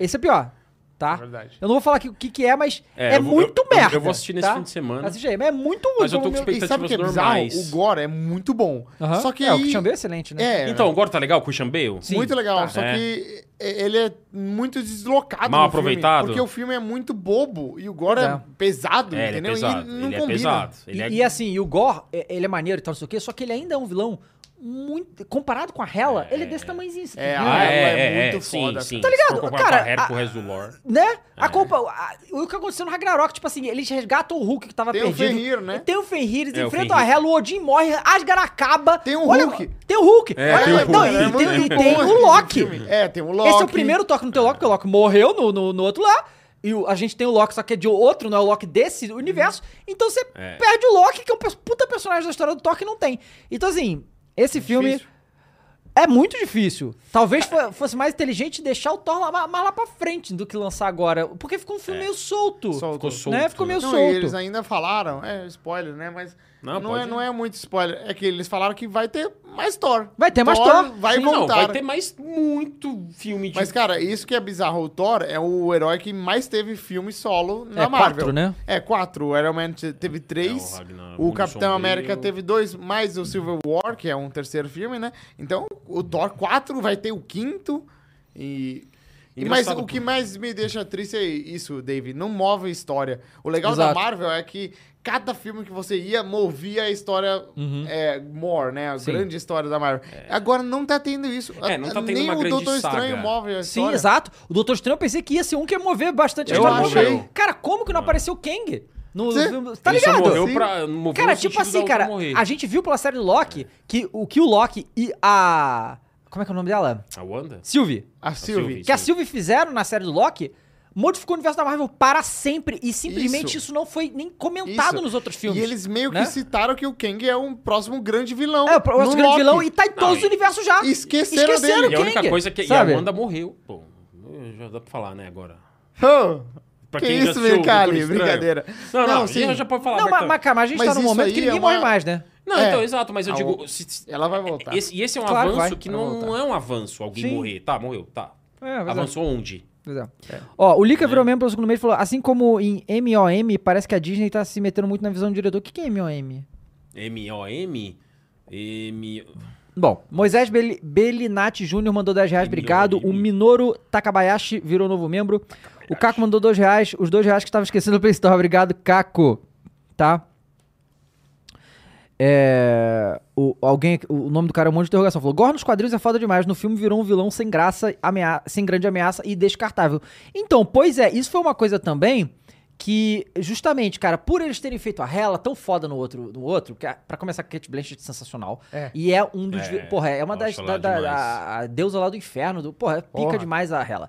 Speaker 1: Esse é pior, tá?
Speaker 2: É verdade.
Speaker 1: Eu não vou falar aqui o que, que é, mas
Speaker 3: É,
Speaker 1: é,
Speaker 3: eu vou-
Speaker 1: muito
Speaker 3: eu- eu-
Speaker 1: merda.
Speaker 3: eu vou assistir nesse
Speaker 1: tá?
Speaker 3: fim de semana.
Speaker 1: Assiste aí, mas é muito ruim.
Speaker 3: Mas eu tô
Speaker 1: como
Speaker 3: com
Speaker 1: o Mjolnir-
Speaker 2: E sabe o que é
Speaker 3: Expectativas
Speaker 2: bizarro?
Speaker 3: normais.
Speaker 2: O Gore é muito bom.
Speaker 1: Aham.
Speaker 2: Só que
Speaker 1: É,
Speaker 2: aí...
Speaker 1: o Christian Bale é excelente, né?
Speaker 2: É,
Speaker 3: Então, agora tá legal o Christian Bale?
Speaker 1: Sim.
Speaker 2: muito legal.
Speaker 1: tá.
Speaker 2: Só
Speaker 3: É.
Speaker 2: que ele é muito deslocado.
Speaker 3: Mal
Speaker 2: no filme,
Speaker 3: aproveitado.
Speaker 2: porque o filme é muito bobo e o Gore é,
Speaker 1: É.
Speaker 2: pesado,
Speaker 3: É, ele é
Speaker 2: entendeu?
Speaker 3: pesado.
Speaker 2: E não
Speaker 3: Ele é
Speaker 2: combina.
Speaker 3: pesado.
Speaker 1: E,
Speaker 3: Ele é-
Speaker 1: e assim, e o Gore, é- ele é maneiro e tal, não sei o quê, só que ele ainda é um vilão muito. Comparado com a Hela, ele é desse tamanhozinho. você
Speaker 2: É,
Speaker 1: entendeu?
Speaker 2: a
Speaker 3: Ah,
Speaker 2: Hela
Speaker 3: é,
Speaker 2: é
Speaker 3: é,
Speaker 2: muito
Speaker 3: é,
Speaker 2: foda.
Speaker 3: sim, sim.
Speaker 1: Tá ligado?
Speaker 3: Se for comparar
Speaker 1: Cara,
Speaker 3: com a Hera,
Speaker 1: a-
Speaker 3: com o resto do lore.
Speaker 1: Né?
Speaker 3: É.
Speaker 1: A culpa. a- o que aconteceu no Ragnarok, tipo assim, eles resgatam o Hulk que tava
Speaker 2: Tem o
Speaker 1: perdido.
Speaker 2: Fenrir, né?
Speaker 1: Tem o Fenrir, eles
Speaker 3: É, o
Speaker 1: enfrentam a
Speaker 3: Fenrir.
Speaker 1: Hela, o Odin morre, Asgard acaba.
Speaker 2: Tem o
Speaker 1: Olha,
Speaker 2: Hulk.
Speaker 1: Tem o Hulk.
Speaker 3: É,
Speaker 1: Olha,
Speaker 3: tem o
Speaker 1: não,
Speaker 3: Hulk.
Speaker 1: e
Speaker 2: É
Speaker 1: tem,
Speaker 2: muito
Speaker 1: e tem
Speaker 2: bom
Speaker 1: o
Speaker 2: esse
Speaker 1: Loki.
Speaker 2: filme. É, tem o Loki.
Speaker 1: Esse é o primeiro toque, não tem o Loki, porque o Loki morreu no, no, no outro lá. E o- a gente tem o Loki, só que é de outro, não é o Loki desse universo. Então você
Speaker 3: É.
Speaker 1: perde o Loki, que é um pers- puta personagem da história do Thor que não tem. Então, assim, esse filme.
Speaker 2: Difícil.
Speaker 1: É muito difícil. Talvez fo- fosse mais inteligente deixar o Thor lá, ma- mais lá pra frente do que lançar agora. Porque ficou um filme meio solto.
Speaker 2: Solto.
Speaker 3: Ficou
Speaker 2: Né?
Speaker 3: É. solto.
Speaker 1: Né? Ficou meio
Speaker 2: Não, e
Speaker 1: solto.
Speaker 2: eles ainda falaram, é spoiler, né? Mas
Speaker 3: Não,
Speaker 2: não,
Speaker 3: pode
Speaker 2: é,
Speaker 3: ir.
Speaker 2: não é muito spoiler. É que eles falaram que vai ter mais Thor.
Speaker 1: Vai ter mais Thor.
Speaker 2: Vai
Speaker 3: Sim,
Speaker 2: voltar.
Speaker 3: Não, vai ter mais muito filme de
Speaker 2: Mas, cara, isso que é bizarro. O Thor é o herói que mais teve filme solo na
Speaker 1: É,
Speaker 2: Marvel.
Speaker 1: quatro, né?
Speaker 2: É, quatro. O Iron Man te- teve
Speaker 3: É, o
Speaker 2: três.
Speaker 3: Ragnar-
Speaker 2: o
Speaker 3: Mundo
Speaker 2: Capitão
Speaker 3: Sombrio.
Speaker 2: América teve dois, mais o Civil War, que é um terceiro filme, né? Então, o Thor 4 vai ter o quinto. E. e mas
Speaker 3: Engraçado,
Speaker 2: o que mais me deixa triste é isso, Dave. Não move a história. O legal da
Speaker 1: Exato.
Speaker 2: Marvel é que cada filme que você ia movia a história é, more, né? A
Speaker 1: Uhum. Sim.
Speaker 2: grande história da Marvel. Agora não tá tendo isso.
Speaker 3: É, não tá tendo
Speaker 2: Nem
Speaker 3: uma
Speaker 2: o
Speaker 3: grande
Speaker 2: Doutor
Speaker 3: saga.
Speaker 2: Estranho move a
Speaker 1: Sim,
Speaker 2: história.
Speaker 1: exato. O Doutor Estranho eu pensei que ia ser um que ia mover bastante
Speaker 2: Eu
Speaker 1: história.
Speaker 2: achei.
Speaker 1: Não, Cara, como que não apareceu o Kang? No,
Speaker 2: Sim.
Speaker 1: filme? tá
Speaker 3: Ele só
Speaker 1: ligado?
Speaker 3: morreu
Speaker 2: Sim.
Speaker 3: pra, moveu
Speaker 1: Cara,
Speaker 3: no
Speaker 1: tipo
Speaker 3: sentido da
Speaker 1: assim,
Speaker 3: outra
Speaker 1: cara,
Speaker 3: morrer.
Speaker 1: a gente viu pela série Loki que o que o Loki e a. Como é que é o nome dela?
Speaker 3: A Wanda?
Speaker 1: Sylvie.
Speaker 2: A Sylvie.
Speaker 1: Que a
Speaker 3: Sim.
Speaker 1: Sylvie fizeram na série do Loki modificou o universo da Marvel para sempre. E simplesmente isso,
Speaker 2: Isso.
Speaker 1: não foi nem comentado
Speaker 2: Isso.
Speaker 1: nos outros filmes.
Speaker 2: E eles meio que
Speaker 1: né?
Speaker 2: citaram que o Kang é um próximo grande vilão.
Speaker 1: É, o próximo
Speaker 2: no
Speaker 1: grande
Speaker 2: Loki.
Speaker 1: vilão e tá em todos os
Speaker 3: e-
Speaker 1: universos já.
Speaker 2: Esqueceram
Speaker 1: Esqueceram
Speaker 2: dele.
Speaker 3: E a
Speaker 1: o
Speaker 3: única
Speaker 1: Kang,
Speaker 2: é
Speaker 3: coisa é que.
Speaker 1: sabe?
Speaker 3: E a Wanda morreu. Pô, já dá pra falar, né, agora.
Speaker 2: Hã?
Speaker 3: Pra
Speaker 2: que
Speaker 3: quem já
Speaker 2: isso,
Speaker 3: assistiu o Doutor
Speaker 2: Mercalli?
Speaker 3: Estranho.
Speaker 2: Brincadeira.
Speaker 3: Não, não,
Speaker 2: sim.
Speaker 3: sim. já pode falar.
Speaker 1: Não, mas,
Speaker 3: Bertão.
Speaker 1: mas calma, a gente
Speaker 2: é então. Mas
Speaker 1: tá num
Speaker 2: isso
Speaker 1: momento que
Speaker 2: aí é
Speaker 1: ninguém
Speaker 2: uma-
Speaker 1: morre mais, né?
Speaker 3: Não,
Speaker 2: É.
Speaker 3: então, exato, mas eu
Speaker 2: Ah,
Speaker 3: digo.
Speaker 2: o-
Speaker 3: se- se-
Speaker 2: Ela vai voltar.
Speaker 3: Esse, e esse é um
Speaker 1: Claro,
Speaker 3: avanço
Speaker 1: vai.
Speaker 3: que
Speaker 2: Vai
Speaker 3: não,
Speaker 2: voltar.
Speaker 3: não é um avanço alguém
Speaker 1: Sim.
Speaker 3: morrer. Tá, morreu, tá.
Speaker 1: É, mas é.
Speaker 3: Avançou onde?
Speaker 1: Pois é. Ó, o Lika virou
Speaker 2: Né?
Speaker 1: membro pelo segundo mês e falou: assim como em MOM, parece que a Disney tá se metendo muito na visão do diretor. O que, que é MOM?
Speaker 3: M-O-M? M...
Speaker 1: Bom, Moisés Bel Belinati Júnior mandou 10 reais, obrigado. O
Speaker 3: M.
Speaker 1: Minoru Takabayashi virou novo membro. O Caco mandou 2 reais. Os 2 reais que estava esquecendo do Play Store, obrigado, Caco. Tá? É. O, alguém, o nome do cara é um monte de interrogação. Falou: Gore nos quadrinhos é foda demais. No filme virou um vilão sem graça, amea- sem grande ameaça e descartável. Então, pois é, isso foi uma coisa também que, justamente, cara, por eles terem feito a Hela tão foda no outro, no outro que a- pra começar, a Kate Blanchett é sensacional.
Speaker 2: É.
Speaker 1: E é um dos.
Speaker 3: É,
Speaker 1: vi- porra, é uma
Speaker 3: eu
Speaker 1: das.
Speaker 3: acho
Speaker 1: Da,
Speaker 3: ela
Speaker 1: da-
Speaker 3: demais.
Speaker 1: a- a deusa lá do inferno. Do, porra, é pica
Speaker 2: Porra.
Speaker 1: demais a Hela.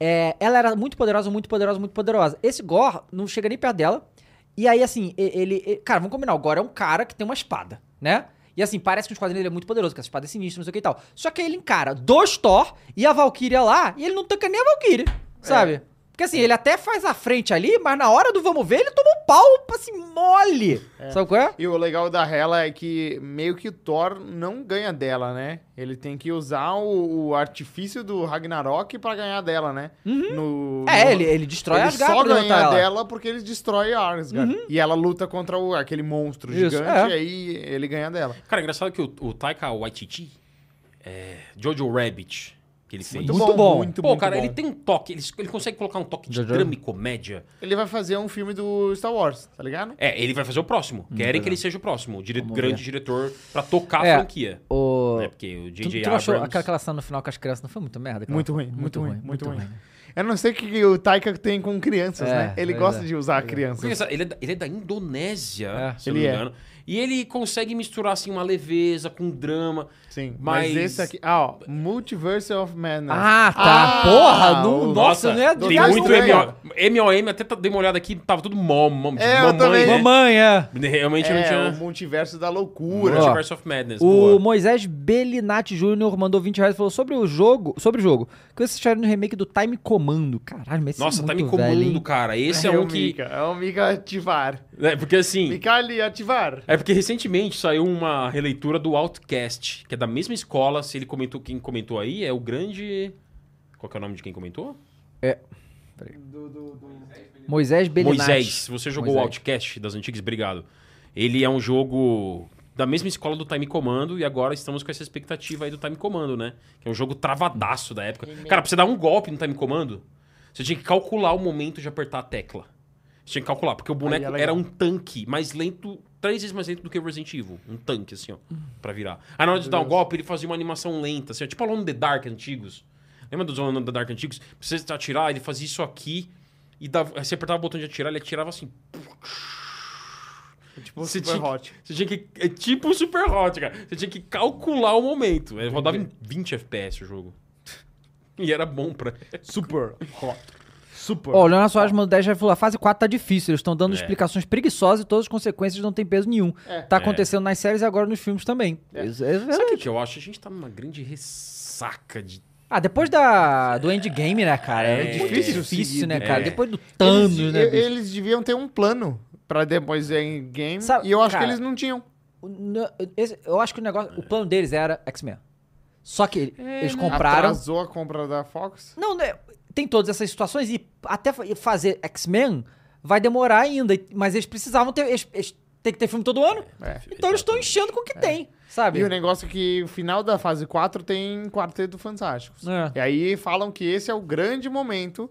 Speaker 1: É, ela era muito poderosa, muito poderosa, muito poderosa. Esse Gore não chega nem perto dela. E aí, assim, e- ele. e- cara, vamos combinar. O Gore é um cara que tem uma espada, né? E assim, parece que os quadrinhos dele é muito poderoso, que essa espada é sinistra, não sei o que e tal. Só que aí ele encara dois Thor e a Valkyria lá, e ele não tanca nem a Valkyria,
Speaker 2: É.
Speaker 1: sabe? Porque assim, ele até faz a frente ali, mas na hora do vamos ver, ele toma um pau, assim, mole. Sabe qual é?
Speaker 2: E o legal da Hela é que meio que o Thor não ganha dela, né? Ele tem que usar o, o artifício do Ragnarok pra ganhar dela, né? No, no-
Speaker 1: É, ele, ele tá destrói
Speaker 2: ele
Speaker 1: as garras
Speaker 2: só
Speaker 1: pra derrotar
Speaker 2: ganha
Speaker 1: ela. Uhum.
Speaker 2: dela porque ele destrói a Asgard. E ela luta contra o- aquele monstro
Speaker 1: Isso,
Speaker 2: gigante
Speaker 1: é.
Speaker 2: e aí ele ganha dela.
Speaker 3: Cara, é engraçado que o, o Taika Waititi é Jojo Rabbit, que ele fez.
Speaker 1: Muito bom.
Speaker 2: Muito,
Speaker 3: Pô,
Speaker 2: muito
Speaker 3: cara,
Speaker 2: bom.
Speaker 3: ele tem um toque, ele, ele consegue colocar um toque de
Speaker 1: Jojo?
Speaker 3: drama e comédia.
Speaker 2: Ele vai fazer um filme do Star Wars, tá ligado?
Speaker 3: É, ele vai fazer o próximo. Querem que ele seja o próximo, o dire-
Speaker 1: Hum, Vamos
Speaker 3: grande
Speaker 1: ver.
Speaker 3: diretor pra tocar
Speaker 1: É.
Speaker 3: a franquia.
Speaker 1: O...
Speaker 3: É, porque o
Speaker 1: Tu,
Speaker 3: J.J.
Speaker 1: tu não achou
Speaker 3: Abrams...
Speaker 1: aquela, aquela cena no final com as crianças não foi muito merda? cara?
Speaker 2: Muito ruim, muito ruim, muito ruim.
Speaker 1: né?
Speaker 2: Eu não sei o que o Taika tem com crianças,
Speaker 1: É,
Speaker 2: né? Ele
Speaker 1: pois
Speaker 2: gosta
Speaker 1: é.
Speaker 2: de usar
Speaker 3: Porque
Speaker 2: crianças.
Speaker 3: essa- Ele é, da, ele é da Indonésia,
Speaker 1: É.
Speaker 3: se eu
Speaker 2: Ele
Speaker 3: não
Speaker 2: é.
Speaker 3: me engano. E ele consegue misturar assim, uma leveza com drama.
Speaker 2: Sim,
Speaker 3: Mas-
Speaker 2: mas... esse aqui... Ah, ó. Multiverse of Madness.
Speaker 1: Ah, tá.
Speaker 2: Ah,
Speaker 1: porra, não,
Speaker 2: o-
Speaker 1: nossa, não é
Speaker 2: do
Speaker 3: tem
Speaker 2: Doutor
Speaker 3: muito
Speaker 2: Estranho.
Speaker 3: MO, MOM, até tá- dei uma olhada aqui, tava tudo mom, mom,
Speaker 2: É, eu
Speaker 3: mamãe,
Speaker 2: também.
Speaker 3: né?
Speaker 1: Mamãe, é.
Speaker 3: Realmente
Speaker 2: É,
Speaker 3: não
Speaker 2: o
Speaker 3: tinha...
Speaker 2: multiverso da loucura. tipo,
Speaker 1: Ó,
Speaker 3: Multiverse of Madness,
Speaker 1: O
Speaker 3: boa.
Speaker 1: Moisés Belinati Júnior mandou 20 reais e falou sobre o jogo. Sobre o jogo. O Que vocês acharam no remake do Time Commando? Caralho, mas esse
Speaker 3: Nossa,
Speaker 1: é
Speaker 3: tá
Speaker 1: muito
Speaker 3: me
Speaker 1: velho,
Speaker 3: comando,
Speaker 1: hein?
Speaker 3: cara. Esse é,
Speaker 2: o
Speaker 3: um que...
Speaker 2: Mika, é o Mika ativar.
Speaker 3: É, porque assim...
Speaker 2: Mika ali, ativar.
Speaker 3: É porque recentemente saiu uma releitura do Outcast, que é da mesma escola. Se ele comentou, quem comentou aí é o grande. Qual que é o nome de quem comentou?
Speaker 1: Moisés Belinati.
Speaker 3: Moisés. Você jogou o
Speaker 1: Moisés.
Speaker 3: Outcast das antigas? Obrigado. Ele é um jogo da mesma escola do Time Commando e agora estamos com essa expectativa aí do Time Commando, né? Que é um jogo travadaço da época. Cara, pra você dar um golpe no Time Commando, você tinha que calcular o momento de apertar a tecla. Você tinha que calcular, porque o boneco
Speaker 2: é legal.
Speaker 3: era um tanque mais lento, três vezes mais lento do que o Resident Evil. Um tanque, assim, ó,
Speaker 2: Hum.
Speaker 3: pra virar. Aí na hora de dar o golpe, ele fazia uma animação lenta, assim, ó, tipo Alone in the Dark antigos. Lembra dos Alone in the Dark antigos? Pra você atirar, ele fazia isso aqui, e dava, aí você apertava o botão de atirar, ele atirava assim.
Speaker 2: Tipo,
Speaker 3: Você
Speaker 2: super
Speaker 3: tinha-
Speaker 2: hot.
Speaker 3: Você tinha que. É tipo o Super Hot, cara. Você tinha que calcular o momento. Ele rodava em 20 FPS o jogo. E era bom pra.
Speaker 2: Super hot. Super.
Speaker 1: Ó, o Leonardo Soares mandou 10 reais e falou: a fase 4 tá difícil. Eles estão dando
Speaker 3: É.
Speaker 1: explicações preguiçosas e todas as consequências não têm peso nenhum.
Speaker 2: É.
Speaker 1: Tá acontecendo nas séries e agora nos filmes também. Isso- isso é-
Speaker 3: Sabe o que que eu acho? A gente tá numa grande ressaca de
Speaker 1: Ah, depois da, do endgame, né, cara? É,
Speaker 3: É
Speaker 1: difícil,
Speaker 2: difícil
Speaker 1: difícil
Speaker 2: seguir,
Speaker 1: né,
Speaker 3: né?
Speaker 1: cara?
Speaker 3: É.
Speaker 1: Depois do Thanos,
Speaker 2: eles,
Speaker 1: né,
Speaker 2: e-
Speaker 1: bicho?
Speaker 2: eles deviam ter um plano pra depois em game.
Speaker 1: Sabe-
Speaker 2: e eu acho
Speaker 1: cara,
Speaker 2: que eles não tinham.
Speaker 1: O- n- esse- eu acho que o negócio.
Speaker 2: É.
Speaker 1: O plano deles era X-Men. Só que ele-
Speaker 2: né?
Speaker 1: eles compraram.
Speaker 2: Atrasou a compra da Fox.
Speaker 1: Não, né, tem todas essas situações e até fa- fazer X-Men vai demorar ainda. e- Mas eles precisavam ter. Eles, eles têm que ter filme todo ano.
Speaker 2: É.
Speaker 1: Então eles estão enchendo com o que tem, sabe?
Speaker 2: E o negócio é que o final da fase 4 tem Quarteto Fantásticos.
Speaker 1: É.
Speaker 2: E aí falam que esse é o grande momento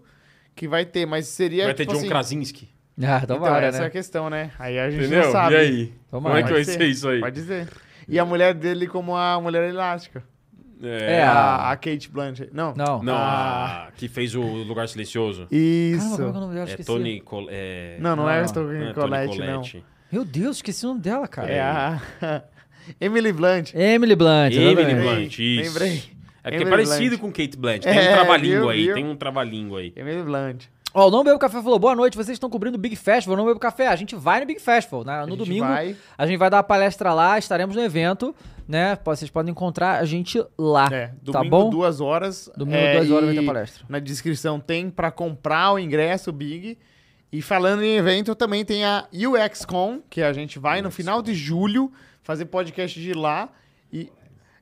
Speaker 2: que vai ter, mas seria.
Speaker 3: Vai ter um
Speaker 2: tipo
Speaker 3: John
Speaker 2: assim,
Speaker 3: Krasinski.
Speaker 1: Ah,
Speaker 2: Então,
Speaker 1: tomara,
Speaker 2: essa é a
Speaker 1: né?
Speaker 2: questão, né? Aí a gente
Speaker 3: Entendeu?
Speaker 2: não sabe.
Speaker 3: E aí?
Speaker 1: Tomara.
Speaker 3: Como é que
Speaker 2: Pode
Speaker 3: vai ser isso aí?
Speaker 2: Pode ser. E a mulher dele como a mulher elástica.
Speaker 3: É.
Speaker 1: É.
Speaker 2: A, a Kate Blanchett. Não.
Speaker 1: Não.
Speaker 3: Não,
Speaker 2: Ah.
Speaker 3: a- que fez o Lugar Silencioso.
Speaker 1: Caramba, como é que é o
Speaker 2: Isso.
Speaker 1: nome dela? Eu
Speaker 3: é
Speaker 1: esqueci.
Speaker 3: Tony Col é...
Speaker 2: Não, não
Speaker 1: Não,
Speaker 2: é
Speaker 1: não.
Speaker 2: a
Speaker 3: não
Speaker 2: Tony
Speaker 3: é Toni
Speaker 2: Collette, não.
Speaker 1: Meu Deus, esqueci o nome dela, cara.
Speaker 2: É a Emily Blunt.
Speaker 1: Emily Blunt.
Speaker 3: Emily
Speaker 1: exatamente.
Speaker 3: Blunt, isso.
Speaker 2: Lembrei.
Speaker 3: É porque é
Speaker 2: Emily
Speaker 3: parecido
Speaker 2: Blunt.
Speaker 3: com Kate Blanchett. Tem
Speaker 2: É,
Speaker 3: um trabalhinho
Speaker 2: viu,
Speaker 3: aí,
Speaker 2: viu?
Speaker 3: tem um trabalhinho aí.
Speaker 2: Emily Blunt.
Speaker 1: Ó, o Não Bebo Café falou, boa noite, vocês estão cobrindo o Big Festival, Não Bebo Café, a gente vai no Big Festival, na- no
Speaker 2: gente
Speaker 1: domingo,
Speaker 2: vai.
Speaker 1: a gente vai dar uma palestra lá, estaremos no evento, né, Po- vocês podem encontrar a gente lá,
Speaker 2: É,
Speaker 1: tá
Speaker 2: domingo,
Speaker 1: bom?
Speaker 2: duas horas.
Speaker 1: Domingo,
Speaker 2: é,
Speaker 1: duas horas,
Speaker 2: e
Speaker 1: vai ter palestra.
Speaker 2: Na descrição tem pra comprar o ingresso Big. E falando em evento, também tem a UXCon, que a gente vai no final de julho fazer podcast de lá. E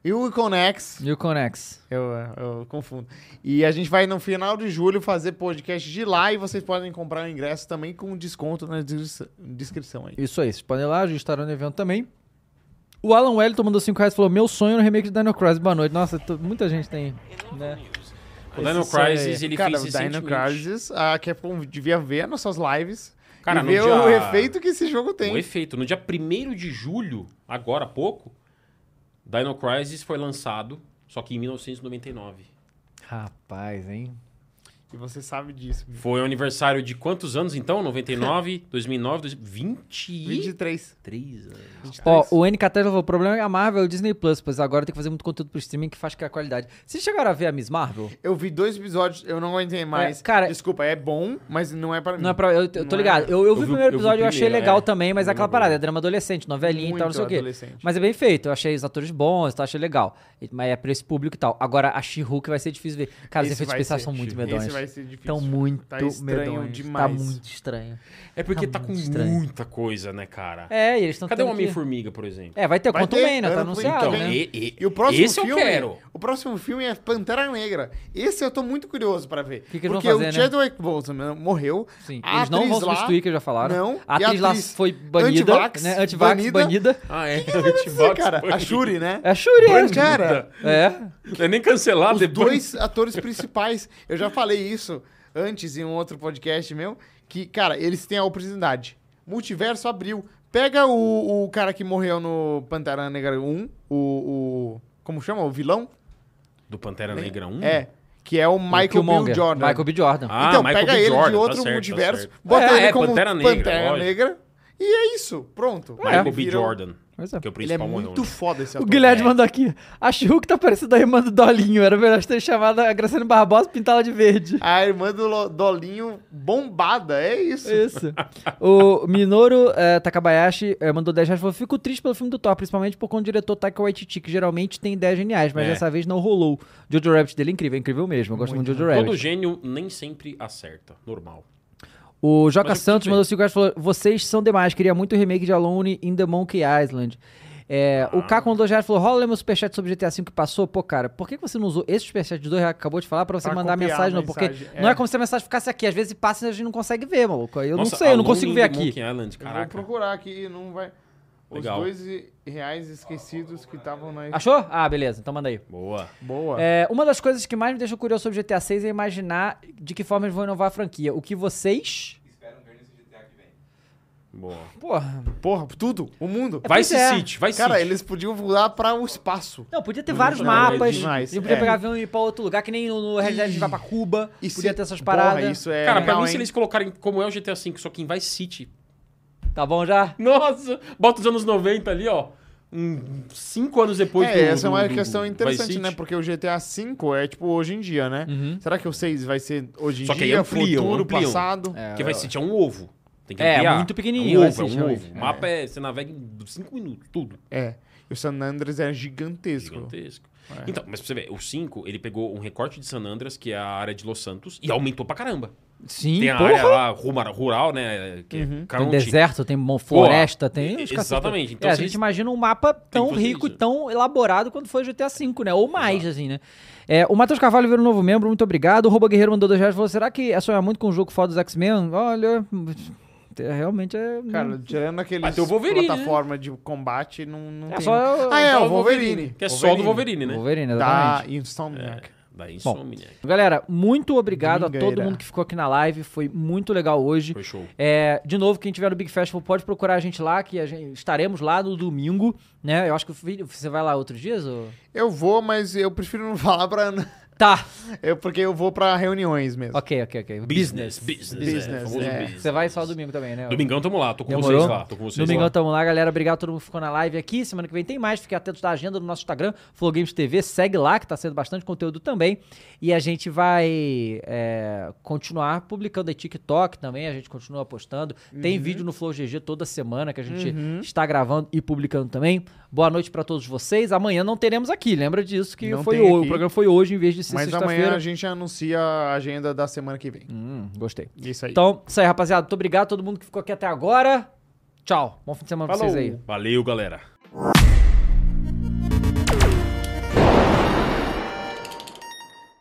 Speaker 2: E o Iconex,
Speaker 1: New Conex.
Speaker 2: eu, eu confundo. E a gente vai no final de julho fazer podcast de lá e vocês podem comprar o ingresso também com desconto na descri- descrição aí.
Speaker 1: Isso aí, vocês podem ir lá, a gente estará no evento também. O Alan Wellington mandou 5 reais e falou: Meu sonho no remake de Dino Crisis. Boa noite. Nossa, tô- muita gente tem. Né?
Speaker 3: O Dino
Speaker 1: Esse é sonho aí.
Speaker 3: Crisis, ele
Speaker 2: Cara, o
Speaker 3: fez
Speaker 2: Dino
Speaker 3: recentemente.
Speaker 2: Crisis, ah, a Capcom devia ver as nossas lives
Speaker 3: Cara,
Speaker 2: e
Speaker 3: no
Speaker 2: ver
Speaker 3: dia-
Speaker 2: o efeito que esse jogo tem.
Speaker 3: Um efeito. No dia 1 de julho, agora há pouco, Dino Crisis foi lançado, só que em 1999.
Speaker 1: Rapaz, hein?
Speaker 2: E você sabe disso. bicho.
Speaker 3: Foi o aniversário de quantos anos então? 99, 2009, 20... 23
Speaker 2: 23.
Speaker 3: anos.
Speaker 2: 23.
Speaker 1: Ó, o NKT já falou: o problema é a Marvel e o Disney Plus, pois agora tem que fazer muito conteúdo pro streaming que faz com a qualidade. Vocês chegaram a ver a Miss Marvel?
Speaker 2: Eu vi dois episódios, eu não aguentei mais.
Speaker 1: cara-
Speaker 2: Desculpa, é bom, mas não é pra mim.
Speaker 1: Não é pra. Eu, eu
Speaker 2: Não
Speaker 1: tô
Speaker 2: é-
Speaker 1: ligado. Eu, eu vi
Speaker 3: Eu
Speaker 1: o
Speaker 3: vi-
Speaker 1: primeiro
Speaker 3: eu vi
Speaker 1: episódio, eu achei
Speaker 3: primeiro,
Speaker 1: legal
Speaker 3: é.
Speaker 1: também, mas é
Speaker 3: Eu
Speaker 1: aquela
Speaker 3: lembro bem.
Speaker 1: parada, é drama adolescente, novelinha e tal, não sei o
Speaker 2: Muito
Speaker 1: quê.
Speaker 2: adolescente.
Speaker 1: Mas é bem feito, eu achei os atores bons, tá, achei legal. E- Mas é pra esse público e tal. Agora, a She-Hulk vai ser difícil ver. Cara, os
Speaker 2: Esse
Speaker 1: efeitos
Speaker 2: vai
Speaker 1: especiais
Speaker 2: ser,
Speaker 1: são muito
Speaker 2: Esse
Speaker 1: medonhos.
Speaker 2: vai ser difícil.
Speaker 1: Tão muito
Speaker 2: Tá estranho
Speaker 1: medonhos.
Speaker 2: demais.
Speaker 1: Tá muito estranho.
Speaker 3: É porque
Speaker 1: Tá
Speaker 3: tá, com
Speaker 1: muito estranho.
Speaker 3: muita coisa, né, cara?
Speaker 1: É, e eles estão
Speaker 3: Cadê o
Speaker 1: que...
Speaker 3: Homem-Formiga, por exemplo?
Speaker 1: É, vai ter o
Speaker 2: Vai
Speaker 1: Quantum
Speaker 2: ter,
Speaker 1: Mania, tá
Speaker 2: ano que vem,
Speaker 1: anunciado,
Speaker 2: então.
Speaker 1: né?
Speaker 3: e- e-
Speaker 2: E o próximo
Speaker 3: esse
Speaker 2: filme,
Speaker 3: eu quero.
Speaker 2: O próximo filme é Pantera Negra. Esse eu tô muito curioso pra ver.
Speaker 1: Que que eles vão
Speaker 2: porque
Speaker 1: fazer,
Speaker 2: o
Speaker 1: né?
Speaker 2: Chadwick Boseman morreu.
Speaker 1: Sim,
Speaker 2: a
Speaker 1: eles não vão
Speaker 2: atriz lá-
Speaker 1: substituir, que já falaram.
Speaker 2: Não,
Speaker 1: A
Speaker 2: e
Speaker 1: atriz lá
Speaker 2: atriz
Speaker 1: foi banida,
Speaker 2: antivax,
Speaker 1: né? Antivax,
Speaker 2: banida.
Speaker 1: banida.
Speaker 3: Ah, é.
Speaker 2: Sim,
Speaker 3: Antivax,
Speaker 2: cara,
Speaker 3: bandido.
Speaker 2: a Shuri, né?
Speaker 1: É a Shuri, é.
Speaker 2: Cara,
Speaker 1: É.
Speaker 3: Não é nem cancelado,
Speaker 2: os
Speaker 3: é bandido.
Speaker 2: dois atores principais. Eu já falei isso antes em um outro podcast meu. Que, cara, eles têm a oportunidade. Multiverso abriu. Pega o, o cara que morreu no Pantera Negra 1, o. o como chama? O vilão?
Speaker 3: Do Pantera Negra 1?
Speaker 2: É. Que é o Michael B.
Speaker 1: Killmonger,
Speaker 2: Jordan.
Speaker 1: Michael B. Jordan.
Speaker 3: Ah,
Speaker 2: então,
Speaker 3: Michael
Speaker 2: pega
Speaker 3: B.
Speaker 2: ele
Speaker 3: Jordan,
Speaker 2: de
Speaker 3: tá
Speaker 2: outro
Speaker 3: certo, tá
Speaker 2: multiverso,
Speaker 3: certo.
Speaker 2: bota
Speaker 3: É,
Speaker 2: ele
Speaker 3: é,
Speaker 2: como Pantera
Speaker 3: Pantera
Speaker 2: Negra,
Speaker 3: Negra, lógico.
Speaker 2: e é isso, pronto.
Speaker 3: Michael
Speaker 2: Ele
Speaker 3: B.
Speaker 2: vira um-
Speaker 3: Jordan,
Speaker 1: Pois é.
Speaker 3: que é o
Speaker 2: Ele é
Speaker 3: principal morreu,
Speaker 2: muito
Speaker 3: né?
Speaker 2: foda esse
Speaker 1: O
Speaker 2: ator.
Speaker 1: Guilherme mandou aqui. A Chihuahua tá parecendo a irmã do Dolinho. Era melhor ter chamado a Graciane Barbosa e pintá-la de verde.
Speaker 2: A irmã do Lo- Dolinho bombada, é isso.
Speaker 1: Isso. O Minoru eh, Takabayashi eh, mandou 10 reais e falou: Fico triste pelo filme do Thor, principalmente por quando o diretor Taika Waititi, que geralmente tem ideias geniais, mas
Speaker 3: É.
Speaker 1: dessa vez não rolou. Jojo Rabbit dele é incrível, é incrível mesmo. Eu gosto muito, de Jojo
Speaker 3: Todo
Speaker 1: Rabbit.
Speaker 3: gênio nem sempre acerta. Normal.
Speaker 1: O Joca
Speaker 3: Mas eu
Speaker 1: Santos
Speaker 3: preciso
Speaker 1: mandou 5 reais e falou: Vocês são demais, queria muito o remake de Alone in the Monkey Island. É,
Speaker 3: Ah.
Speaker 1: O Caco mandou 2 reais e falou: Rola meu superchat sobre GTA V que passou. Pô, cara, por que que você não usou esse superchat de 2 reais que acabou de falar pra você
Speaker 2: Pra
Speaker 1: mandar
Speaker 2: copiar a
Speaker 1: mensagem, não? Porque
Speaker 2: mensagem, é.
Speaker 1: não é como se a mensagem ficasse aqui. Às vezes passa e a gente não consegue ver, maluco. Aí Eu
Speaker 3: Nossa,
Speaker 1: não sei, eu não
Speaker 3: Alone
Speaker 1: consigo
Speaker 3: in
Speaker 1: ver
Speaker 3: the
Speaker 1: aqui.
Speaker 3: Monkey Island,
Speaker 2: Eu vou
Speaker 3: caraca.
Speaker 2: procurar aqui, não vai...
Speaker 3: Legal.
Speaker 2: Os dois e- reais esquecidos que estavam na...
Speaker 1: Achou? Ah, beleza, então manda aí.
Speaker 3: Boa. Tá.
Speaker 2: Boa.
Speaker 1: É, uma das coisas que mais me deixa curioso sobre GTA 6 é imaginar de que forma eles vão inovar a franquia. O que vocês.
Speaker 4: Esperam ver nesse GTA que vem.
Speaker 3: Boa.
Speaker 1: Porra.
Speaker 2: Porra, tudo, o mundo.
Speaker 1: É,
Speaker 3: Vai
Speaker 1: pois
Speaker 3: se
Speaker 1: é.
Speaker 3: City, vai
Speaker 2: Cara,
Speaker 3: City.
Speaker 2: eles podiam voar pra o espaço.
Speaker 1: Não, podia ter vários
Speaker 3: não,
Speaker 1: mapas.
Speaker 3: é
Speaker 2: demais.
Speaker 1: E podia
Speaker 2: É.
Speaker 1: pegar avião e ir pra outro lugar, que nem no- no Red Dead a gente vai pra Cuba.
Speaker 2: E
Speaker 1: podia
Speaker 2: se-
Speaker 1: ter essas
Speaker 2: Porra,
Speaker 1: paradas.
Speaker 2: isso é
Speaker 3: Cara, pra
Speaker 2: legal,
Speaker 3: mim,
Speaker 2: hein?
Speaker 3: se eles colocarem como é o GTA V, só que em Vice City.
Speaker 1: Tá bom já?
Speaker 3: Nossa! Bota os anos 90 ali, ó. Um, cinco anos depois
Speaker 2: É,
Speaker 3: do-
Speaker 2: essa é
Speaker 3: do-
Speaker 2: uma
Speaker 3: do-
Speaker 2: questão
Speaker 3: do Vice
Speaker 2: interessante,
Speaker 3: City.
Speaker 2: né? Porque o GTA V é tipo hoje em dia, né? Será que o 6 vai ser hoje em
Speaker 3: Uhum. Só que aí
Speaker 2: dia,
Speaker 3: ampliam,
Speaker 2: futuro,
Speaker 3: ampliam.
Speaker 2: passado?
Speaker 3: Porque Vice City é um ovo. Tem que
Speaker 1: É,
Speaker 3: ampliar.
Speaker 1: muito pequenininho,
Speaker 3: É um
Speaker 1: Vice
Speaker 3: ovo, é
Speaker 1: City,
Speaker 3: um ovo.
Speaker 1: realmente.
Speaker 3: O mapa é... Você navega em cinco minutos, tudo.
Speaker 2: É. E o San Andreas é gigantesco.
Speaker 3: Gigantesco.
Speaker 1: É.
Speaker 3: Então, mas pra você ver, o 5, ele pegou um recorte de San Andreas, que é a área de Los Santos, e aumentou pra caramba.
Speaker 1: Sim,
Speaker 3: Tem a área
Speaker 1: porra.
Speaker 3: lá ruma- rural, né? Que é
Speaker 1: Tem
Speaker 3: County.
Speaker 1: deserto, tem mo- floresta, tem. os
Speaker 3: e-
Speaker 1: cacete.
Speaker 3: exatamente.
Speaker 1: é,
Speaker 3: Então,
Speaker 1: a
Speaker 3: se
Speaker 1: gente
Speaker 3: eles-
Speaker 1: imagina um mapa tão
Speaker 3: que fazer
Speaker 1: rico e
Speaker 3: isso.
Speaker 1: tão elaborado quanto foi o GTA V, né? Ou mais, assim, né? É, o Matheus Carvalho virou um novo membro, muito obrigado. O Roba Guerreiro mandou dois reais e falou: será que é sonhar muito com um jogo foda dos X-Men? Olha. é, Realmente é.
Speaker 2: Cara, tirando aqueles
Speaker 3: Vai ter o Wolverine, né?
Speaker 2: plataforma de combate, não, não
Speaker 1: É
Speaker 2: tem...
Speaker 1: só-
Speaker 2: Ah, é,
Speaker 3: Só
Speaker 2: o Wolverine.
Speaker 3: Que é só do Wolverine, É. né?
Speaker 1: Wolverine,
Speaker 2: Da
Speaker 1: exatamente.
Speaker 2: Insomniac.
Speaker 3: Da Insomniac.
Speaker 1: Galera, muito obrigado a todo
Speaker 2: Vingaira.
Speaker 1: mundo que ficou aqui na live. Foi muito legal hoje.
Speaker 3: Foi show.
Speaker 1: É, de novo, quem tiver no Big Festival pode procurar a gente lá, que a gente- estaremos lá no domingo, né? Eu acho que o vídeo- você vai lá outros dias? Ou...
Speaker 2: Eu vou, mas eu prefiro não falar pra...
Speaker 1: Tá.
Speaker 2: eu, porque eu vou pra reuniões mesmo.
Speaker 1: Ok, ok, ok.
Speaker 3: Business. Business. é,
Speaker 2: Business,
Speaker 3: famoso
Speaker 2: é.
Speaker 3: business.
Speaker 1: Você vai só domingo também, né?
Speaker 3: Domingão, tamo lá. Tô com
Speaker 1: Demorou?
Speaker 3: vocês lá. Tô com vocês
Speaker 1: Domingão,
Speaker 3: lá.
Speaker 1: tamo lá, galera. Obrigado a todo mundo que ficou na live aqui. Semana que vem tem mais. Fiquem atentos da agenda do nosso Instagram, Flow Games TV. Segue lá, que tá sendo bastante conteúdo também. E a gente vai é, continuar publicando aí TikTok também. A gente continua postando. Tem
Speaker 2: Uhum.
Speaker 1: vídeo no Flow GG toda semana que a gente está gravando e publicando também. Boa noite pra todos vocês. Amanhã não teremos aqui. Lembra disso que
Speaker 2: Não
Speaker 1: foi
Speaker 2: tem
Speaker 1: hoje.
Speaker 2: aqui.
Speaker 1: O programa foi hoje em vez de ser
Speaker 2: mas amanhã
Speaker 1: sexta-feira.
Speaker 2: a gente anuncia a agenda da semana que vem.
Speaker 1: Hum, gostei.
Speaker 2: Isso aí.
Speaker 1: Então, isso aí, rapaziada. Muito obrigado a todo mundo que ficou aqui até agora. Tchau. Bom fim de semana pra vocês aí.
Speaker 3: Valeu, galera.